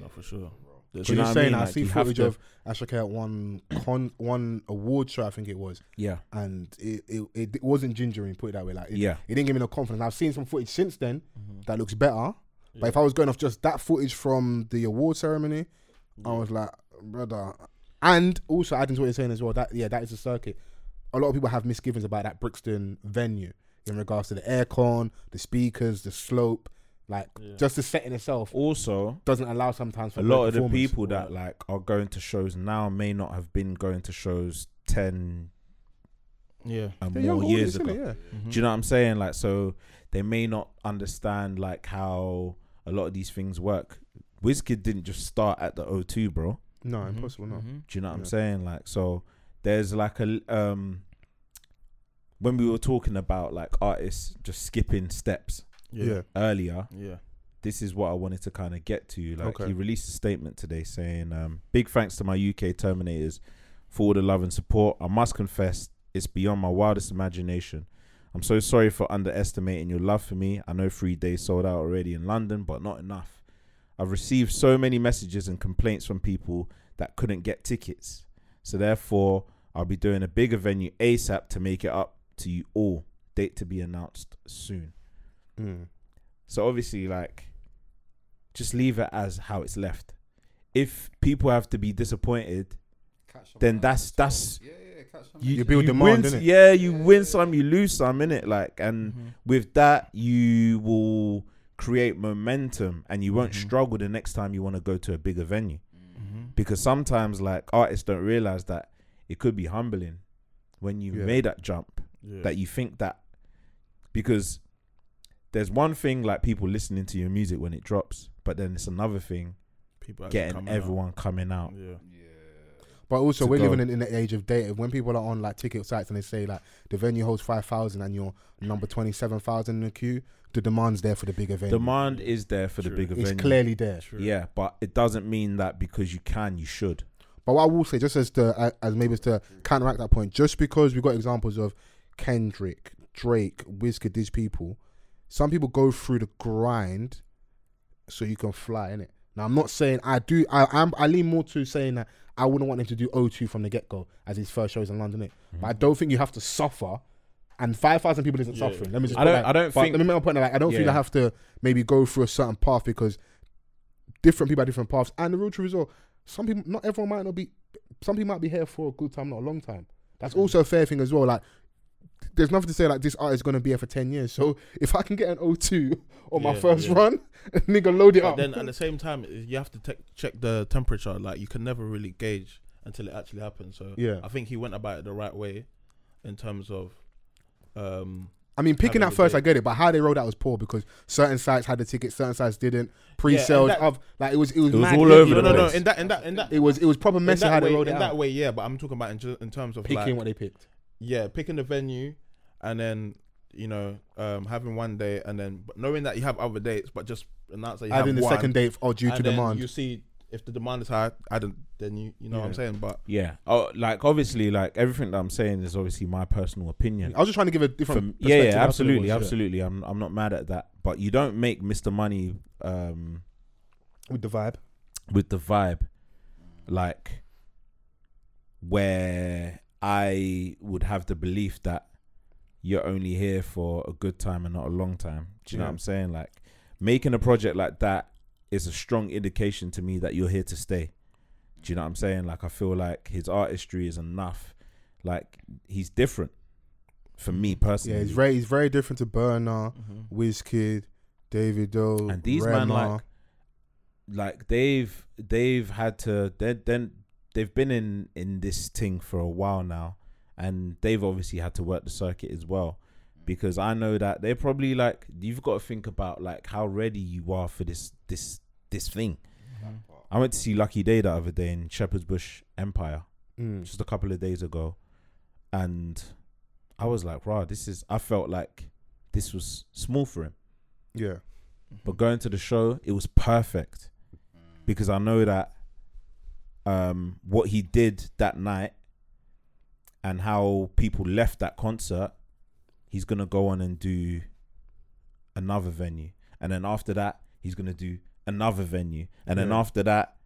[SPEAKER 6] Not for sure.
[SPEAKER 4] Do
[SPEAKER 5] So
[SPEAKER 4] you
[SPEAKER 5] you're
[SPEAKER 4] know what I
[SPEAKER 5] saying I,
[SPEAKER 4] mean? Like,
[SPEAKER 5] see
[SPEAKER 4] you have
[SPEAKER 5] footage
[SPEAKER 4] to-
[SPEAKER 5] of Asha K at one con one award show, I think it was,
[SPEAKER 4] Yeah.
[SPEAKER 5] and it it, it wasn't gingering, put it that way. Like it,
[SPEAKER 4] Yeah.
[SPEAKER 5] it didn't give me no confidence. I've seen some footage since then that looks better. But if I was going off just that footage from the award ceremony, I was like, brother. And also adding to what you're saying as well, that yeah, that is a circuit. A lot of people have misgivings about that Brixton venue in regards to the aircon, the speakers, the slope, like just the setting itself
[SPEAKER 4] Also,
[SPEAKER 5] doesn't allow sometimes for
[SPEAKER 4] a
[SPEAKER 5] great
[SPEAKER 4] lot of the
[SPEAKER 5] performance.
[SPEAKER 4] people that like are going to shows now may not have been going to shows 10
[SPEAKER 6] Yeah.
[SPEAKER 4] and
[SPEAKER 5] They're
[SPEAKER 4] more
[SPEAKER 5] young
[SPEAKER 4] years
[SPEAKER 5] audience,
[SPEAKER 4] ago Mm-hmm.
[SPEAKER 5] innit? Yeah.
[SPEAKER 4] do you know what i'm saying like so they may not understand like how a lot of these things work Wizkid didn't just start at the o2 bro
[SPEAKER 5] No,
[SPEAKER 4] Mm-hmm.
[SPEAKER 5] impossible. No.
[SPEAKER 4] do you know what i'm
[SPEAKER 5] Yeah.
[SPEAKER 4] saying like so there's like a um when we were talking about like artists just skipping steps
[SPEAKER 5] Yeah. Yeah.
[SPEAKER 4] earlier
[SPEAKER 6] Yeah.
[SPEAKER 4] this is what I wanted to kind of get to. Like
[SPEAKER 5] Okay.
[SPEAKER 4] he released a statement today saying, um, "Big thanks to my UK Terminators for all the love and support. I must confess, it's beyond my wildest imagination. I'm so sorry for underestimating your love for me. I know three days sold out already in London, but not enough. I've received so many messages and complaints from people that couldn't get tickets. So therefore, I'll be doing a bigger venue ASAP to make it up to you all. Date to be announced soon."
[SPEAKER 5] Mm.
[SPEAKER 4] So obviously, like, just leave it as how it's left. If people have to be disappointed, then that's that's
[SPEAKER 5] You build demand,
[SPEAKER 4] win,
[SPEAKER 5] innit?
[SPEAKER 4] Yeah, Mm-hmm. you win some, you lose some, innit? Like, and with that, you will create momentum, and you won't struggle the next time you want to go to a bigger venue.
[SPEAKER 5] Mm-hmm.
[SPEAKER 4] Because sometimes, like, artists don't realize that it could be humbling when you
[SPEAKER 5] Yeah.
[SPEAKER 4] made that jump
[SPEAKER 6] Yeah.
[SPEAKER 4] that you think that because there's one thing like people listening to your music when it drops, but then it's another thing
[SPEAKER 6] people actually
[SPEAKER 4] getting
[SPEAKER 6] coming out.
[SPEAKER 4] everyone coming out.
[SPEAKER 6] Yeah.
[SPEAKER 5] But also,
[SPEAKER 4] To
[SPEAKER 5] we're
[SPEAKER 4] go.
[SPEAKER 5] living in, in the age of data. When people are on like ticket sites and they say like the venue holds five thousand and you're number twenty seven thousand in the queue, the demand's there for the big event.
[SPEAKER 4] Demand is there for the
[SPEAKER 6] True.
[SPEAKER 4] bigger
[SPEAKER 5] it's
[SPEAKER 4] venue.
[SPEAKER 5] clearly there.
[SPEAKER 4] Yeah, but it doesn't mean that because you can, you should.
[SPEAKER 5] But what I will say, just as to uh, as maybe it's to counteract that point, just because we've got examples of Kendrick, Drake, Wizkid, these people, some people go through the grind so you can fly in it. Now I'm not saying I do. I I'm, I lean more to saying that I wouldn't want him to do O2 from the get go as his first shows in London. It, but I
[SPEAKER 4] Mhm.
[SPEAKER 5] don't think you have to suffer. And five thousand people isn't suffering. Let me just.
[SPEAKER 4] I
[SPEAKER 5] put
[SPEAKER 4] don't-
[SPEAKER 5] that-
[SPEAKER 4] I don't
[SPEAKER 5] but
[SPEAKER 4] think-
[SPEAKER 5] Let me make my point. Like I don't think
[SPEAKER 4] Yeah.
[SPEAKER 5] I have to maybe go through a certain path because different people have different paths. And the real truth is, well, some people, not everyone might not be, some people might be here for a good time, not a long time. That's also a fair thing as well. Like, there's nothing to say like this art is gonna be here for ten years. So [laughs] if I can get an O2 on my
[SPEAKER 6] Yeah,
[SPEAKER 5] first
[SPEAKER 6] yeah.
[SPEAKER 5] run, [laughs] nigga, load it
[SPEAKER 6] But
[SPEAKER 5] up.
[SPEAKER 6] then at the same time, i- you have to te- check the temperature. Like you can never really gauge until it actually happens. So
[SPEAKER 5] Yeah.
[SPEAKER 6] I think he went about it the right way, in terms of, um,
[SPEAKER 5] I mean, picking
[SPEAKER 6] having
[SPEAKER 5] that
[SPEAKER 6] the
[SPEAKER 5] first, I
[SPEAKER 6] date.
[SPEAKER 5] get it, but how they rolled out was poor because certain sites had the ticket, certain sites didn't. Pre-sales,
[SPEAKER 6] that-
[SPEAKER 5] of, like it was, it was,
[SPEAKER 4] It was
[SPEAKER 5] mad
[SPEAKER 4] all
[SPEAKER 5] little.
[SPEAKER 4] over
[SPEAKER 6] no,
[SPEAKER 4] the
[SPEAKER 6] no, no.
[SPEAKER 4] place.
[SPEAKER 6] In that, in that, in that,
[SPEAKER 5] It was, it was proper
[SPEAKER 6] in
[SPEAKER 5] messy how
[SPEAKER 6] that,
[SPEAKER 5] they
[SPEAKER 6] way,
[SPEAKER 5] rolled it
[SPEAKER 6] in
[SPEAKER 5] out.
[SPEAKER 6] that way, yeah. But I'm talking about in, ju- in terms of
[SPEAKER 5] picking
[SPEAKER 6] like,
[SPEAKER 5] what they picked.
[SPEAKER 6] yeah, picking the venue, and then you know, um, having one day, and then but knowing that you have other dates, but just announce that you
[SPEAKER 5] Adding
[SPEAKER 6] have
[SPEAKER 5] the
[SPEAKER 6] one,
[SPEAKER 5] second date, or due
[SPEAKER 6] and
[SPEAKER 5] to
[SPEAKER 6] then
[SPEAKER 5] demand.
[SPEAKER 6] You see if the demand is high, I don't, then you, you know what I'm saying. But
[SPEAKER 4] Yeah. Oh, like obviously, like everything that I'm saying is obviously my personal opinion.
[SPEAKER 5] I was just trying to give a
[SPEAKER 4] From-
[SPEAKER 5] different.
[SPEAKER 4] yeah,
[SPEAKER 5] perspective
[SPEAKER 4] yeah,
[SPEAKER 5] after
[SPEAKER 4] absolutely,
[SPEAKER 5] the awards, yeah.
[SPEAKER 4] absolutely. I'm I'm not mad at that. But you don't make Mr. Money um
[SPEAKER 5] With the vibe.
[SPEAKER 4] with the vibe like where i would have the belief that you're only here for a good time and not a long time do you know
[SPEAKER 5] Yeah.
[SPEAKER 4] what i'm saying like making a project like that is a strong indication to me that you're here to stay do you know what i'm saying like i feel like his artistry is enough like he's different for me personally.
[SPEAKER 5] Yeah, he's very he's very different to Burner, Wizkid, David Doe,
[SPEAKER 4] Mm-hmm. And these man, like, like they've they've had to then then they've been in in this thing for a while now, and they've obviously had to work the circuit as well, because I know that they're probably like you've got to think about like how ready you are for this this this thing.
[SPEAKER 5] Mm-hmm.
[SPEAKER 4] I went to see Lucky Day the other day in Shepherd's Bush Empire
[SPEAKER 5] Mm.
[SPEAKER 4] just a couple of days ago, and I was like, "Wow, this is." I felt like this was small for him.
[SPEAKER 5] yeah,
[SPEAKER 1] Mm-hmm.
[SPEAKER 4] But going to the show, it was perfect because I know that um, what he did that night and how people left that concert, he's gonna go on and do another venue, and then after that, he's gonna do another venue, and then
[SPEAKER 5] Yeah.
[SPEAKER 4] after that,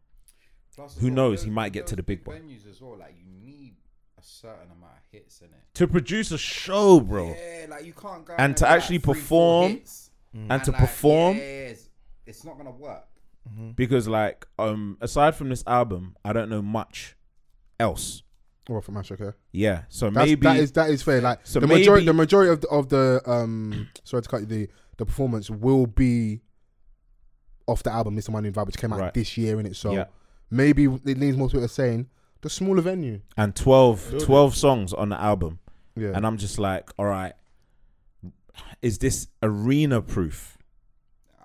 [SPEAKER 1] Plus,
[SPEAKER 4] Who
[SPEAKER 1] as well,
[SPEAKER 4] knows?
[SPEAKER 1] those-
[SPEAKER 4] He might get to
[SPEAKER 1] those
[SPEAKER 4] the big one.
[SPEAKER 1] venues as well. Like you need a certain amount of hits in it.
[SPEAKER 4] to produce a show, bro.
[SPEAKER 1] Yeah, like you can't go
[SPEAKER 4] And
[SPEAKER 1] there
[SPEAKER 4] to
[SPEAKER 1] with, like,
[SPEAKER 4] actually
[SPEAKER 1] three, four
[SPEAKER 4] perform,
[SPEAKER 1] hits
[SPEAKER 4] and to perform. Mm-hmm.
[SPEAKER 1] yeah, it's, it's not gonna work.
[SPEAKER 5] Mm.
[SPEAKER 4] because like um aside from this album i don't know much else
[SPEAKER 5] or from Ashoka.
[SPEAKER 4] yeah so
[SPEAKER 5] That's,
[SPEAKER 4] maybe
[SPEAKER 5] that is that is fair. Like
[SPEAKER 4] So
[SPEAKER 5] the majority,
[SPEAKER 4] maybe-
[SPEAKER 5] the majority of the, of the um, sorry to cut you, the the performance will be off the album Mr. Money and Vibe, which came out
[SPEAKER 4] Right.
[SPEAKER 5] this year, in it. So
[SPEAKER 4] Yeah.
[SPEAKER 5] maybe it leans more to what you're saying. The smaller venue,
[SPEAKER 4] and 12 12 songs on the album
[SPEAKER 5] yeah,
[SPEAKER 4] and i'm just like all right is this arena proof
[SPEAKER 1] I,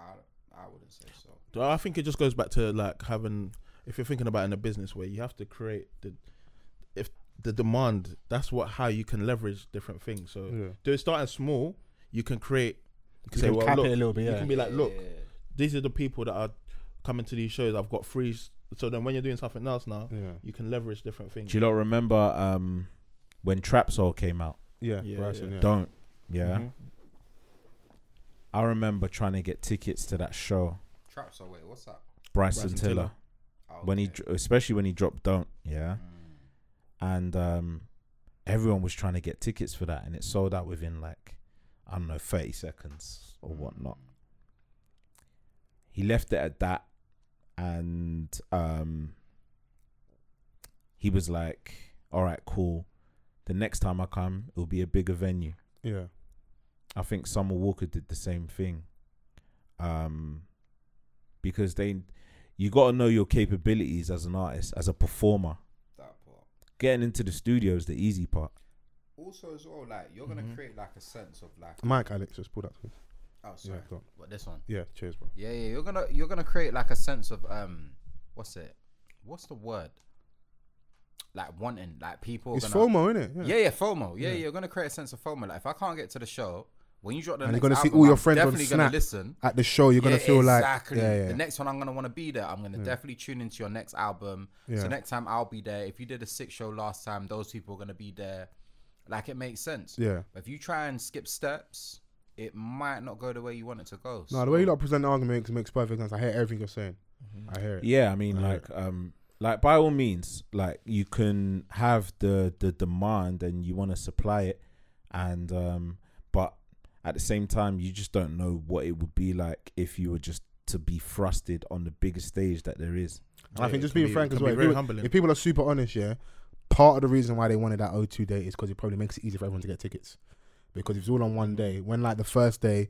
[SPEAKER 1] I wouldn't say so.
[SPEAKER 6] So I think it just goes back to like having if you're thinking about it in a business where you have to create the if the demand that's what how you can leverage different things. So
[SPEAKER 5] Yeah.
[SPEAKER 6] do it starting small, you can create you can say
[SPEAKER 7] can
[SPEAKER 6] well
[SPEAKER 7] cap it
[SPEAKER 6] look,
[SPEAKER 7] a little bit,
[SPEAKER 6] you
[SPEAKER 7] yeah.
[SPEAKER 6] can be like look
[SPEAKER 1] Yeah.
[SPEAKER 6] these are the people that are coming to these shows. I've got free s- so then when you're doing something else now
[SPEAKER 5] Yeah.
[SPEAKER 6] you can leverage different things.
[SPEAKER 4] do you lot remember um when trap soul came out
[SPEAKER 5] yeah,
[SPEAKER 6] Yeah,
[SPEAKER 5] Bryson,
[SPEAKER 6] yeah.
[SPEAKER 5] yeah.
[SPEAKER 4] don't yeah
[SPEAKER 6] Mhm.
[SPEAKER 4] i remember trying to get tickets to that show
[SPEAKER 1] Trap. So oh, wait, what's Oh, up?
[SPEAKER 4] bryson,
[SPEAKER 6] Bryson
[SPEAKER 4] tiller,
[SPEAKER 6] Tiller.
[SPEAKER 4] when he dr- especially when he dropped don't yeah
[SPEAKER 1] Mm.
[SPEAKER 4] and um everyone was trying to get tickets for that and it sold out within like i don't know 30 seconds or whatnot
[SPEAKER 1] Mm.
[SPEAKER 4] he left it at that and um he was like all right cool the next time i come it'll be a bigger venue
[SPEAKER 5] yeah,
[SPEAKER 4] I think Summer Walker did the same thing. Um, because they, you got to know your capabilities as an artist, as a performer.
[SPEAKER 1] that part.
[SPEAKER 4] Getting into the studio is the easy part.
[SPEAKER 1] Also, as well, like you're
[SPEAKER 4] Mm-hmm.
[SPEAKER 1] gonna create like a sense of like.
[SPEAKER 5] Mike, Alex, just pull that. please.
[SPEAKER 1] Oh, sorry.
[SPEAKER 5] Yeah, go on.
[SPEAKER 1] But this one.
[SPEAKER 5] yeah, cheers, bro.
[SPEAKER 1] Yeah, yeah. You're gonna you're gonna create like a sense of um, what's it? What's the word? Like wanting, like people. Are
[SPEAKER 5] It's
[SPEAKER 1] gonna,
[SPEAKER 5] FOMO, isn't it?
[SPEAKER 1] Yeah, yeah, FOMO. Yeah, yeah, you're gonna create a sense of FOMO. Like if I can't get to the show, when you drop the
[SPEAKER 5] And you're
[SPEAKER 1] next
[SPEAKER 5] gonna see
[SPEAKER 1] album,
[SPEAKER 5] all your
[SPEAKER 1] I'm
[SPEAKER 5] friends on
[SPEAKER 1] definitely gonna
[SPEAKER 5] Snap
[SPEAKER 1] listen.
[SPEAKER 5] At the show, you're gonna
[SPEAKER 1] Yeah,
[SPEAKER 5] feel
[SPEAKER 1] exactly.
[SPEAKER 5] like, yeah, yeah,
[SPEAKER 1] The next one, I'm gonna want to be there. I'm gonna definitely tune into your next album.
[SPEAKER 5] Yeah.
[SPEAKER 1] So next time I'll be there. If you did a six show last time, those people are gonna be there. Like it makes sense.
[SPEAKER 5] Yeah.
[SPEAKER 1] If you try and skip steps, it might not go the way you want it to go.
[SPEAKER 5] no, the way you like present arguments makes perfect sense. I hear everything you're saying.
[SPEAKER 1] Mm-hmm.
[SPEAKER 5] I hear it.
[SPEAKER 4] Yeah, I mean, like, um, like by all means, like you can have the the demand and you want to supply it, and um, but at the same time, you just don't know what it would be like if you were just to be thrusted on the biggest stage that there is.
[SPEAKER 5] And I
[SPEAKER 6] it
[SPEAKER 5] think just
[SPEAKER 6] can
[SPEAKER 5] being
[SPEAKER 6] be-
[SPEAKER 5] frank
[SPEAKER 6] it
[SPEAKER 5] as
[SPEAKER 6] can
[SPEAKER 5] well.
[SPEAKER 6] be
[SPEAKER 5] If
[SPEAKER 6] very
[SPEAKER 5] people,
[SPEAKER 6] humbling.
[SPEAKER 5] if people are super honest, yeah, part of the reason why they wanted that O2 date is because it probably makes it easy for everyone to get tickets. Because it's all on one day. When like the first day,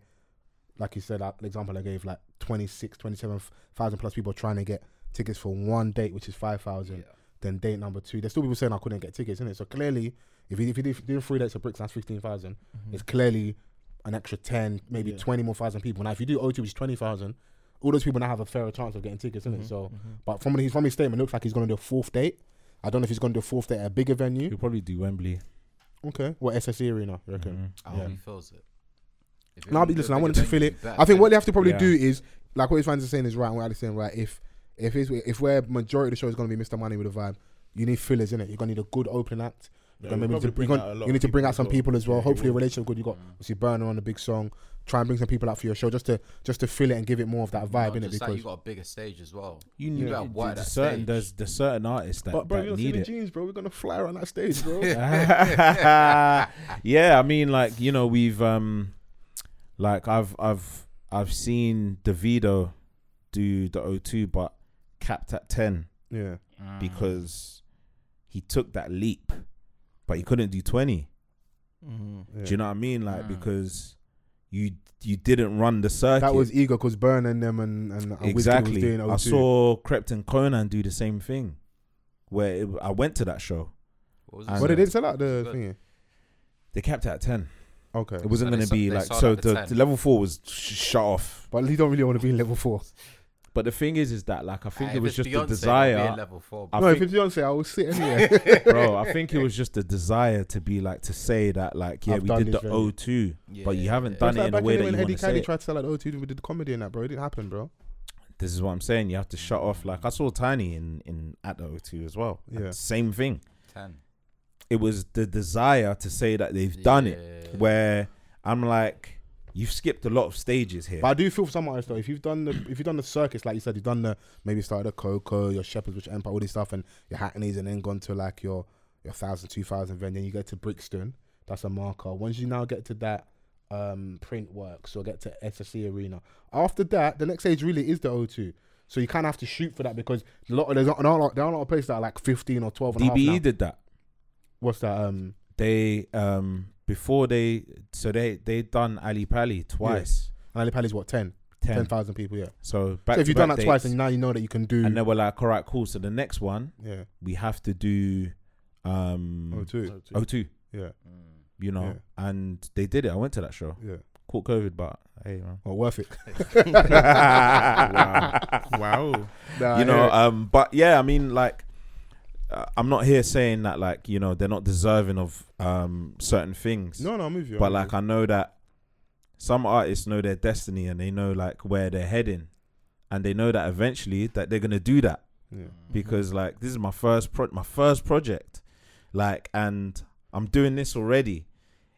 [SPEAKER 5] like you said, like the example I gave, like 26, 27,000 plus people trying to get tickets for one date, which is 5,000. Then date number two, there's still people saying I couldn't get tickets, isn't it? So clearly, if you, if you did, did three dates of bricks, that's 15,000.
[SPEAKER 6] Mm-hmm.
[SPEAKER 5] It's clearly an extra 10, maybe 20 more thousand people. Now, if you do O2, which is 20,000, all those people now have a fairer chance of getting tickets, isn't it? So,
[SPEAKER 6] Mm-hmm,
[SPEAKER 5] but from his from his statement, it looks like he's going to do a fourth date. I don't know if he's going to do a fourth date at a bigger venue.
[SPEAKER 4] You'll probably do Wembley.
[SPEAKER 5] Okay, what SSE arena? You reckon?
[SPEAKER 4] Mm-hmm.
[SPEAKER 1] I hope he feels it. If you're
[SPEAKER 5] No, I'll be
[SPEAKER 1] gonna do
[SPEAKER 5] listen. I
[SPEAKER 1] bigger
[SPEAKER 5] wanted to
[SPEAKER 1] venue,
[SPEAKER 5] feel it.
[SPEAKER 1] you better
[SPEAKER 5] I think what they
[SPEAKER 1] feel
[SPEAKER 5] have to probably
[SPEAKER 4] Yeah.
[SPEAKER 5] do is like what his fans are saying is right, and what Alex is saying right. If if it's, if where majority of the show is going to be Mr. Money with a vibe, you need fillers in it. You're going to need a good opening act.
[SPEAKER 6] Yeah,
[SPEAKER 5] You're gonna
[SPEAKER 6] we'll
[SPEAKER 5] maybe need to
[SPEAKER 6] probably
[SPEAKER 5] bring
[SPEAKER 6] bring
[SPEAKER 5] on-
[SPEAKER 6] out a lot
[SPEAKER 5] you need
[SPEAKER 6] of
[SPEAKER 5] to bring
[SPEAKER 6] people
[SPEAKER 5] out
[SPEAKER 6] as
[SPEAKER 5] some
[SPEAKER 6] well.
[SPEAKER 5] people as well.
[SPEAKER 6] Yeah, you
[SPEAKER 5] Hopefully, a
[SPEAKER 6] will. Mm.
[SPEAKER 5] relationship good. You got obviously Burner on the big song. Try and bring some people out for your show just to just to fill it and give it more of that vibe
[SPEAKER 1] No,
[SPEAKER 5] in it
[SPEAKER 1] just like
[SPEAKER 5] because.
[SPEAKER 1] you got a bigger stage as well.
[SPEAKER 4] You
[SPEAKER 1] you
[SPEAKER 4] need
[SPEAKER 1] gotta
[SPEAKER 4] the-
[SPEAKER 1] wire
[SPEAKER 4] the
[SPEAKER 1] that
[SPEAKER 4] certain
[SPEAKER 1] stage.
[SPEAKER 4] there's the certain artists that,
[SPEAKER 5] but bro,
[SPEAKER 4] that
[SPEAKER 5] you're
[SPEAKER 4] need
[SPEAKER 5] the
[SPEAKER 4] it.
[SPEAKER 5] jeans, bro. We're gonna fly around that stage,
[SPEAKER 6] [laughs]
[SPEAKER 5] [laughs]
[SPEAKER 4] [laughs]
[SPEAKER 5] bro.
[SPEAKER 4] yeah, I mean, like you know, we've um, like I've I've I've seen Davido do the O2, but capped at ten
[SPEAKER 5] yeah,
[SPEAKER 1] Mm.
[SPEAKER 4] because he took that leap, but he couldn't do twenty.
[SPEAKER 5] Mm-hmm.
[SPEAKER 4] Do you know what I mean?
[SPEAKER 1] Mm.
[SPEAKER 4] Like because you you didn't run the circuit.
[SPEAKER 5] That was ego because Burn and them and and, and
[SPEAKER 4] exactly.
[SPEAKER 5] Wisdom
[SPEAKER 4] I
[SPEAKER 5] was doing 02.
[SPEAKER 4] saw Krypton Conan do the same thing, where it, I went to that show.
[SPEAKER 1] What was
[SPEAKER 4] And-
[SPEAKER 5] Well,
[SPEAKER 1] it?
[SPEAKER 5] they did sell out the
[SPEAKER 1] Good.
[SPEAKER 5] thing.
[SPEAKER 4] They capped it at ten.
[SPEAKER 5] Okay,
[SPEAKER 4] It wasn't
[SPEAKER 1] So they
[SPEAKER 4] going to
[SPEAKER 1] so-
[SPEAKER 4] be
[SPEAKER 1] they
[SPEAKER 4] like
[SPEAKER 1] sold
[SPEAKER 4] so.
[SPEAKER 1] out the
[SPEAKER 4] The,
[SPEAKER 1] 10.
[SPEAKER 4] the level four was sh- shut off.
[SPEAKER 5] but you don't really want to be in level four.
[SPEAKER 4] But the thing is, is that like I think
[SPEAKER 1] Nah,
[SPEAKER 4] it
[SPEAKER 1] if
[SPEAKER 4] was
[SPEAKER 1] it's
[SPEAKER 4] just
[SPEAKER 1] Beyonce,
[SPEAKER 4] the
[SPEAKER 1] it'd be a
[SPEAKER 4] desire.
[SPEAKER 1] level four,
[SPEAKER 4] I
[SPEAKER 5] no,
[SPEAKER 4] think-
[SPEAKER 5] if it's Beyonce, I will sit anywhere.
[SPEAKER 4] [laughs] bro.
[SPEAKER 5] [laughs]
[SPEAKER 4] I think it was just the desire to be like to say that, like, yeah,
[SPEAKER 5] I've
[SPEAKER 4] we
[SPEAKER 5] done
[SPEAKER 4] did
[SPEAKER 5] this
[SPEAKER 4] the
[SPEAKER 5] venue.
[SPEAKER 4] O2,
[SPEAKER 1] Yeah,
[SPEAKER 4] but you
[SPEAKER 1] yeah,
[SPEAKER 4] haven't
[SPEAKER 1] yeah.
[SPEAKER 4] done
[SPEAKER 5] It's
[SPEAKER 4] it
[SPEAKER 5] like
[SPEAKER 4] in a
[SPEAKER 5] back
[SPEAKER 4] way
[SPEAKER 5] in
[SPEAKER 4] that
[SPEAKER 5] the
[SPEAKER 4] you
[SPEAKER 5] when
[SPEAKER 4] want
[SPEAKER 5] Eddie
[SPEAKER 4] to say.
[SPEAKER 5] Kennedy
[SPEAKER 4] it.
[SPEAKER 5] tried to sell out O2 with the comedy and that, bro. It didn't happen, bro.
[SPEAKER 4] This is what I'm saying. You have to shut off. Like I saw Tiny in in at the O2 as well.
[SPEAKER 5] Yeah.
[SPEAKER 4] same thing.
[SPEAKER 1] ten.
[SPEAKER 4] It was the desire to say that they've done it.
[SPEAKER 1] Yeah.
[SPEAKER 4] Where I'm like, you've skipped a lot of stages here.
[SPEAKER 5] But I do feel for some artists though. If you've done the if you've done the circus, like you said, you've done the maybe started at Coco, your Shepherd's Bush Empire, all this stuff, and your Hackneys, and then gone to like your your thousand, two thousand venue. Then you get to Brixton. That's a marker. Once you now get to that um print works or get to SSC Arena. After that, the next stage really is the O2. So you kind of have to shoot for that because a lot of there's not, not a lot, there are a lot of places that are like 15 or 12 and a half now.
[SPEAKER 4] DBE E did that.
[SPEAKER 5] What's that? Um,
[SPEAKER 4] They um before they so they they done Ali Pali twice.
[SPEAKER 5] Ali Pali's what 10,
[SPEAKER 4] Ten.
[SPEAKER 5] 10,000 people. Yeah.
[SPEAKER 4] So back
[SPEAKER 5] so if
[SPEAKER 4] to
[SPEAKER 5] you've done
[SPEAKER 4] back
[SPEAKER 5] that twice,
[SPEAKER 4] dates.
[SPEAKER 5] and now you know that you can do.
[SPEAKER 4] and they were like, all right, cool. So the next one
[SPEAKER 5] yeah.
[SPEAKER 4] we have to do um
[SPEAKER 5] O2.
[SPEAKER 4] O2,
[SPEAKER 5] Yeah.
[SPEAKER 4] you know, and they did it. I went to that show.
[SPEAKER 5] Yeah.
[SPEAKER 4] Caught COVID, but hey, man.
[SPEAKER 5] Well,
[SPEAKER 4] [laughs]
[SPEAKER 5] worth it.
[SPEAKER 6] Wow.
[SPEAKER 5] [laughs]
[SPEAKER 4] you
[SPEAKER 5] Nah, I hear
[SPEAKER 4] know,
[SPEAKER 5] it.
[SPEAKER 4] um, but yeah, I mean, like, uh, I'm not here saying that like you know they're not deserving of um certain things,
[SPEAKER 5] no, no, I'm with you.
[SPEAKER 4] but
[SPEAKER 5] I'm
[SPEAKER 4] like I know that some artists know their destiny and they know like where they're heading, and they know that eventually that they're gonna do that.
[SPEAKER 5] with you.
[SPEAKER 4] because like this is my first pro- my first project, like, and I'm doing this already.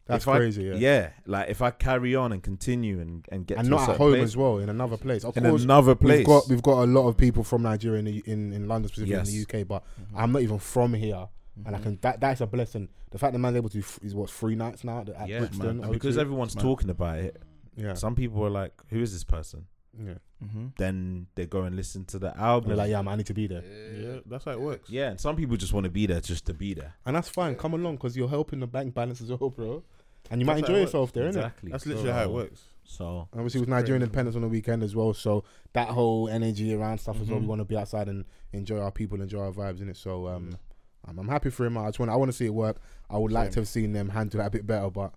[SPEAKER 5] That's
[SPEAKER 4] If I-
[SPEAKER 5] crazy, yeah.
[SPEAKER 4] yeah. Like if I carry on and continue and and get
[SPEAKER 5] and
[SPEAKER 4] to a
[SPEAKER 5] not at
[SPEAKER 4] certain
[SPEAKER 5] home
[SPEAKER 4] place-
[SPEAKER 5] as well in another place. Of
[SPEAKER 4] in
[SPEAKER 5] course,
[SPEAKER 4] another place,
[SPEAKER 5] we've got we've got a lot of people from Nigeria in the, in, in London specifically in
[SPEAKER 4] Yes. Mm-hmm.
[SPEAKER 5] the UK, but I'm not even from here, and I can that that's a blessing. The fact that man's able to do f- is what three nights now at at
[SPEAKER 4] yeah,
[SPEAKER 5] Brixton,
[SPEAKER 4] man.
[SPEAKER 5] O2.
[SPEAKER 4] And because everyone's
[SPEAKER 6] man.
[SPEAKER 4] talking about it,
[SPEAKER 5] yeah,
[SPEAKER 4] some people are like, "Who is this person?"
[SPEAKER 5] yeah,
[SPEAKER 6] Mm-hmm.
[SPEAKER 4] Then they go and listen to the
[SPEAKER 5] they're
[SPEAKER 4] album.
[SPEAKER 5] like yeah, man, I need to be there,
[SPEAKER 6] Yeah, that's how it works.
[SPEAKER 4] yeah, and some people just want to be there just to be there.
[SPEAKER 5] and that's fine. Come along because you're helping the bank balance as well, bro, and you might
[SPEAKER 6] That's how
[SPEAKER 5] enjoy
[SPEAKER 6] it
[SPEAKER 5] yourself there, innit?
[SPEAKER 4] exactly.
[SPEAKER 6] That's literally how it works.
[SPEAKER 4] So
[SPEAKER 5] And Obviously, it was Nigerian independence on the weekend as well, so that whole energy around stuff as well.
[SPEAKER 6] Mm-hmm.
[SPEAKER 5] We want to be outside and enjoy our people, enjoy our vibes in it. So
[SPEAKER 6] Mm.
[SPEAKER 5] um, I'm, I'm happy for him. I just want I want to see it work. I would like to have seen them handle that a bit better, but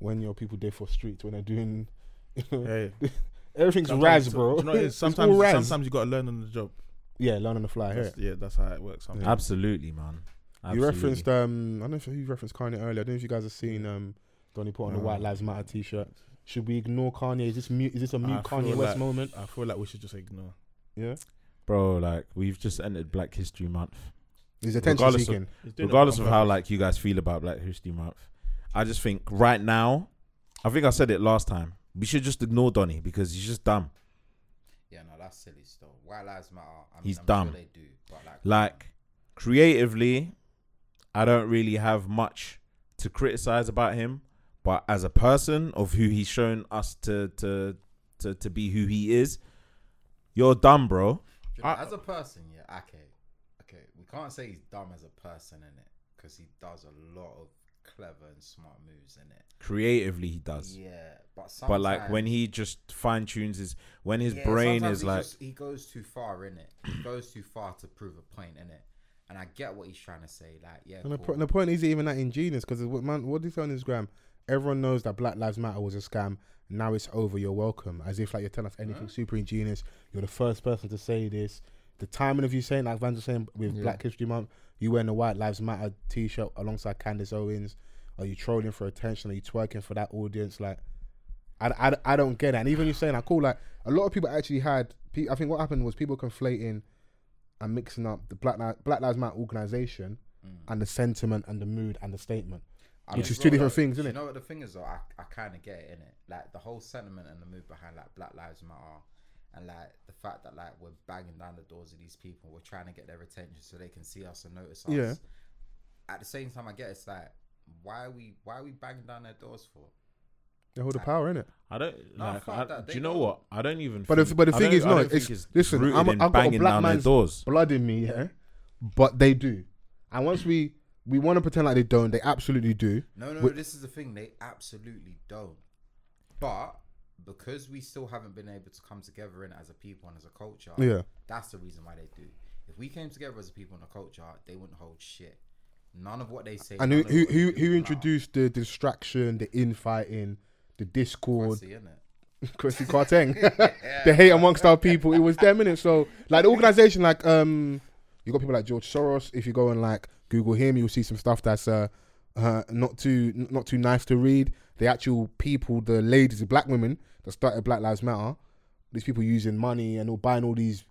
[SPEAKER 5] when your people there for streets, when they're doing, [laughs] you know,
[SPEAKER 6] Hey,
[SPEAKER 5] everything's raz, bro.
[SPEAKER 6] You know, what it is?
[SPEAKER 5] [laughs] It's all
[SPEAKER 6] sometimes,
[SPEAKER 5] raz.
[SPEAKER 6] sometimes you gotta learn on the job.
[SPEAKER 5] yeah, learn on the fly.
[SPEAKER 6] That's,
[SPEAKER 5] Here,
[SPEAKER 6] yeah, that's how it works. Sometimes.
[SPEAKER 4] absolutely, man.
[SPEAKER 5] you
[SPEAKER 4] Absolutely.
[SPEAKER 5] referenced um, I don't know if you referenced Kanye earlier. I don't know if you guys have seen um, Donny put on the
[SPEAKER 6] Mm. No.
[SPEAKER 5] White Lives Matter T-shirt. Should we ignore Kanye? Is this mute? Is this a mute
[SPEAKER 6] I feel
[SPEAKER 5] Kanye West
[SPEAKER 6] like-
[SPEAKER 5] moment?
[SPEAKER 6] I feel like we should just ignore.
[SPEAKER 5] Yeah,
[SPEAKER 4] bro. Like we've just entered Black History Month.
[SPEAKER 5] he's attention
[SPEAKER 4] Regardless of-
[SPEAKER 5] seeking.
[SPEAKER 6] He's doing it
[SPEAKER 4] regardless
[SPEAKER 6] on
[SPEAKER 4] of how
[SPEAKER 6] purpose.
[SPEAKER 4] like you guys feel about Black History Month, I just think right now, I think I said it last time. We should just ignore Donny because he's just dumb.
[SPEAKER 1] Yeah, no, that's silly still. White lives matter. I mean,
[SPEAKER 4] He's
[SPEAKER 1] I'm
[SPEAKER 4] dumb.
[SPEAKER 1] Sure they do, but like,
[SPEAKER 4] Like creatively, I don't really have much to criticize about him, but as a person of who he's shown us to to to, to be who he is, you're dumb, bro.
[SPEAKER 1] do you know,
[SPEAKER 6] I-
[SPEAKER 1] as a person, yeah, okay, okay, we can't say he's dumb as a person in it because he does a lot of clever and smart moves in it.
[SPEAKER 4] Creatively, he does.
[SPEAKER 1] Yeah, but sometimes,
[SPEAKER 4] But like when he just fine tunes his, when his
[SPEAKER 1] Yeah,
[SPEAKER 4] brain
[SPEAKER 1] sometimes
[SPEAKER 4] is
[SPEAKER 1] he
[SPEAKER 4] like,
[SPEAKER 1] just- he goes too far in it. He goes too far to prove a point in it, and I get what he's trying to say. Like, yeah,
[SPEAKER 5] And the,
[SPEAKER 1] cool.
[SPEAKER 5] po- the point is even that ingenious because what man, what did he say on Instagram? Everyone knows that Black Lives Matter was a scam. Now it's over. You're welcome. As if like you're telling us anything super ingenious. You're the first person to say this. The timing of you saying, like Vans was saying, with Black History Month, you wearing the White Lives Matter T-shirt alongside Candace Owens. Are you trolling for attention? Are you twerking for that audience? Like, I, I, I don't get it. And even you saying, I call like a lot of people actually had. pe- I think what happened was people conflating and mixing up the Black Li- Black Lives Matter organization and the sentiment and the mood and the statement,
[SPEAKER 1] Mm. I
[SPEAKER 5] which
[SPEAKER 1] mean,
[SPEAKER 5] is two
[SPEAKER 1] bro,
[SPEAKER 5] different
[SPEAKER 1] though,
[SPEAKER 5] things,
[SPEAKER 1] do
[SPEAKER 5] isn't
[SPEAKER 1] You
[SPEAKER 5] it?
[SPEAKER 1] know what the thing is though? I, I kind of get it in it. Like the whole sentiment and the move behind like Black Lives Matter, and like the fact that like we're banging down the doors of these people, we're trying to get their attention so they can see us and notice us.
[SPEAKER 5] Yeah.
[SPEAKER 1] At the same time, I get it's like, why are we why are we banging down their doors for?
[SPEAKER 5] They hold the power, innit?
[SPEAKER 4] I don't.
[SPEAKER 1] No,
[SPEAKER 4] like,
[SPEAKER 1] fuck
[SPEAKER 4] I,
[SPEAKER 1] that,
[SPEAKER 4] do
[SPEAKER 1] they
[SPEAKER 4] you know
[SPEAKER 1] don't.
[SPEAKER 4] what? I don't even.
[SPEAKER 5] But the,
[SPEAKER 4] think-
[SPEAKER 5] but the
[SPEAKER 4] I
[SPEAKER 5] thing
[SPEAKER 4] don't-
[SPEAKER 5] is
[SPEAKER 4] I don't
[SPEAKER 5] not.
[SPEAKER 4] think
[SPEAKER 5] It's, listen,
[SPEAKER 4] rooted
[SPEAKER 5] I'm,
[SPEAKER 4] in
[SPEAKER 5] I've got a
[SPEAKER 4] banging
[SPEAKER 5] black
[SPEAKER 4] down their
[SPEAKER 5] man's
[SPEAKER 4] doors.
[SPEAKER 5] blood in me, yeah. But they do, and once we we want to pretend like they don't. They absolutely do.
[SPEAKER 1] No, no,
[SPEAKER 5] We-
[SPEAKER 1] this is the thing. They absolutely don't. But because we still haven't been able to come together in as a people and as a culture,
[SPEAKER 5] Yeah.
[SPEAKER 1] that's the reason why they do. If we came together as a people and a culture, they wouldn't hold shit. None of what they say.
[SPEAKER 5] And
[SPEAKER 1] none
[SPEAKER 5] who
[SPEAKER 1] of
[SPEAKER 5] who
[SPEAKER 1] what they
[SPEAKER 5] who,
[SPEAKER 1] do
[SPEAKER 5] who
[SPEAKER 1] now.
[SPEAKER 5] introduced the distraction, the infighting, the discord?
[SPEAKER 1] See, innit?
[SPEAKER 5] [laughs] Chrissy Karteng,
[SPEAKER 1] [laughs]
[SPEAKER 5] the hate amongst our people. It was them in it. So like the organization, like um, you got people like George Soros. If you go and like Google him, you'll see some stuff that's uh, uh not too not too nice to read. The actual people, the ladies, the black women that started Black Lives Matter. These people using money and all buying all these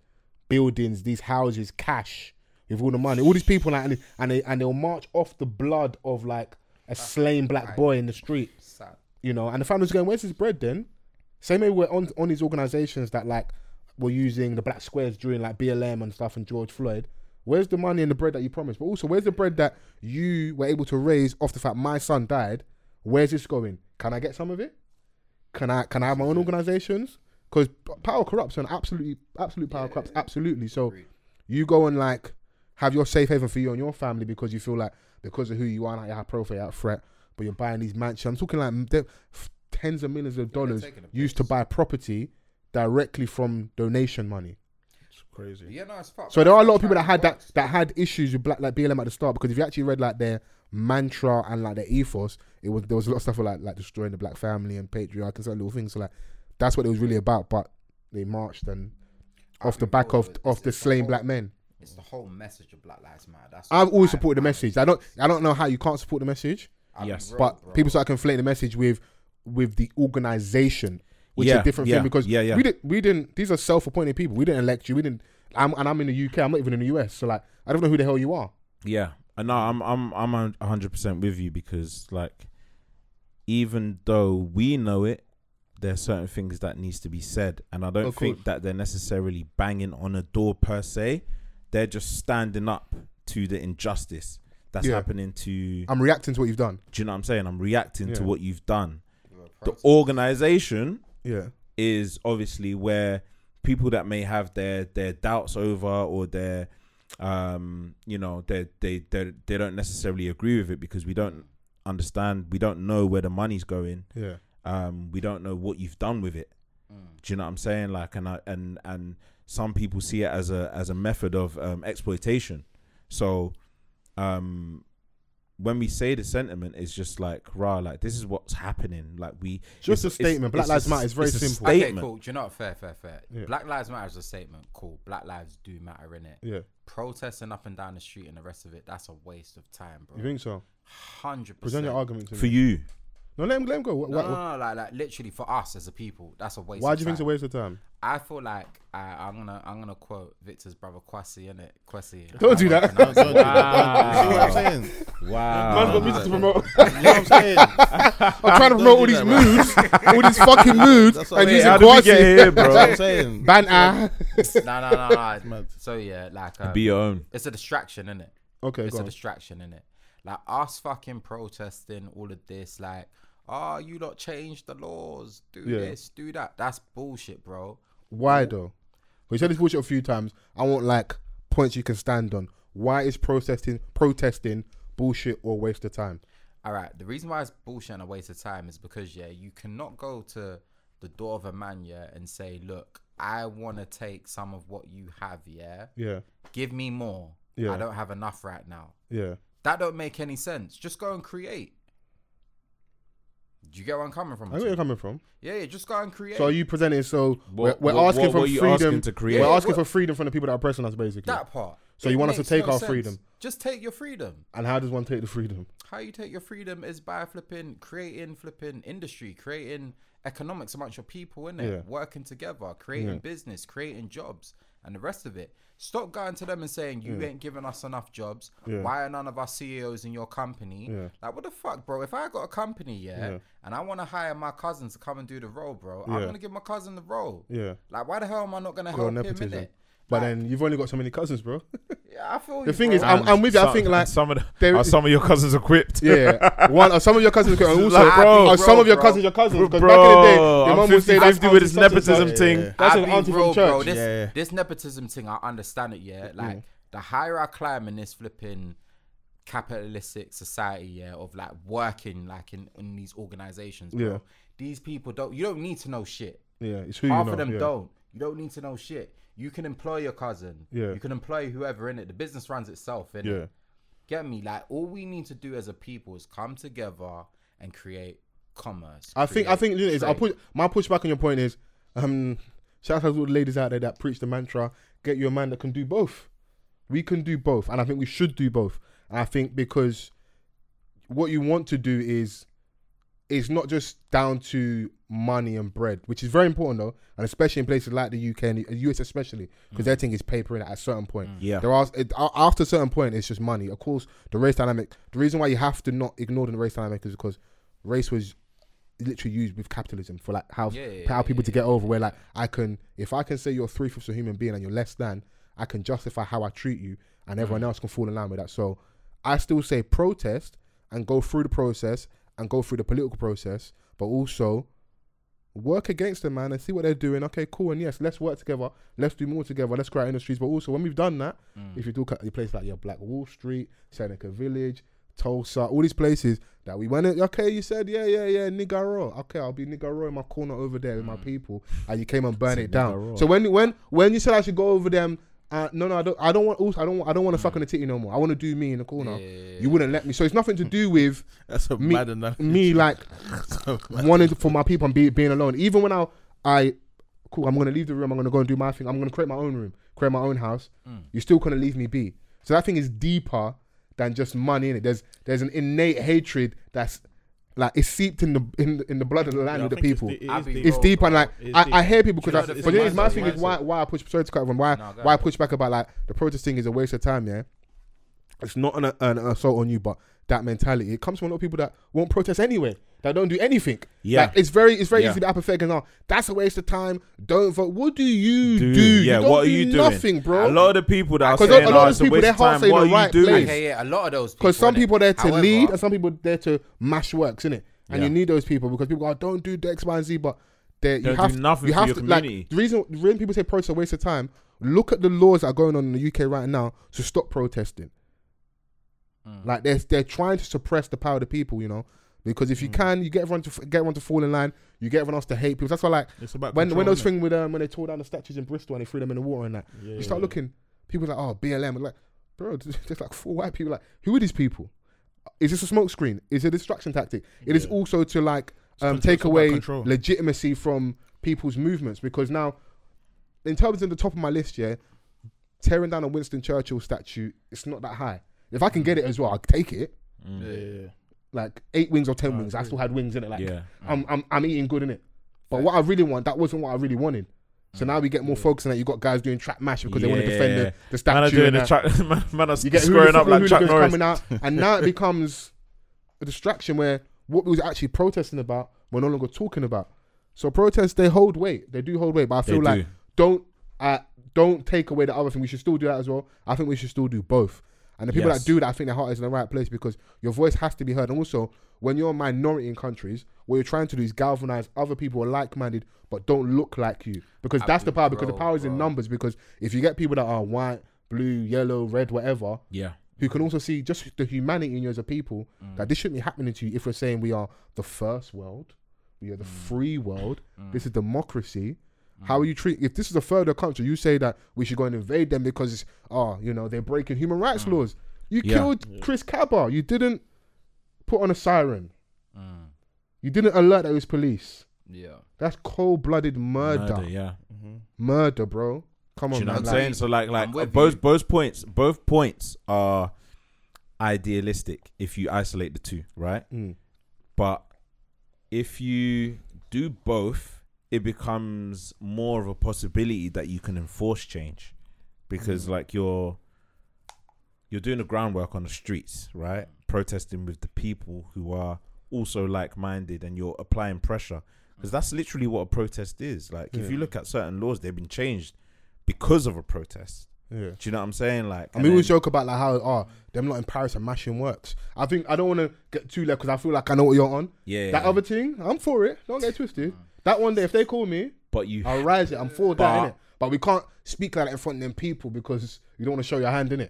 [SPEAKER 5] buildings, these houses, cash with all the money. All these people like, and they- and they and they'll march off the blood of like a slain black boy in the street
[SPEAKER 1] Sad.
[SPEAKER 5] you know, and the founders going, where's his bread then? Same way we're on on these organizations that like were using the black squares during like BLM and stuff and George Floyd. Where's the money and the bread that you promised? But also, where's the bread that you were able to raise off the fact my son died? Where's this going? Can I get some of it? Can I can I have my own organizations? Because power corrupts and absolutely, absolute power corrupts absolutely. So you go and like have your safe haven for you and your family because you feel like because of who you are, like your high profile, out threat, but you're buying these mansions. I'm talking like m- de- f- tens of millions of dollars
[SPEAKER 1] taking a
[SPEAKER 5] used to buy property directly from donation money.
[SPEAKER 6] Crazy.
[SPEAKER 1] Yeah, no, it's fucked.
[SPEAKER 5] So there are a lot of people that had
[SPEAKER 1] That's
[SPEAKER 5] that
[SPEAKER 1] fucked.
[SPEAKER 5] that had issues with black like BLM at the start because if you actually read like their mantra and like their ethos, it was there was a lot of stuff like like destroying the black family and patriarchy and certain little things. So like that's what it was really about. But they marched and off the
[SPEAKER 1] mean,
[SPEAKER 5] back
[SPEAKER 1] all
[SPEAKER 5] of
[SPEAKER 1] of
[SPEAKER 5] of
[SPEAKER 1] it. It's-
[SPEAKER 5] the
[SPEAKER 1] it's the
[SPEAKER 5] slain
[SPEAKER 1] whole-
[SPEAKER 5] black men.
[SPEAKER 1] It's the whole message of Black Lives Matter. That's
[SPEAKER 5] I've always
[SPEAKER 1] why
[SPEAKER 5] supported the
[SPEAKER 1] I'm-
[SPEAKER 5] message. I don't I don't know how you can't support the message.
[SPEAKER 1] I'll be
[SPEAKER 4] Yes.
[SPEAKER 1] real,
[SPEAKER 5] but
[SPEAKER 1] bro.
[SPEAKER 5] people start conflating the message with with the organization, which is
[SPEAKER 4] Yeah,
[SPEAKER 5] a different
[SPEAKER 4] yeah,
[SPEAKER 5] thing because
[SPEAKER 4] yeah, yeah.
[SPEAKER 5] we didn't we didn't these are self appointed people. We didn't elect you. We didn't. I'm, and I'm in the UK. I'm not even in the US. So like, I don't know who the hell you are.
[SPEAKER 4] Yeah, and no, I'm I'm I'm hundred percent with you because like, even though we know it, there are certain things that needs to be said, and I don't
[SPEAKER 5] Of
[SPEAKER 4] think
[SPEAKER 5] course.
[SPEAKER 4] that they're necessarily banging on a door per se. They're just standing up to the injustice that's
[SPEAKER 5] Yeah.
[SPEAKER 4] happening to.
[SPEAKER 5] I'm reacting to what you've done.
[SPEAKER 4] do you know what I'm saying? I'm reacting to
[SPEAKER 5] Yeah.
[SPEAKER 4] what you've done.
[SPEAKER 1] You're a
[SPEAKER 4] The
[SPEAKER 1] protest.
[SPEAKER 4] organization
[SPEAKER 5] Yeah.
[SPEAKER 4] is obviously where people that may have their their doubts over or their um you know they they they they don't necessarily agree with it because we don't understand we don't know where the money's going
[SPEAKER 5] Yeah.
[SPEAKER 4] um we don't know what you've done with it do you know what i'm saying like and I, and and some people see it as a as a method of um exploitation so um when we say the sentiment it's just like rah like this is what's happening like we
[SPEAKER 5] Just a
[SPEAKER 4] it's-
[SPEAKER 5] statement. Black
[SPEAKER 4] it's a
[SPEAKER 5] Lives
[SPEAKER 4] s-
[SPEAKER 5] Matter is very
[SPEAKER 4] it's a
[SPEAKER 5] simple.
[SPEAKER 1] Okay,
[SPEAKER 4] statement.
[SPEAKER 1] cool. Do you know what? Fair, fair, fair.
[SPEAKER 5] Yeah.
[SPEAKER 1] Black Lives Matter is a statement. Cool. Black lives do matter in it.
[SPEAKER 5] Yeah.
[SPEAKER 1] Protesting up and down the street and the rest of it, that's a waste of time,
[SPEAKER 5] You
[SPEAKER 1] bro.
[SPEAKER 5] think so?
[SPEAKER 1] Hundred
[SPEAKER 5] Present
[SPEAKER 1] percent.
[SPEAKER 5] your argument to
[SPEAKER 4] for
[SPEAKER 5] me.
[SPEAKER 4] you
[SPEAKER 5] No, let him let him go. Why,
[SPEAKER 1] No, no,
[SPEAKER 5] why,
[SPEAKER 1] no, like, like literally for us as a people, that's a waste.
[SPEAKER 5] why
[SPEAKER 1] of
[SPEAKER 5] do you think it's a
[SPEAKER 1] time.
[SPEAKER 5] waste of time?
[SPEAKER 1] I feel like I, I'm gonna I'm gonna quote Victor's brother Kwasi in it. Kwasi.
[SPEAKER 5] Don't do that.
[SPEAKER 6] No, don't do
[SPEAKER 4] [laughs]
[SPEAKER 6] that. You see what I'm saying? You
[SPEAKER 4] wow
[SPEAKER 6] know
[SPEAKER 4] [laughs]
[SPEAKER 6] what I'm saying?
[SPEAKER 5] [laughs]
[SPEAKER 1] [laughs]
[SPEAKER 5] I'm trying to promote
[SPEAKER 6] do
[SPEAKER 5] all these
[SPEAKER 6] that, man.
[SPEAKER 5] moods, all these fucking moods,
[SPEAKER 6] That's what
[SPEAKER 5] and
[SPEAKER 6] I mean.
[SPEAKER 5] using
[SPEAKER 6] How
[SPEAKER 4] did we get
[SPEAKER 5] Kwasi,
[SPEAKER 4] here,
[SPEAKER 5] [laughs]
[SPEAKER 6] That's
[SPEAKER 4] bro?
[SPEAKER 6] what I'm saying.
[SPEAKER 5] ban ah.
[SPEAKER 1] No, no, no, no. So yeah, like um,
[SPEAKER 4] Be your own.
[SPEAKER 1] it's a distraction, innit?
[SPEAKER 5] Okay,
[SPEAKER 1] it's
[SPEAKER 5] go
[SPEAKER 1] a
[SPEAKER 5] on.
[SPEAKER 1] distraction, innit? Like us fucking protesting all of this, like, oh, you lot change the laws, do
[SPEAKER 5] Yeah.
[SPEAKER 1] this, do that. That's bullshit, bro.
[SPEAKER 5] Why though? We said this bullshit a few times. I want like points you can stand on. Why is protesting protesting bullshit or waste of time?
[SPEAKER 1] All right, the reason why it's bullshit and a waste of time is because yeah, you cannot go to the door of a man yeah and say, look, I want to take some of what you have, yeah.
[SPEAKER 5] Yeah,
[SPEAKER 1] Give me more.
[SPEAKER 5] Yeah.
[SPEAKER 1] I don't have enough right now.
[SPEAKER 5] yeah,
[SPEAKER 1] That don't make any sense. Just go and create. Do you get where I'm coming from?
[SPEAKER 5] I know where you're coming from.
[SPEAKER 1] Yeah, yeah, just go and create.
[SPEAKER 5] So are you presenting? So
[SPEAKER 4] What-
[SPEAKER 5] we're, we're
[SPEAKER 4] what-
[SPEAKER 5] asking
[SPEAKER 4] what
[SPEAKER 5] for
[SPEAKER 4] were you
[SPEAKER 5] freedom
[SPEAKER 4] asking to create?
[SPEAKER 5] We're asking
[SPEAKER 1] Yeah,
[SPEAKER 5] for freedom from the people that are oppressing us, basically.
[SPEAKER 1] that part.
[SPEAKER 5] So you want us to
[SPEAKER 1] makes
[SPEAKER 5] take our
[SPEAKER 1] sense.
[SPEAKER 5] freedom.
[SPEAKER 1] Just take your freedom.
[SPEAKER 5] And how does one take the freedom?
[SPEAKER 1] How you take your freedom is by flipping, creating flipping industry, creating economics amongst your people, innit?
[SPEAKER 5] Yeah.
[SPEAKER 1] Working together, creating business, creating jobs, and the rest of it. Stop going to them and saying you ain't giving us enough jobs.
[SPEAKER 5] Yeah.
[SPEAKER 1] Why are none of our CEOs in your company?
[SPEAKER 5] Yeah.
[SPEAKER 1] Like what the fuck, bro? If I got a company, yeah,
[SPEAKER 5] Yeah.
[SPEAKER 1] and I want to hire my cousin to come and do the role, bro, I'm
[SPEAKER 5] Yeah.
[SPEAKER 1] gonna give my cousin the role.
[SPEAKER 5] Yeah.
[SPEAKER 1] Like why the hell am I not gonna
[SPEAKER 5] You're
[SPEAKER 1] help him in
[SPEAKER 5] nepotism.
[SPEAKER 1] it?
[SPEAKER 5] But then you've only got so many cousins, bro.
[SPEAKER 1] Yeah, I feel
[SPEAKER 5] The
[SPEAKER 1] you,
[SPEAKER 5] thing
[SPEAKER 1] bro.
[SPEAKER 5] is, I'm, I'm with you. I think like
[SPEAKER 4] some of the,
[SPEAKER 5] there-
[SPEAKER 4] are some of your cousins equipped. [laughs]
[SPEAKER 5] yeah, one or some of your cousins, and also
[SPEAKER 4] Like, bro,
[SPEAKER 5] are some of your
[SPEAKER 1] bro.
[SPEAKER 5] cousins your cousins.
[SPEAKER 4] Bro,
[SPEAKER 5] Because back in the day, your
[SPEAKER 4] I'm
[SPEAKER 5] mum would say
[SPEAKER 4] 50-50
[SPEAKER 5] that's
[SPEAKER 4] with
[SPEAKER 5] auntie
[SPEAKER 4] this
[SPEAKER 5] such and such.
[SPEAKER 4] nepotism thing.
[SPEAKER 5] That's
[SPEAKER 1] I'll
[SPEAKER 5] an
[SPEAKER 1] be
[SPEAKER 5] auntie from
[SPEAKER 1] real, Bro,
[SPEAKER 5] church. Mm-hmm.
[SPEAKER 1] this,
[SPEAKER 6] Yeah.
[SPEAKER 1] this nepotism thing, I understand it, yeah. Like the higher I climb in this flipping capitalistic society, yeah, of like working like in, in these organizations, bro.
[SPEAKER 5] Yeah.
[SPEAKER 1] These people don't you don't need to know shit.
[SPEAKER 5] Yeah, it's who you
[SPEAKER 1] Half
[SPEAKER 5] know.
[SPEAKER 1] of them
[SPEAKER 5] yeah.
[SPEAKER 1] don't. You don't need to know shit. You can employ your cousin.
[SPEAKER 5] Yeah.
[SPEAKER 1] You can employ whoever in it. The business runs itself, innit?
[SPEAKER 5] Yeah.
[SPEAKER 1] Get me? Like all we need to do as a people is come together and create commerce.
[SPEAKER 5] I think I
[SPEAKER 1] create
[SPEAKER 5] think you know, is I'll
[SPEAKER 1] trade.
[SPEAKER 5] put my pushback on your point is um shout out to all the ladies out there that preach the mantra, get you a man that can do both. We can do both, and I think we should do both. I think because what you want to do is it's not just down to money and bread, which is very important though, and especially in places like the UK and the US especially, because their thing is paper in at a certain point.
[SPEAKER 4] Yeah.
[SPEAKER 5] there are it, a- after a certain point, it's just money. Of course, the race dynamic. The reason why you have to not ignore the race dynamic is because race was literally used with capitalism for like how
[SPEAKER 1] Yeah, yeah,
[SPEAKER 5] how people to get over. Where like I can, if I can say you're three fifths a human being and you're less than, I can justify how I treat you, and
[SPEAKER 1] Mm.
[SPEAKER 5] everyone else can fall in line with that. So I still say protest and go through the process and go through the political process, but also work against them, man, and see what they're doing. Okay, cool, and yes, let's work together. Let's do more together. Let's create industries. But also, when we've done that, if you look at a place like your Black Wall Street, Seneca Village, Tulsa, all these places that we went. In, okay, you said yeah, yeah, yeah, Nigaro. Okay, I'll be Nigaro in my corner over there with my people, and you came and burned it down.
[SPEAKER 6] Oh.
[SPEAKER 5] So when when when you said I should go over them. Uh, no, no, I don't. I don't want. Also, I don't. want- I don't want to fuck on the titty no more. I want to do me in the corner. You wouldn't let me. So it's nothing to do with
[SPEAKER 6] That's a
[SPEAKER 5] me,
[SPEAKER 6] mad analogy. [laughs]
[SPEAKER 5] me like
[SPEAKER 6] So mad.
[SPEAKER 5] wanted for my people and be, being alone. Even when I, I, cool, I'm gonna leave the room. I'm gonna go and do my thing. I'm gonna create my own room, create my own house.
[SPEAKER 6] Mm.
[SPEAKER 5] You're still gonna leave me be. So that thing is deeper than just money in it. There's there's an innate hatred that's like it's seeped in the in the, in the blood of the land
[SPEAKER 6] I
[SPEAKER 5] of the
[SPEAKER 6] think
[SPEAKER 5] people.
[SPEAKER 6] It's, the-
[SPEAKER 1] I'll be
[SPEAKER 6] it is the-
[SPEAKER 5] It's
[SPEAKER 1] Oh,
[SPEAKER 5] deep and like
[SPEAKER 6] It's
[SPEAKER 5] I, I
[SPEAKER 6] deep.
[SPEAKER 5] hear people
[SPEAKER 6] Sure,
[SPEAKER 5] because
[SPEAKER 6] it's
[SPEAKER 5] but
[SPEAKER 6] a
[SPEAKER 5] you know, my
[SPEAKER 6] mindset,
[SPEAKER 5] thing is why why I push sorry to cut everyone why
[SPEAKER 1] No, go
[SPEAKER 5] why I
[SPEAKER 1] ahead.
[SPEAKER 5] push back about like the protest thing is a waste of time yeah it's not an, an assault on you but that mentality it comes from a lot of people that won't protest anyway that don't do anything
[SPEAKER 4] Yeah.
[SPEAKER 5] like, it's very it's very
[SPEAKER 4] Yeah.
[SPEAKER 5] easy to be apathetic and oh that's a waste of time don't vote what do you do,
[SPEAKER 4] yeah,
[SPEAKER 5] you don't
[SPEAKER 4] what are
[SPEAKER 5] do
[SPEAKER 4] you doing?
[SPEAKER 5] nothing bro
[SPEAKER 4] A lot of the people that are
[SPEAKER 5] 'Cause a- a
[SPEAKER 4] saying,
[SPEAKER 5] lot
[SPEAKER 4] "Oh,
[SPEAKER 5] of
[SPEAKER 4] it's a
[SPEAKER 5] people,
[SPEAKER 4] waste
[SPEAKER 5] their
[SPEAKER 4] of
[SPEAKER 5] heart's
[SPEAKER 4] time."
[SPEAKER 5] in
[SPEAKER 4] What are
[SPEAKER 5] the
[SPEAKER 4] you
[SPEAKER 5] right
[SPEAKER 4] doing?
[SPEAKER 5] place.
[SPEAKER 1] Okay, yeah, a lot of those.
[SPEAKER 5] because some
[SPEAKER 1] innit?
[SPEAKER 5] people are there to
[SPEAKER 1] However,
[SPEAKER 5] lead and some people are there to mash works, innit? And you need those people because people go, "Oh, don't do the X, Y, and Z, but they you
[SPEAKER 4] Don't
[SPEAKER 5] have
[SPEAKER 4] do nothing
[SPEAKER 5] you
[SPEAKER 4] for
[SPEAKER 5] have
[SPEAKER 4] your
[SPEAKER 5] to
[SPEAKER 4] community.
[SPEAKER 5] like the reason the reason people say protests are a waste of time. Look at the laws that are going on in the UK right now to stop protesting. Like they're they're trying to suppress the power of the people, you know. Because if you can, you get everyone to f- get everyone to fall in line. You get everyone else to hate people. That's why, like,
[SPEAKER 6] It's about
[SPEAKER 5] when
[SPEAKER 6] control,
[SPEAKER 5] when those
[SPEAKER 6] innit?
[SPEAKER 5] things with um when they tore down the statues in Bristol and they threw them in the water and that, you start looking. People like, oh, BLM, like, bro, [laughs] there's like four white people. Like, who are these people? Is this a smokescreen? Is it a distraction tactic? It is also to like
[SPEAKER 6] control-
[SPEAKER 5] um,
[SPEAKER 6] it's
[SPEAKER 5] take
[SPEAKER 6] about
[SPEAKER 5] away
[SPEAKER 6] control.
[SPEAKER 5] legitimacy from people's movements because now, in terms of the top of my list, yeah, tearing down a Winston Churchill statue, it's not that high. If I can get it as well, I'll take it.
[SPEAKER 4] Mm.
[SPEAKER 6] Yeah.
[SPEAKER 5] Like eight wings or ten wings, I still had wings in it. Like
[SPEAKER 4] Yeah.
[SPEAKER 5] I'm, I'm, I'm eating good in it. But what I really want, that wasn't what I really wanted. So
[SPEAKER 4] Mm.
[SPEAKER 5] now we get more focus on that. You got guys doing trap mash because they want to defend the, the statue.
[SPEAKER 4] Man are
[SPEAKER 5] and
[SPEAKER 4] doing the
[SPEAKER 5] that.
[SPEAKER 4] Chuck- [laughs] man- man are
[SPEAKER 5] You get
[SPEAKER 4] squaring up like
[SPEAKER 5] hooligans
[SPEAKER 4] Chuck Norris.
[SPEAKER 5] coming out, and
[SPEAKER 4] [laughs]
[SPEAKER 5] now it becomes a distraction where what we was actually protesting about, we're no longer talking about. So protests, they hold weight. They do hold weight, but I feel
[SPEAKER 4] They
[SPEAKER 5] like
[SPEAKER 4] do.
[SPEAKER 5] don't uh, don't take away the other thing. We should still do that as well. I think we should still do both. And the people
[SPEAKER 4] Yes.
[SPEAKER 5] that do that, I think their heart is in the right place because your voice has to be heard. And also, when you're a minority in countries, what you're trying to do is galvanize other people who are like-minded but don't look like you. Because that's the power. Because the
[SPEAKER 1] bro,
[SPEAKER 5] power is in
[SPEAKER 1] bro.
[SPEAKER 5] numbers. Because if you get people that are white, blue, yellow, red, whatever,
[SPEAKER 4] Yeah.
[SPEAKER 5] who can also see just the humanity in you as a people
[SPEAKER 4] Mm.
[SPEAKER 5] that this shouldn't be happening to you if we're saying we are the first world, we are the
[SPEAKER 4] Mm.
[SPEAKER 5] free world, this is democracy. How are you treat if this is a third world country, you say that we should go and invade them because it's oh, you know, they're breaking human rights laws. You
[SPEAKER 4] Mm. Yeah.
[SPEAKER 5] killed Chris Cabba. You didn't put on a siren.
[SPEAKER 1] Mm.
[SPEAKER 5] You didn't alert that it was police.
[SPEAKER 1] Yeah.
[SPEAKER 5] That's cold blooded murder.
[SPEAKER 4] Murder,
[SPEAKER 5] Murder,
[SPEAKER 4] yeah.
[SPEAKER 5] bro. Come
[SPEAKER 4] Do
[SPEAKER 5] on,
[SPEAKER 4] you know
[SPEAKER 5] man.
[SPEAKER 4] what I'm
[SPEAKER 5] Like,
[SPEAKER 4] saying? So like
[SPEAKER 1] I'm
[SPEAKER 4] like
[SPEAKER 1] with
[SPEAKER 4] both
[SPEAKER 1] you.
[SPEAKER 4] both points both points are idealistic if you isolate the two, right? But if you do both, it becomes more of a possibility that you can enforce change. Because like you're you're doing the groundwork on the streets, right? Protesting with the people who are also like minded and you're applying pressure. Because that's literally what a protest is. Like if you look at certain laws, they've been changed because of a protest.
[SPEAKER 5] Yeah.
[SPEAKER 4] Do you know what I'm saying? Like
[SPEAKER 5] I mean, we always joke about like how oh them not in Paris and mashing works. I think I don't want to get too left because I feel like I know what you're on.
[SPEAKER 4] Yeah.
[SPEAKER 5] That other thing, I'm for it. Don't get twisted. That one day, if they call me,
[SPEAKER 4] but you
[SPEAKER 5] I'll rise it. I'm for
[SPEAKER 4] But-
[SPEAKER 5] that, innit? But we can't speak like that in front of them people because you don't want to show your hand, innit?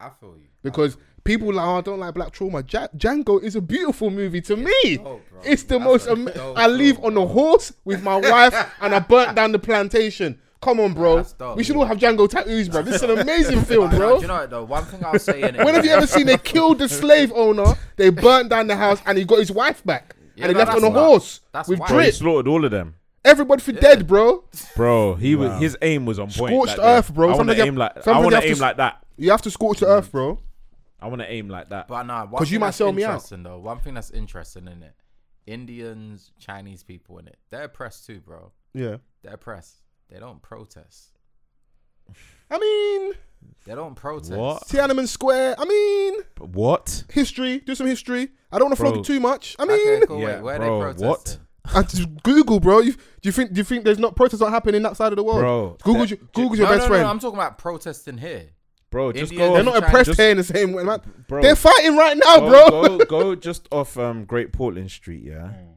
[SPEAKER 1] I feel you.
[SPEAKER 5] because people like oh, I don't like black trauma. Ja- Django is a beautiful movie to me.
[SPEAKER 1] dope, bro.
[SPEAKER 5] it's the
[SPEAKER 1] That's
[SPEAKER 5] most.
[SPEAKER 1] a
[SPEAKER 5] Am-
[SPEAKER 1] dope
[SPEAKER 5] I leave
[SPEAKER 1] film,
[SPEAKER 5] on a horse with my
[SPEAKER 1] [laughs]
[SPEAKER 5] wife and I burnt down the plantation. Come on, bro.
[SPEAKER 1] That's dope.
[SPEAKER 5] we should all have Django tattoos, bro. This is an
[SPEAKER 1] [laughs]
[SPEAKER 5] amazing film,
[SPEAKER 1] But,
[SPEAKER 5] bro.
[SPEAKER 1] Do you know what though? One thing I'll say in it.
[SPEAKER 5] When have you ever seen they killed the slave owner? They burnt down the house and he got his wife back.
[SPEAKER 1] Yeah,
[SPEAKER 5] and he
[SPEAKER 1] no,
[SPEAKER 5] left on
[SPEAKER 1] that's
[SPEAKER 5] a
[SPEAKER 1] nuts.
[SPEAKER 5] horse
[SPEAKER 1] That's
[SPEAKER 5] with
[SPEAKER 1] wild.
[SPEAKER 4] Bro, he
[SPEAKER 5] drip.
[SPEAKER 4] slaughtered all of them.
[SPEAKER 5] Everybody for dead, bro.
[SPEAKER 4] Bro, he was his aim was on point.
[SPEAKER 5] Scorched
[SPEAKER 4] that day.
[SPEAKER 5] earth, bro.
[SPEAKER 4] I want
[SPEAKER 5] Sometimes
[SPEAKER 4] to
[SPEAKER 5] you
[SPEAKER 4] aim
[SPEAKER 5] have-
[SPEAKER 4] like I
[SPEAKER 5] sometimes you
[SPEAKER 4] want to
[SPEAKER 5] have to
[SPEAKER 4] aim
[SPEAKER 5] s-
[SPEAKER 4] like that.
[SPEAKER 5] You have to scorch the earth, bro.
[SPEAKER 4] I want to aim like that.
[SPEAKER 1] [laughs] But no,
[SPEAKER 5] 'Cause you might sell me out.
[SPEAKER 1] Though one thing that's interesting in it, Indians, Chinese people in it, they're oppressed too, bro.
[SPEAKER 5] Yeah.
[SPEAKER 1] They're oppressed. They don't protest.
[SPEAKER 5] I mean,
[SPEAKER 1] They don't protest.
[SPEAKER 4] What?
[SPEAKER 5] Tiananmen Square. I mean,
[SPEAKER 4] What?
[SPEAKER 5] history. Do some history. I don't want to flog
[SPEAKER 4] Bro.
[SPEAKER 5] it too much. I mean,
[SPEAKER 1] Okay, cool.
[SPEAKER 4] Yeah,
[SPEAKER 1] Wait, where
[SPEAKER 4] bro,
[SPEAKER 1] are they protesting?
[SPEAKER 4] what?
[SPEAKER 5] I just Google, bro. You, do you think do you think there's not protests not happening in that side of the world?
[SPEAKER 4] Bro,
[SPEAKER 5] Google's,
[SPEAKER 4] that-
[SPEAKER 5] your- Google's
[SPEAKER 1] No,
[SPEAKER 5] your
[SPEAKER 1] no,
[SPEAKER 5] best
[SPEAKER 1] no,
[SPEAKER 5] friend.
[SPEAKER 1] I'm talking about protesting here.
[SPEAKER 4] Bro, just
[SPEAKER 1] Indians-
[SPEAKER 4] go
[SPEAKER 5] They're not
[SPEAKER 1] China-
[SPEAKER 5] oppressed
[SPEAKER 4] just-
[SPEAKER 5] here in the same way, man.
[SPEAKER 4] Bro.
[SPEAKER 5] They're fighting right now,
[SPEAKER 4] go,
[SPEAKER 5] bro. [laughs]
[SPEAKER 4] Go, go just off um, Great Portland Street, yeah.
[SPEAKER 1] Hmm.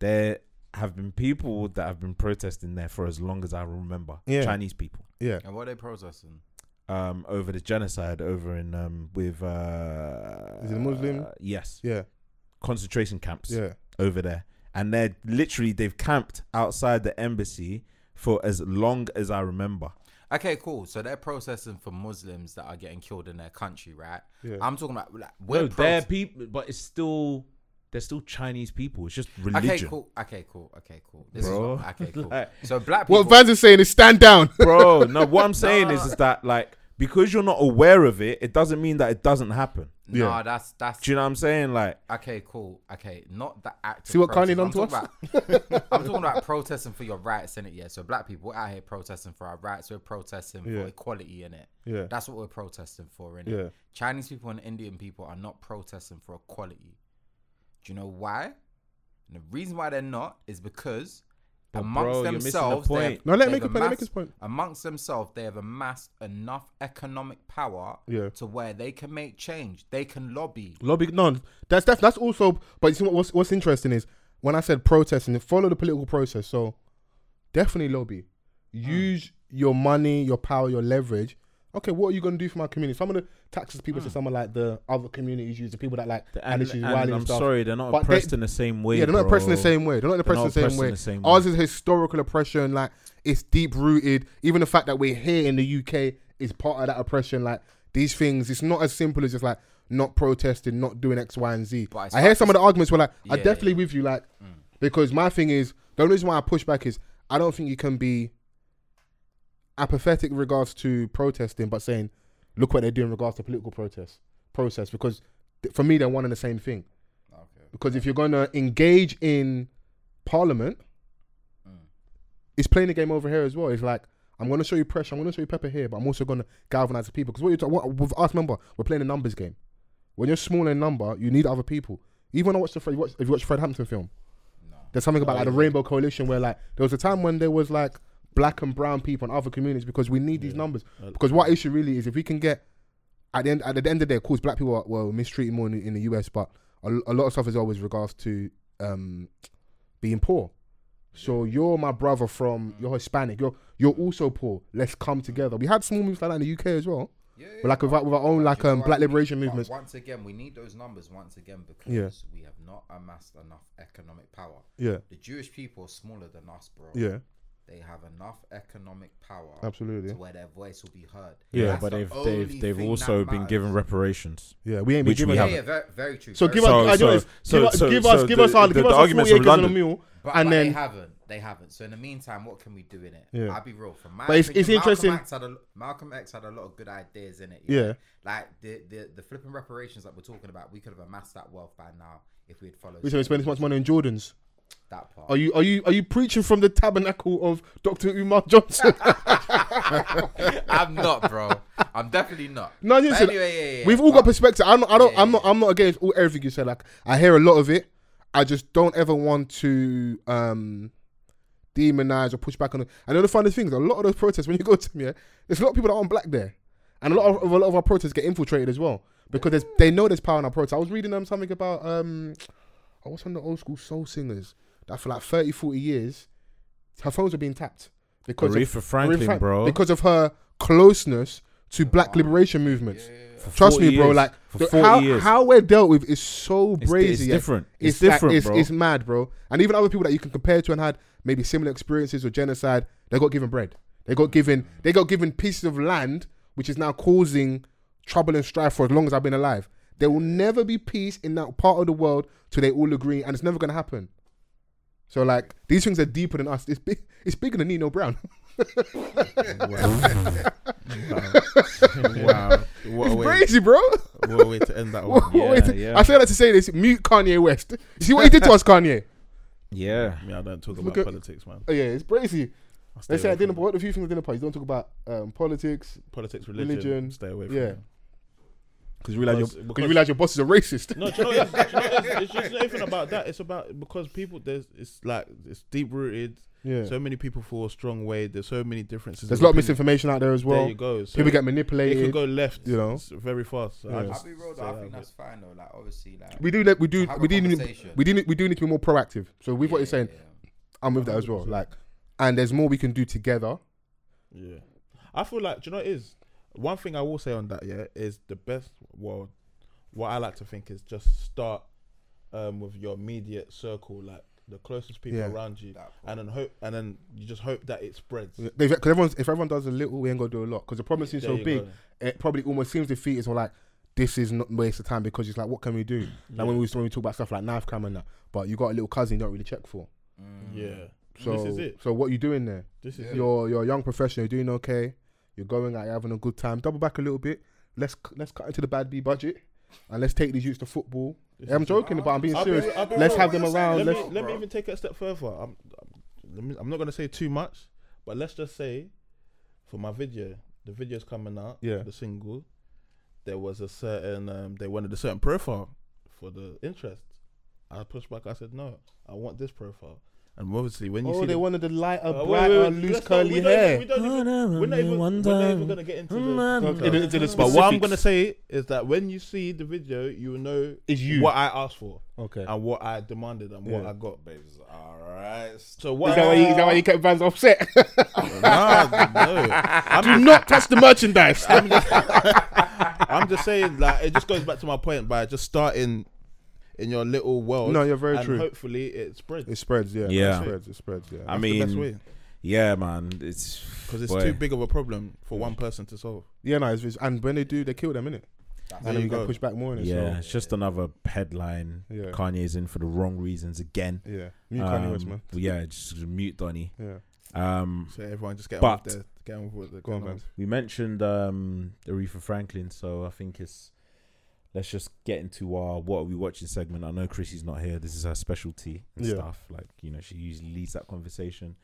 [SPEAKER 4] There have been people that have been protesting there for as long as I remember.
[SPEAKER 5] Yeah.
[SPEAKER 4] Chinese people.
[SPEAKER 5] yeah,
[SPEAKER 1] And what are they protesting?
[SPEAKER 4] Um, over the genocide over in um with uh
[SPEAKER 5] Is it a Muslim?
[SPEAKER 4] uh, yes.
[SPEAKER 5] yeah,
[SPEAKER 4] Concentration camps
[SPEAKER 5] yeah.
[SPEAKER 4] over there. And they're literally they've camped outside the embassy for as long as I remember.
[SPEAKER 1] Okay, cool. So they're protesting for Muslims that are getting killed in their country, right?
[SPEAKER 5] Yeah.
[SPEAKER 1] I'm talking about like, we're
[SPEAKER 4] No, they're
[SPEAKER 1] protesting.
[SPEAKER 4] people but it's still they're still Chinese people. It's just religion.
[SPEAKER 1] Okay, cool. Okay, cool. Okay, cool. This
[SPEAKER 4] Bro.
[SPEAKER 1] is what,
[SPEAKER 4] [laughs]
[SPEAKER 1] okay, cool.
[SPEAKER 5] [laughs]
[SPEAKER 4] Like-
[SPEAKER 1] so black people.
[SPEAKER 5] What Vans is saying is stand down.
[SPEAKER 4] [laughs] bro. No, what
[SPEAKER 1] [laughs]
[SPEAKER 4] I'm saying is, is that like because you're not aware of it, it doesn't mean that it doesn't happen.
[SPEAKER 1] no, that's that's
[SPEAKER 4] Do you know what I'm saying? Like,
[SPEAKER 1] Okay, cool. Okay, not the act. of
[SPEAKER 5] See what
[SPEAKER 1] protest.
[SPEAKER 5] Kanye done
[SPEAKER 1] I'm
[SPEAKER 5] to
[SPEAKER 1] talking About, [laughs] I'm talking about protesting for your rights in it. Yeah, so black people we're out here protesting for our rights. We're protesting for equality in it.
[SPEAKER 5] Yeah.
[SPEAKER 1] that's what we're protesting for in
[SPEAKER 5] Yeah.
[SPEAKER 1] it. Chinese people and Indian people are not protesting for equality. Do you know why? And the reason why they're not is because
[SPEAKER 4] But
[SPEAKER 1] amongst
[SPEAKER 4] bro, you're missing the
[SPEAKER 1] themselves, they
[SPEAKER 4] point.
[SPEAKER 1] have-
[SPEAKER 5] No, let
[SPEAKER 1] they
[SPEAKER 5] him make
[SPEAKER 1] have
[SPEAKER 5] his point, let him make
[SPEAKER 1] amassed-
[SPEAKER 5] his point.
[SPEAKER 1] Amongst themselves, they have amassed enough economic power
[SPEAKER 5] Yeah.
[SPEAKER 1] to where they can make change. They can lobby.
[SPEAKER 5] Lobby, no, that's that's that's also. But you see what, what's what's interesting is when I said protest and follow the political process. So definitely lobby. Use your money, your power, your leverage. Okay, what are you gonna do for my community? Some of the taxes people say, some of like the other communities use the people that like
[SPEAKER 4] and,
[SPEAKER 5] Alice use
[SPEAKER 4] and
[SPEAKER 5] Wiley
[SPEAKER 4] I'm
[SPEAKER 5] and stuff.
[SPEAKER 4] sorry, they're not
[SPEAKER 5] But they-
[SPEAKER 4] oppressed in the same way.
[SPEAKER 5] Yeah, they're not
[SPEAKER 4] bro.
[SPEAKER 5] oppressed in the same way. They're not oppressed,
[SPEAKER 4] not
[SPEAKER 5] in, the
[SPEAKER 4] oppressed
[SPEAKER 5] same
[SPEAKER 4] in
[SPEAKER 5] way.
[SPEAKER 4] the same
[SPEAKER 5] Ours
[SPEAKER 4] way.
[SPEAKER 5] is historical oppression. Like it's deep rooted. Even the fact that we're here in the UK is part of that oppression. Like these things, it's not as simple as just like not protesting, not doing X, Y, and Z.
[SPEAKER 1] But it's
[SPEAKER 5] I hear
[SPEAKER 1] hard
[SPEAKER 5] some of the arguments were like, I
[SPEAKER 1] Yeah,
[SPEAKER 5] definitely
[SPEAKER 1] yeah. Mm.
[SPEAKER 5] with you, like because my thing is the only reason why I push back is I don't think you can be apathetic in regards to protesting, but saying look what they do in regards to political protest process because th- for me they're one and the same thing. Because if you're going to engage in parliament, it's playing the game over here as well. It's like I'm going to show you pressure, I'm going to show you pepper here, but I'm also going to galvanize the people. Because what you talk, what, with us, remember, we're playing a numbers game. When you're small in number, you need other people. Even when I watched the Fred, watch, if you watch Fred Hampton film, there's something about like the Rainbow Coalition where like there was a time when there was like black and brown people and other communities because we need these numbers. Because what issue really is if we can get at the end at the end of the day, of course, black people are, were mistreated more in, the- in the US, but a, a lot of stuff is always regards to um, being poor. So you're my brother from
[SPEAKER 1] Mm.
[SPEAKER 5] you're Hispanic. You're you're also poor. Let's come together. We had small movements like that in the UK as well. But like with, our- with our own like um, black liberation
[SPEAKER 1] But
[SPEAKER 5] movements.
[SPEAKER 1] Once again, we need those numbers once again because
[SPEAKER 5] Yeah.
[SPEAKER 1] we have not amassed enough economic power.
[SPEAKER 5] Yeah.
[SPEAKER 1] The Jewish people are smaller than us, bro.
[SPEAKER 5] Yeah.
[SPEAKER 1] They have enough economic power.
[SPEAKER 5] Absolutely.
[SPEAKER 1] To where their voice will be heard.
[SPEAKER 4] Yeah,
[SPEAKER 1] That's
[SPEAKER 4] but
[SPEAKER 1] the
[SPEAKER 4] they've
[SPEAKER 1] only
[SPEAKER 4] they've they've
[SPEAKER 1] thing
[SPEAKER 4] also
[SPEAKER 1] that
[SPEAKER 4] been
[SPEAKER 1] matters.
[SPEAKER 4] given reparations.
[SPEAKER 5] Yeah, we ain't been
[SPEAKER 4] Which we
[SPEAKER 5] given
[SPEAKER 1] Yeah,
[SPEAKER 4] haven't.
[SPEAKER 1] yeah, very, very true.
[SPEAKER 5] So
[SPEAKER 1] very
[SPEAKER 5] give
[SPEAKER 1] true.
[SPEAKER 5] us,
[SPEAKER 4] So-
[SPEAKER 5] I
[SPEAKER 4] so-
[SPEAKER 5] know it's-
[SPEAKER 4] so-
[SPEAKER 5] give us,
[SPEAKER 4] so-
[SPEAKER 5] give us,
[SPEAKER 4] so
[SPEAKER 5] give
[SPEAKER 4] the-
[SPEAKER 5] us our,
[SPEAKER 4] the-
[SPEAKER 5] give
[SPEAKER 4] the
[SPEAKER 5] us our
[SPEAKER 4] arguments
[SPEAKER 5] 40
[SPEAKER 4] from
[SPEAKER 5] acres and a
[SPEAKER 4] London.
[SPEAKER 5] mule,
[SPEAKER 1] But,
[SPEAKER 5] and
[SPEAKER 1] but they
[SPEAKER 5] then
[SPEAKER 1] haven't. They haven't. So in the meantime, what can we do in it?
[SPEAKER 5] Yeah.
[SPEAKER 1] I'll be real. From my
[SPEAKER 5] But it's- it's
[SPEAKER 1] opinion,
[SPEAKER 5] interesting-
[SPEAKER 1] Malcolm X, had a, Malcolm X had a lot of good ideas in it. you
[SPEAKER 5] Yeah.
[SPEAKER 1] know? Like the, the the flipping reparations that we're talking about, we could have amassed that wealth by now if we had followed
[SPEAKER 5] we should spend this much money on Jordans.
[SPEAKER 1] that part.
[SPEAKER 5] Are you are you are you preaching from the tabernacle of Dr. Umar Johnson?
[SPEAKER 1] [laughs] I'm not, bro. I'm definitely not.
[SPEAKER 5] no,
[SPEAKER 1] But
[SPEAKER 5] listen,
[SPEAKER 1] anyway, yeah, yeah, yeah.
[SPEAKER 5] we've all got
[SPEAKER 1] But-
[SPEAKER 5] perspective. I'm not, I don't,
[SPEAKER 1] Yeah,
[SPEAKER 5] I'm
[SPEAKER 1] yeah,
[SPEAKER 5] not, I'm not against all everything you said. Like I hear a lot of it. I just don't ever want to um demonize or push back on it. And the other funny thing is, a lot of those protests when you go to them, yeah, there's a lot of people that aren't black there, and a lot of a lot of our protests get infiltrated as well because there's, they know there's power in our protests. I was reading um something about um, oh, what's one of the old school soul singers that for like 30, 40 years, her phones were being tapped because of-
[SPEAKER 4] Aretha Franklin,
[SPEAKER 5] Frank-
[SPEAKER 4] bro.
[SPEAKER 5] because of her closeness to black liberation movements. Trust
[SPEAKER 4] 40
[SPEAKER 5] me, bro.
[SPEAKER 4] years.
[SPEAKER 5] Like
[SPEAKER 4] For
[SPEAKER 5] the-
[SPEAKER 4] 40
[SPEAKER 5] how
[SPEAKER 4] years.
[SPEAKER 5] how we're dealt with is so
[SPEAKER 4] It's-
[SPEAKER 5] brazy.
[SPEAKER 4] it's
[SPEAKER 5] yeah.
[SPEAKER 4] different. It's
[SPEAKER 5] like-
[SPEAKER 4] different,
[SPEAKER 5] it's,
[SPEAKER 4] bro.
[SPEAKER 5] it's mad, bro. And even other people that you can compare to and had maybe similar experiences or genocide, they got given bread. They got given they got given pieces of land, which is now causing trouble and strife for as long as I've been alive. There will never be peace in that part of the world till they all agree, and it's never gonna happen. So like these things are deeper than us. It's big. It's bigger than Nino Brown. [laughs]
[SPEAKER 6] Wow. What a,
[SPEAKER 5] It's
[SPEAKER 6] way,
[SPEAKER 5] crazy, bro.
[SPEAKER 6] what a way to end that one.
[SPEAKER 5] [laughs] What way to-
[SPEAKER 4] yeah.
[SPEAKER 5] I say that to say this. Mute Kanye West. You see what he did to us, Kanye.
[SPEAKER 4] Yeah.
[SPEAKER 6] Yeah, I don't talk
[SPEAKER 5] Look
[SPEAKER 6] about
[SPEAKER 5] at-
[SPEAKER 6] politics, man.
[SPEAKER 5] Oh, yeah, it's crazy.
[SPEAKER 6] I stay
[SPEAKER 5] They say
[SPEAKER 6] away
[SPEAKER 5] at dinner.
[SPEAKER 6] from
[SPEAKER 5] What the few things at dinner parties don't talk about um, politics
[SPEAKER 6] politics, religion,
[SPEAKER 5] religion,
[SPEAKER 6] Stay away from
[SPEAKER 5] yeah.
[SPEAKER 6] it.
[SPEAKER 4] Because realize
[SPEAKER 6] Because-
[SPEAKER 4] you're.
[SPEAKER 5] because you realize your boss is a racist.
[SPEAKER 6] No, do [laughs] you know what it is? Do you know what it is? it's just not even about that. It's about because people there's it's like it's deep rooted.
[SPEAKER 5] yeah,
[SPEAKER 6] So many people feel a strong way. There's so many differences.
[SPEAKER 5] there's
[SPEAKER 6] in
[SPEAKER 5] a lot of
[SPEAKER 6] opinion.
[SPEAKER 5] misinformation out there as well.
[SPEAKER 6] There you go. So
[SPEAKER 5] People get
[SPEAKER 6] it
[SPEAKER 5] manipulated.
[SPEAKER 6] could go left,
[SPEAKER 5] you
[SPEAKER 6] you
[SPEAKER 5] know.
[SPEAKER 6] know, very
[SPEAKER 5] [laughs]
[SPEAKER 6] fast. So I
[SPEAKER 5] Yeah.
[SPEAKER 1] I'll
[SPEAKER 6] just
[SPEAKER 1] be real
[SPEAKER 6] say
[SPEAKER 1] though. I
[SPEAKER 6] that
[SPEAKER 1] think
[SPEAKER 6] a
[SPEAKER 1] that's fine though. Like obviously, like
[SPEAKER 5] we do. We do.
[SPEAKER 1] Have a
[SPEAKER 5] We do. Need,
[SPEAKER 1] conversation.
[SPEAKER 5] we do. need- We do need to be more proactive. So with what
[SPEAKER 1] yeah,
[SPEAKER 5] you're saying,
[SPEAKER 1] yeah.
[SPEAKER 5] I'm with that as well. Like, and there's more we can do together.
[SPEAKER 6] bit. yeah. I feel like do you know what it is one thing I will say on that. Yeah, is the best. Well, what I like to think is just start um, with your immediate circle, like the closest people
[SPEAKER 5] Yeah.
[SPEAKER 6] around you, and then hope, and then you just hope that it spreads.
[SPEAKER 5] Because everyone's if everyone does a little, we ain't gonna do a lot. Because the problem seems
[SPEAKER 6] There
[SPEAKER 5] so
[SPEAKER 6] you
[SPEAKER 5] big,
[SPEAKER 6] go.
[SPEAKER 5] it probably almost seems defeat is all like this is not waste of time because it's like what can we do? Like when we when we talk about stuff like knife crime and that, but you got a little cousin you don't really check for. Mm.
[SPEAKER 6] Yeah.
[SPEAKER 5] So
[SPEAKER 6] this is it.
[SPEAKER 5] so what you doing there?
[SPEAKER 6] This is it.
[SPEAKER 5] You're you're a young professional, you're doing okay. You're going out, you're having a good time. Double back a little bit. Let's cu- let's cut into the bad B budget and let's take these youths to football. Yeah, I'm joking, but I'm being
[SPEAKER 6] I'll be-
[SPEAKER 5] serious.
[SPEAKER 6] I'll be
[SPEAKER 5] let's
[SPEAKER 6] real.
[SPEAKER 5] have them around.
[SPEAKER 6] let
[SPEAKER 5] Let's,
[SPEAKER 6] me, let me even take it a step further. I'm, I'm, let me, I'm not going to say too much, but let's just say for my video, the video's coming out,
[SPEAKER 5] Yeah.
[SPEAKER 6] the single, there was a certain, um, they wanted a certain profile for the interest. I pushed back, I said, no, I want this profile. And obviously, when you
[SPEAKER 5] oh,
[SPEAKER 6] see
[SPEAKER 5] they
[SPEAKER 6] the-
[SPEAKER 5] wanted the lighter,
[SPEAKER 6] Uh, wait,
[SPEAKER 5] brighter,
[SPEAKER 6] wait, wait,
[SPEAKER 5] loose
[SPEAKER 6] let's not-
[SPEAKER 5] curly
[SPEAKER 6] we don't
[SPEAKER 5] hair.
[SPEAKER 6] even- we don't even- We're not even, we're not even going to get
[SPEAKER 4] Mm,
[SPEAKER 6] into the
[SPEAKER 5] Okay. Into- into the
[SPEAKER 6] Mm, But what I'm
[SPEAKER 5] specifics.
[SPEAKER 6] gonna say is that when you see the video, you will know
[SPEAKER 5] It's you.
[SPEAKER 6] what I asked for,
[SPEAKER 5] Okay.
[SPEAKER 6] and what I demanded and what
[SPEAKER 5] Yeah.
[SPEAKER 6] I got.
[SPEAKER 7] Babes, alright.
[SPEAKER 6] So what?
[SPEAKER 5] Is that why you, is that why you kept Vans
[SPEAKER 6] [laughs]
[SPEAKER 5] offset?
[SPEAKER 6] Nah,
[SPEAKER 5] [laughs]
[SPEAKER 6] no. I'm,
[SPEAKER 5] Not touch the [laughs] merchandise.
[SPEAKER 6] I'm just saying, like, it just goes back to my point by just starting in your little world.
[SPEAKER 5] No, you're very
[SPEAKER 6] and
[SPEAKER 5] true.
[SPEAKER 6] Hopefully, it spreads.
[SPEAKER 5] it spreads, yeah.
[SPEAKER 4] Yeah.
[SPEAKER 5] It spreads, it spreads, yeah.
[SPEAKER 4] I
[SPEAKER 6] the best way.
[SPEAKER 4] mean, yeah, man. It's.
[SPEAKER 6] because it's
[SPEAKER 4] boy.
[SPEAKER 6] too big of a problem for one person to solve.
[SPEAKER 5] yeah, no, it's, it's, and when they do, they kill them, innit? And then
[SPEAKER 6] you
[SPEAKER 5] we got
[SPEAKER 6] go.
[SPEAKER 5] pushed back more, innit?
[SPEAKER 4] Yeah, it's just another headline.
[SPEAKER 5] Yeah.
[SPEAKER 4] Kanye's in for the wrong reasons again.
[SPEAKER 5] So, yeah. Mute Kanye West,
[SPEAKER 4] Um,
[SPEAKER 5] man.
[SPEAKER 4] Yeah, just mute Donny.
[SPEAKER 5] Yeah.
[SPEAKER 4] Um,
[SPEAKER 6] So everyone just get
[SPEAKER 4] But-
[SPEAKER 6] on with their, get on with it.
[SPEAKER 5] Go on, Vans.
[SPEAKER 4] we mentioned um, Aretha Franklin, so I think it's let's just get into our what are we watching segment. I know Chrissy's not here. This is her specialty and
[SPEAKER 5] Yeah.
[SPEAKER 4] stuff. Like you know, she usually leads that conversation.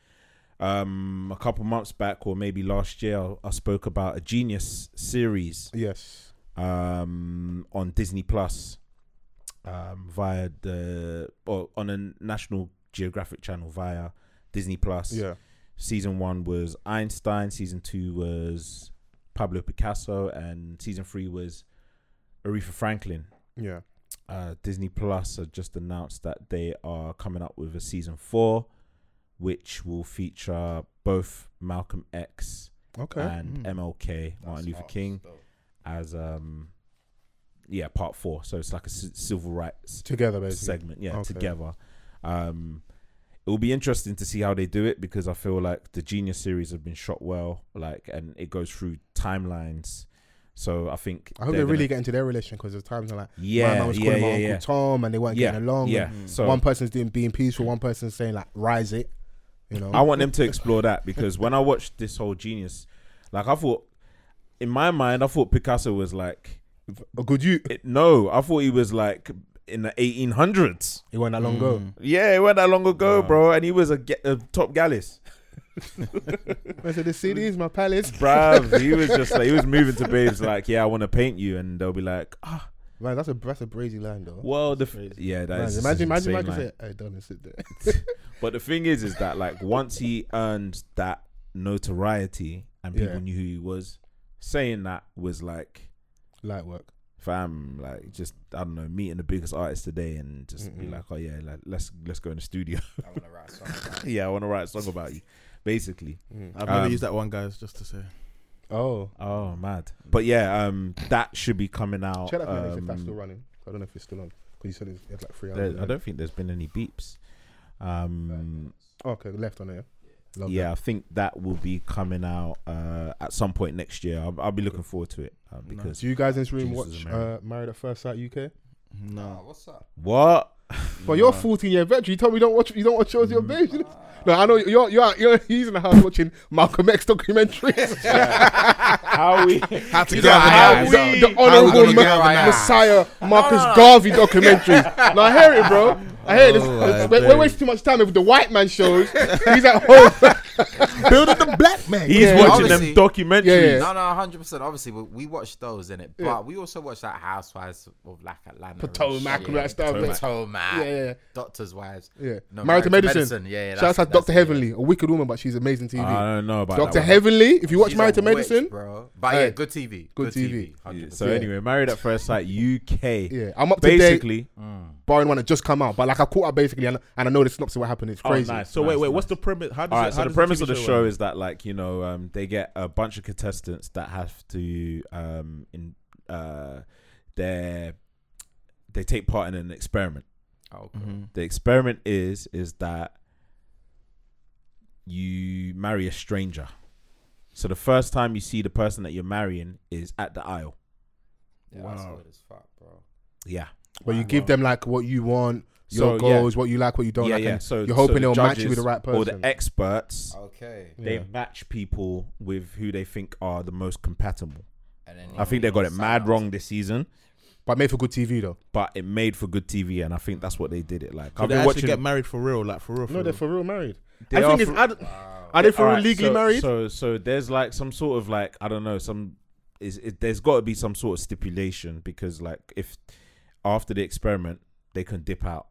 [SPEAKER 4] Um, a couple months back, or maybe last year, I, I spoke about a Genius series
[SPEAKER 5] Yes.
[SPEAKER 4] um, on Disney Plus um, via the or on a National Geographic channel via Disney Plus
[SPEAKER 5] Yeah.
[SPEAKER 4] season one was Einstein, season two was Pablo Picasso, and season three was Aretha Franklin.
[SPEAKER 5] Yeah.
[SPEAKER 4] Uh, Disney Plus have just announced that they are coming up with a season four, which will feature both Malcolm X
[SPEAKER 5] Okay.
[SPEAKER 4] and MLK, Martin Luther King, as um, yeah, part four. So it's like a ci- civil rights
[SPEAKER 5] Together, basically.
[SPEAKER 4] segment yeah
[SPEAKER 5] Okay.
[SPEAKER 4] together um it will be interesting to see how they do it because i feel like the genius series have been shot well like and it goes through timelines so i think
[SPEAKER 5] I hope they
[SPEAKER 4] they're
[SPEAKER 5] really
[SPEAKER 4] gonna-
[SPEAKER 5] get into their relation because there's times I'm like,
[SPEAKER 4] yeah
[SPEAKER 5] my man was
[SPEAKER 4] yeah
[SPEAKER 5] calling
[SPEAKER 4] yeah
[SPEAKER 5] my Uncle
[SPEAKER 4] yeah
[SPEAKER 5] Tom and they weren't
[SPEAKER 4] yeah,
[SPEAKER 5] getting along.
[SPEAKER 4] yeah. Mm.
[SPEAKER 5] and
[SPEAKER 4] so
[SPEAKER 5] one person's doing being peaceful, one person's saying, like, rise it. You know?
[SPEAKER 4] i want them to explore that because when i watched this whole genius like i thought in my mind i thought picasso was like
[SPEAKER 5] a good you.
[SPEAKER 4] it, no i thought he was like in the 1800s
[SPEAKER 5] It wasn't that long ago.
[SPEAKER 4] yeah it wasn't that long ago bro and he was a, ge- a top gallus
[SPEAKER 5] [laughs] I said, the city is my
[SPEAKER 4] [laughs]
[SPEAKER 5] palace.
[SPEAKER 4] Bruv, he was just like he was moving to babes like, yeah, I want to paint you, and they'll be like, ah,
[SPEAKER 5] Man, [laughs] that's a, that's a brazy line, though.
[SPEAKER 4] well, the f- yeah,
[SPEAKER 5] Man,
[SPEAKER 4] that's
[SPEAKER 5] imagine, imagine, imagine, say, hey, Donna, sit
[SPEAKER 4] [laughs]
[SPEAKER 5] there.
[SPEAKER 4] But the thing is, is that like once he earned that notoriety and people
[SPEAKER 5] Yeah.
[SPEAKER 4] knew who he was, saying that was like,
[SPEAKER 5] Light work.
[SPEAKER 4] fam, like just I don't know, meeting the biggest artist today and just be like, oh yeah, like let's let's go in the studio. [laughs]
[SPEAKER 1] I want to write something.
[SPEAKER 4] yeah, I want to write a song about you, basically.
[SPEAKER 5] Mm.
[SPEAKER 6] I've never
[SPEAKER 4] Um,
[SPEAKER 6] used that one, guys. Just to say,
[SPEAKER 5] Oh,
[SPEAKER 4] Oh, mad. But yeah, um, that should be coming out.
[SPEAKER 5] check that for me if that's
[SPEAKER 4] um,
[SPEAKER 5] still running. I don't know if it's still on because you said it's, it's like three hours.
[SPEAKER 4] there- I don't think there's been any beeps. Um,
[SPEAKER 5] Oh, okay, left on it. Yeah. Love
[SPEAKER 4] yeah, I think that will be coming out uh, at some point next year. I'll, I'll be looking forward to it uh,
[SPEAKER 5] that.
[SPEAKER 4] because
[SPEAKER 5] Do you guys in this room
[SPEAKER 4] Jesus,
[SPEAKER 5] watch uh,
[SPEAKER 4] America.
[SPEAKER 5] Married at First Sight UK?
[SPEAKER 1] Nah, what's up?
[SPEAKER 4] what?
[SPEAKER 5] But you're 14 year veteran. You told me you don't watch. You don't watch shows. Your babes. You know? No, I know you're you're you're he's in the house watching Malcolm X documentaries.
[SPEAKER 4] How we?
[SPEAKER 7] How to
[SPEAKER 5] How
[SPEAKER 7] galvanize.
[SPEAKER 5] we, the
[SPEAKER 7] How we
[SPEAKER 5] honourable
[SPEAKER 7] gonna
[SPEAKER 5] Ma-
[SPEAKER 7] galvanize?
[SPEAKER 5] Messiah Marcus Garvey documentaries. no, I hear it, bro. I hear it. This,
[SPEAKER 4] Oh,
[SPEAKER 7] my
[SPEAKER 5] we're, we're
[SPEAKER 7] days.
[SPEAKER 5] wasting too much time with the white man shows. He's at home.
[SPEAKER 7] Building the
[SPEAKER 5] [laughs]
[SPEAKER 7] black man.
[SPEAKER 4] He's
[SPEAKER 5] Yeah,
[SPEAKER 4] watching
[SPEAKER 1] obviously.
[SPEAKER 4] them documentaries.
[SPEAKER 5] Yeah, yeah.
[SPEAKER 1] No, no, hundred percent. Obviously, we, we watch those in it, but we also watch that Housewives of like Atlanta, and
[SPEAKER 5] Potomac
[SPEAKER 1] shit.
[SPEAKER 5] and that stuff, yeah.
[SPEAKER 1] Potomac,
[SPEAKER 5] Yeah, yeah, yeah.
[SPEAKER 1] Doctors' Wives,
[SPEAKER 5] Yeah.
[SPEAKER 1] No,
[SPEAKER 5] Married to Medicine.
[SPEAKER 1] Yeah, yeah
[SPEAKER 3] that's
[SPEAKER 5] Shouts out
[SPEAKER 3] it,
[SPEAKER 5] Doctor
[SPEAKER 3] that's it.
[SPEAKER 5] Heavenly, a wicked woman, but she's amazing TV.
[SPEAKER 4] I don't know about
[SPEAKER 5] Doctor
[SPEAKER 4] that one.
[SPEAKER 5] Heavenly. If you watch
[SPEAKER 1] She's
[SPEAKER 5] Married
[SPEAKER 1] a
[SPEAKER 5] to
[SPEAKER 1] witch,
[SPEAKER 5] Medicine,
[SPEAKER 1] bro. But
[SPEAKER 5] Hey,
[SPEAKER 1] yeah, good TV,
[SPEAKER 5] good TV.
[SPEAKER 4] Yeah,
[SPEAKER 1] 100%.
[SPEAKER 4] So
[SPEAKER 5] Yeah.
[SPEAKER 4] anyway, married at first sight UK.
[SPEAKER 5] yeah, I'm up to date.
[SPEAKER 4] Basically,
[SPEAKER 1] Hmm. Mm.
[SPEAKER 5] Barring one that just come out, but like I caught up basically, and, and I know the synopsis of what happened. It's
[SPEAKER 4] Oh,
[SPEAKER 5] crazy.
[SPEAKER 4] nice.
[SPEAKER 6] So wait,
[SPEAKER 4] Nice,
[SPEAKER 6] wait. What's
[SPEAKER 4] nice.
[SPEAKER 6] the premise? How does
[SPEAKER 4] All
[SPEAKER 6] it,
[SPEAKER 4] right,
[SPEAKER 6] how
[SPEAKER 4] so the
[SPEAKER 6] does
[SPEAKER 4] premise
[SPEAKER 6] TV
[SPEAKER 4] of the show
[SPEAKER 6] work?
[SPEAKER 4] is that like you know um, they get a bunch of contestants that have to um, in uh, they they take part in an experiment.
[SPEAKER 1] Oh, cool.
[SPEAKER 4] The experiment is is that you marry a stranger. So the first time you see the person that you're marrying is at the aisle.
[SPEAKER 1] Yeah, that's weird as fuck, bro.
[SPEAKER 4] Yeah.
[SPEAKER 5] But you give them like what you want, your
[SPEAKER 4] So, yeah.
[SPEAKER 5] goals, what you like, what you don't
[SPEAKER 4] yeah,
[SPEAKER 5] like.
[SPEAKER 4] yeah.
[SPEAKER 5] and
[SPEAKER 4] So
[SPEAKER 5] you're hoping
[SPEAKER 4] so
[SPEAKER 5] they'll match you with
[SPEAKER 4] judges
[SPEAKER 5] the right person.
[SPEAKER 4] Or the experts,
[SPEAKER 1] Okay,
[SPEAKER 5] Yeah.
[SPEAKER 4] they match people with who they think are the most compatible.
[SPEAKER 1] and then
[SPEAKER 4] I think they got it mad wrong this season,
[SPEAKER 5] but made for good TV though.
[SPEAKER 4] but it made for good TV, and I think that's what they did it like.
[SPEAKER 6] So
[SPEAKER 4] I've
[SPEAKER 6] they
[SPEAKER 4] been
[SPEAKER 6] actually
[SPEAKER 4] watching.
[SPEAKER 6] get married for real, like for real. For
[SPEAKER 5] No, they're
[SPEAKER 6] real.
[SPEAKER 5] for real married.
[SPEAKER 4] They
[SPEAKER 5] I
[SPEAKER 4] are
[SPEAKER 5] think it's.
[SPEAKER 4] for-
[SPEAKER 5] I d- Are they for real
[SPEAKER 4] Alright,
[SPEAKER 5] legally
[SPEAKER 4] so,
[SPEAKER 5] married?
[SPEAKER 4] So, so there's like some sort of like I don't know some is it, there's got to be some sort of stipulation because like if after the experiment they can dip out,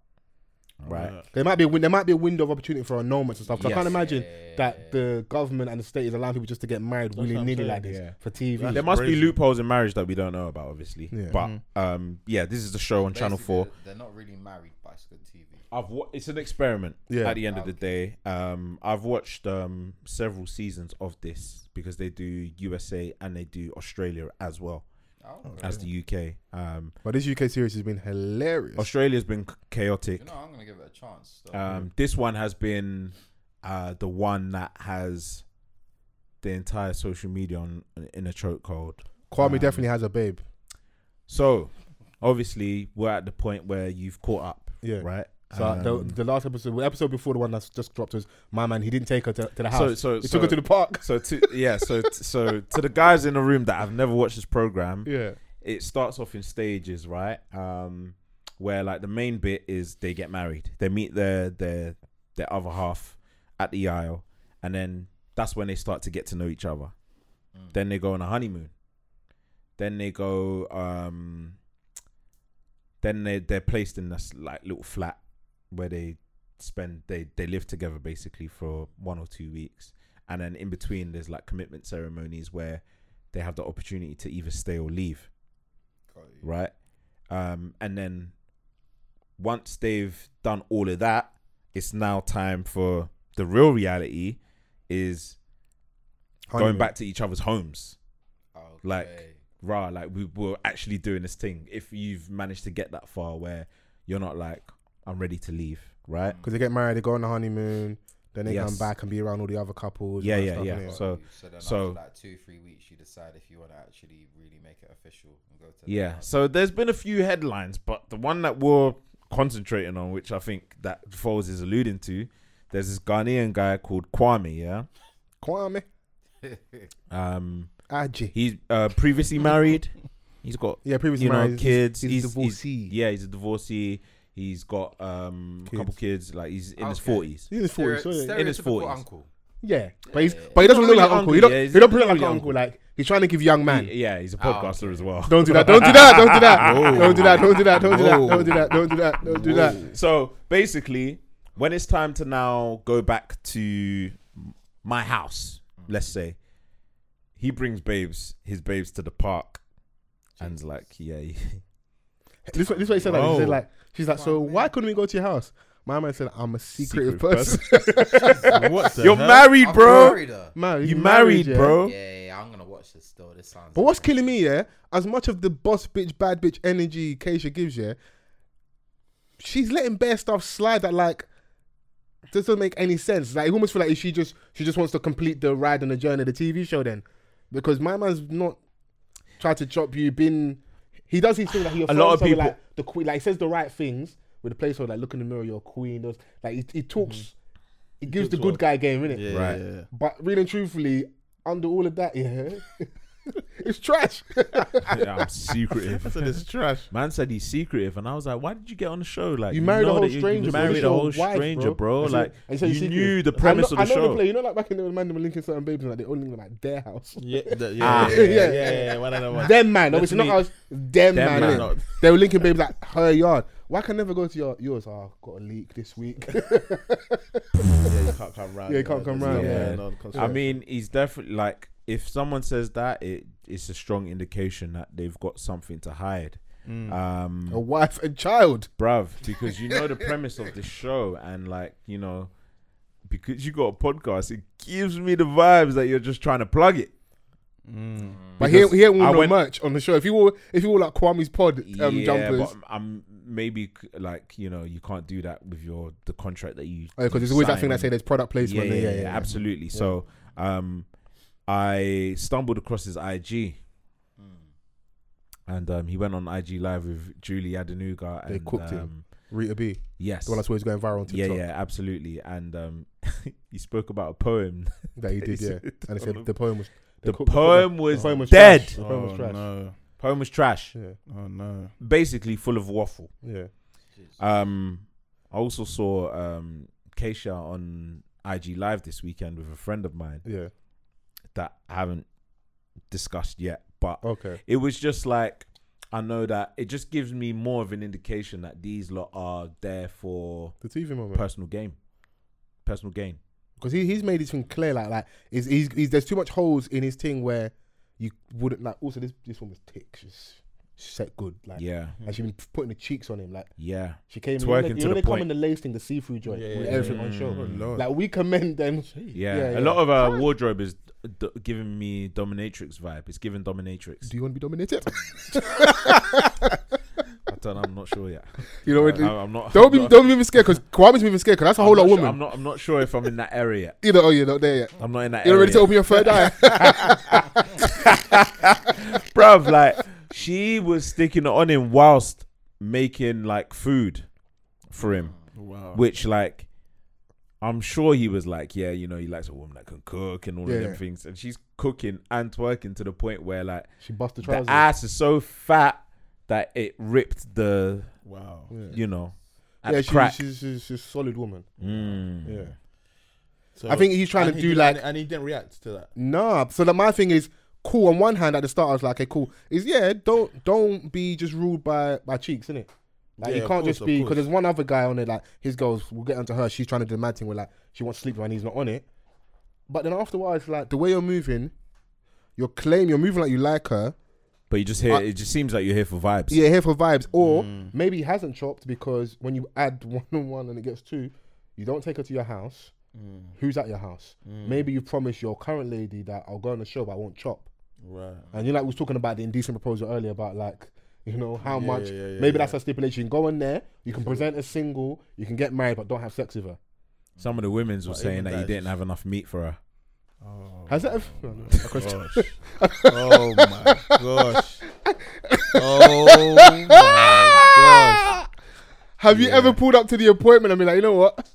[SPEAKER 4] right?
[SPEAKER 5] There might be a win- there might be a window of opportunity for annulments and stuff. 'cause I
[SPEAKER 4] Yes.
[SPEAKER 5] can't imagine that the government and the state is allowing people just to get married willy nilly
[SPEAKER 6] saying,
[SPEAKER 5] like this
[SPEAKER 4] yeah.
[SPEAKER 5] for TV.
[SPEAKER 4] There must be loopholes in marriage that we don't know about, obviously.
[SPEAKER 5] Yeah.
[SPEAKER 4] But um, yeah, this is the show on Channel Four.
[SPEAKER 1] They're not really married, but it's good TV.
[SPEAKER 4] I've wa- it's an experiment.
[SPEAKER 5] Yeah.
[SPEAKER 4] At the end of the day, um, I've watched um several seasons of this because they do USA and they do Australia as well
[SPEAKER 1] Oh,
[SPEAKER 4] as the UK. Um,
[SPEAKER 5] But this UK series has been hilarious.
[SPEAKER 4] Australia's been c- chaotic.
[SPEAKER 1] you know, I'm gonna give it a chance. though.
[SPEAKER 4] Um, this one has been uh the one that has the entire social media on in a chokehold.
[SPEAKER 5] Kwame
[SPEAKER 4] Um,
[SPEAKER 5] definitely has a babe.
[SPEAKER 4] So obviously we're at the point where you've caught up,
[SPEAKER 5] Yeah.
[SPEAKER 4] right?
[SPEAKER 5] So
[SPEAKER 4] Um,
[SPEAKER 5] the, the last episode, the episode before the one that's just dropped was my man. He didn't take her to, to the house.
[SPEAKER 4] So- so-
[SPEAKER 5] he
[SPEAKER 4] so-
[SPEAKER 5] took her to the park.
[SPEAKER 4] [laughs] So to yeah, so so to the guys in the room that have never watched this program,
[SPEAKER 5] Yeah.
[SPEAKER 4] it starts off in stages, right? Um, where like the main bit is they get married, they meet their their their other half at the aisle, and then that's when they start to get to know each other. Then they go on a honeymoon. Then they go. Um, then they they're placed in this like little flat where they spend they they live together basically for one or two weeks, and then in between there's like commitment ceremonies where they have the opportunity to either stay or leave right? Um, and then once they've done all of that, it's now time for the real reality is going
[SPEAKER 5] Honeymoon.
[SPEAKER 4] back to each other's homes.
[SPEAKER 1] Okay.
[SPEAKER 4] Like, rah, like we were actually doing this thing. If you've managed to get that far where you're not like, I'm ready to leave, right?
[SPEAKER 5] Because they get married, they go on the honeymoon, then they
[SPEAKER 4] Yes.
[SPEAKER 5] come back and be around all the other couples. and
[SPEAKER 4] Yeah,
[SPEAKER 5] all that
[SPEAKER 4] yeah,
[SPEAKER 5] stuff,
[SPEAKER 4] yeah.
[SPEAKER 5] innit?
[SPEAKER 4] So,
[SPEAKER 1] so then
[SPEAKER 4] so-
[SPEAKER 1] after like two, three weeks, you decide if you want to actually really make it official and go to. [laughs] the
[SPEAKER 4] Yeah.
[SPEAKER 1] house.
[SPEAKER 4] So there's been a few headlines, but the one that we're concentrating on, which I think that Foles is alluding to, there's this Ghanaian guy called Kwame, yeah?
[SPEAKER 5] Kwame,
[SPEAKER 4] [laughs] Um,
[SPEAKER 5] Aji.
[SPEAKER 4] He's uh, previously married. He's got
[SPEAKER 5] Yeah, previously
[SPEAKER 4] you know,
[SPEAKER 5] married. He's-
[SPEAKER 4] kids.
[SPEAKER 5] he's a divorcee.
[SPEAKER 4] yeah, he's a divorcee. He's got um, a couple kids. Like he's in his
[SPEAKER 1] Okay.
[SPEAKER 4] forties.
[SPEAKER 5] He's in his forties.
[SPEAKER 1] Stere-
[SPEAKER 5] so yeah.
[SPEAKER 4] In his
[SPEAKER 1] stereotypical
[SPEAKER 4] 40s.
[SPEAKER 1] Uncle.
[SPEAKER 5] yeah, but he's but he doesn't
[SPEAKER 4] He's not
[SPEAKER 5] look like
[SPEAKER 4] really
[SPEAKER 5] uncle.
[SPEAKER 4] uncle,
[SPEAKER 5] He don't
[SPEAKER 4] yeah, he's
[SPEAKER 5] he don't look like
[SPEAKER 4] really
[SPEAKER 5] uncle.
[SPEAKER 4] uncle.
[SPEAKER 5] Like he's trying to give young man. Ah.
[SPEAKER 4] Yeah, he's a
[SPEAKER 1] Ah,
[SPEAKER 4] podcaster as well.
[SPEAKER 5] Don't
[SPEAKER 4] [laughs]
[SPEAKER 5] do that. Don't do that. Don't do that. Don't do that. Don't do that. Don't do that. Don't do that. Don't do that. Don't do that.
[SPEAKER 4] So basically, when it's time to now go back to my house, let's say, he brings babes, his babes to the park, and's like, yeah,
[SPEAKER 5] This is what- this is what he said like, he said like she's like so why couldn't we go to your house? My man said I'm a secretive
[SPEAKER 4] Secretive
[SPEAKER 5] person. [laughs]
[SPEAKER 6] what the
[SPEAKER 4] You're
[SPEAKER 6] hell?
[SPEAKER 4] married, bro.
[SPEAKER 5] man,
[SPEAKER 4] You
[SPEAKER 5] he's
[SPEAKER 4] married,
[SPEAKER 5] yeah?
[SPEAKER 4] bro.
[SPEAKER 1] Yeah, yeah, yeah, I'm gonna watch this though. This sounds.
[SPEAKER 5] But what's killing me, yeah, as much of the boss bitch, bad bitch energy Keisha gives, yeah, she's letting bare stuff slide that like doesn't make any sense. Like, you almost feel like she just she just wants to complete the ride and the journey of the TV show then, because my man's not tried to chop you. Been he does his thing like he
[SPEAKER 4] A lot of
[SPEAKER 5] affirms her with,
[SPEAKER 4] people-
[SPEAKER 5] like the queen, like he says the right things with the placeholder, like look in the mirror, you're a queen. Those like he, he talks, he gives the
[SPEAKER 6] talks
[SPEAKER 5] good
[SPEAKER 6] well.
[SPEAKER 5] guy game, innit?
[SPEAKER 6] Yeah,
[SPEAKER 4] Right.
[SPEAKER 6] yeah, yeah.
[SPEAKER 5] But really and truthfully, under all of that, yeah, [laughs] it's trash. [laughs]
[SPEAKER 4] Yeah, I'm
[SPEAKER 6] I
[SPEAKER 4] secretive.
[SPEAKER 6] said it's trash.
[SPEAKER 4] Man said he's secretive, and I was like, "Why did you get on the show? Like,
[SPEAKER 5] You married a
[SPEAKER 4] know
[SPEAKER 5] whole
[SPEAKER 4] that you-
[SPEAKER 5] stranger,
[SPEAKER 4] You
[SPEAKER 5] bro.
[SPEAKER 4] married
[SPEAKER 5] This
[SPEAKER 4] a
[SPEAKER 5] your
[SPEAKER 4] whole
[SPEAKER 5] wife,
[SPEAKER 4] stranger,
[SPEAKER 5] bro.
[SPEAKER 4] bro.
[SPEAKER 5] And so-
[SPEAKER 4] Like,
[SPEAKER 5] and so
[SPEAKER 4] you
[SPEAKER 5] you're secretive.
[SPEAKER 4] knew the
[SPEAKER 5] I
[SPEAKER 4] premise
[SPEAKER 5] know-
[SPEAKER 4] of the
[SPEAKER 5] I know play.
[SPEAKER 4] show.
[SPEAKER 5] You know, like back in the day when man they were linking certain babes, and like they only were like their house.
[SPEAKER 6] Yeah,
[SPEAKER 5] [laughs]
[SPEAKER 6] yeah,
[SPEAKER 4] Ah.
[SPEAKER 6] yeah, yeah,
[SPEAKER 5] Yeah.
[SPEAKER 6] yeah, yeah. One and one.
[SPEAKER 5] Them man, obviously not
[SPEAKER 6] me.
[SPEAKER 5] us. Them man,
[SPEAKER 4] man.
[SPEAKER 5] innit? they were linking babes like her yard. Why can I never go to your yours? Oh, I've got a leak this
[SPEAKER 6] [laughs]
[SPEAKER 5] week.
[SPEAKER 6] Yeah, you can't come round.
[SPEAKER 5] Yeah, you can't come round,
[SPEAKER 4] yeah. I
[SPEAKER 6] I mean,
[SPEAKER 4] mean, he's definitely like, if someone says that, it it's a strong indication that they've got something to hide. Um,
[SPEAKER 5] Mm. a wife and child.
[SPEAKER 4] bruv, because you know the premise of the show, and like you know, because you got a podcast, it gives me the vibes that you're just trying to plug it.
[SPEAKER 6] Mm.
[SPEAKER 5] But he, ain't- he ain't
[SPEAKER 4] I
[SPEAKER 5] worn no
[SPEAKER 4] went-
[SPEAKER 5] merch on the show. If you wore if you wore like Kwame's pod um, jumpers,
[SPEAKER 4] but I'm maybe c- like you know you can't do that with your the contract that you
[SPEAKER 5] because
[SPEAKER 4] you
[SPEAKER 5] there's Oh, always that
[SPEAKER 4] sign
[SPEAKER 5] thing that
[SPEAKER 4] and-
[SPEAKER 5] say there's
[SPEAKER 4] yeah,
[SPEAKER 5] product placement.
[SPEAKER 4] yeah, yeah,
[SPEAKER 5] yeah.
[SPEAKER 4] absolutely. So, um, I stumbled across his IG, and um, he went on IG live with Julie Adenuga. And,
[SPEAKER 5] Hmm. They cooked him.
[SPEAKER 4] um,
[SPEAKER 5] Rita B,
[SPEAKER 4] Yes.
[SPEAKER 5] the one that's always going viral on
[SPEAKER 4] yeah,
[SPEAKER 5] TikTok.
[SPEAKER 4] yeah, absolutely. And um, [laughs] he spoke about a poem. [laughs]
[SPEAKER 5] that he did,
[SPEAKER 4] It's-
[SPEAKER 5] yeah.
[SPEAKER 4] it's
[SPEAKER 5] And he
[SPEAKER 4] all [laughs]
[SPEAKER 5] said the poem was
[SPEAKER 4] The
[SPEAKER 5] cook-
[SPEAKER 4] poem was
[SPEAKER 5] poem was
[SPEAKER 4] dead.
[SPEAKER 5] trash. The poem
[SPEAKER 6] oh
[SPEAKER 5] was trash.
[SPEAKER 6] no,
[SPEAKER 4] Poem was trash.
[SPEAKER 5] Yeah,
[SPEAKER 6] oh no.
[SPEAKER 4] Basically, full of waffle.
[SPEAKER 5] yeah.
[SPEAKER 4] Um, I also saw um Keisha on IG Live this weekend with a friend of mine
[SPEAKER 5] Yeah.
[SPEAKER 4] that I haven't discussed yet, but
[SPEAKER 5] Okay.
[SPEAKER 4] it was just like I know that it just gives me more of an indication that these lot are there for
[SPEAKER 5] The TV moment.
[SPEAKER 4] personal gain, personal gain.
[SPEAKER 5] Because he, he's made his thing clear. Like like is he's, he's there's too much holes in his thing where you wouldn't like. Also, this this one was tick. She's she set good. Like
[SPEAKER 4] Yeah,
[SPEAKER 5] and she been putting the cheeks on him. Like
[SPEAKER 4] yeah.
[SPEAKER 5] she came.
[SPEAKER 4] Twerking
[SPEAKER 5] you know,
[SPEAKER 4] to
[SPEAKER 5] you know
[SPEAKER 4] the
[SPEAKER 5] they
[SPEAKER 4] point.
[SPEAKER 5] come in the lace thing, the see through joint,
[SPEAKER 6] Yeah, yeah,
[SPEAKER 5] with
[SPEAKER 6] yeah.
[SPEAKER 5] everything on show.
[SPEAKER 6] Mm. Oh, Lord.
[SPEAKER 5] Like we commend them.
[SPEAKER 4] Yeah.
[SPEAKER 5] Yeah,
[SPEAKER 4] a
[SPEAKER 5] yeah.
[SPEAKER 4] lot of uh, wardrobe is d- giving me dominatrix vibe. It's giving dominatrix.
[SPEAKER 5] Do you want to be dominated?
[SPEAKER 4] [laughs] I don't. I'm not sure yet.
[SPEAKER 5] you know. what
[SPEAKER 4] I, I'm not.
[SPEAKER 5] don't
[SPEAKER 4] I'm
[SPEAKER 5] be
[SPEAKER 4] not-
[SPEAKER 5] don't be even scared because Kwame's moving scared because that's a
[SPEAKER 4] I'm
[SPEAKER 5] whole
[SPEAKER 4] not
[SPEAKER 5] lot
[SPEAKER 4] sure-
[SPEAKER 5] of women.
[SPEAKER 4] I'm not. I'm not sure if I'm in that area. Yet.
[SPEAKER 5] Either oh you're not there yet.
[SPEAKER 4] I'm not in that
[SPEAKER 5] You're
[SPEAKER 4] area.
[SPEAKER 5] ready to open your third
[SPEAKER 4] [laughs]
[SPEAKER 5] eye. [laughs]
[SPEAKER 4] Bruv, like she was sticking it on him whilst making like food for him,
[SPEAKER 5] Oh,
[SPEAKER 6] Wow.
[SPEAKER 4] which like I'm sure he was like, yeah, you know, he likes a woman that can cook and all
[SPEAKER 5] Yeah,
[SPEAKER 4] of them
[SPEAKER 5] yeah.
[SPEAKER 4] things, and she's cooking and twerking to the point where like
[SPEAKER 5] she busted
[SPEAKER 4] the
[SPEAKER 5] trousers.
[SPEAKER 4] ass is so fat that it ripped the
[SPEAKER 6] Wow.
[SPEAKER 4] you know at
[SPEAKER 5] yeah,
[SPEAKER 4] the
[SPEAKER 5] she,
[SPEAKER 4] crack.
[SPEAKER 5] she's she's she's a solid woman.
[SPEAKER 4] Mm.
[SPEAKER 5] Yeah.
[SPEAKER 6] So-
[SPEAKER 5] I think he's trying
[SPEAKER 6] and
[SPEAKER 5] to
[SPEAKER 6] he
[SPEAKER 5] do
[SPEAKER 6] didn't-
[SPEAKER 5] like-
[SPEAKER 6] and he didn't react to that.
[SPEAKER 5] Nah. So like my thing is cool. On one hand, at the start, I was like, okay, cool. Is yeah, don't don't be just ruled by by cheeks, innit? Like
[SPEAKER 6] Yeah,
[SPEAKER 5] you
[SPEAKER 6] of
[SPEAKER 5] can't
[SPEAKER 6] course,
[SPEAKER 5] just
[SPEAKER 6] of
[SPEAKER 5] be
[SPEAKER 6] course.
[SPEAKER 5] because there's one other guy on it. Like his girls, we'll get onto her. She's trying to do the mad thing where like she wants to sleep with and he's not on it. But then after a while, it's like the way you're moving, your claim you're moving like you like her.
[SPEAKER 4] But you just hear it just seems like you're here for vibes.
[SPEAKER 5] Yeah, here for vibes. Or
[SPEAKER 6] Mm.
[SPEAKER 5] maybe he hasn't chopped because when you add [laughs] one and one and it gets two, you don't take her to your house.
[SPEAKER 6] Mm.
[SPEAKER 5] Who's at your house? Maybe you promise your current lady that I'll go on the show, but I won't chop.
[SPEAKER 6] Right.
[SPEAKER 5] And you know, like we was talking about the indecent proposal earlier about like, you know, how
[SPEAKER 6] Yeah,
[SPEAKER 5] much.
[SPEAKER 6] yeah, yeah, yeah,
[SPEAKER 5] maybe
[SPEAKER 6] yeah.
[SPEAKER 5] that's a stipulation. You can go in there, you can present a single, you can get married, but don't have sex with her.
[SPEAKER 4] Some of the women's were
[SPEAKER 6] But
[SPEAKER 4] saying
[SPEAKER 6] even
[SPEAKER 4] that he
[SPEAKER 6] that is
[SPEAKER 4] didn't
[SPEAKER 6] just-
[SPEAKER 4] have enough meat for her.
[SPEAKER 6] Oh.
[SPEAKER 5] Has that ever?
[SPEAKER 6] my gosh.
[SPEAKER 5] [laughs]
[SPEAKER 6] oh my gosh. Oh my gosh.
[SPEAKER 5] Have you ever pulled up to the appointment and been like, you know what?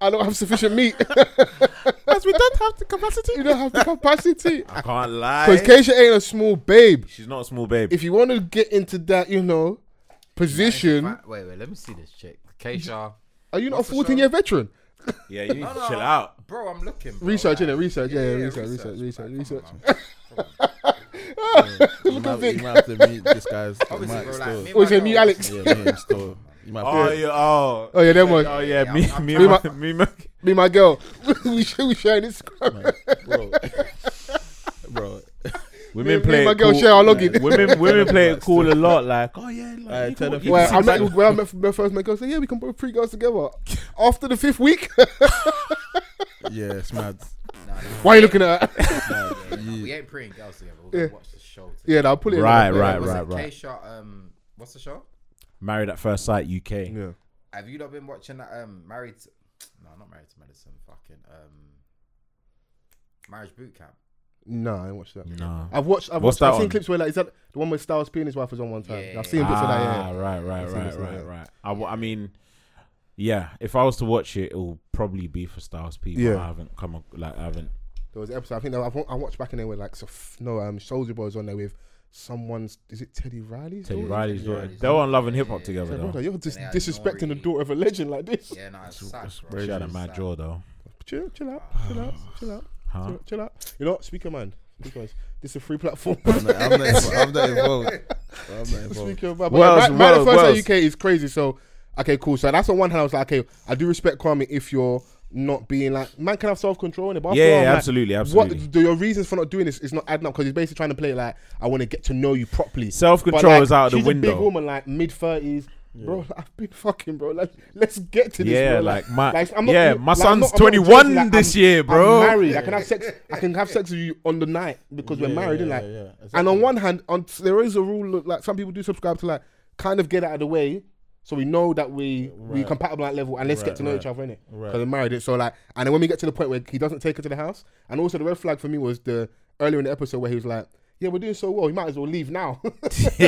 [SPEAKER 5] I don't have sufficient meat. Because we don't have the capacity. You don't have the capacity.
[SPEAKER 4] I can't lie.
[SPEAKER 5] Because Keisha ain't a small babe.
[SPEAKER 4] She's not a small babe.
[SPEAKER 5] If you want to get into that, you know, position,
[SPEAKER 1] Wait, wait, wait, let me see this chick. Keisha.
[SPEAKER 5] are you not
[SPEAKER 1] What's
[SPEAKER 5] a
[SPEAKER 1] the
[SPEAKER 5] 14 year veteran? [laughs]
[SPEAKER 4] yeah, you need
[SPEAKER 1] No,
[SPEAKER 4] to
[SPEAKER 1] no,
[SPEAKER 4] chill
[SPEAKER 1] I'm-
[SPEAKER 4] out.
[SPEAKER 1] Bro, I'm looking. Bro.
[SPEAKER 5] Research,
[SPEAKER 1] like-
[SPEAKER 5] innit? Research. Yeah, yeah,
[SPEAKER 1] yeah,
[SPEAKER 5] research, research, research,
[SPEAKER 1] research,
[SPEAKER 5] research. [laughs]
[SPEAKER 6] You might, you might have to mute this guy's
[SPEAKER 4] [laughs]
[SPEAKER 1] Obviously,
[SPEAKER 6] mic
[SPEAKER 1] bro,
[SPEAKER 6] still.
[SPEAKER 1] like, me and
[SPEAKER 5] Or is it Oh,
[SPEAKER 1] my
[SPEAKER 5] me,
[SPEAKER 1] girls-
[SPEAKER 5] Alex?
[SPEAKER 6] yeah, mute him still. You might
[SPEAKER 4] Oh
[SPEAKER 6] have
[SPEAKER 4] yeah, oh,
[SPEAKER 5] Oh, yeah, that one.
[SPEAKER 4] oh yeah, me, me,
[SPEAKER 5] I'm-
[SPEAKER 4] and my, me, and my,
[SPEAKER 5] [laughs] Me, and my girl. we should we sharing this. [laughs]
[SPEAKER 6] to. [laughs] Bro. bro.
[SPEAKER 4] Women
[SPEAKER 5] me
[SPEAKER 4] play.
[SPEAKER 5] and my
[SPEAKER 4] it
[SPEAKER 5] girl
[SPEAKER 4] cool.
[SPEAKER 5] share our login. [laughs]
[SPEAKER 4] Women women play it cool a lot. Like, oh yeah, like,
[SPEAKER 6] Uh, tell
[SPEAKER 4] you cool,
[SPEAKER 6] the
[SPEAKER 4] you
[SPEAKER 5] Where
[SPEAKER 4] cool.
[SPEAKER 5] I met, where I met my first my girl said, yeah, we can put three
[SPEAKER 4] [laughs]
[SPEAKER 5] girls together. After the fifth week, [laughs]
[SPEAKER 6] Yeah, it's mad.
[SPEAKER 5] why are you looking at her?
[SPEAKER 4] [laughs]
[SPEAKER 1] We ain't preying girls together. We're gonna
[SPEAKER 5] Yeah.
[SPEAKER 1] watch the show. Together.
[SPEAKER 5] yeah, now pull it. in.
[SPEAKER 4] Right,
[SPEAKER 5] Yeah,
[SPEAKER 4] right,
[SPEAKER 5] was it-
[SPEAKER 4] right, right.
[SPEAKER 1] Shot. Um, what's the show?
[SPEAKER 4] Married at first sight, UK.
[SPEAKER 5] Yeah.
[SPEAKER 1] Have you not been watching that? Um, married. To, no, not married to medicine. Fucking um, marriage boot camp.
[SPEAKER 5] No, I didn't watch that.
[SPEAKER 4] No.
[SPEAKER 5] I've watched. I've,
[SPEAKER 4] What's
[SPEAKER 5] watched, I've
[SPEAKER 4] that
[SPEAKER 5] seen
[SPEAKER 4] on?
[SPEAKER 5] clips where like is that the one where Styles P and his wife was on one time.
[SPEAKER 1] Yeah.
[SPEAKER 5] I've seen bits of that. Yeah,
[SPEAKER 4] Ah,
[SPEAKER 5] yeah.
[SPEAKER 4] right, right,
[SPEAKER 5] I've seen
[SPEAKER 4] right,
[SPEAKER 5] bits of
[SPEAKER 4] right,
[SPEAKER 5] that.
[SPEAKER 4] right. I, w- I mean, yeah. If I was to watch it, it will probably be for Styles P. But
[SPEAKER 5] Yeah.
[SPEAKER 4] I haven't come ac- like I haven't.
[SPEAKER 5] There was an episode. I think that I've, I watched back in there with like so f- no um Soldier Boy was on there with someone's. Is it Teddy Riley's?
[SPEAKER 4] Teddy
[SPEAKER 5] daughter?
[SPEAKER 4] Riley's daughter. They were on Love and Hip Hop together
[SPEAKER 5] Like, brother,
[SPEAKER 4] though.
[SPEAKER 5] you're just
[SPEAKER 1] Yeah,
[SPEAKER 5] disrespecting the
[SPEAKER 1] Nori.
[SPEAKER 5] daughter of a legend like this.
[SPEAKER 1] Yeah, no, it's sad. bro.
[SPEAKER 4] She had a
[SPEAKER 1] It's
[SPEAKER 4] mad
[SPEAKER 1] sad.
[SPEAKER 4] jaw though.
[SPEAKER 5] Chill, chill out, chill out,
[SPEAKER 4] Ah.
[SPEAKER 5] chill out,
[SPEAKER 4] Huh?
[SPEAKER 5] chill, chill out. You know what? Speaker man, because this is a free platform.
[SPEAKER 7] I'm not, I'm not, invo- I'm not involved. I'm not involved.
[SPEAKER 5] Speaker man, but
[SPEAKER 4] Wales,
[SPEAKER 5] right, right at
[SPEAKER 4] Wales,
[SPEAKER 5] first
[SPEAKER 4] Wales.
[SPEAKER 5] at UK is crazy. So okay, cool. So that's on one hand. I was like, okay, I do respect Kwame if you're not being like man can have self control in it. But after
[SPEAKER 4] Yeah,
[SPEAKER 5] all,
[SPEAKER 4] yeah,
[SPEAKER 5] I'm like,
[SPEAKER 4] absolutely,
[SPEAKER 5] What
[SPEAKER 4] absolutely.
[SPEAKER 5] do your reasons for not doing this is not adding up because he's basically trying to play like I want to get to know you properly.
[SPEAKER 4] Self-control
[SPEAKER 5] But, like,
[SPEAKER 4] is out of the
[SPEAKER 5] she's A
[SPEAKER 4] window.
[SPEAKER 5] big woman, like mid thirties. Bro, [laughs] I've been fucking, bro. Like, let's get to this.
[SPEAKER 4] Yeah,
[SPEAKER 5] bro.
[SPEAKER 4] like, my-
[SPEAKER 5] I'm
[SPEAKER 4] yeah,
[SPEAKER 5] you-
[SPEAKER 4] my
[SPEAKER 5] I'm
[SPEAKER 4] son's
[SPEAKER 5] not- I'm not
[SPEAKER 4] 21
[SPEAKER 5] joking,
[SPEAKER 4] this year, bro.
[SPEAKER 5] I'm married. I can have sex. I can have sex with you on the night because we're married, and
[SPEAKER 6] yeah,
[SPEAKER 5] like,
[SPEAKER 6] yeah, yeah,
[SPEAKER 5] and on
[SPEAKER 6] exactly.
[SPEAKER 5] one hand, on there is a rule like some people do subscribe to like kind of get out of the way. So we know that we we compatible at that level, and let's get to know each other in it because we're married. It so like, and then when we get to the point where he doesn't take her to the house, and also the red flag for me was the earlier in the episode where he was like, "Yeah, we're doing so well, we might as well leave now." [laughs]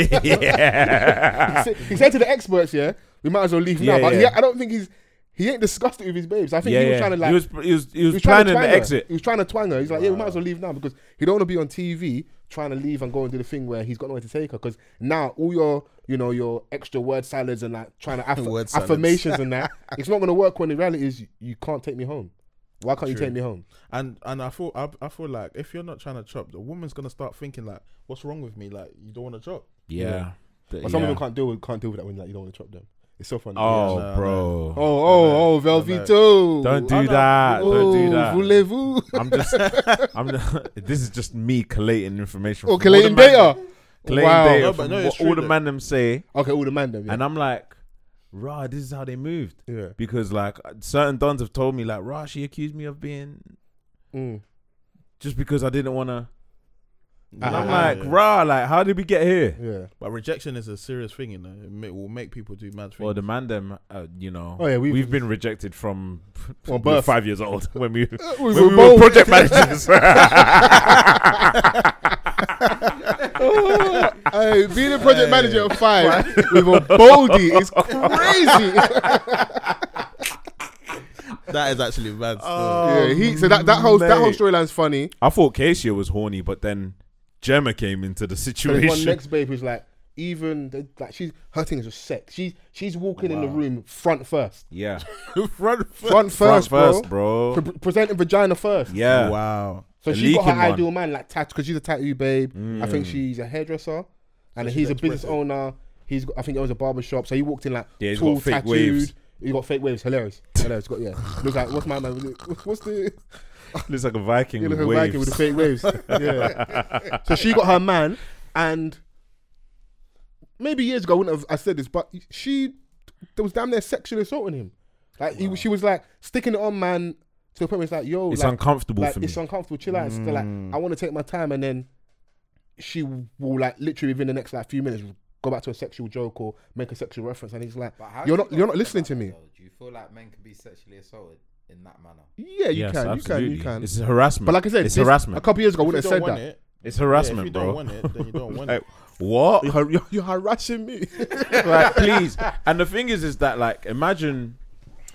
[SPEAKER 4] yeah.
[SPEAKER 5] He said- he said to the experts, "Yeah, we might as well leave
[SPEAKER 4] Yeah,
[SPEAKER 5] now." But
[SPEAKER 4] yeah.
[SPEAKER 5] yeah, I don't think he's he ain't discussed it with his babes. I think
[SPEAKER 4] Yeah,
[SPEAKER 5] he was
[SPEAKER 4] yeah.
[SPEAKER 5] trying to like
[SPEAKER 4] he was, he was, he was,
[SPEAKER 5] he was trying
[SPEAKER 4] planning
[SPEAKER 5] to twang
[SPEAKER 4] the
[SPEAKER 5] her.
[SPEAKER 4] exit.
[SPEAKER 5] He was trying to twang her. He's like, yeah, we might as well leave now because he don't want to be on TV trying to leave and go and do the thing where he's got nowhere to take her. Because now all your, you know, your extra word salads and like
[SPEAKER 4] [laughs]
[SPEAKER 5] trying to aff-
[SPEAKER 7] Word salads.
[SPEAKER 5] affirmations and that, it's not going to work when the reality is you, you can't take me home. Why can't you
[SPEAKER 6] True.
[SPEAKER 5] take me home?
[SPEAKER 6] And and I feel I, I feel like if you're not trying to chop, the woman's gonna start thinking like, what's wrong with me? Like you don't want to chop.
[SPEAKER 4] Yeah.
[SPEAKER 5] But some of them can't deal with can't deal with that when like you don't want to chop them. It's so funny.
[SPEAKER 4] Oh,
[SPEAKER 6] Yeah, no,
[SPEAKER 4] bro.
[SPEAKER 5] Oh, oh, oh, Velveto.
[SPEAKER 4] Don't
[SPEAKER 5] Oh,
[SPEAKER 4] do that. Don't do that.
[SPEAKER 5] Voulez-vous?
[SPEAKER 4] I'm
[SPEAKER 5] [laughs]
[SPEAKER 4] just, [laughs] I'm. Just, this is just me collating information.
[SPEAKER 5] Or
[SPEAKER 4] from all the
[SPEAKER 5] Oh, collating
[SPEAKER 4] man-
[SPEAKER 5] data.
[SPEAKER 4] Collating
[SPEAKER 5] Wow.
[SPEAKER 4] data
[SPEAKER 6] No, but
[SPEAKER 4] from
[SPEAKER 6] no,
[SPEAKER 4] what
[SPEAKER 6] it's
[SPEAKER 4] all
[SPEAKER 6] true
[SPEAKER 4] the
[SPEAKER 6] though.
[SPEAKER 4] man them say,
[SPEAKER 5] Okay, all the man them. Yeah.
[SPEAKER 4] and I'm like, rah, this is how they moved.
[SPEAKER 5] yeah.
[SPEAKER 4] Because like certain dons have told me, like, rah, she accused me of being
[SPEAKER 5] Mm.
[SPEAKER 4] just because I didn't wanna. And I'm
[SPEAKER 6] Yeah,
[SPEAKER 4] like,
[SPEAKER 6] yeah.
[SPEAKER 4] rah, like, how did we get here?
[SPEAKER 5] Yeah.
[SPEAKER 6] But rejection is a serious thing, you know. It ma- will make people do mad things.
[SPEAKER 4] Well, the man them, uh, you know,
[SPEAKER 5] Oh, yeah,
[SPEAKER 4] we've,
[SPEAKER 5] we've-
[SPEAKER 4] been rejected
[SPEAKER 5] [laughs]
[SPEAKER 4] from
[SPEAKER 5] Well,
[SPEAKER 4] we were
[SPEAKER 5] birth.
[SPEAKER 4] five years
[SPEAKER 5] [laughs]
[SPEAKER 4] old when we, when
[SPEAKER 5] were
[SPEAKER 4] we were
[SPEAKER 5] bold.
[SPEAKER 4] project managers.
[SPEAKER 5] [laughs]
[SPEAKER 4] [laughs]
[SPEAKER 5] Hey, being a project manager at five with a
[SPEAKER 4] [laughs]
[SPEAKER 5] boldy is crazy. [laughs]
[SPEAKER 7] That is actually bad. Still.
[SPEAKER 5] [laughs] yeah, he so that, that whole that
[SPEAKER 4] Oh,
[SPEAKER 5] whole
[SPEAKER 4] mate.
[SPEAKER 5] storyline's funny.
[SPEAKER 4] I thought Casey was horny, but then Gemma came into the
[SPEAKER 5] But there's one
[SPEAKER 4] situation.
[SPEAKER 5] next babe who's like, even the, like she's her thing is just sex. She's she's walking in the room front first, [laughs]
[SPEAKER 4] yeah, [laughs]
[SPEAKER 6] Front foot.
[SPEAKER 5] front
[SPEAKER 4] front
[SPEAKER 5] first,
[SPEAKER 4] first,
[SPEAKER 5] bro.
[SPEAKER 4] bro.
[SPEAKER 5] Pre- presenting vagina first.
[SPEAKER 4] Yeah,
[SPEAKER 7] Wow.
[SPEAKER 5] So
[SPEAKER 4] A
[SPEAKER 5] she got her
[SPEAKER 4] leaking one. Mm.
[SPEAKER 5] ideal man like tattoo because she's a tattoo babe. I think she's a hairdresser, and he's a business owner. He's got, I think it was a barber shop. So he walked in like
[SPEAKER 4] Yeah, he's
[SPEAKER 5] tall,
[SPEAKER 4] got fake
[SPEAKER 5] tattooed.
[SPEAKER 4] waves.
[SPEAKER 5] He got fake waves. Hilarious, hilarious. Got yeah. Looks like what's my man? What's the
[SPEAKER 4] [laughs] looks like a Viking
[SPEAKER 5] You
[SPEAKER 4] with
[SPEAKER 5] look like a Viking with the
[SPEAKER 4] waves.
[SPEAKER 5] fake
[SPEAKER 4] [laughs]
[SPEAKER 5] waves. yeah. So she got her man, and maybe years ago I wouldn't have I said this, but she there was damn near sexually assaulting him. Like he, she was like sticking it on man to the point where it's like, yo,
[SPEAKER 4] It's
[SPEAKER 5] like,
[SPEAKER 4] uncomfortable
[SPEAKER 5] like,
[SPEAKER 4] for
[SPEAKER 5] it's
[SPEAKER 4] me.
[SPEAKER 5] uncomfortable. Chill out. And still like,
[SPEAKER 1] Mm.
[SPEAKER 5] I want to take my time, and then she will like literally within the next like few minutes go back to a sexual joke or make a sexual reference, and he's like,
[SPEAKER 1] But how do
[SPEAKER 5] you're
[SPEAKER 1] you
[SPEAKER 5] not
[SPEAKER 1] guys
[SPEAKER 5] you're not
[SPEAKER 1] feel
[SPEAKER 5] listening
[SPEAKER 1] about
[SPEAKER 5] to
[SPEAKER 1] that,
[SPEAKER 5] me.
[SPEAKER 1] though? Do you feel like men can be sexually assaulted in that manner?
[SPEAKER 5] Yeah, you
[SPEAKER 4] Yes,
[SPEAKER 5] can,
[SPEAKER 4] absolutely.
[SPEAKER 5] you can, you can.
[SPEAKER 4] It's harassment.
[SPEAKER 5] but like I said,
[SPEAKER 4] it's
[SPEAKER 5] this-
[SPEAKER 4] harassment.
[SPEAKER 5] A couple years ago, I wouldn't
[SPEAKER 6] If you
[SPEAKER 5] have
[SPEAKER 6] don't want
[SPEAKER 5] said that.
[SPEAKER 6] it,
[SPEAKER 4] it's
[SPEAKER 6] yeah, if
[SPEAKER 4] harassment,
[SPEAKER 6] you
[SPEAKER 4] bro.
[SPEAKER 6] don't
[SPEAKER 4] [laughs]
[SPEAKER 6] want it, then you don't want
[SPEAKER 4] Like,
[SPEAKER 6] it.
[SPEAKER 4] what?
[SPEAKER 5] [laughs] You're, you're, you're harassing me.
[SPEAKER 4] [laughs] like please and the thing is is that like imagine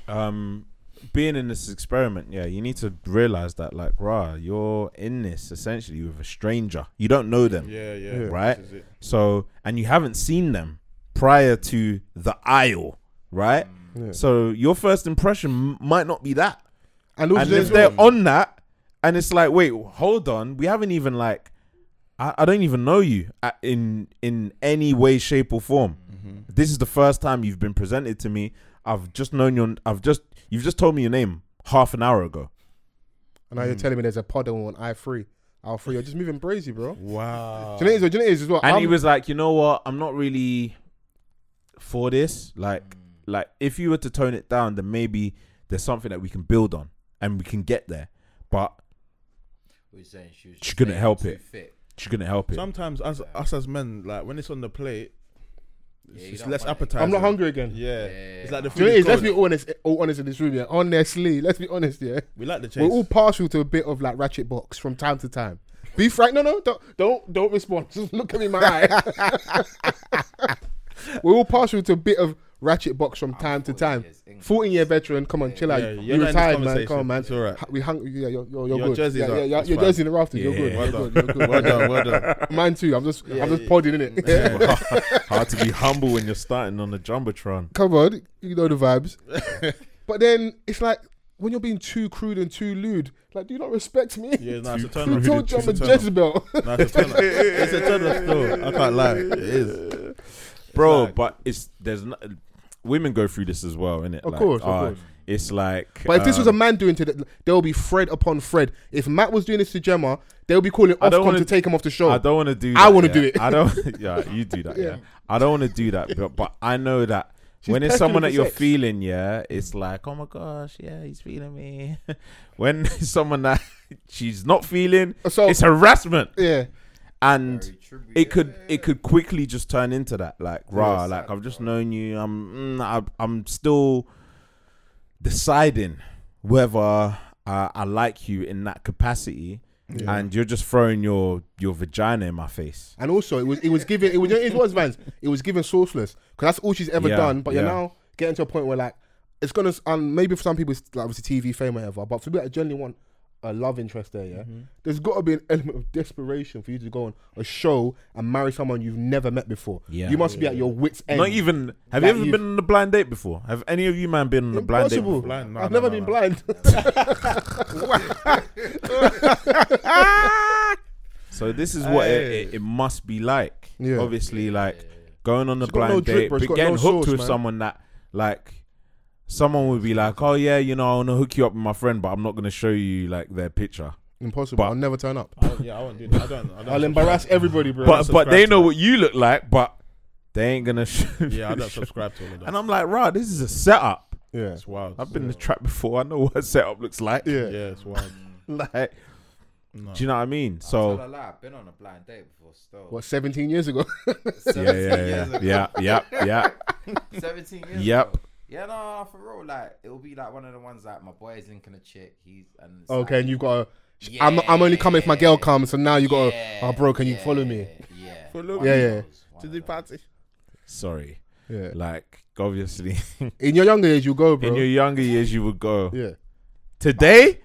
[SPEAKER 4] um being in this experiment yeah you need to realize that like rah you're in this essentially with a stranger you don't know them
[SPEAKER 6] Yeah, yeah.
[SPEAKER 4] right
[SPEAKER 6] This is it.
[SPEAKER 4] so and you haven't seen them prior to the aisle right so your first impression m- might not be that
[SPEAKER 5] And also,
[SPEAKER 4] and if they're on that and it's like wait hold on we haven't even like i, I don't even know you at, in in any way shape or form this is the first time you've been presented to me i've just known your i've just you've just told me your name half an hour ago
[SPEAKER 5] and now you're telling me there's a pod on i3. Alfred, you're just moving brazy, bro.
[SPEAKER 6] Wow.
[SPEAKER 5] Do you know what it is? Do you know what it is as well?
[SPEAKER 4] and he
[SPEAKER 5] I'm-
[SPEAKER 4] was like, you know what? I'm not really for this. Like, like if you were to tone it down, then maybe there's something that we can build on and we can get there. But
[SPEAKER 1] What you saying? She was
[SPEAKER 4] She couldn't
[SPEAKER 1] saying
[SPEAKER 4] help
[SPEAKER 1] too
[SPEAKER 4] it.
[SPEAKER 1] Thick.
[SPEAKER 4] she couldn't help it.
[SPEAKER 6] Sometimes us, us as men, like when it's on the plate, it's,
[SPEAKER 1] you
[SPEAKER 6] it's
[SPEAKER 1] don't
[SPEAKER 6] less
[SPEAKER 1] want it.
[SPEAKER 6] appetizing.
[SPEAKER 5] I'm not hungry again.
[SPEAKER 6] Yeah. it's like the
[SPEAKER 5] Do you know what it
[SPEAKER 6] food.
[SPEAKER 5] is? Let's
[SPEAKER 6] Is
[SPEAKER 5] be honest, eh, all honest in this room, yeah. Honestly, let's be honest, yeah.
[SPEAKER 6] we like the chase.
[SPEAKER 5] We're all partial to a bit of like ratchet box from time to time. Be frank. No, no, don't, don't, don't respond. [laughs] Just look at me in my eye. [laughs] We're all partial to a bit of ratchet box from time to time.
[SPEAKER 1] years, English.
[SPEAKER 5] Fourteen year veteran, come on, chill out.
[SPEAKER 6] Yeah,
[SPEAKER 5] you
[SPEAKER 6] you're not in this
[SPEAKER 5] retired, man. Come
[SPEAKER 6] conversation.
[SPEAKER 5] on, man.
[SPEAKER 6] It's all right.
[SPEAKER 5] Ha- We hung. Yeah, you're, you're, you're
[SPEAKER 6] Your
[SPEAKER 5] good.
[SPEAKER 6] jersey's
[SPEAKER 5] yeah,
[SPEAKER 6] up.
[SPEAKER 5] yeah, yeah,
[SPEAKER 6] It's
[SPEAKER 5] your
[SPEAKER 6] fine.
[SPEAKER 5] jersey in the rafters. You're
[SPEAKER 4] Yeah,
[SPEAKER 5] good.
[SPEAKER 4] yeah,
[SPEAKER 5] You're
[SPEAKER 6] yeah.
[SPEAKER 5] good. You're good.
[SPEAKER 6] well done, well done.
[SPEAKER 5] [laughs] Mine too. I'm just, I'm just podding in it.
[SPEAKER 4] [laughs] Hard to be humble when you're starting on the jumbotron.
[SPEAKER 5] come on, you know the vibes.
[SPEAKER 6] [laughs]
[SPEAKER 5] but then it's like when you're being too crude and too lewd, like, do you not respect me?
[SPEAKER 6] Yeah,
[SPEAKER 5] [laughs]
[SPEAKER 6] nice to turn
[SPEAKER 5] Who
[SPEAKER 6] off.
[SPEAKER 5] told you I'm a
[SPEAKER 6] It's a turn off.
[SPEAKER 5] Jezebel?
[SPEAKER 6] Nah,
[SPEAKER 5] [laughs]
[SPEAKER 6] It's a turn off. It's a turn off still. I can't lie. It is.
[SPEAKER 4] bro.
[SPEAKER 6] like-
[SPEAKER 4] but it's there's no, women go through this as well, innit?
[SPEAKER 5] Of course, of
[SPEAKER 4] uh,
[SPEAKER 5] course.
[SPEAKER 4] It's like,
[SPEAKER 5] But if this was a
[SPEAKER 4] um,
[SPEAKER 5] man doing to th- there will be Fred upon Fred. If Matt was doing this to Gemma, they'll be calling
[SPEAKER 4] I don't
[SPEAKER 5] Ofcom
[SPEAKER 4] wanna-
[SPEAKER 5] to take him off the show.
[SPEAKER 4] I don't want to do.
[SPEAKER 5] I
[SPEAKER 4] that,
[SPEAKER 5] wanna
[SPEAKER 4] yeah.
[SPEAKER 5] do it.
[SPEAKER 4] I
[SPEAKER 5] [laughs]
[SPEAKER 4] don't. [laughs] Yeah, you do that. yeah. I don't want to do that. But, but I know that
[SPEAKER 5] She's
[SPEAKER 4] when it's
[SPEAKER 5] testing
[SPEAKER 4] someone
[SPEAKER 5] him
[SPEAKER 4] that
[SPEAKER 5] for
[SPEAKER 4] you're
[SPEAKER 5] sex.
[SPEAKER 4] feeling, yeah, it's like, oh my gosh, yeah, he's feeling me. [laughs] when it's someone that [laughs] she's not feeling,
[SPEAKER 5] Uh, So-
[SPEAKER 4] it's harassment,
[SPEAKER 5] yeah,
[SPEAKER 4] and it could it could quickly just turn into that. Like, rah, like I've just known you. I'm mm, I, I'm still deciding whether uh, I like you in that capacity. And you're just throwing your your vagina in my face.
[SPEAKER 5] and also it was it was given it was you know, it was Vans it was given sourceless because that's all she's ever
[SPEAKER 4] Yeah,
[SPEAKER 5] done. But you're
[SPEAKER 4] yeah.
[SPEAKER 5] now getting to a point where like it's gonna s- and maybe for some people it's like obviously TV fame or whatever. But for me, I generally want a love interest there. Yeah,
[SPEAKER 4] Mm-hmm.
[SPEAKER 5] there's got to be an element of desperation for you to go on a show and marry someone you've never met before.
[SPEAKER 4] Yeah.
[SPEAKER 5] you must be at your wits end.
[SPEAKER 4] Not even. Have
[SPEAKER 5] that
[SPEAKER 4] you ever
[SPEAKER 5] you've-
[SPEAKER 4] been on a blind date before? Have any of you man been on a blind date?
[SPEAKER 5] Impossible.
[SPEAKER 4] before?
[SPEAKER 6] Blind? No,
[SPEAKER 5] I've
[SPEAKER 6] no,
[SPEAKER 5] never
[SPEAKER 6] no,
[SPEAKER 5] been
[SPEAKER 6] no.
[SPEAKER 4] [laughs]
[SPEAKER 5] blind. [laughs]
[SPEAKER 4] So this is what it, it, it must be like.
[SPEAKER 5] Yeah.
[SPEAKER 4] Obviously, like going on a
[SPEAKER 5] It's got no
[SPEAKER 4] blind
[SPEAKER 5] drip,
[SPEAKER 4] date,
[SPEAKER 5] bro. It's
[SPEAKER 4] but
[SPEAKER 5] got
[SPEAKER 4] getting
[SPEAKER 5] no
[SPEAKER 4] hooked
[SPEAKER 5] sauce,
[SPEAKER 4] with
[SPEAKER 5] man.
[SPEAKER 4] someone that like. Someone would be like, "Oh yeah, you know, I want to hook you up with my friend, but I'm not gonna show you like their picture."
[SPEAKER 5] Impossible. I'll never turn up.
[SPEAKER 6] I don't- Yeah, I won't do that. I don't. I don't
[SPEAKER 5] I'll embarrass everybody, bro.
[SPEAKER 4] But but they
[SPEAKER 6] subscribe
[SPEAKER 4] know
[SPEAKER 6] to
[SPEAKER 4] what you look like, but they ain't gonna. Show
[SPEAKER 6] Yeah, I don't subscribe to all of that.
[SPEAKER 4] And I'm like, "Right, this is a setup.
[SPEAKER 5] yeah.
[SPEAKER 6] It's wild.
[SPEAKER 4] I've been in the trap before. I know what a setup looks like.
[SPEAKER 5] Yeah.
[SPEAKER 6] Yeah, it's wild.
[SPEAKER 4] [laughs] like,
[SPEAKER 6] No.
[SPEAKER 4] do you know what I mean?
[SPEAKER 1] So
[SPEAKER 4] So
[SPEAKER 1] Tell a lie, I've been on a blind date before. Still.
[SPEAKER 5] What, 17 years ago?
[SPEAKER 4] yeah,
[SPEAKER 1] 17
[SPEAKER 4] yeah,
[SPEAKER 1] years
[SPEAKER 4] yeah,
[SPEAKER 1] ago.
[SPEAKER 4] yeah, yeah,
[SPEAKER 1] [laughs]
[SPEAKER 4] yeah.
[SPEAKER 1] 17 years
[SPEAKER 4] Yep.
[SPEAKER 1] ago. Yeah, no, no, for real. Like, it'll be like one of the ones that my boy is linking a chick. He's and it's
[SPEAKER 5] okay,
[SPEAKER 1] like,
[SPEAKER 5] and you've got to. I'm, I'm only coming if my girl comes, so now you got to.
[SPEAKER 1] Yeah,
[SPEAKER 5] Oh, bro, can you
[SPEAKER 1] yeah,
[SPEAKER 5] follow me?
[SPEAKER 1] Yeah.
[SPEAKER 6] Follow
[SPEAKER 1] One
[SPEAKER 5] me.
[SPEAKER 1] of
[SPEAKER 5] Yeah, yeah.
[SPEAKER 1] those, one
[SPEAKER 6] To
[SPEAKER 1] of
[SPEAKER 6] the
[SPEAKER 1] those.
[SPEAKER 6] party.
[SPEAKER 4] Sorry.
[SPEAKER 5] Yeah.
[SPEAKER 4] Like obviously, [laughs]
[SPEAKER 5] In your younger age, you go, bro.
[SPEAKER 4] in your younger years you would go.
[SPEAKER 5] yeah.
[SPEAKER 4] Today,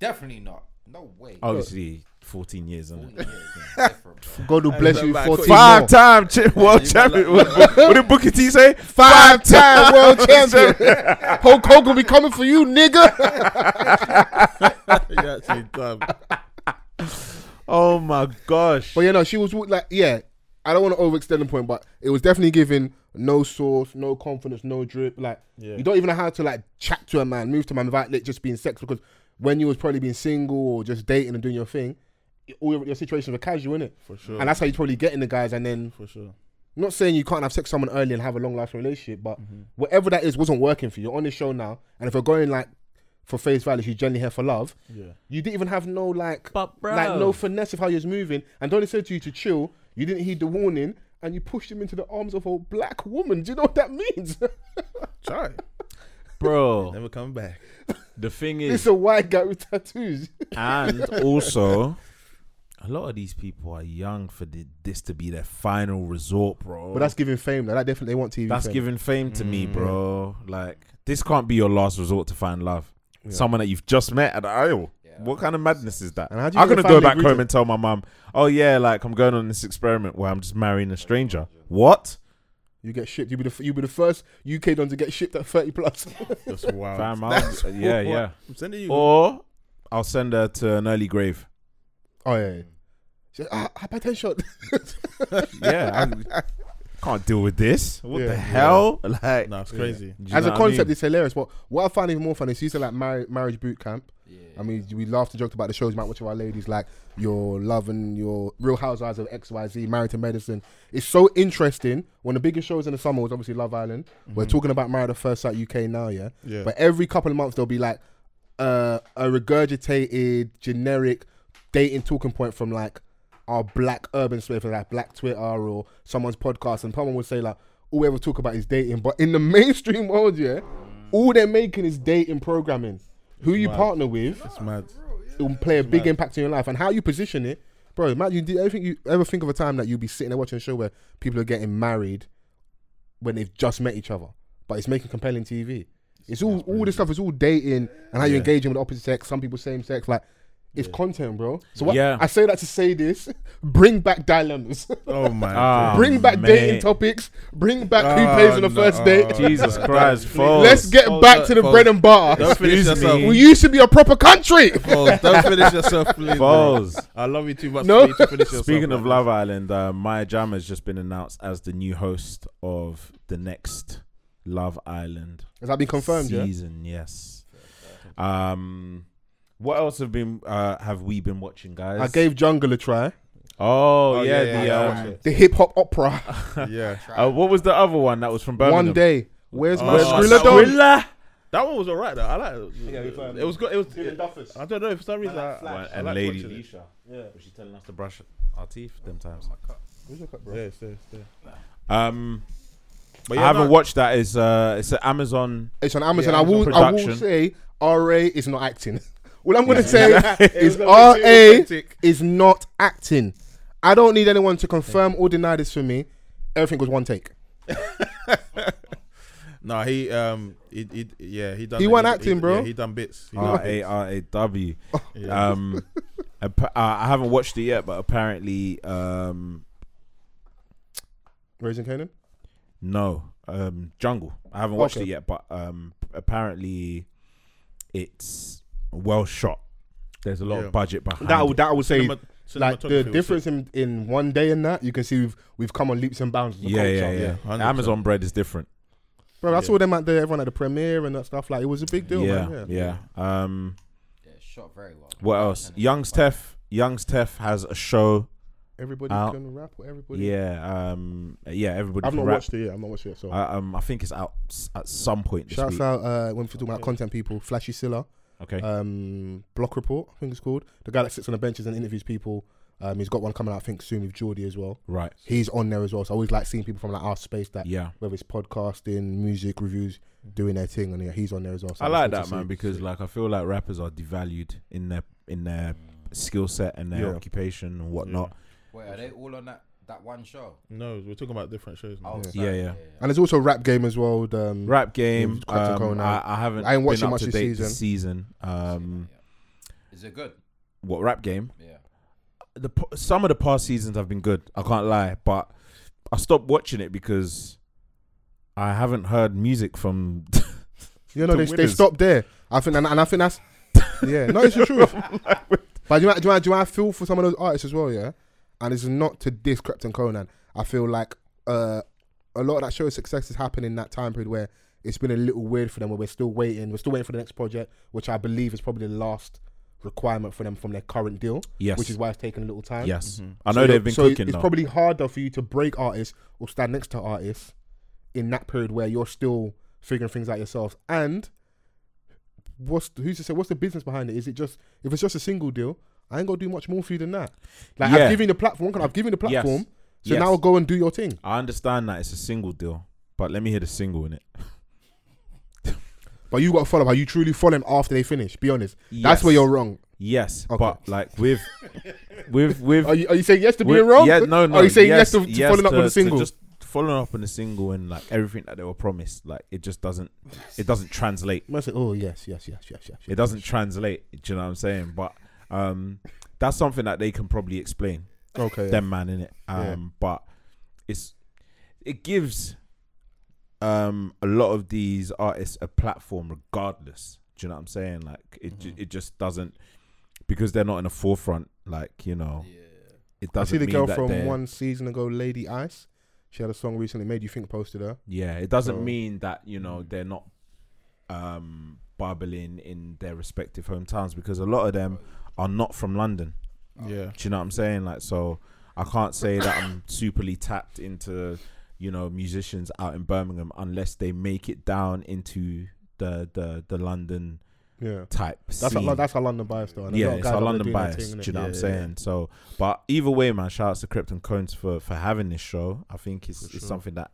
[SPEAKER 1] Definitely not. No way.
[SPEAKER 4] Oh, obviously, fourteen years
[SPEAKER 1] Fourteen
[SPEAKER 4] on it.
[SPEAKER 1] years, yeah, different, bro.
[SPEAKER 5] God will bless
[SPEAKER 6] so
[SPEAKER 5] you.
[SPEAKER 6] back-
[SPEAKER 5] 14
[SPEAKER 4] Five
[SPEAKER 5] more.
[SPEAKER 4] time chi- world champion. What, what did Booker T say? Five
[SPEAKER 5] Time world champion.
[SPEAKER 4] [laughs]
[SPEAKER 5] Hulk Hogan be coming for you, nigga.
[SPEAKER 6] Yeah, actually, damn.
[SPEAKER 4] Oh my gosh.
[SPEAKER 5] but yeah, no, she was like, yeah. I don't want to overextend the point, but it was definitely giving no source, no confidence, no drip. Like
[SPEAKER 6] Yeah.
[SPEAKER 5] you don't even know how to like chat to a man, move to a man without it just being sex. Because when you was probably being single or just dating and doing your thing, all your, your situations were casual, innit?
[SPEAKER 6] For sure.
[SPEAKER 5] And that's how you probably get in the guys. And then
[SPEAKER 6] For sure.
[SPEAKER 5] I'm not saying you can't have sex with someone early and have a long lasting relationship, but
[SPEAKER 4] Mm-hmm.
[SPEAKER 5] whatever that is wasn't working for you. You're on this show now, and if you're going like for face value, you're generally here for love.
[SPEAKER 6] Yeah.
[SPEAKER 5] You didn't even have no like,
[SPEAKER 4] But, bro.
[SPEAKER 5] like no finesse of how you was moving. And Donnie said to you to chill. You didn't heed the warning, and you pushed him into the arms of a black woman. Do you know what that
[SPEAKER 4] [laughs]
[SPEAKER 5] means?
[SPEAKER 6] Try.
[SPEAKER 4] Bro,
[SPEAKER 6] Never come back.
[SPEAKER 4] the thing
[SPEAKER 5] it's
[SPEAKER 4] is,
[SPEAKER 5] a white guy with
[SPEAKER 4] [laughs]
[SPEAKER 5] tattoos. [laughs]
[SPEAKER 4] and also, a lot of these people are young for the, this to be their final resort, bro.
[SPEAKER 5] but that's giving fame. Though. That definitely want TV.
[SPEAKER 4] That's
[SPEAKER 5] fame.
[SPEAKER 4] giving fame to
[SPEAKER 6] Mm.
[SPEAKER 4] me, bro. Like this can't be your last resort to find love. Someone that you've just met at the aisle. What kind of madness is that?
[SPEAKER 5] And how do you
[SPEAKER 4] I'm
[SPEAKER 5] get
[SPEAKER 4] gonna
[SPEAKER 5] a
[SPEAKER 4] go
[SPEAKER 5] family
[SPEAKER 4] back home
[SPEAKER 5] agreement?
[SPEAKER 4] and tell my mum, "Oh yeah, like I'm going on this experiment where I'm just marrying a stranger." What,
[SPEAKER 5] You get shipped. You be the f- you be the first UK don to get shipped at thirty plus.
[SPEAKER 6] [laughs]
[SPEAKER 5] [laughs]
[SPEAKER 6] That's wild.
[SPEAKER 4] fam? I'll-
[SPEAKER 6] [laughs]
[SPEAKER 4] yeah, yeah.
[SPEAKER 6] Oh, I'm sending you.
[SPEAKER 4] Or I'll send her to an early grave.
[SPEAKER 5] [laughs] oh yeah. yeah. She said, ah, hypertension. [laughs]
[SPEAKER 4] Yeah, I'm- can't deal with this. What
[SPEAKER 5] Yeah.
[SPEAKER 4] the hell? Like,
[SPEAKER 6] No, it's crazy.
[SPEAKER 4] do you
[SPEAKER 5] As
[SPEAKER 4] know what
[SPEAKER 5] a
[SPEAKER 4] I
[SPEAKER 5] concept,
[SPEAKER 4] mean?
[SPEAKER 5] it's hilarious. But what I find even more funny is you said like mar- marriage boot camp. I mean, we laughed and joked about the shows. About which of our ladies like your love and your Real Housewives of X Y Z, Married to Medicine. It's so interesting. One of the biggest shows in the summer was obviously Love Island. We're
[SPEAKER 4] Mm-hmm.
[SPEAKER 5] talking about Married at First Sight UK now, yeah.
[SPEAKER 6] Yeah.
[SPEAKER 5] But every couple of months there'll be like uh, a regurgitated generic dating talking point from like our black urban space, like Black Twitter or someone's podcast, and someone would say like, all we ever talk about is dating. But in the [laughs] mainstream world, yeah, all they're making is dating programming. Who you partner with
[SPEAKER 6] It's mad.
[SPEAKER 5] will play a big impact in your life, and how you position it, bro. Imagine you did everything you ever think of a time that you'll be sitting there watching a show where people are getting married when they've just met each other, but it's making compelling TV. It's all all this stuff is all dating and how you're engaging with the opposite sex. Some people same sex, like. It's content, bro. So what,
[SPEAKER 4] Yeah.
[SPEAKER 5] I say that to say this: [laughs] bring back dilemmas. [laughs]
[SPEAKER 6] Oh my.
[SPEAKER 4] Ah,
[SPEAKER 5] Bring back
[SPEAKER 4] mate.
[SPEAKER 5] dating topics. Bring back who
[SPEAKER 6] Oh,
[SPEAKER 5] pays on the
[SPEAKER 6] no.
[SPEAKER 5] first date.
[SPEAKER 4] Jesus Christ, folks.
[SPEAKER 5] Let's get
[SPEAKER 6] Pause
[SPEAKER 5] back
[SPEAKER 6] that,
[SPEAKER 5] to the
[SPEAKER 6] pause.
[SPEAKER 5] bread and butter.
[SPEAKER 6] Don't finish
[SPEAKER 4] Excuse
[SPEAKER 6] yourself.
[SPEAKER 4] me.
[SPEAKER 5] We used to be a proper
[SPEAKER 6] [laughs]
[SPEAKER 5] country.
[SPEAKER 6] Balls. Don't finish yourself, please. bro.
[SPEAKER 4] Balls.
[SPEAKER 6] I love you too much
[SPEAKER 5] No.
[SPEAKER 6] for you to finish yourself.
[SPEAKER 4] Speaking of
[SPEAKER 6] man.
[SPEAKER 4] Love Island, uh, Maya Jama has just been announced as the new host of the next Love Island
[SPEAKER 5] Has that been confirmed? Yeah.
[SPEAKER 4] season. Yes. Um, what else have been uh, have we been watching, guys?
[SPEAKER 5] I gave Jungle a try.
[SPEAKER 4] Oh,
[SPEAKER 6] Oh,
[SPEAKER 4] yeah,
[SPEAKER 6] yeah, yeah,
[SPEAKER 4] the
[SPEAKER 6] yeah, I
[SPEAKER 4] um,
[SPEAKER 6] watched
[SPEAKER 5] The hip hop opera.
[SPEAKER 6] [laughs] yeah,
[SPEAKER 4] uh, what was the other one that was from Birmingham?
[SPEAKER 5] One day. Where's my
[SPEAKER 6] Oh,
[SPEAKER 5] Skrilla
[SPEAKER 6] that
[SPEAKER 5] dog?
[SPEAKER 6] one- that one was alright though. I like it. It was good. It was. I don't know for some reason. I,
[SPEAKER 4] One-
[SPEAKER 6] I
[SPEAKER 4] and
[SPEAKER 6] like
[SPEAKER 4] Lady
[SPEAKER 6] watching it.
[SPEAKER 4] Leisha. Yeah, was she telling us to brush our teeth them times?
[SPEAKER 6] Yeah, it's there, it's there.
[SPEAKER 4] Um,
[SPEAKER 6] But
[SPEAKER 4] I
[SPEAKER 6] yeah,
[SPEAKER 4] haven't
[SPEAKER 6] no,
[SPEAKER 4] watched that. It's uh, it's an Amazon.
[SPEAKER 5] It's on Amazon.
[SPEAKER 6] Yeah,
[SPEAKER 5] I will.
[SPEAKER 4] Amazon
[SPEAKER 5] I will
[SPEAKER 4] production.
[SPEAKER 5] say, Ra is not acting. [laughs] All I'm
[SPEAKER 4] [laughs]
[SPEAKER 5] gonna say is
[SPEAKER 6] was a bit
[SPEAKER 5] Ra
[SPEAKER 6] authentic.
[SPEAKER 5] is not acting. I don't need anyone to confirm or deny this for me. Everything was one
[SPEAKER 4] [laughs]
[SPEAKER 5] take.
[SPEAKER 6] No, he um, he, he yeah, he done.
[SPEAKER 5] He weren't
[SPEAKER 6] done-
[SPEAKER 5] acting, bro.
[SPEAKER 6] Yeah, he done bits. He done
[SPEAKER 4] R
[SPEAKER 6] bits.
[SPEAKER 4] A R A
[SPEAKER 5] [laughs]
[SPEAKER 4] W. Um, appa- uh, I haven't watched it yet, but apparently, um,
[SPEAKER 5] Raising Canaan.
[SPEAKER 4] no, um, Jungle. I haven't watched
[SPEAKER 5] Okay.
[SPEAKER 4] it yet, but um, apparently, it's well shot. There's a lot
[SPEAKER 6] Yeah.
[SPEAKER 4] of budget behind
[SPEAKER 5] That I
[SPEAKER 4] it.
[SPEAKER 5] would- that I would say.
[SPEAKER 6] Cinema-
[SPEAKER 5] like the
[SPEAKER 6] cinematography was
[SPEAKER 5] difference in, in one day and that you can see we've we've come on leaps and bounds. with The
[SPEAKER 4] yeah,
[SPEAKER 5] culture.
[SPEAKER 4] yeah, yeah,
[SPEAKER 6] 100%.
[SPEAKER 4] Amazon bread is different.
[SPEAKER 5] Bro, that's all them out there. Everyone at the premiere and that stuff. Like it was a big deal,
[SPEAKER 4] yeah,
[SPEAKER 5] man. Yeah.
[SPEAKER 4] yeah, Um,
[SPEAKER 1] Yeah, it's shot very well.
[SPEAKER 4] what else?
[SPEAKER 1] And it's
[SPEAKER 4] Young's
[SPEAKER 1] fun.
[SPEAKER 4] Tef. Young's Tef has a show.
[SPEAKER 5] Everybody
[SPEAKER 4] Out.
[SPEAKER 5] can rap. Or everybody.
[SPEAKER 4] Yeah, um, yeah. Everybody.
[SPEAKER 5] I've
[SPEAKER 4] can
[SPEAKER 5] not
[SPEAKER 4] rap.
[SPEAKER 5] watched it yet. I've not watched it. Yet, so
[SPEAKER 4] I, um, I think it's out s- at some point this
[SPEAKER 5] shouts
[SPEAKER 4] week.
[SPEAKER 5] out uh, when we're talking about content people. Flashy Silla.
[SPEAKER 4] Okay.
[SPEAKER 5] um, Block Report, I think it's called. The guy that sits on the benches and interviews people. Um, he's got one coming out, I think, soon with Geordie as well.
[SPEAKER 4] right.
[SPEAKER 5] He's on there as well. So I always like seeing people from like our space that,
[SPEAKER 4] Yeah.
[SPEAKER 5] whether it's podcasting, music reviews, doing their thing, and yeah, he's on there as well. So
[SPEAKER 4] I
[SPEAKER 5] it's
[SPEAKER 4] like
[SPEAKER 5] good to
[SPEAKER 4] that
[SPEAKER 5] see.
[SPEAKER 4] man because like I feel like rappers are devalued in their in their
[SPEAKER 1] Mm.
[SPEAKER 4] skill set and their
[SPEAKER 5] Yeah.
[SPEAKER 4] occupation and whatnot.
[SPEAKER 1] Wait, are they all on that that one show?
[SPEAKER 6] No, we're talking about different shows. Now.
[SPEAKER 1] Oh,
[SPEAKER 4] Yeah, yeah.
[SPEAKER 5] and there's also rap game as well. the, Um,
[SPEAKER 4] Rap game.
[SPEAKER 5] We've got to go
[SPEAKER 4] Um,
[SPEAKER 5] now.
[SPEAKER 4] I, I haven't.
[SPEAKER 5] I ain't watching
[SPEAKER 4] been up
[SPEAKER 5] much
[SPEAKER 4] to
[SPEAKER 5] this
[SPEAKER 4] date This season. Um,
[SPEAKER 1] Is it good?
[SPEAKER 4] what rap game?
[SPEAKER 1] Yeah.
[SPEAKER 4] The p- some of the past seasons have been good. I can't lie, but I stopped watching it because I haven't heard music from. [laughs]
[SPEAKER 5] You know,
[SPEAKER 4] the
[SPEAKER 5] they, they
[SPEAKER 4] winners.
[SPEAKER 5] stopped there. I think, and, and I think that's yeah. No, it's the
[SPEAKER 4] [laughs]
[SPEAKER 5] truth. but do you, know- do you, know- do you know, I feel for some of those artists as well, yeah. And it's not to diss Krypton Conan. I feel like uh, a lot of that show's success has happened in that time period where it's been a little weird for them. Where we're still waiting, we're still waiting for the next project, which I believe is probably the last requirement for them from their current deal.
[SPEAKER 4] Yes.
[SPEAKER 5] which is why it's taken a little time.
[SPEAKER 4] yes, I know
[SPEAKER 5] So
[SPEAKER 4] they've
[SPEAKER 5] you're-
[SPEAKER 4] been
[SPEAKER 5] so
[SPEAKER 4] cooking.
[SPEAKER 5] It's
[SPEAKER 4] though.
[SPEAKER 5] probably harder for you to break artists or stand next to artists in that period where you're still figuring things out yourself. And what's the- who's to say what's the business behind it? Is it just if it's just a single deal? I ain't gonna do much more for you than that. Like
[SPEAKER 4] Yeah.
[SPEAKER 5] I've given you the platform. I've given you the
[SPEAKER 4] Yes.
[SPEAKER 5] platform. So
[SPEAKER 4] Yes.
[SPEAKER 5] now go and do your thing.
[SPEAKER 4] I understand that it's a single deal, but let me hear the single in it.
[SPEAKER 5] But you got to follow. Are you truly follow them after they finish? Be honest.
[SPEAKER 4] Yes.
[SPEAKER 5] That's where you're wrong.
[SPEAKER 4] Yes,
[SPEAKER 5] Okay.
[SPEAKER 4] but like with with with
[SPEAKER 5] [laughs] Are you, are you saying yes to
[SPEAKER 4] with-
[SPEAKER 5] being wrong?
[SPEAKER 4] Yeah, no, no.
[SPEAKER 5] Are you saying yes, to, to
[SPEAKER 4] yes
[SPEAKER 5] following up
[SPEAKER 4] to-
[SPEAKER 5] on the
[SPEAKER 4] to
[SPEAKER 5] single?
[SPEAKER 4] just following up on the single and like everything that they were promised, like it just doesn't it doesn't translate.
[SPEAKER 5] Must say, oh yes, yes, yes, yes, yes.
[SPEAKER 4] It doesn't translate. Do you know what I'm saying? But um, that's something that they can probably explain
[SPEAKER 5] Okay. yeah.
[SPEAKER 4] them man in it. Um, but it's it gives um a lot of these artists a platform, regardless. Do you know what I'm saying? Like it, ju-
[SPEAKER 5] Mm-hmm.
[SPEAKER 4] it just doesn't because they're not in the forefront. Like you know, it
[SPEAKER 5] I
[SPEAKER 4] doesn't.
[SPEAKER 5] see the
[SPEAKER 4] mean
[SPEAKER 5] girl
[SPEAKER 4] that
[SPEAKER 5] from
[SPEAKER 4] they're-
[SPEAKER 5] one season ago, Lady Ice. She had a song recently, Made You Think posted her.
[SPEAKER 4] Yeah, it doesn't
[SPEAKER 5] So- mm.
[SPEAKER 4] mean that you know they're not um, bubbling in their respective hometowns because a lot of them are not from London.
[SPEAKER 6] Yeah.
[SPEAKER 4] Do you know what I'm saying? Like, so I can't say that
[SPEAKER 5] [coughs]
[SPEAKER 4] I'm superly tapped into you know musicians out in Birmingham unless they make it down into the the the London
[SPEAKER 5] Yeah.
[SPEAKER 4] type.
[SPEAKER 5] That's
[SPEAKER 4] scene.
[SPEAKER 5] our, that's our London bias though. and there's a
[SPEAKER 4] yeah,
[SPEAKER 5] lot of
[SPEAKER 4] it's
[SPEAKER 5] guys
[SPEAKER 4] our
[SPEAKER 5] out there
[SPEAKER 4] London
[SPEAKER 5] doing their
[SPEAKER 4] bias.
[SPEAKER 5] thing,
[SPEAKER 4] do
[SPEAKER 5] innit?
[SPEAKER 4] you know what I'm
[SPEAKER 5] Yeah,
[SPEAKER 4] saying? So, but either way, man, shout out to Krypton Cones for for having this show. I think it's it's something that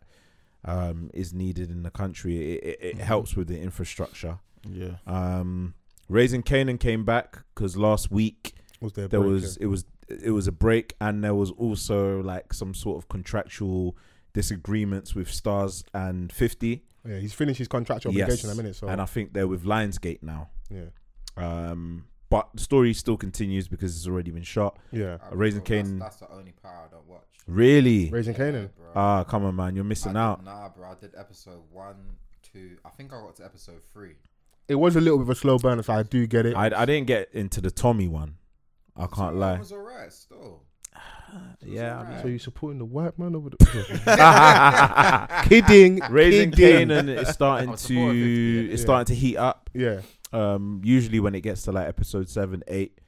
[SPEAKER 4] um is needed in the country. It it, it
[SPEAKER 5] Mm-hmm.
[SPEAKER 4] helps with the infrastructure.
[SPEAKER 6] Yeah.
[SPEAKER 4] Um, raising Canaan came back because last week
[SPEAKER 5] Was there,
[SPEAKER 4] there was it was it was a break and there was also like some sort of contractual disagreements with Stars and Fifty.
[SPEAKER 5] Yeah, he's finished his contractual
[SPEAKER 4] Yes,
[SPEAKER 5] obligation in a minute. So
[SPEAKER 4] and I think they're with Lionsgate now.
[SPEAKER 5] yeah,
[SPEAKER 4] Um, but the story still continues because it's already been shot. Uh,
[SPEAKER 5] yeah.
[SPEAKER 4] Raising
[SPEAKER 1] Bro, that's-
[SPEAKER 4] Cain.
[SPEAKER 1] That's, the only part I don't watch.
[SPEAKER 4] Really?
[SPEAKER 5] Raising Canaan.
[SPEAKER 1] Bro.
[SPEAKER 4] Ah, come on, man, you're
[SPEAKER 1] I
[SPEAKER 4] missing
[SPEAKER 1] did-
[SPEAKER 4] out.
[SPEAKER 1] Nah, bro. I did episode one, two. I think I got to episode three.
[SPEAKER 5] It was a little bit of a slow burner, so I do get it.
[SPEAKER 4] I I didn't get into the Tommy one. I can't
[SPEAKER 1] Two
[SPEAKER 4] lie.
[SPEAKER 1] was alright still.
[SPEAKER 4] Yeah, I
[SPEAKER 5] so you supporting the white man
[SPEAKER 4] [laughs]
[SPEAKER 5] over the [laughs] kidding?
[SPEAKER 4] Raising
[SPEAKER 5] kidding.
[SPEAKER 4] Canaan
[SPEAKER 5] [laughs]
[SPEAKER 4] is
[SPEAKER 1] [laughs]
[SPEAKER 4] starting
[SPEAKER 1] was supportive of
[SPEAKER 4] to
[SPEAKER 1] it,
[SPEAKER 4] it's
[SPEAKER 5] yeah.
[SPEAKER 4] starting to heat up.
[SPEAKER 5] Yeah,
[SPEAKER 4] Um, usually when it gets to like episode seven, eight,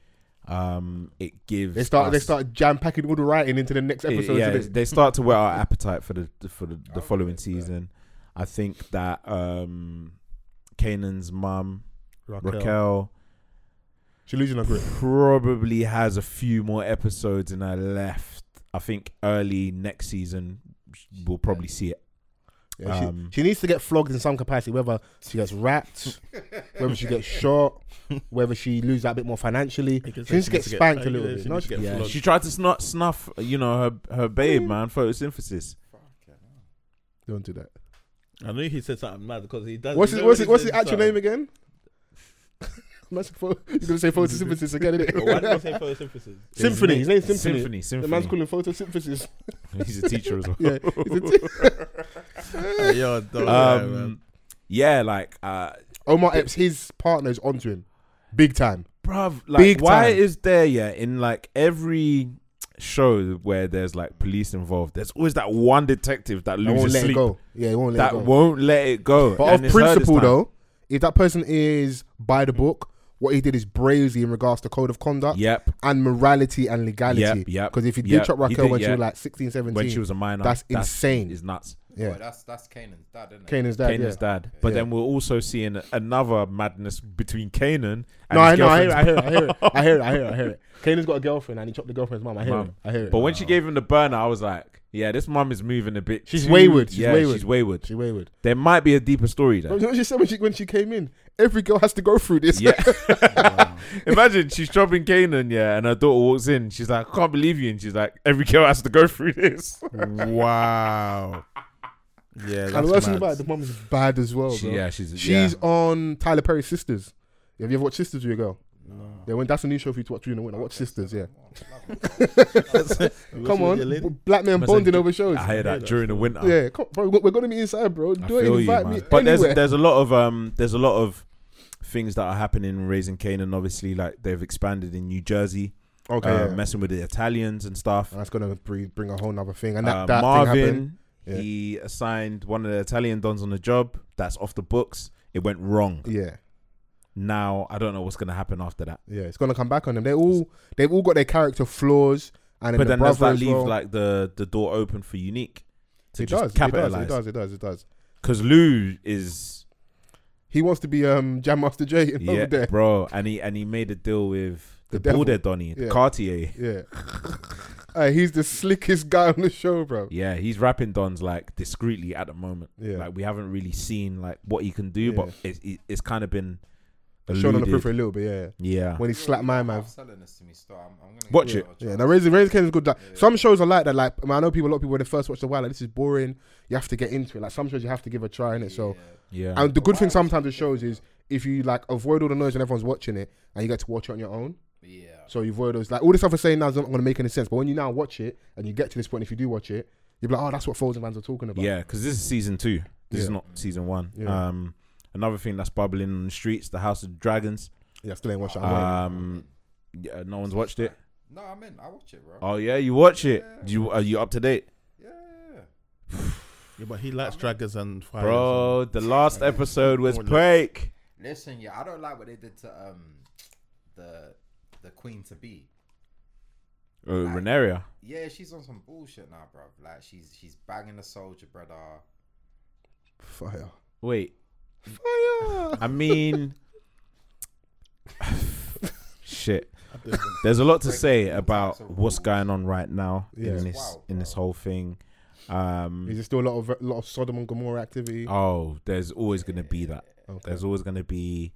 [SPEAKER 4] um, it gives
[SPEAKER 5] they start they
[SPEAKER 4] us-
[SPEAKER 5] start jam packing all the writing into the next
[SPEAKER 4] it-
[SPEAKER 5] episode.
[SPEAKER 4] yeah,
[SPEAKER 5] innit?
[SPEAKER 4] they start to whet our appetite for the for the,
[SPEAKER 5] Oh,
[SPEAKER 4] the following season. I think that um, Canaan's mum
[SPEAKER 5] Raquel.
[SPEAKER 4] Raquel
[SPEAKER 5] She losing her grip.
[SPEAKER 4] probably has a few more episodes in her left. I think early next season we'll probably see it.
[SPEAKER 5] Yeah, she-
[SPEAKER 4] Um,
[SPEAKER 5] she, needs to get flogged in some capacity, whether she gets wrapped, whether
[SPEAKER 4] [laughs]
[SPEAKER 5] she gets shot, whether she loses that bit more financially. She needs to get spanked a little bit. No, she-
[SPEAKER 4] Yeah,
[SPEAKER 6] flogged.
[SPEAKER 4] she tried to snuff, snuff, you know, her her babe, man, photosynthesis.
[SPEAKER 5] Don't do that.
[SPEAKER 6] I knew he said something mad because he does.
[SPEAKER 5] What's
[SPEAKER 6] you
[SPEAKER 5] his,
[SPEAKER 6] know
[SPEAKER 5] what's
[SPEAKER 6] when
[SPEAKER 5] his, what's
[SPEAKER 6] he
[SPEAKER 5] his
[SPEAKER 6] says
[SPEAKER 5] actual name
[SPEAKER 6] something-
[SPEAKER 5] again? [laughs] I'm not supposed- You're going to say photosynthesis
[SPEAKER 4] [laughs]
[SPEAKER 5] again, innit?
[SPEAKER 6] Why did he say photosynthesis?
[SPEAKER 5] [laughs] Symphony. His name's Symphony.
[SPEAKER 4] Symphony.
[SPEAKER 5] The man's calling photosynthesis.
[SPEAKER 4] [laughs] He's a teacher as well.
[SPEAKER 5] [laughs] Yeah.
[SPEAKER 4] [laughs]
[SPEAKER 5] he's a t-
[SPEAKER 6] Uh, yo, don't lie, man.
[SPEAKER 4] Um, yeah, like, uh,
[SPEAKER 5] Omar Epps, his partner is onto him. Big time.
[SPEAKER 4] bruv, like,
[SPEAKER 5] Big
[SPEAKER 4] why
[SPEAKER 5] time.
[SPEAKER 4] is there, yeah, in like every show where there's like police involved, there's always that one detective that
[SPEAKER 5] I won't
[SPEAKER 4] loses
[SPEAKER 5] let it
[SPEAKER 4] sleep,
[SPEAKER 5] go. Yeah, he won't let
[SPEAKER 4] that
[SPEAKER 5] it go.
[SPEAKER 4] won't let it go.
[SPEAKER 5] But
[SPEAKER 4] And
[SPEAKER 5] of
[SPEAKER 4] it's her this
[SPEAKER 5] principle,
[SPEAKER 4] time.
[SPEAKER 5] though, if that person is by the book, what he did is brazy in regards to code of conduct
[SPEAKER 4] Yep.
[SPEAKER 5] and morality and legality.
[SPEAKER 4] Yep, yep,
[SPEAKER 5] Because if he did
[SPEAKER 4] yep.
[SPEAKER 5] chop
[SPEAKER 4] He
[SPEAKER 5] Raquel
[SPEAKER 4] did,
[SPEAKER 5] when she
[SPEAKER 4] yeah.
[SPEAKER 5] was like 16, 17,
[SPEAKER 4] When she was a minor,
[SPEAKER 5] that's insane.
[SPEAKER 4] Is nuts.
[SPEAKER 1] Yeah.
[SPEAKER 5] yeah,
[SPEAKER 1] that's that's Kanan's dad, isn't it?
[SPEAKER 5] Kanan's dad.
[SPEAKER 4] Kanan's
[SPEAKER 5] yeah.
[SPEAKER 4] dad. But
[SPEAKER 5] Yeah.
[SPEAKER 4] then we're also seeing another madness between Kanan and
[SPEAKER 5] No, I
[SPEAKER 4] his
[SPEAKER 5] know. I hear, it, I
[SPEAKER 4] girlfriend's
[SPEAKER 5] hear it. I hear it. I hear it. I hear it. I hear
[SPEAKER 4] [laughs]
[SPEAKER 5] it. Kanan's got a girlfriend and he chopped the girlfriend's mum. I hear it.
[SPEAKER 4] mum.
[SPEAKER 5] I hear it.
[SPEAKER 4] But when she gave him the burner, I was like, yeah, this mum is moving a bit.
[SPEAKER 5] She's
[SPEAKER 4] too-
[SPEAKER 5] wayward. She's
[SPEAKER 4] yeah,
[SPEAKER 5] wayward.
[SPEAKER 4] she's wayward.
[SPEAKER 5] she wayward.
[SPEAKER 4] There might be a deeper story there.
[SPEAKER 5] [laughs] But you know what [laughs] she said when she when she came in? Every girl has to go through this. [laughs]
[SPEAKER 4] Yeah. Imagine she's chopping Kanan, yeah, and her daughter walks in. She's like, I can't believe you. And she's like, every girl has to go through
[SPEAKER 5] [laughs]
[SPEAKER 4] this.
[SPEAKER 6] Wow. Yeah,
[SPEAKER 5] and the worst
[SPEAKER 6] that's
[SPEAKER 5] thing
[SPEAKER 6] mad.
[SPEAKER 5] about it, the mum is bad as well.
[SPEAKER 4] She-
[SPEAKER 5] bro.
[SPEAKER 4] yeah, she's-
[SPEAKER 5] she's
[SPEAKER 4] yeah.
[SPEAKER 5] on Tyler Perry's Sisters. Have you ever watched Sisters with your girl? Yeah, when that's a new show for you to watch during the winter. Watch
[SPEAKER 4] [laughs]
[SPEAKER 5] Sisters, yeah. Come on, b- black men bonding over shows.
[SPEAKER 4] I hear that during the winter.
[SPEAKER 5] Yeah, come, bro, we're gonna be inside,
[SPEAKER 4] I
[SPEAKER 5] bro. Do it,
[SPEAKER 4] feel you,
[SPEAKER 5] invite me
[SPEAKER 4] man. But there's
[SPEAKER 5] anywhere.
[SPEAKER 4] there's a lot of um there's a lot of things that are happening in raising Canaan. Obviously, like they've expanded in New Jersey,
[SPEAKER 5] okay,
[SPEAKER 4] uh,
[SPEAKER 5] yeah.
[SPEAKER 4] messing with the Italians and stuff.
[SPEAKER 5] that's gonna bring, bring a whole nother thing. And that,
[SPEAKER 4] Uh,
[SPEAKER 5] that thing happened.
[SPEAKER 4] Marvin,
[SPEAKER 5] Yeah.
[SPEAKER 4] he assigned one of the Italian dons on the job. That's off the books. It went wrong.
[SPEAKER 5] Yeah,
[SPEAKER 4] Now I don't know what's gonna happen after that.
[SPEAKER 5] yeah, it's gonna come back on them. They all they've all got their character flaws, and
[SPEAKER 4] But
[SPEAKER 5] the
[SPEAKER 4] then does
[SPEAKER 5] brother
[SPEAKER 4] that
[SPEAKER 5] as
[SPEAKER 4] leave
[SPEAKER 5] well.
[SPEAKER 4] like the the door open for Unique to
[SPEAKER 5] it
[SPEAKER 4] just
[SPEAKER 5] does, it does,
[SPEAKER 4] capitalize?
[SPEAKER 5] it does, it does, [laughs] it does.
[SPEAKER 4] Because Lou is
[SPEAKER 5] He wants to be um Jam Master Jay in [laughs] over
[SPEAKER 4] yeah,
[SPEAKER 5] there.
[SPEAKER 4] bro, and he and he made a deal with the,
[SPEAKER 5] The
[SPEAKER 4] the
[SPEAKER 5] devil.
[SPEAKER 4] Border Donny
[SPEAKER 5] Yeah.
[SPEAKER 4] Cartier.
[SPEAKER 5] Yeah, [laughs] Uh, he's the slickest guy on the show, bro.
[SPEAKER 4] Yeah, he's rapping Don's like discreetly at the moment.
[SPEAKER 5] Yeah.
[SPEAKER 4] like we haven't really seen like what he can do, but it's it, it's kind of been
[SPEAKER 5] Shown on the
[SPEAKER 4] alluded.
[SPEAKER 5] periphery a little bit, yeah.
[SPEAKER 4] Yeah,
[SPEAKER 5] When he slapped my man.
[SPEAKER 1] I'm selling this to me still. I'm, I'm gonna
[SPEAKER 4] Watch
[SPEAKER 1] give
[SPEAKER 4] it.
[SPEAKER 1] a
[SPEAKER 5] Yeah,
[SPEAKER 1] chance.
[SPEAKER 5] now Raising Raising Cane's good. Like some shows are like that. Like I, mean, I know people, a lot of people when they first watch the while, like this is boring. You have to get into it. Like some shows, you have to give a try in it. So,
[SPEAKER 4] yeah,
[SPEAKER 5] and the good thing sometimes with shows is if you like avoid all the noise and everyone's watching it, and you get to watch it on your own.
[SPEAKER 1] Yeah.
[SPEAKER 5] So you avoid those. Like all this stuff I'm saying now is not going to make any sense. But when you now watch it and you get to this point, if you do watch it, you'll be like, oh, that's what Foles and Vans are talking about.
[SPEAKER 4] Yeah, because this is season two. This is
[SPEAKER 5] Yeah.
[SPEAKER 4] not season one.
[SPEAKER 5] Yeah.
[SPEAKER 4] Um, another thing that's bubbling on the streets, the House of Dragons.
[SPEAKER 5] yeah, still ain't watched that. I'm waiting.
[SPEAKER 4] Um, yeah, no one's watched it.
[SPEAKER 1] No, I'm in. I watch it, bro.
[SPEAKER 4] Oh yeah, you watch it. Do you are you up to date?
[SPEAKER 1] yeah.
[SPEAKER 6] Yeah, but he likes draggers and fires.
[SPEAKER 4] Bro, the last episode was
[SPEAKER 6] Oh, look.
[SPEAKER 4] break.
[SPEAKER 1] Listen, yeah, I don't like what they did to um the the queen to be.
[SPEAKER 4] Uh, Renaria.
[SPEAKER 1] Yeah, she's on some bullshit now, bruv. Like she's she's banging the soldier, brother.
[SPEAKER 5] Fire.
[SPEAKER 4] Wait. I mean, shit. There's a lot to say about what's going on right now in this
[SPEAKER 1] wild,
[SPEAKER 4] in this whole thing. Um,
[SPEAKER 5] Is there still a lot of lot of Sodom and Gomorrah activity?
[SPEAKER 4] oh, there's always gonna be that. There's always gonna be.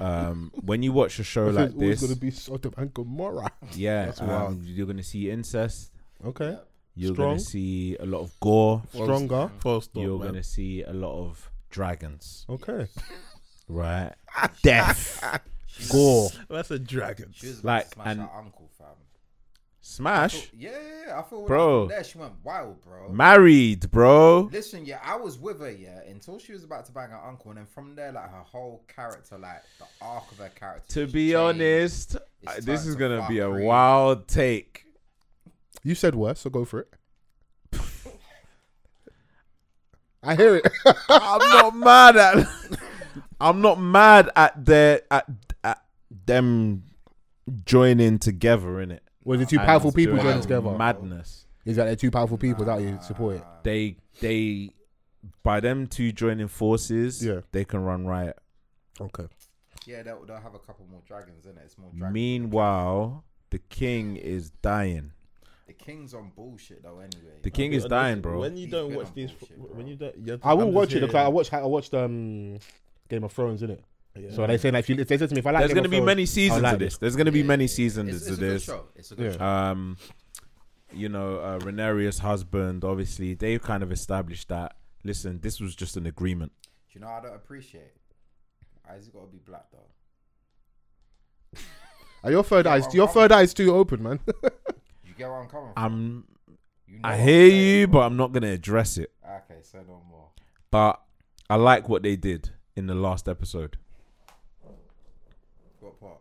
[SPEAKER 4] Um, when you watch a show
[SPEAKER 5] There's
[SPEAKER 4] like this,
[SPEAKER 5] always going to be Sodom and Gomorrah.
[SPEAKER 4] [laughs] yeah, um,
[SPEAKER 5] wild.
[SPEAKER 4] you're gonna see incest.
[SPEAKER 5] Okay.
[SPEAKER 4] You're
[SPEAKER 5] Strong.
[SPEAKER 4] gonna see a lot of gore.
[SPEAKER 5] Stronger.
[SPEAKER 6] False dog,
[SPEAKER 4] you're
[SPEAKER 6] man.
[SPEAKER 4] gonna see a lot of dragons,
[SPEAKER 5] Okay.
[SPEAKER 1] [laughs]
[SPEAKER 4] right? Death, gore,
[SPEAKER 6] That's a dragon.
[SPEAKER 1] She was about
[SPEAKER 4] Like,
[SPEAKER 1] to smash
[SPEAKER 4] and-
[SPEAKER 1] her uncle, fam.
[SPEAKER 4] smash,
[SPEAKER 1] Yeah, yeah, yeah, I feel when
[SPEAKER 4] Bro.
[SPEAKER 1] I was there she went wild, bro.
[SPEAKER 4] married, bro.
[SPEAKER 1] Listen, yeah, I was with her, yeah, until she was about to bang her uncle, and then from there, like her whole character, like the arc of her character.
[SPEAKER 4] To
[SPEAKER 1] she
[SPEAKER 4] be
[SPEAKER 1] changed. [laughs]
[SPEAKER 4] honest,
[SPEAKER 1] It's
[SPEAKER 4] this
[SPEAKER 1] time
[SPEAKER 4] is
[SPEAKER 1] to
[SPEAKER 4] gonna
[SPEAKER 1] fuck
[SPEAKER 4] be a
[SPEAKER 1] Reed.
[SPEAKER 4] wild take.
[SPEAKER 5] You said worse, so go for it. [laughs] I hear it. [laughs]
[SPEAKER 4] I'm not mad
[SPEAKER 5] uh,
[SPEAKER 4] at. I'm not mad at their at, at them joining together in it.
[SPEAKER 5] Was it two powerful people joining
[SPEAKER 1] doing
[SPEAKER 5] together?
[SPEAKER 4] Madness.
[SPEAKER 5] Is that they're two powerful people that you support it?
[SPEAKER 4] They they by them two joining forces.
[SPEAKER 5] Yeah.
[SPEAKER 4] they can run riot.
[SPEAKER 5] Okay.
[SPEAKER 1] yeah, they'll, they'll have a couple more dragons in it. It's more dragons.
[SPEAKER 4] Meanwhile, the king is dying.
[SPEAKER 1] the king's on bullshit though, anyway.
[SPEAKER 4] The king is dying, bro.
[SPEAKER 6] When you
[SPEAKER 1] He's
[SPEAKER 6] don't
[SPEAKER 1] been
[SPEAKER 6] watch
[SPEAKER 1] on
[SPEAKER 6] these,
[SPEAKER 1] bullshit, bro.
[SPEAKER 6] when you don't, you have to-
[SPEAKER 5] I will
[SPEAKER 6] I'm
[SPEAKER 5] watch
[SPEAKER 6] just
[SPEAKER 5] it because
[SPEAKER 6] here.
[SPEAKER 5] I watched I watched um Game of Thrones in it.
[SPEAKER 6] Yeah.
[SPEAKER 5] So they say like if you if they said to me if I like
[SPEAKER 4] There's
[SPEAKER 5] Game
[SPEAKER 4] gonna
[SPEAKER 5] of
[SPEAKER 4] be
[SPEAKER 5] Thrones,
[SPEAKER 4] many
[SPEAKER 5] I
[SPEAKER 4] seasons
[SPEAKER 5] like
[SPEAKER 4] of this. There's gonna be many seasons
[SPEAKER 1] it's,
[SPEAKER 4] of
[SPEAKER 1] it's a good
[SPEAKER 4] this.
[SPEAKER 1] show. It's a good
[SPEAKER 5] Yeah.
[SPEAKER 1] show.
[SPEAKER 4] Um, you know, uh, Renaria's husband. Obviously, they kind of established that. Listen, this was just an agreement.
[SPEAKER 1] Do you know what I don't appreciate? Eyes got to be black though.
[SPEAKER 5] Are your third eyes
[SPEAKER 1] I'm-
[SPEAKER 5] your
[SPEAKER 1] I'm-
[SPEAKER 5] third eyes too open, man? [laughs]
[SPEAKER 1] You get where I'm coming from.
[SPEAKER 4] I'm.
[SPEAKER 1] You know
[SPEAKER 4] I
[SPEAKER 1] what
[SPEAKER 4] hear
[SPEAKER 1] I'm saying.
[SPEAKER 4] you, but I'm not gonna address it.
[SPEAKER 1] Ah, Okay, say no more.
[SPEAKER 4] But I like what they did in the last episode
[SPEAKER 1] What part?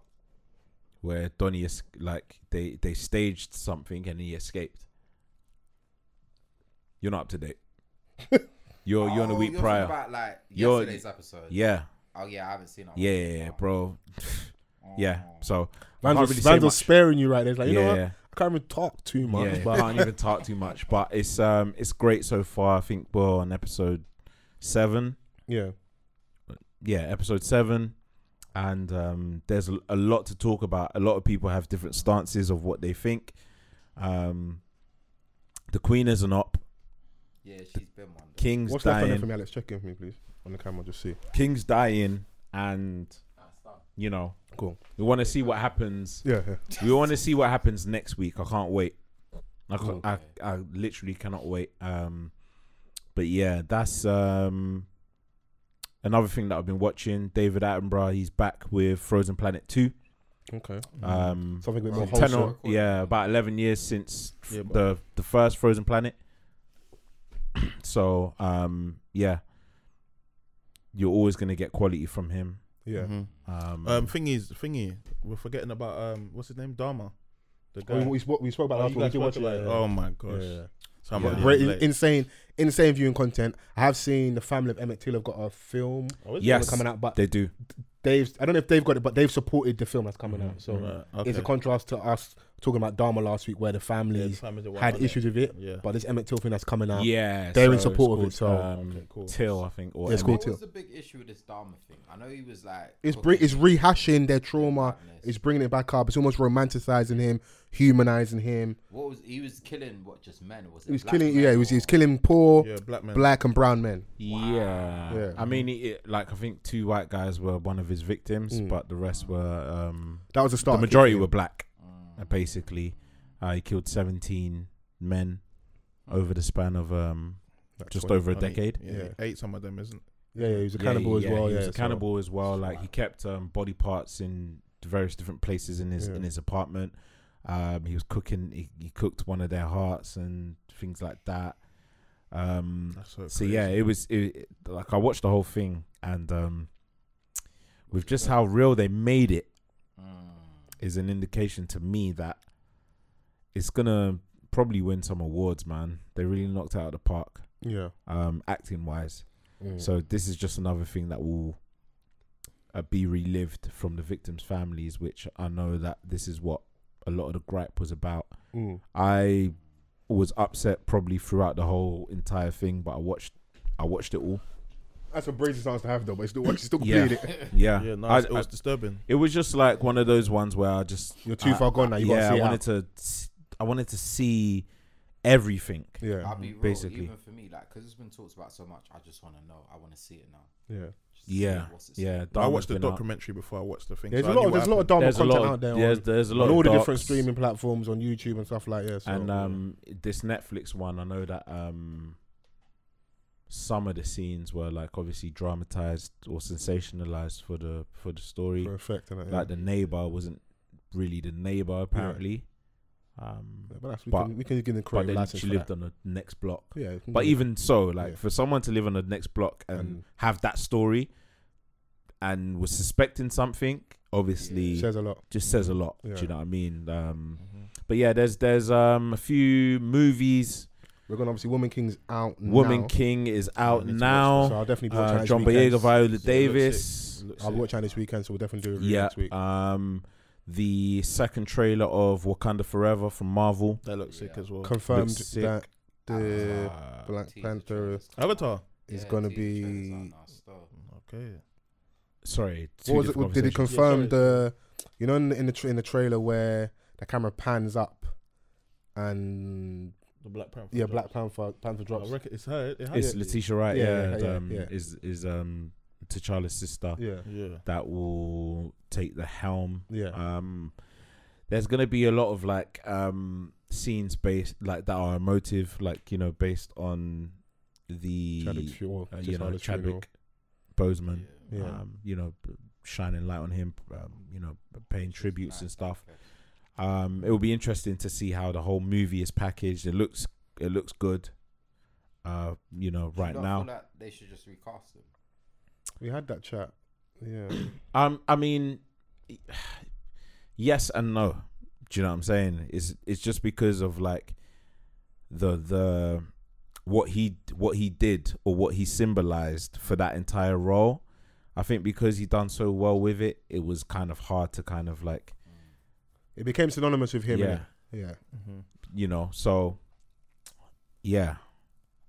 [SPEAKER 4] where Donnie is like they they staged something and he escaped. You're not up to
[SPEAKER 1] [laughs]
[SPEAKER 4] date. You're you're on a
[SPEAKER 1] Oh,
[SPEAKER 4] week
[SPEAKER 1] you're talking
[SPEAKER 4] prior.
[SPEAKER 1] About like
[SPEAKER 4] You're-
[SPEAKER 1] yesterday's episode.
[SPEAKER 4] yeah,
[SPEAKER 1] Oh yeah, I haven't seen it.
[SPEAKER 4] yeah, yeah, yeah, bro. [laughs] yeah.
[SPEAKER 1] Oh.
[SPEAKER 4] So I
[SPEAKER 5] Man's
[SPEAKER 4] can't
[SPEAKER 5] was-
[SPEAKER 4] really say
[SPEAKER 5] man's was
[SPEAKER 4] much.
[SPEAKER 5] sparing you right there. It's like, you know
[SPEAKER 4] Yeah,
[SPEAKER 5] what?
[SPEAKER 4] yeah.
[SPEAKER 5] I can't even talk too much,
[SPEAKER 4] yeah, [laughs]
[SPEAKER 5] but
[SPEAKER 4] can't even talk too much. But it's um it's great so far. I think we're on episode seven.
[SPEAKER 5] yeah.
[SPEAKER 4] Yeah, episode seven. And um, there's a, a lot to talk about. A lot of people have different stances of what they think. Um, the Queen is an op.
[SPEAKER 1] Yeah, she's been one. though.
[SPEAKER 4] King's
[SPEAKER 5] What's left on there for
[SPEAKER 4] dying.
[SPEAKER 5] me, Alex? Check in for me, please. On the camera, just see.
[SPEAKER 4] King's dying, and you know,
[SPEAKER 5] Cool.
[SPEAKER 4] we want to see what happens.
[SPEAKER 5] Yeah, yeah.
[SPEAKER 4] We want to see what happens next week. I can't wait. I, can't, I I literally cannot wait. Um, but yeah, that's um another thing that I've been watching. David Attenborough, he's back with Frozen Planet Two.
[SPEAKER 5] Okay.
[SPEAKER 4] Um,
[SPEAKER 5] Something a bit more
[SPEAKER 4] ten
[SPEAKER 5] wholesome.
[SPEAKER 4] or- yeah, about eleven years since f-
[SPEAKER 6] Yeah, but-
[SPEAKER 4] the the first Frozen Planet. so um yeah, you're always gonna get quality from him.
[SPEAKER 5] Yeah. Uh,
[SPEAKER 4] Um,
[SPEAKER 6] Um, thingy's thingy. We're forgetting about um, what's his name? Dharma. The guy.
[SPEAKER 5] Oh, we, we, spoke, we spoke about
[SPEAKER 6] Oh,
[SPEAKER 5] last
[SPEAKER 6] you
[SPEAKER 5] week. We
[SPEAKER 6] guys
[SPEAKER 5] did watch
[SPEAKER 6] watch
[SPEAKER 5] it.
[SPEAKER 6] it, like,
[SPEAKER 5] yeah.
[SPEAKER 6] Oh my gosh.
[SPEAKER 5] Yeah, yeah.
[SPEAKER 6] So I'm
[SPEAKER 5] Yeah,
[SPEAKER 6] already
[SPEAKER 5] great,
[SPEAKER 6] late.
[SPEAKER 5] insane, insane viewing content. I have seen the family of Emmett Till have got a film
[SPEAKER 6] Oh, is it?
[SPEAKER 4] yes,
[SPEAKER 5] coming out, but
[SPEAKER 4] they do.
[SPEAKER 5] they've I don't know if they've got it, but they've supported the film that's coming out. So
[SPEAKER 6] Right, okay.
[SPEAKER 5] it's a contrast to us talking about Dharma last week, where the
[SPEAKER 6] Yeah,
[SPEAKER 5] family
[SPEAKER 6] the families are wild,
[SPEAKER 5] had
[SPEAKER 6] aren't they?
[SPEAKER 5] issues with it,
[SPEAKER 6] Yeah.
[SPEAKER 5] but this Emmett Till thing that's coming out,
[SPEAKER 4] Yeah,
[SPEAKER 5] they're in
[SPEAKER 4] so it's
[SPEAKER 5] support of it, so-
[SPEAKER 4] called, um,
[SPEAKER 6] Okay, cool.
[SPEAKER 4] Till, I think. Or
[SPEAKER 5] Yeah, it's
[SPEAKER 4] Emmett
[SPEAKER 5] called
[SPEAKER 1] What
[SPEAKER 5] Till.
[SPEAKER 1] was the big issue with this Dharma thing? I know he was like.
[SPEAKER 5] It's bring,
[SPEAKER 1] cooking-
[SPEAKER 5] it's rehashing their trauma.
[SPEAKER 1] Madness.
[SPEAKER 5] It's bringing it back up. It's almost romanticizing him, humanizing him.
[SPEAKER 1] What was he was killing? What just men? Was it?
[SPEAKER 5] He was
[SPEAKER 1] black
[SPEAKER 5] killing,
[SPEAKER 1] men
[SPEAKER 5] yeah. He was, he
[SPEAKER 1] or-
[SPEAKER 5] was killing poor,
[SPEAKER 6] Yeah, black man.
[SPEAKER 5] black and brown men.
[SPEAKER 4] Yeah.
[SPEAKER 5] Yeah.
[SPEAKER 4] I mean, it, it, like I think two white guys were one of his victims,
[SPEAKER 5] Mm.
[SPEAKER 4] but the rest were um,
[SPEAKER 5] That was the start.
[SPEAKER 4] the majority were black.
[SPEAKER 6] Mm.
[SPEAKER 4] uh, basically, uh, he killed seventeen men over the span of um,
[SPEAKER 5] Like
[SPEAKER 4] just
[SPEAKER 5] 20,
[SPEAKER 4] over a
[SPEAKER 6] I mean,
[SPEAKER 4] decade.
[SPEAKER 6] Yeah,
[SPEAKER 5] Yeah.
[SPEAKER 6] Eight some of them, isn't it?
[SPEAKER 5] Yeah, yeah, he was a
[SPEAKER 4] Yeah,
[SPEAKER 5] cannibal
[SPEAKER 4] yeah,
[SPEAKER 5] as well.
[SPEAKER 4] he
[SPEAKER 5] yeah,
[SPEAKER 4] was a
[SPEAKER 5] so-
[SPEAKER 4] cannibal as well. Like he kept um, body parts in various different places in his
[SPEAKER 5] Yeah.
[SPEAKER 4] in his apartment. Um, he was cooking. He, he cooked one of their hearts and things like that. Um,
[SPEAKER 6] That's so.
[SPEAKER 4] so yeah, it was it, it- like I watched the whole thing, and um, with just how real they made it, is an indication to me that it's gonna probably win some awards, man. They really knocked it out of the park.
[SPEAKER 5] Yeah. Mm.
[SPEAKER 4] um, acting wise. So this is just another thing that will uh, be relived from the victims' families, which I know that this is what a lot of the gripe was about.
[SPEAKER 5] Mm.
[SPEAKER 4] I was upset probably throughout the whole entire thing, but I watched I watched it all.
[SPEAKER 5] That's a brazen stance to have though, but it's still, still
[SPEAKER 4] Yeah,
[SPEAKER 5] completed it.
[SPEAKER 4] [laughs]
[SPEAKER 5] [laughs]
[SPEAKER 4] yeah.
[SPEAKER 6] Yeah, no,
[SPEAKER 4] I-
[SPEAKER 6] it was
[SPEAKER 4] I-
[SPEAKER 6] disturbing.
[SPEAKER 4] it was just like one of those ones where I just
[SPEAKER 5] You're too
[SPEAKER 4] I-
[SPEAKER 5] far gone now, you gotta
[SPEAKER 4] yeah,
[SPEAKER 5] see
[SPEAKER 4] I
[SPEAKER 5] it
[SPEAKER 4] wanted
[SPEAKER 5] out.
[SPEAKER 4] to s- I wanted to see everything.
[SPEAKER 5] Yeah.
[SPEAKER 1] I'll be real,
[SPEAKER 4] Basically.
[SPEAKER 1] even for me, like, because it's been talked about so much, I just want to know. I want to see it now.
[SPEAKER 5] Yeah.
[SPEAKER 1] Just see
[SPEAKER 4] Yeah,
[SPEAKER 1] what's it-
[SPEAKER 4] yeah.
[SPEAKER 6] I
[SPEAKER 4] Dharma's
[SPEAKER 6] watched the
[SPEAKER 4] been out.
[SPEAKER 6] documentary before I watched the thing.
[SPEAKER 5] There's
[SPEAKER 6] so
[SPEAKER 5] a
[SPEAKER 6] I
[SPEAKER 5] lot.
[SPEAKER 6] knew
[SPEAKER 5] Of,
[SPEAKER 6] what
[SPEAKER 5] there's a lot
[SPEAKER 6] happened.
[SPEAKER 5] of Dharma
[SPEAKER 4] There's a
[SPEAKER 5] content
[SPEAKER 4] lot.
[SPEAKER 5] out
[SPEAKER 4] Of,
[SPEAKER 5] there.
[SPEAKER 4] Oh, there's
[SPEAKER 5] on,
[SPEAKER 4] there's a
[SPEAKER 5] on
[SPEAKER 4] lot.
[SPEAKER 5] all
[SPEAKER 4] of
[SPEAKER 5] the different
[SPEAKER 4] docs.
[SPEAKER 5] streaming platforms on YouTube and stuff like that. So.
[SPEAKER 4] and um this Netflix one, I know that um some of the scenes were like obviously dramatized or sensationalized for the for the story.
[SPEAKER 5] for effect and that. Yeah.
[SPEAKER 4] Like the neighbor wasn't really the neighbor apparently, um,
[SPEAKER 5] Yeah, but that's, we,
[SPEAKER 4] but-
[SPEAKER 5] can, we can give the
[SPEAKER 4] but
[SPEAKER 5] creative
[SPEAKER 4] then
[SPEAKER 5] license.
[SPEAKER 4] she
[SPEAKER 5] for
[SPEAKER 4] lived
[SPEAKER 5] that.
[SPEAKER 4] on the next block.
[SPEAKER 5] Yeah. we can
[SPEAKER 4] But
[SPEAKER 5] do it.
[SPEAKER 4] even so, like
[SPEAKER 5] Yeah. Mm.
[SPEAKER 4] for someone to live on the next block and
[SPEAKER 5] And-
[SPEAKER 4] have that story, and was suspecting something, obviously
[SPEAKER 5] says a lot. Mm.
[SPEAKER 4] just says a lot. Do
[SPEAKER 5] Yeah. Mm-hmm.
[SPEAKER 4] you know what I mean? Um, But yeah, there's there's um a few movies.
[SPEAKER 5] We're gonna obviously Woman King's out.
[SPEAKER 4] Woman
[SPEAKER 5] now.
[SPEAKER 4] King is
[SPEAKER 5] I
[SPEAKER 4] out
[SPEAKER 5] need to watch
[SPEAKER 4] now.
[SPEAKER 5] this. So I'll definitely be watching
[SPEAKER 4] uh,
[SPEAKER 5] this
[SPEAKER 4] John
[SPEAKER 5] weekend.
[SPEAKER 4] Boyega, Viola
[SPEAKER 6] looks
[SPEAKER 4] Davis.
[SPEAKER 6] sick. Looks
[SPEAKER 5] I'll be
[SPEAKER 6] sick.
[SPEAKER 5] watching this weekend, so we'll definitely do a review
[SPEAKER 4] Yeah.
[SPEAKER 5] next week.
[SPEAKER 4] Um, the second trailer of Wakanda Forever from Marvel.
[SPEAKER 6] That looks sick as well. Ah.
[SPEAKER 5] Confirmed
[SPEAKER 4] looks sick.
[SPEAKER 5] that the
[SPEAKER 4] Uh,
[SPEAKER 5] Black
[SPEAKER 1] Teaser
[SPEAKER 5] Panther
[SPEAKER 1] trailers.
[SPEAKER 6] Avatar.
[SPEAKER 5] is
[SPEAKER 1] Yeah,
[SPEAKER 5] gonna
[SPEAKER 1] teaser trailers out
[SPEAKER 5] be.
[SPEAKER 1] now, so-
[SPEAKER 6] Okay.
[SPEAKER 4] sorry, two
[SPEAKER 5] What was it?
[SPEAKER 4] different
[SPEAKER 5] Did it
[SPEAKER 4] conversations.
[SPEAKER 5] confirm
[SPEAKER 6] Yeah, sorry.
[SPEAKER 5] the? You know, in the in the, tra- in the trailer where the camera pans up, and
[SPEAKER 6] The Black Panther.
[SPEAKER 5] yeah, Black Panther Panther drops.
[SPEAKER 6] I reckon it's her. It has
[SPEAKER 4] It's
[SPEAKER 6] it.
[SPEAKER 4] Letitia Wright.
[SPEAKER 5] Yeah,
[SPEAKER 4] Yeah,
[SPEAKER 5] yeah,
[SPEAKER 4] and,
[SPEAKER 5] yeah,
[SPEAKER 4] um,
[SPEAKER 5] yeah.
[SPEAKER 4] is is um T'Challa's sister
[SPEAKER 5] Yeah,
[SPEAKER 6] Yeah.
[SPEAKER 4] that will take the helm.
[SPEAKER 5] yeah.
[SPEAKER 4] Um, there's gonna be a lot of like um scenes based like that are emotive, like you know, based on the
[SPEAKER 5] Chadwick's funeral.
[SPEAKER 4] uh, you
[SPEAKER 5] T'Challa's
[SPEAKER 4] know
[SPEAKER 5] funeral.
[SPEAKER 4] Chadwick Boseman.
[SPEAKER 5] Yeah.
[SPEAKER 4] Um, you know, b- shining light on him. Um, you know, paying tributes and stuff. Um, it will be interesting to see how the whole movie is packaged. It looks it looks good. Uh, you know,
[SPEAKER 1] You
[SPEAKER 4] right
[SPEAKER 1] don't
[SPEAKER 4] now.
[SPEAKER 1] feel like they should just recast them.
[SPEAKER 5] we had that chat. Yeah,
[SPEAKER 4] Um, I mean, yes and no. Do you know what I'm saying? It's it's just because of like the the what he what he did or what he symbolized for that entire role. I think because he done so well with it, it was kind of hard to kind of like
[SPEAKER 5] it became synonymous with him.
[SPEAKER 4] yeah,
[SPEAKER 5] innit? yeah.
[SPEAKER 4] Mm-hmm. you know. So yeah,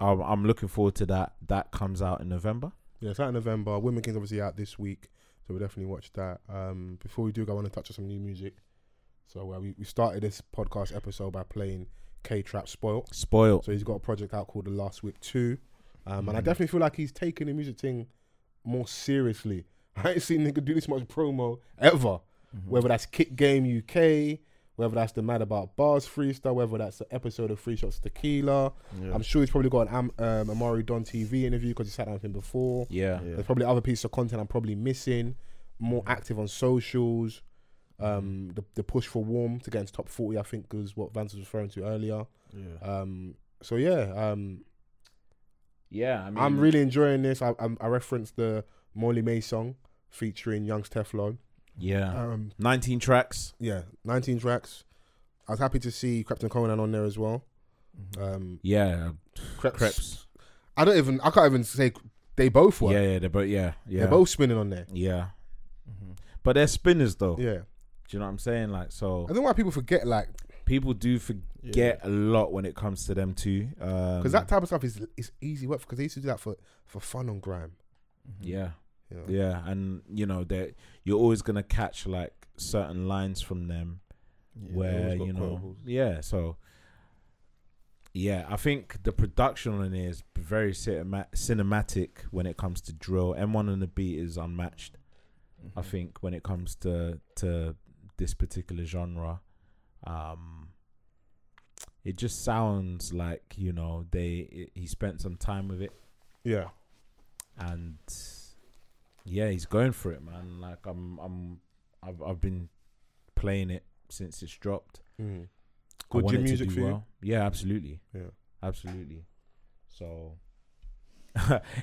[SPEAKER 4] I'm I'm looking forward to that. That comes out in November.
[SPEAKER 5] Yeah, it's out in November. Women King's obviously out this week, so we'll definitely watch that. Um, before we do go, I want to touch on some new music. So uh, we, we started this podcast episode by playing K Trap Spoil.
[SPEAKER 4] Spoiled.
[SPEAKER 5] So he's got a project out called The Last Week 2. Um, And I definitely feel like he's taking the music thing more seriously. [laughs] I ain't seen nigga do this much promo ever. Whether that's Kick Game UK, whether that's the Mad About Bars freestyle, whether that's the episode of Free Shots Tequila. I'm sure he's probably got an Am- um, Amari Don TV interview because he sat down with him before.
[SPEAKER 4] Yeah.
[SPEAKER 6] Yeah.
[SPEAKER 5] There's probably other pieces of content I'm probably missing. More active on socials. Um, the, the push for warm to get into top 40, I think, was what Vance was referring to earlier.
[SPEAKER 6] Yeah.
[SPEAKER 5] Um, so yeah, um,
[SPEAKER 4] Yeah. I mean,
[SPEAKER 5] I'm really enjoying this. I, I, I referenced the Molly May song featuring Young's Teflon.
[SPEAKER 4] yeah.
[SPEAKER 5] Um,
[SPEAKER 4] 19 tracks.
[SPEAKER 5] yeah, 19 tracks. I was happy to see Captain Conan on there as well.
[SPEAKER 6] Mm-hmm.
[SPEAKER 5] Um,
[SPEAKER 4] Yeah.
[SPEAKER 5] Creps.
[SPEAKER 4] Creps.
[SPEAKER 5] I don't even. I can't even say they both were.
[SPEAKER 4] Yeah, yeah, they're both yeah, yeah,
[SPEAKER 5] They're both spinning on there.
[SPEAKER 4] yeah. But they're spinners though.
[SPEAKER 5] Yeah,
[SPEAKER 4] Do you know what I'm saying? Like, so
[SPEAKER 5] I don't know why people forget like
[SPEAKER 4] people do forget a lot when it comes to them too. Um,
[SPEAKER 5] because that type of stuff is is easy work because they used to do that for for fun on Grime.
[SPEAKER 4] yeah,
[SPEAKER 5] Yeah.
[SPEAKER 4] yeah, and you know that you're always gonna catch like certain lines from them where
[SPEAKER 6] always got
[SPEAKER 4] you know,
[SPEAKER 6] quotables.
[SPEAKER 4] yeah. So yeah, I think the production on it is very cinema- cinematic when it comes to drill. M1 on the beat is unmatched. I
[SPEAKER 5] Mm-hmm.
[SPEAKER 4] think when it comes to to this particular genre, um, it just sounds like you know they it, he spent some time with it
[SPEAKER 5] Yeah,
[SPEAKER 4] and yeah, he's going for it, man. Like I'm I'm I've I've been playing it since it's dropped.
[SPEAKER 5] Mm.
[SPEAKER 4] I
[SPEAKER 5] Good
[SPEAKER 4] want
[SPEAKER 5] gym
[SPEAKER 4] it to
[SPEAKER 5] music
[SPEAKER 4] do
[SPEAKER 5] for you?
[SPEAKER 4] Yeah, absolutely.
[SPEAKER 5] Yeah.
[SPEAKER 4] absolutely. [laughs] So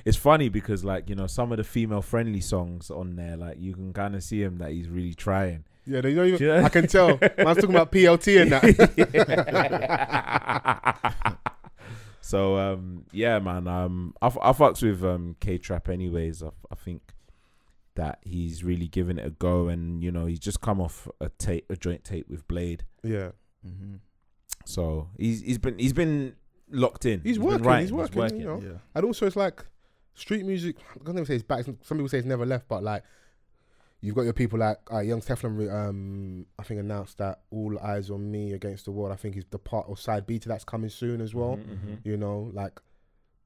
[SPEAKER 4] it's funny because like you know some of the female friendly songs on there, like you can kind of see him that he's really trying.
[SPEAKER 5] yeah. They don't even.
[SPEAKER 4] Do you know-
[SPEAKER 5] I can [laughs] tell. Man's talking about PLT and that.
[SPEAKER 4] [laughs] So um, yeah, man. Um, I, f- I fucks with um K Trap anyways. I, f- I think that he's really giving it a go, and you know he's just come off a tape, a joint tape with Blade.
[SPEAKER 5] Yeah.
[SPEAKER 7] Mm-hmm.
[SPEAKER 4] So he's he's been he's been locked in.
[SPEAKER 5] He's
[SPEAKER 4] been
[SPEAKER 5] working,
[SPEAKER 4] writing,
[SPEAKER 5] he's working, you know.
[SPEAKER 6] Yeah.
[SPEAKER 5] And also, it's like street music. I can never say it's back. Some people say it's never left, but like you've got your people like uh, Young Teflon. re- Um, I think announced that all eyes on me against the world. I think is the part or side B to that's coming soon as well.
[SPEAKER 6] Mm-hmm,
[SPEAKER 5] You know, like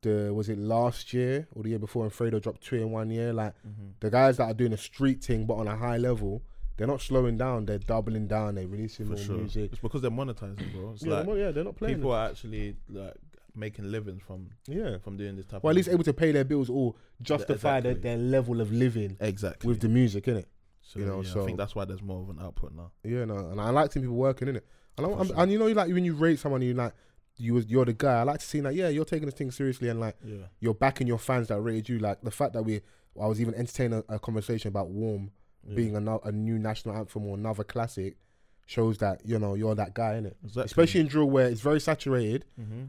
[SPEAKER 5] the was it last year or the year before? And Fredo dropped two in one year. Like
[SPEAKER 6] Mm-hmm.
[SPEAKER 5] the guys that are doing a street thing, but on a high level. They're not slowing down. They're doubling down. They're releasing
[SPEAKER 6] For
[SPEAKER 5] more
[SPEAKER 6] sure.
[SPEAKER 5] music.
[SPEAKER 6] It's because they're monetizing, bro. It's
[SPEAKER 5] Yeah,
[SPEAKER 6] like
[SPEAKER 5] well, yeah, they're not playing.
[SPEAKER 6] people are actually like making livings from
[SPEAKER 5] yeah,
[SPEAKER 6] from doing this type.
[SPEAKER 5] well,
[SPEAKER 6] of
[SPEAKER 5] at least
[SPEAKER 6] music.
[SPEAKER 5] able to pay their bills or justify their,
[SPEAKER 6] exactly.
[SPEAKER 5] their level of living
[SPEAKER 6] exactly
[SPEAKER 5] with the music, innit?
[SPEAKER 6] So,
[SPEAKER 5] you know,
[SPEAKER 6] yeah,
[SPEAKER 5] so-
[SPEAKER 6] I think that's why there's more of an output now.
[SPEAKER 5] Yeah, no, and I like seeing people working in it. And, I,
[SPEAKER 6] For
[SPEAKER 5] am
[SPEAKER 6] sure.
[SPEAKER 5] and you know, like when you rate someone, you like you was you're the guy. I like to see like yeah, you're taking this thing seriously and like
[SPEAKER 6] Yeah.
[SPEAKER 5] you're backing your fans that rated you. Like the fact that we I was even entertaining a, a conversation about Warm being a, no- a new national anthem or another classic shows that you know you're that guy in it.
[SPEAKER 6] Exactly. Mm-hmm.
[SPEAKER 5] Especially in drill where it's very saturated,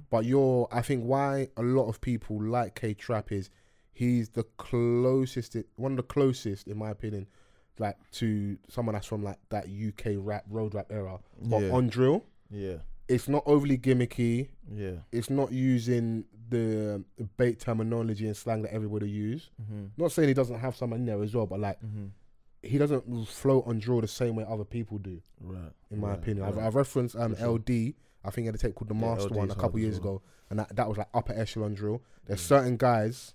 [SPEAKER 5] but you're I think why a lot of people like K Trap is he's the closest one of the closest in my opinion like to someone that's from like that UK rap road rap era but
[SPEAKER 6] Yeah.
[SPEAKER 5] on drill
[SPEAKER 6] Yeah.
[SPEAKER 5] it's not overly gimmicky
[SPEAKER 6] Yeah.
[SPEAKER 5] it's not using the bait terminology and slang that everybody use
[SPEAKER 6] Mm-hmm.
[SPEAKER 5] not saying he doesn't have some in there as well but like he doesn't float on drill the same way other people do
[SPEAKER 6] Right.
[SPEAKER 5] in my
[SPEAKER 6] right,
[SPEAKER 5] opinion. I've,
[SPEAKER 6] right.
[SPEAKER 5] I've referenced um, LD. I think he had a tape called the Master
[SPEAKER 6] LD
[SPEAKER 5] one a
[SPEAKER 6] is
[SPEAKER 5] couple
[SPEAKER 6] hard as
[SPEAKER 5] years
[SPEAKER 6] well.
[SPEAKER 5] ago, and that, that was like upper echelon drill. There's certain guys,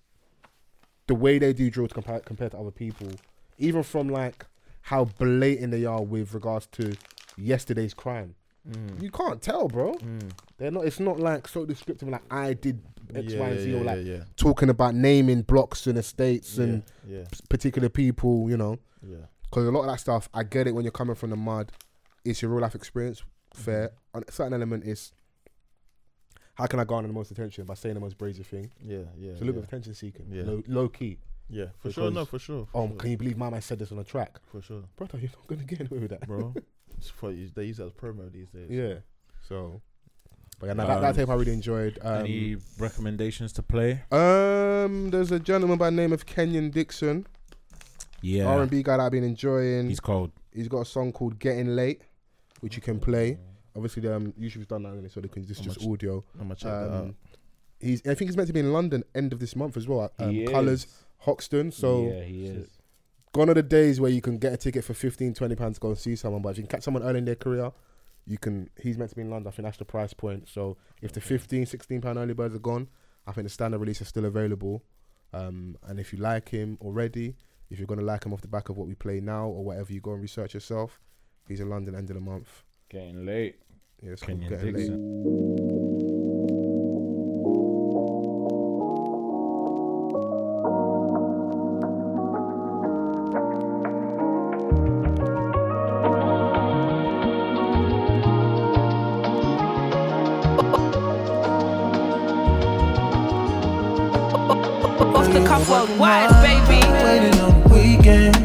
[SPEAKER 5] the way they do drill to compare compared to other people, even from like how blatant they are with regards to yesterday's crime.
[SPEAKER 6] Mm.
[SPEAKER 5] You can't tell, bro.
[SPEAKER 4] Mm.
[SPEAKER 5] They're not. It's not like so descriptive. Like I did X,
[SPEAKER 6] Yeah,
[SPEAKER 5] Y, and
[SPEAKER 6] yeah,
[SPEAKER 5] Z, or
[SPEAKER 6] yeah,
[SPEAKER 5] like [laughs]
[SPEAKER 6] yeah,
[SPEAKER 5] talking about naming blocks and estates and
[SPEAKER 6] yeah, yeah,
[SPEAKER 5] p- particular people. You know,
[SPEAKER 6] yeah,
[SPEAKER 5] because a lot of that stuff, I get it when you're coming from the mud, it's your real life experience. Fair.
[SPEAKER 6] Mm-hmm.
[SPEAKER 5] And a certain element is how can I garner the most attention by saying the most brazy thing?
[SPEAKER 6] yeah, yeah.
[SPEAKER 5] It's a little
[SPEAKER 6] yeah.
[SPEAKER 5] bit of attention seeking,
[SPEAKER 6] Yeah.
[SPEAKER 5] low, low key.
[SPEAKER 6] Yeah, for sure. No,
[SPEAKER 5] because,
[SPEAKER 6] for sure. For
[SPEAKER 5] Oh,
[SPEAKER 6] sure,
[SPEAKER 5] can you believe my man said this on a track?
[SPEAKER 6] for sure,
[SPEAKER 5] Brother, you're not gonna get anywhere with that,
[SPEAKER 6] bro. It's for, they use it as promo these days.
[SPEAKER 5] Yeah. So, but yeah, no, that, that
[SPEAKER 4] Um,
[SPEAKER 5] tape I really enjoyed. Um,
[SPEAKER 4] Any recommendations to play?
[SPEAKER 5] um, there's a gentleman by the name of Kenyon Dixon,
[SPEAKER 4] Yeah,
[SPEAKER 5] R and B guy that I've been enjoying.
[SPEAKER 4] he's cold.
[SPEAKER 5] He's got a song called "Getting Late," which you can play. Obviously, the, um, YouTube's done that, anyway, so they can, it's just
[SPEAKER 6] much-
[SPEAKER 5] audio.
[SPEAKER 6] I'm gonna check that out.
[SPEAKER 5] Um, he's. I think he's meant to be in London end of this month as well. at, Um,
[SPEAKER 4] He
[SPEAKER 5] Colors Hoxton. So
[SPEAKER 4] he is.
[SPEAKER 5] gone are the days where you can get a ticket for 15, 20 pounds to go and see someone. But if you can catch someone early in their career, you can. He's meant to be in London. I think that's the price point. So if the 15, 16 pound early birds are gone, I think the standard release is still available. Um, and if you like him already, if you're gonna like him off the back of what we play now or whatever, you go and research yourself. He's in London end of the month.
[SPEAKER 4] Getting late.
[SPEAKER 5] Yeah, it's
[SPEAKER 4] Kenyon
[SPEAKER 5] getting late.
[SPEAKER 4] Dixon.
[SPEAKER 2] Off the cuff worldwide, baby.
[SPEAKER 9] Waiting on the weekend.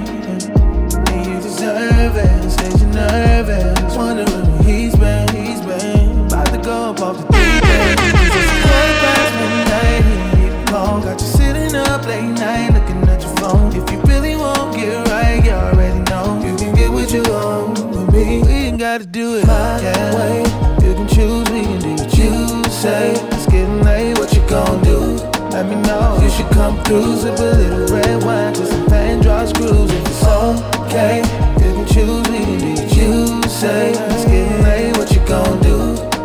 [SPEAKER 9] And you deserve it. Said you're nervous. Wondering where he's been. He's been. About to go up off the deep end. It's way past midnight. and you need a call. Got you sitting up late night looking at your phone. If you really won't get right, you already know. You can get what you want with me. We ain't gotta do it my way. You can choose, we can do what you say. It's getting late, what you gon' do? Let me know. You should come through, sip a little red wine, just some pain draw screws if it's okay. You can choose, we can do what you say. It's getting late, what you gon' do?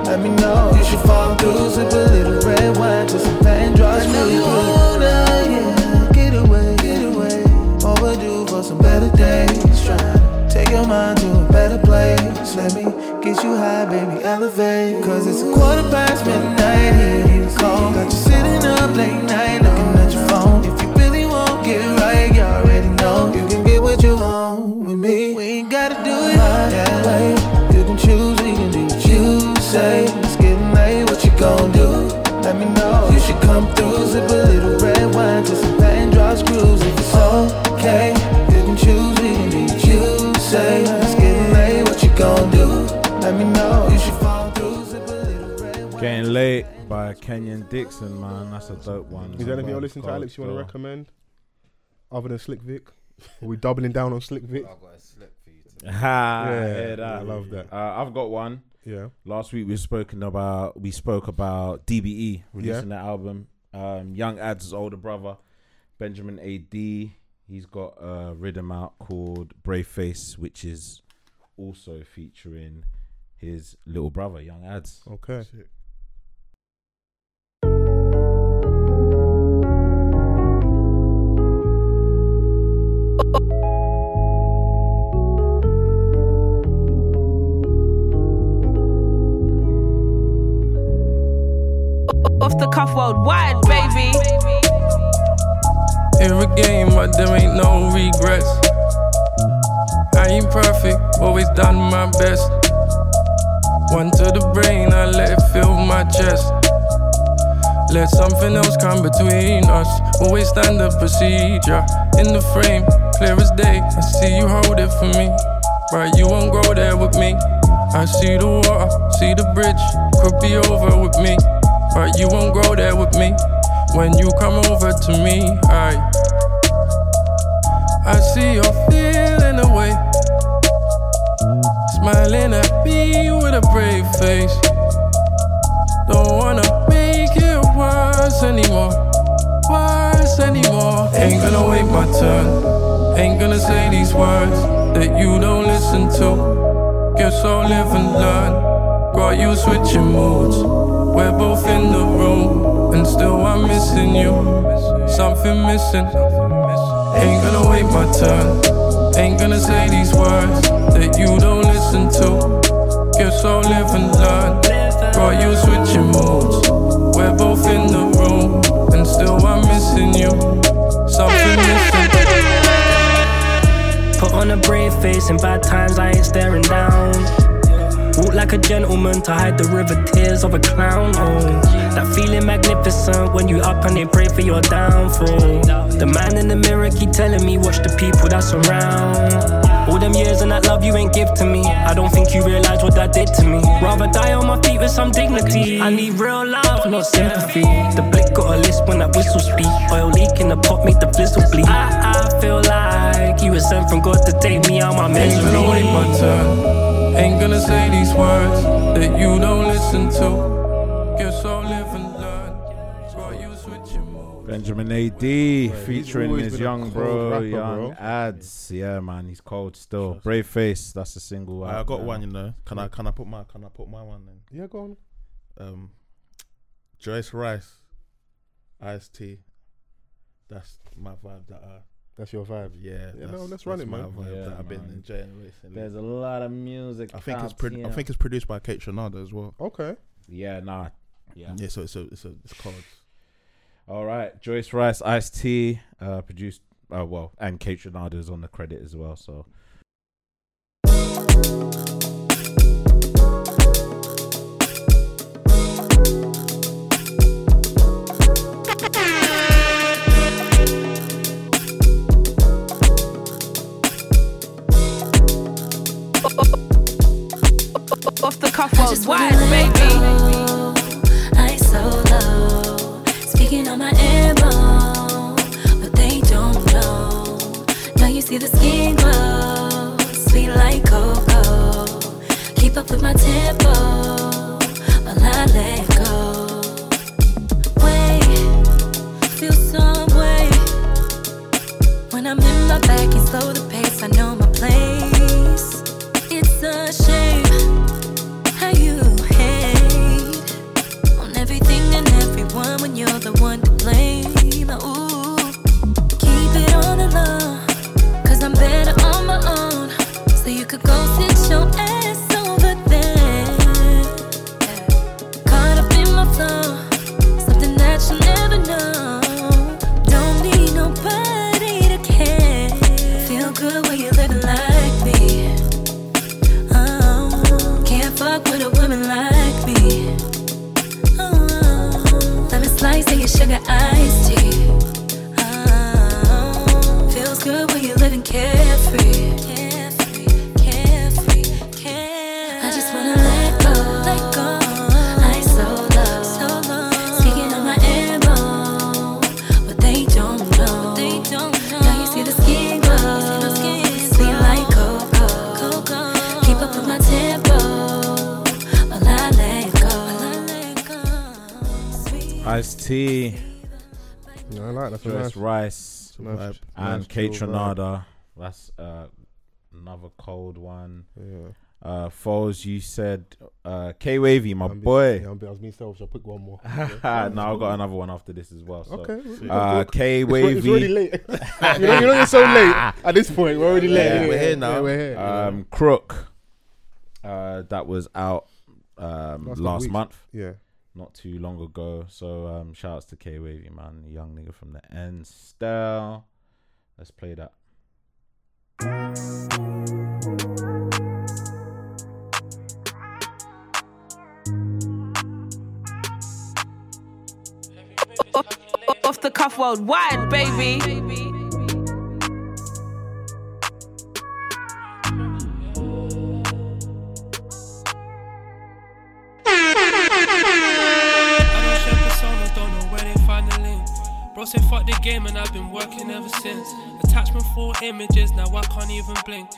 [SPEAKER 9] Let me know. You should fall through, sip a little red wine, just some pain draw screws. I know you wanna, yeah, get away, get away. Overdue for some better days. Try take your mind to a better place. Let me get you high, baby, elevate. Cause it's a quarter past midnight here. You call, got you sitting up late night looking at your phone. If you really won't get right, you already know. You can get what you want with me. We ain't gotta do it my way. You can choose, we can do what you say. It's getting late, what you gon' do? Let me know. You should come through, sip a little red wine, just a pain draw screws if it's okay. You can choose, we can do what you say. It's getting late, what you gon' do? Let me know. You should fall through, sip a little red wine.
[SPEAKER 4] Getting Late by Kenyon Dixon, man. That's a dope one.
[SPEAKER 5] Is there anything you're listening to, Alex, you want to recommend? Other than Slick Vic? Are we doubling down on Slick Vic?
[SPEAKER 1] I've got a slip for you.
[SPEAKER 4] [laughs]
[SPEAKER 1] Today.
[SPEAKER 4] [laughs] Ha,
[SPEAKER 5] Yeah,
[SPEAKER 4] hear that.
[SPEAKER 5] I love that.
[SPEAKER 4] Uh, I've got one.
[SPEAKER 5] Yeah.
[SPEAKER 4] Last week we spoken about we spoke about DBE releasing that album. Um, Young Ad's older brother, Benjamin AD. He's got a rhythm out called Brave Face, which is also featuring his little brother, Young Ads.
[SPEAKER 5] Okay.
[SPEAKER 2] Off the cuff worldwide, baby.
[SPEAKER 8] Every game, but there ain't no regrets. I ain't perfect, always done my best. One to the brain, I let it fill my chest. Let something else come between us. Always stand the procedure in the frame, clear as day. I see you hold it for me, but you won't go there with me. I see the water, see the bridge, could be over with me, but you won't go there with me. When you come over to me, I I see you're feeling away, smiling at me with a brave face. Don't wanna make it worse anymore. Worse anymore. Ain't gonna wait my turn. Ain't gonna say these words that you don't listen to. Guess I'll live and learn. Got you switching moods. We're both in the room, and still I'm missing you. Something missing. Ain't gonna wait my turn. Ain't gonna say these words that you don't listen to. Guess I'll live and learn. Got you switching moods. We're both in the room, and still I'm missing you. Something missing.
[SPEAKER 10] Put on a brave face, and bad times I ain't staring down. Walk like a gentleman to hide the river tears of a clown. Oh, that feeling magnificent when you up and they pray for your downfall. The man in the mirror keep telling me, watch the people that's around. All them years and that love you ain't give to me. I don't think you realize what that did to me. Rather die on my feet with some dignity. I need real love, not sympathy. The blick got a list when that whistle speak. Oil leak in the pot, make the blizzle bleed. I, I feel like you were sent from God to take me out my
[SPEAKER 8] Ain't
[SPEAKER 10] misery.
[SPEAKER 8] gonna wait my turn. Ain't gonna say these words that you don't listen to. Guess I'll live and learn. Got you switching moods.
[SPEAKER 4] Benjamin AD featuring
[SPEAKER 5] always
[SPEAKER 4] his
[SPEAKER 5] been a
[SPEAKER 4] young
[SPEAKER 5] cold
[SPEAKER 4] bro,
[SPEAKER 5] rapper,
[SPEAKER 4] Young
[SPEAKER 5] bro.
[SPEAKER 4] Ads. Yeah, man, he's cold still. Brave Face, that's a single.
[SPEAKER 6] I
[SPEAKER 4] out,
[SPEAKER 6] got
[SPEAKER 4] man.
[SPEAKER 6] one, you know. Can I can I put my can I put my one in?
[SPEAKER 5] Yeah, go on.
[SPEAKER 6] um, Joyce Rice, iced tea. That's my vibe. That I,
[SPEAKER 5] That's your vibe.
[SPEAKER 6] yeah.
[SPEAKER 5] Yeah, no, let's run
[SPEAKER 6] that's
[SPEAKER 5] it,
[SPEAKER 6] my
[SPEAKER 5] man.
[SPEAKER 6] Vibe
[SPEAKER 4] Yeah,
[SPEAKER 6] that I've been
[SPEAKER 4] man.
[SPEAKER 6] enjoying recently.
[SPEAKER 4] There's a lot of music.
[SPEAKER 6] I think it's
[SPEAKER 4] out
[SPEAKER 6] pro- I
[SPEAKER 4] here.
[SPEAKER 6] think it's produced by Kate Shinada as well.
[SPEAKER 5] Okay.
[SPEAKER 4] Yeah, nah.
[SPEAKER 1] Yeah.
[SPEAKER 6] Yeah, so it's a it's a it's called.
[SPEAKER 4] All right, Joyce Rice, Ice T, uh, produced. Uh, well, and Kate Renardo is on the credit as well. So
[SPEAKER 2] Off the cuff
[SPEAKER 11] I just wanna
[SPEAKER 2] worldwide,
[SPEAKER 11] let
[SPEAKER 2] baby.
[SPEAKER 11] go. I so low. Speaking on my ammo, but they don't know. Now you see the skin glow, sweet like cocoa. Keep up with my tempo, while I let go. Wait, feel some way. When I'm in my bag and slow the pace, I know my place. It's a shame how you hate on everything and everyone when you're the one to blame. Ooh, keep it on the low, cause I'm better on my own. So you could go sit your ass over there. Caught up in my flow, something that you never know. Don't need nobody to care. Feel good when you living like me. Oh, can't fuck with a woman like me. Oh, lemon slice and your sugar iced tea. Oh, feels good when you're living carefree. Carefree, carefree, carefree. I just wanna let go, let go. I so low.
[SPEAKER 4] T.
[SPEAKER 5] I like that.
[SPEAKER 4] Joyce
[SPEAKER 5] Nice.
[SPEAKER 4] Rice
[SPEAKER 5] Nice. Nice
[SPEAKER 4] and
[SPEAKER 5] chill
[SPEAKER 4] Kate
[SPEAKER 5] vibe.
[SPEAKER 4] Trinada. That's uh, another cold one.
[SPEAKER 5] Yeah.
[SPEAKER 4] Uh, Foles, you said uh, K Wavy, my boy.
[SPEAKER 5] Yeah, I'm being- I was myself, so I pick
[SPEAKER 4] [laughs]
[SPEAKER 5] one more.
[SPEAKER 4] Ah, no, I've got another one after this as well. So.
[SPEAKER 5] Okay.
[SPEAKER 4] Uh, K
[SPEAKER 5] It's wa-
[SPEAKER 4] Wavy.
[SPEAKER 5] It's already late. [laughs] you, know, you know, it's
[SPEAKER 4] [laughs]
[SPEAKER 5] so late at this point. We're already late.
[SPEAKER 4] Yeah,
[SPEAKER 5] Yeah,
[SPEAKER 4] we're here
[SPEAKER 5] yeah,
[SPEAKER 4] now.
[SPEAKER 5] we're here.
[SPEAKER 4] Um, Crook. Uh, that was out um,
[SPEAKER 5] Last
[SPEAKER 4] last,
[SPEAKER 5] couple weeks.
[SPEAKER 4] month.
[SPEAKER 5] Yeah.
[SPEAKER 4] Not too long ago. So um, shout outs to K Wavy, man. Young nigga from the end. Style. Let's play that.
[SPEAKER 2] Off the cuff worldwide, baby.
[SPEAKER 12] I don't share personas, don't know where they find the link. Bro said fuck the game and I've been working ever since. Attachment for images, now I can't even blink.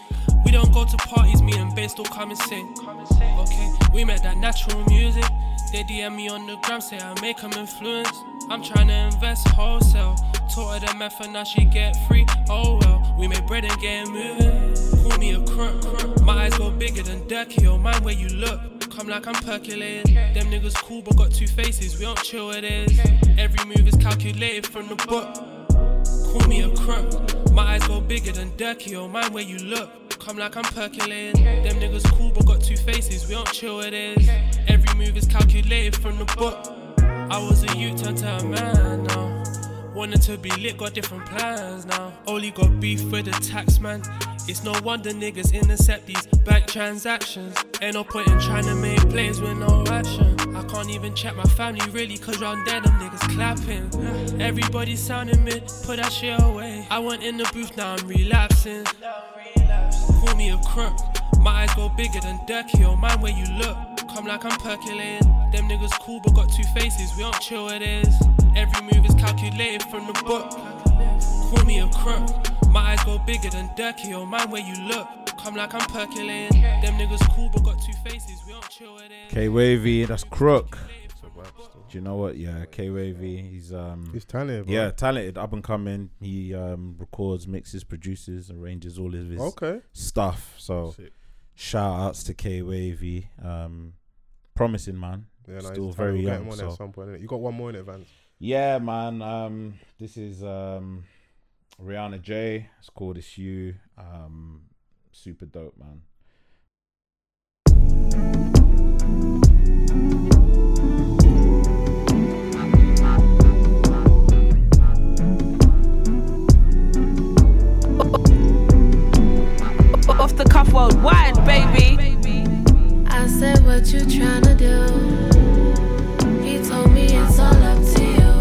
[SPEAKER 12] We don't go to parties, me and Bass still come and sing. Okay, we met that natural music. They DM me on the gram, say I make them influence. I'm trying to invest wholesale. Taught her the method, now she get free. Oh well, we make bread and get moving. Call me a crook. My eyes go bigger than Durkee, oh mind where you look. Come like I'm percolating. Them niggas cool but got two faces, we don't chill with this. Every move is calculated from the book. Call me a crook. My eyes go bigger than Durkee, oh mind where you look. Come like I'm percolating. Them niggas cool but got two faces, we don't chill with this. Every move is calculated from the book. I was a youth turned to a man now. Wanted to be lit, got different plans now. Only got beef with the tax man. It's no wonder niggas intercept these bank transactions. Ain't no point in trying to make plays with no action. I can't even check my family really, cause round there them niggas clapping. Everybody sounding mid, put that shit away. I went in the booth, now I'm relapsing. Call me a crook. My eyes go bigger than Durkee, oh mind where you look. Come like I'm percolating. Them niggas cool but got two faces, we don't chill with this. Every move is calculated from the book. Call me a crook. My eyes go bigger than Durkee, oh mind where you look. Come like I'm percolating. Them niggas cool but got two faces, we don't chill with this.
[SPEAKER 4] K Wavy, that's Crook. Do you know what? Yeah, K Wavy. He's um
[SPEAKER 5] He's talented, bro.
[SPEAKER 4] Yeah, talented, up and coming. He um records, mixes, produces, arranges all of his
[SPEAKER 5] Okay.
[SPEAKER 4] stuff. So
[SPEAKER 5] Sick.
[SPEAKER 4] shout outs to K Wavy. Um promising man.
[SPEAKER 5] Yeah, no,
[SPEAKER 4] Still
[SPEAKER 5] he's
[SPEAKER 4] very
[SPEAKER 5] talented. We'll get him
[SPEAKER 4] young.
[SPEAKER 5] on
[SPEAKER 4] So.
[SPEAKER 5] at some point, innit? You got one more in it,
[SPEAKER 4] [laughs]
[SPEAKER 5] Vance.
[SPEAKER 4] Yeah, man. Um, this is um, Rihanna J. It's called "It's You." Um, super dope, man.
[SPEAKER 2] Off the cuff worldwide, baby.
[SPEAKER 11] I said, What you tryna do? He told me it's all up to you.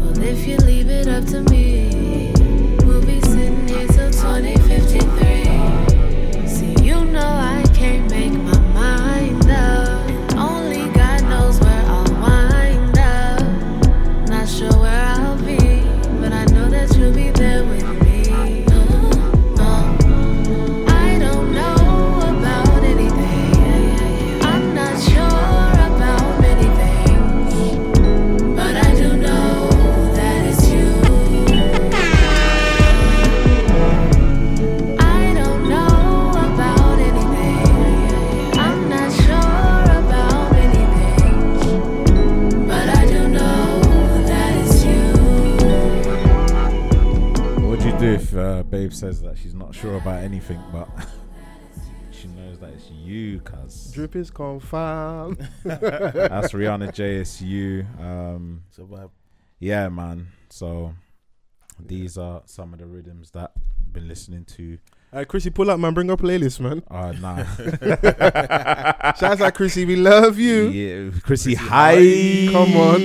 [SPEAKER 11] Well, if you leave it up to me, we'll be sitting here till 2053. See, you know I can't make my mind up. And only God knows where I'll wind up. Not sure where I'll be, but I know that you'll be there with me. Uh, uh. I don't know about anything. I'm not sure about many things, but I do know that it's you. I don't know about anything. I'm not sure about many things, but I do know that it's you.
[SPEAKER 4] What do you do if uh, Babe says that she's not sure about anything, but [laughs] she knows that it's you, cuz?
[SPEAKER 5] Drip is confirmed.
[SPEAKER 4] That's Rihanna
[SPEAKER 5] [laughs]
[SPEAKER 4] J. It's you. Um, Yeah, man. So these are some of the rhythms that I've been listening to.
[SPEAKER 5] Hey, Chrissy, pull up, man. Bring up playlist, man.
[SPEAKER 4] Uh,
[SPEAKER 5] [laughs]
[SPEAKER 4] [laughs] nah.
[SPEAKER 5] Shouts out, Chrissy. We love you.
[SPEAKER 4] Yeah, Chrissy Hive.
[SPEAKER 5] Come on.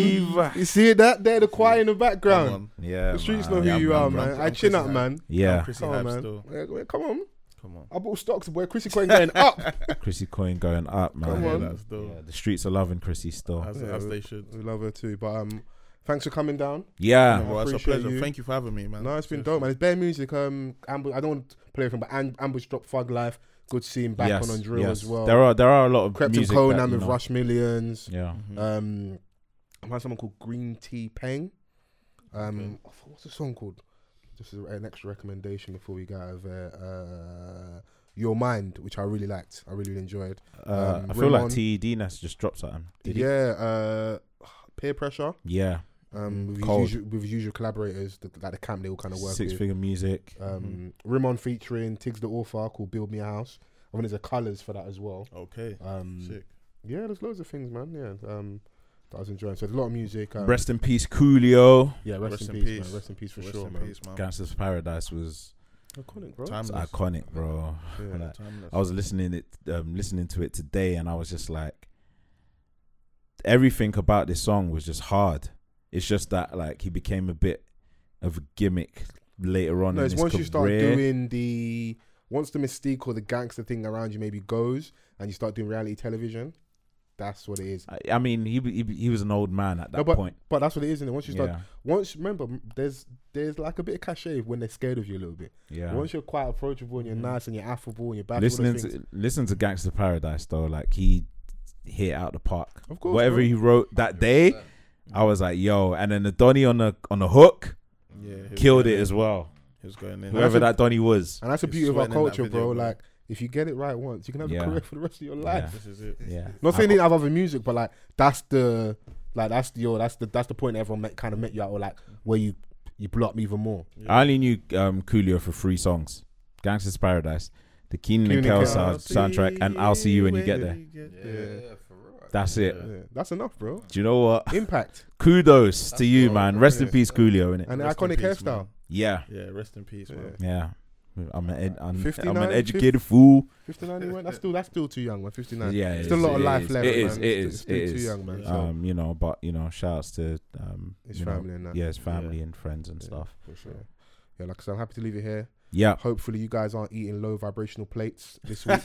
[SPEAKER 5] You see that there, the choir in the background.
[SPEAKER 4] Yeah,
[SPEAKER 5] The streets
[SPEAKER 4] man.
[SPEAKER 5] know who
[SPEAKER 4] Yeah,
[SPEAKER 5] you
[SPEAKER 4] I'm-
[SPEAKER 5] are,
[SPEAKER 4] I'm- I'm
[SPEAKER 5] man. I chin
[SPEAKER 4] Chrissy
[SPEAKER 5] up,
[SPEAKER 4] Hive.
[SPEAKER 5] man.
[SPEAKER 4] Yeah. I'm Chrissy
[SPEAKER 5] Come on,
[SPEAKER 4] Hive
[SPEAKER 5] man.
[SPEAKER 4] still.
[SPEAKER 5] Yeah, well, Come on.
[SPEAKER 6] Come on.
[SPEAKER 5] I bought stocks, boy. Chrissy Coin going [laughs] up.
[SPEAKER 4] Chrissy Coin going up, man.
[SPEAKER 5] Come on.
[SPEAKER 4] Yeah, the streets are loving Chrissy still.
[SPEAKER 5] Yeah, we- We love her too. But um, thanks for coming down.
[SPEAKER 4] Yeah.
[SPEAKER 5] I
[SPEAKER 4] No, bro,
[SPEAKER 6] it's a
[SPEAKER 5] appreciate
[SPEAKER 6] pleasure. Thank you for having me, man.
[SPEAKER 5] No, it's been dope, man. It's bare music. Um, Ambush. I don't want to play everything, but Am- Ambush dropped Fug Life. Good to see him back
[SPEAKER 4] Yes,
[SPEAKER 5] on on drill
[SPEAKER 4] yes.
[SPEAKER 5] as well.
[SPEAKER 4] There are- there are a lot of
[SPEAKER 5] Crept and
[SPEAKER 4] music
[SPEAKER 5] Conan
[SPEAKER 4] that, you
[SPEAKER 5] with
[SPEAKER 4] know.
[SPEAKER 5] Rush Millions.
[SPEAKER 4] Yeah.
[SPEAKER 5] Um, I found someone called Green Tea Peng. Um, I thought- what's the song called? Just a- an extra recommendation before we get out of there. Uh, Your Mind, which I really liked. I really enjoyed.
[SPEAKER 4] Uh,
[SPEAKER 5] Um,
[SPEAKER 4] I feel like
[SPEAKER 5] Raymond-
[SPEAKER 4] TED Nas just dropped at him.
[SPEAKER 5] E
[SPEAKER 4] Did he?
[SPEAKER 5] yeah, uh, [sighs] peer pressure.
[SPEAKER 4] Yeah.
[SPEAKER 6] Mm.
[SPEAKER 5] Um, with, his
[SPEAKER 4] Cold.
[SPEAKER 5] usual, with his usual collaborators, the, like the camp they all kind of work
[SPEAKER 4] Six
[SPEAKER 5] with.
[SPEAKER 4] Figure Music.
[SPEAKER 5] Um,
[SPEAKER 6] Mm-hmm.
[SPEAKER 5] Rimon featuring Tiggs the author called Build Me a House. I think there's a colours for that as well.
[SPEAKER 6] Okay.
[SPEAKER 5] Um,
[SPEAKER 6] Sick.
[SPEAKER 5] Yeah, there's loads of things, man. Yeah. Um, that I was enjoying. So there's a lot of music. Um,
[SPEAKER 4] Rest in peace, Coolio.
[SPEAKER 5] Yeah, rest, in, peace. man. Rest in peace for
[SPEAKER 6] Rest
[SPEAKER 5] sure,
[SPEAKER 6] in
[SPEAKER 5] man.
[SPEAKER 6] peace, man.
[SPEAKER 4] Gangsta's Paradise was
[SPEAKER 5] Iconic, bro.
[SPEAKER 4] It's
[SPEAKER 6] Timeless.
[SPEAKER 4] iconic, bro.
[SPEAKER 5] Yeah,
[SPEAKER 4] [laughs] Like,
[SPEAKER 6] timeless.
[SPEAKER 4] I was listening it, um, listening to it today, and I was just like, everything about this song was just hard. It's just that like he became a bit of a gimmick later on.
[SPEAKER 5] No,
[SPEAKER 4] in
[SPEAKER 5] it's
[SPEAKER 4] his
[SPEAKER 5] once
[SPEAKER 4] career.
[SPEAKER 5] you start doing the once the mystique or the gangster thing around you maybe goes, and you start doing reality television. That's what it is.
[SPEAKER 4] I mean, he he, he was an old man at that
[SPEAKER 5] No, but,
[SPEAKER 4] point.
[SPEAKER 5] But that's what it is, and once you start,
[SPEAKER 4] Yeah.
[SPEAKER 5] once remember, m- there's there's like a bit of cachet when they're scared of you a little bit.
[SPEAKER 4] Yeah. Mm.
[SPEAKER 5] Once you're quite approachable and you're nice and you're affable and you're bad,
[SPEAKER 4] listening to listen to Gangster Paradise though, like he hit it out the park.
[SPEAKER 5] Of course,
[SPEAKER 4] whatever
[SPEAKER 5] bro.
[SPEAKER 4] he wrote that day, I was like, yo. And then the Donny on the on the hook,
[SPEAKER 6] Yeah, he was
[SPEAKER 4] killed
[SPEAKER 6] going
[SPEAKER 4] it
[SPEAKER 6] in.
[SPEAKER 4] as well.
[SPEAKER 6] He was going in. And
[SPEAKER 4] Whoever
[SPEAKER 5] that's
[SPEAKER 4] that
[SPEAKER 5] a-
[SPEAKER 4] Donny was,
[SPEAKER 5] and that's the
[SPEAKER 6] You're
[SPEAKER 5] beauty of our
[SPEAKER 6] sweating in that
[SPEAKER 5] culture,
[SPEAKER 6] video,
[SPEAKER 5] bro.
[SPEAKER 6] bro.
[SPEAKER 5] Like if you get it right once, you can have
[SPEAKER 4] Yeah.
[SPEAKER 5] a career for the rest of your
[SPEAKER 4] Yeah.
[SPEAKER 5] life.
[SPEAKER 6] This is it.
[SPEAKER 4] Yeah.
[SPEAKER 5] Not saying they have other music, but like that's the like that's the yo, that's the that's the point everyone met, kind of met you at, or like where you you blew up even more.
[SPEAKER 4] I only knew um, Coolio for three songs: Gangster's Paradise, the Keenan and
[SPEAKER 5] Keenan
[SPEAKER 4] Kel
[SPEAKER 5] and
[SPEAKER 4] sound,
[SPEAKER 5] Kel.
[SPEAKER 4] soundtrack, and I'll See You When You Get There. That's it.
[SPEAKER 5] Yeah, that's enough, bro.
[SPEAKER 4] Do you know what?
[SPEAKER 5] Impact
[SPEAKER 4] Kudos to you, man. Rest in
[SPEAKER 5] Yeah.
[SPEAKER 4] peace, Coolio. Innit?
[SPEAKER 5] and an
[SPEAKER 6] Rest in
[SPEAKER 5] iconic
[SPEAKER 6] peace,
[SPEAKER 5] hairstyle.
[SPEAKER 6] man.
[SPEAKER 4] Yeah,
[SPEAKER 6] Yeah, rest in peace, man.
[SPEAKER 4] yeah. I'm an ed- I'm, I'm
[SPEAKER 5] 59,
[SPEAKER 4] an educated fool.
[SPEAKER 5] Fifty nine, you went. That's still that's still too young, man. Fifty nine.
[SPEAKER 4] Yeah, it
[SPEAKER 5] still
[SPEAKER 4] is,
[SPEAKER 5] a lot of
[SPEAKER 4] it
[SPEAKER 5] life
[SPEAKER 4] is,
[SPEAKER 5] left.
[SPEAKER 4] It is,
[SPEAKER 5] man.
[SPEAKER 4] it
[SPEAKER 5] It's
[SPEAKER 4] is,
[SPEAKER 5] still
[SPEAKER 4] it
[SPEAKER 5] too
[SPEAKER 4] is.
[SPEAKER 5] young, man. So,
[SPEAKER 4] Um, you know, but you know, shouts to um,
[SPEAKER 5] His
[SPEAKER 4] you know,
[SPEAKER 5] family and that.
[SPEAKER 4] Yeah, his family and friends and stuff.
[SPEAKER 5] for sure. Yeah, like I said, I'm happy to leave it here.
[SPEAKER 4] Yeah,
[SPEAKER 5] Hopefully, you guys aren't eating low vibrational plates
[SPEAKER 6] [laughs]
[SPEAKER 4] [laughs]
[SPEAKER 5] this week.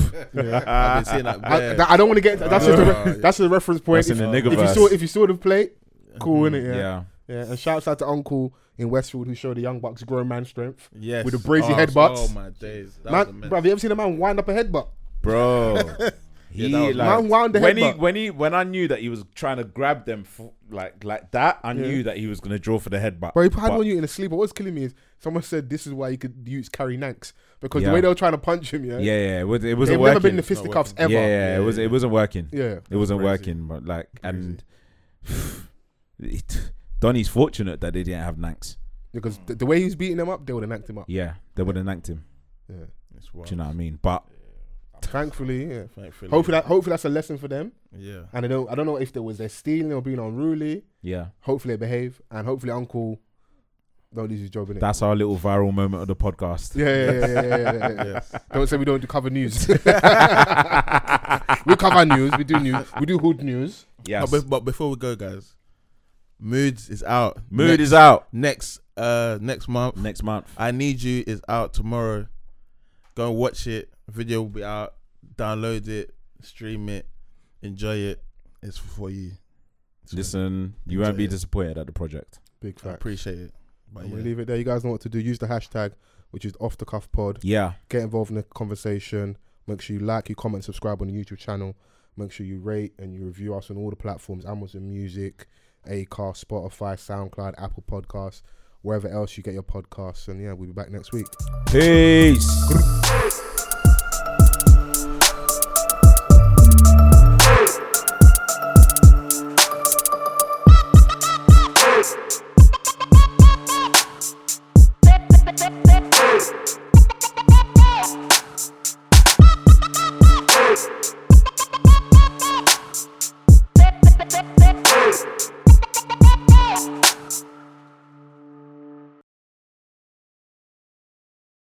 [SPEAKER 6] I've been seeing that.
[SPEAKER 5] I,
[SPEAKER 6] bare-
[SPEAKER 5] that- I don't want to get. That's just a re- that's a reference point.
[SPEAKER 4] That's in
[SPEAKER 5] if,
[SPEAKER 4] the nigga
[SPEAKER 5] if you
[SPEAKER 4] verse. Mm-hmm.
[SPEAKER 5] saw if you saw the plate, cool, innit?
[SPEAKER 4] yeah.
[SPEAKER 5] Yeah. Yeah, and shouts out to Uncle in Westfield who showed the Young Bucks grown man strength.
[SPEAKER 6] Yes.
[SPEAKER 5] with the brazy
[SPEAKER 6] Oh,
[SPEAKER 5] headbutts.
[SPEAKER 6] Oh my days. That was a
[SPEAKER 5] man,
[SPEAKER 6] mess.
[SPEAKER 5] bro, have you ever seen a man wind up a headbutt? [laughs]
[SPEAKER 4] bro. Oh, He
[SPEAKER 6] that was-
[SPEAKER 4] like
[SPEAKER 5] Man wound the
[SPEAKER 4] when he
[SPEAKER 5] headbutt.
[SPEAKER 4] when he when I knew that he was trying to grab them for, like like that, I knew that he was gonna draw for the headbutt.
[SPEAKER 5] Bro, he had
[SPEAKER 4] But-
[SPEAKER 5] one you in a sleeper. What's killing me is someone said this is why you could use carry nanks because
[SPEAKER 4] Yeah.
[SPEAKER 5] the way they were trying to punch him, yeah,
[SPEAKER 4] yeah, yeah, it was it
[SPEAKER 5] they've
[SPEAKER 4] wasn't
[SPEAKER 5] never
[SPEAKER 4] working.
[SPEAKER 5] been in the fisticuffs
[SPEAKER 4] yeah,
[SPEAKER 5] ever.
[SPEAKER 4] yeah, it was it wasn't working.
[SPEAKER 5] Yeah.
[SPEAKER 4] it wasn't working. But like, and [sighs] it, Donny's fortunate that they didn't have Nanks.
[SPEAKER 5] because the, the way he was beating them up, they would have nanked him up.
[SPEAKER 4] Yeah, they would have nanked him.
[SPEAKER 5] Yeah.
[SPEAKER 6] It's wild.
[SPEAKER 4] Do you know what I mean? But
[SPEAKER 5] Thankfully, yeah.
[SPEAKER 6] Thankfully.
[SPEAKER 5] Hopefully, that, hopefully that's a lesson for them.
[SPEAKER 6] Yeah.
[SPEAKER 5] And I don't, I don't know if there was their stealing or being unruly.
[SPEAKER 4] yeah,
[SPEAKER 5] Hopefully, they behave, and hopefully, Uncle don't lose his job in it.
[SPEAKER 4] that's our little viral moment of the podcast.
[SPEAKER 5] Yeah, yeah, yeah, yeah, yeah, yeah, yeah.
[SPEAKER 6] Yes.
[SPEAKER 5] Don't say we don't do cover news. we cover news. We do news. We do hood news.
[SPEAKER 4] Yes.
[SPEAKER 6] But, be- but before we go, guys, Moods is out.
[SPEAKER 4] Mood
[SPEAKER 6] next,
[SPEAKER 4] is out
[SPEAKER 6] next uh next month.
[SPEAKER 4] next month.
[SPEAKER 6] I need you is out tomorrow. Go and watch it. Video will be out. Download it. Stream it. Enjoy it. It's for you. It's for
[SPEAKER 4] [laughs] Listen, you
[SPEAKER 6] Enjoy
[SPEAKER 4] won't be
[SPEAKER 6] it.
[SPEAKER 4] disappointed at the project.
[SPEAKER 5] Big
[SPEAKER 6] you. I
[SPEAKER 5] fact.
[SPEAKER 6] appreciate it. But
[SPEAKER 5] I'm
[SPEAKER 6] yeah.
[SPEAKER 5] gonna leave it there. You guys know what to do. Use the hashtag, which is off the cuff pod.
[SPEAKER 4] Yeah,
[SPEAKER 5] Get involved in the conversation. Make sure you like, you comment, subscribe on the YouTube channel. Make sure you rate and you review us on all the platforms: Amazon Music, Acast, Spotify, SoundCloud, Apple Podcasts, wherever else you get your podcasts. And yeah, we'll be back next week.
[SPEAKER 4] peace.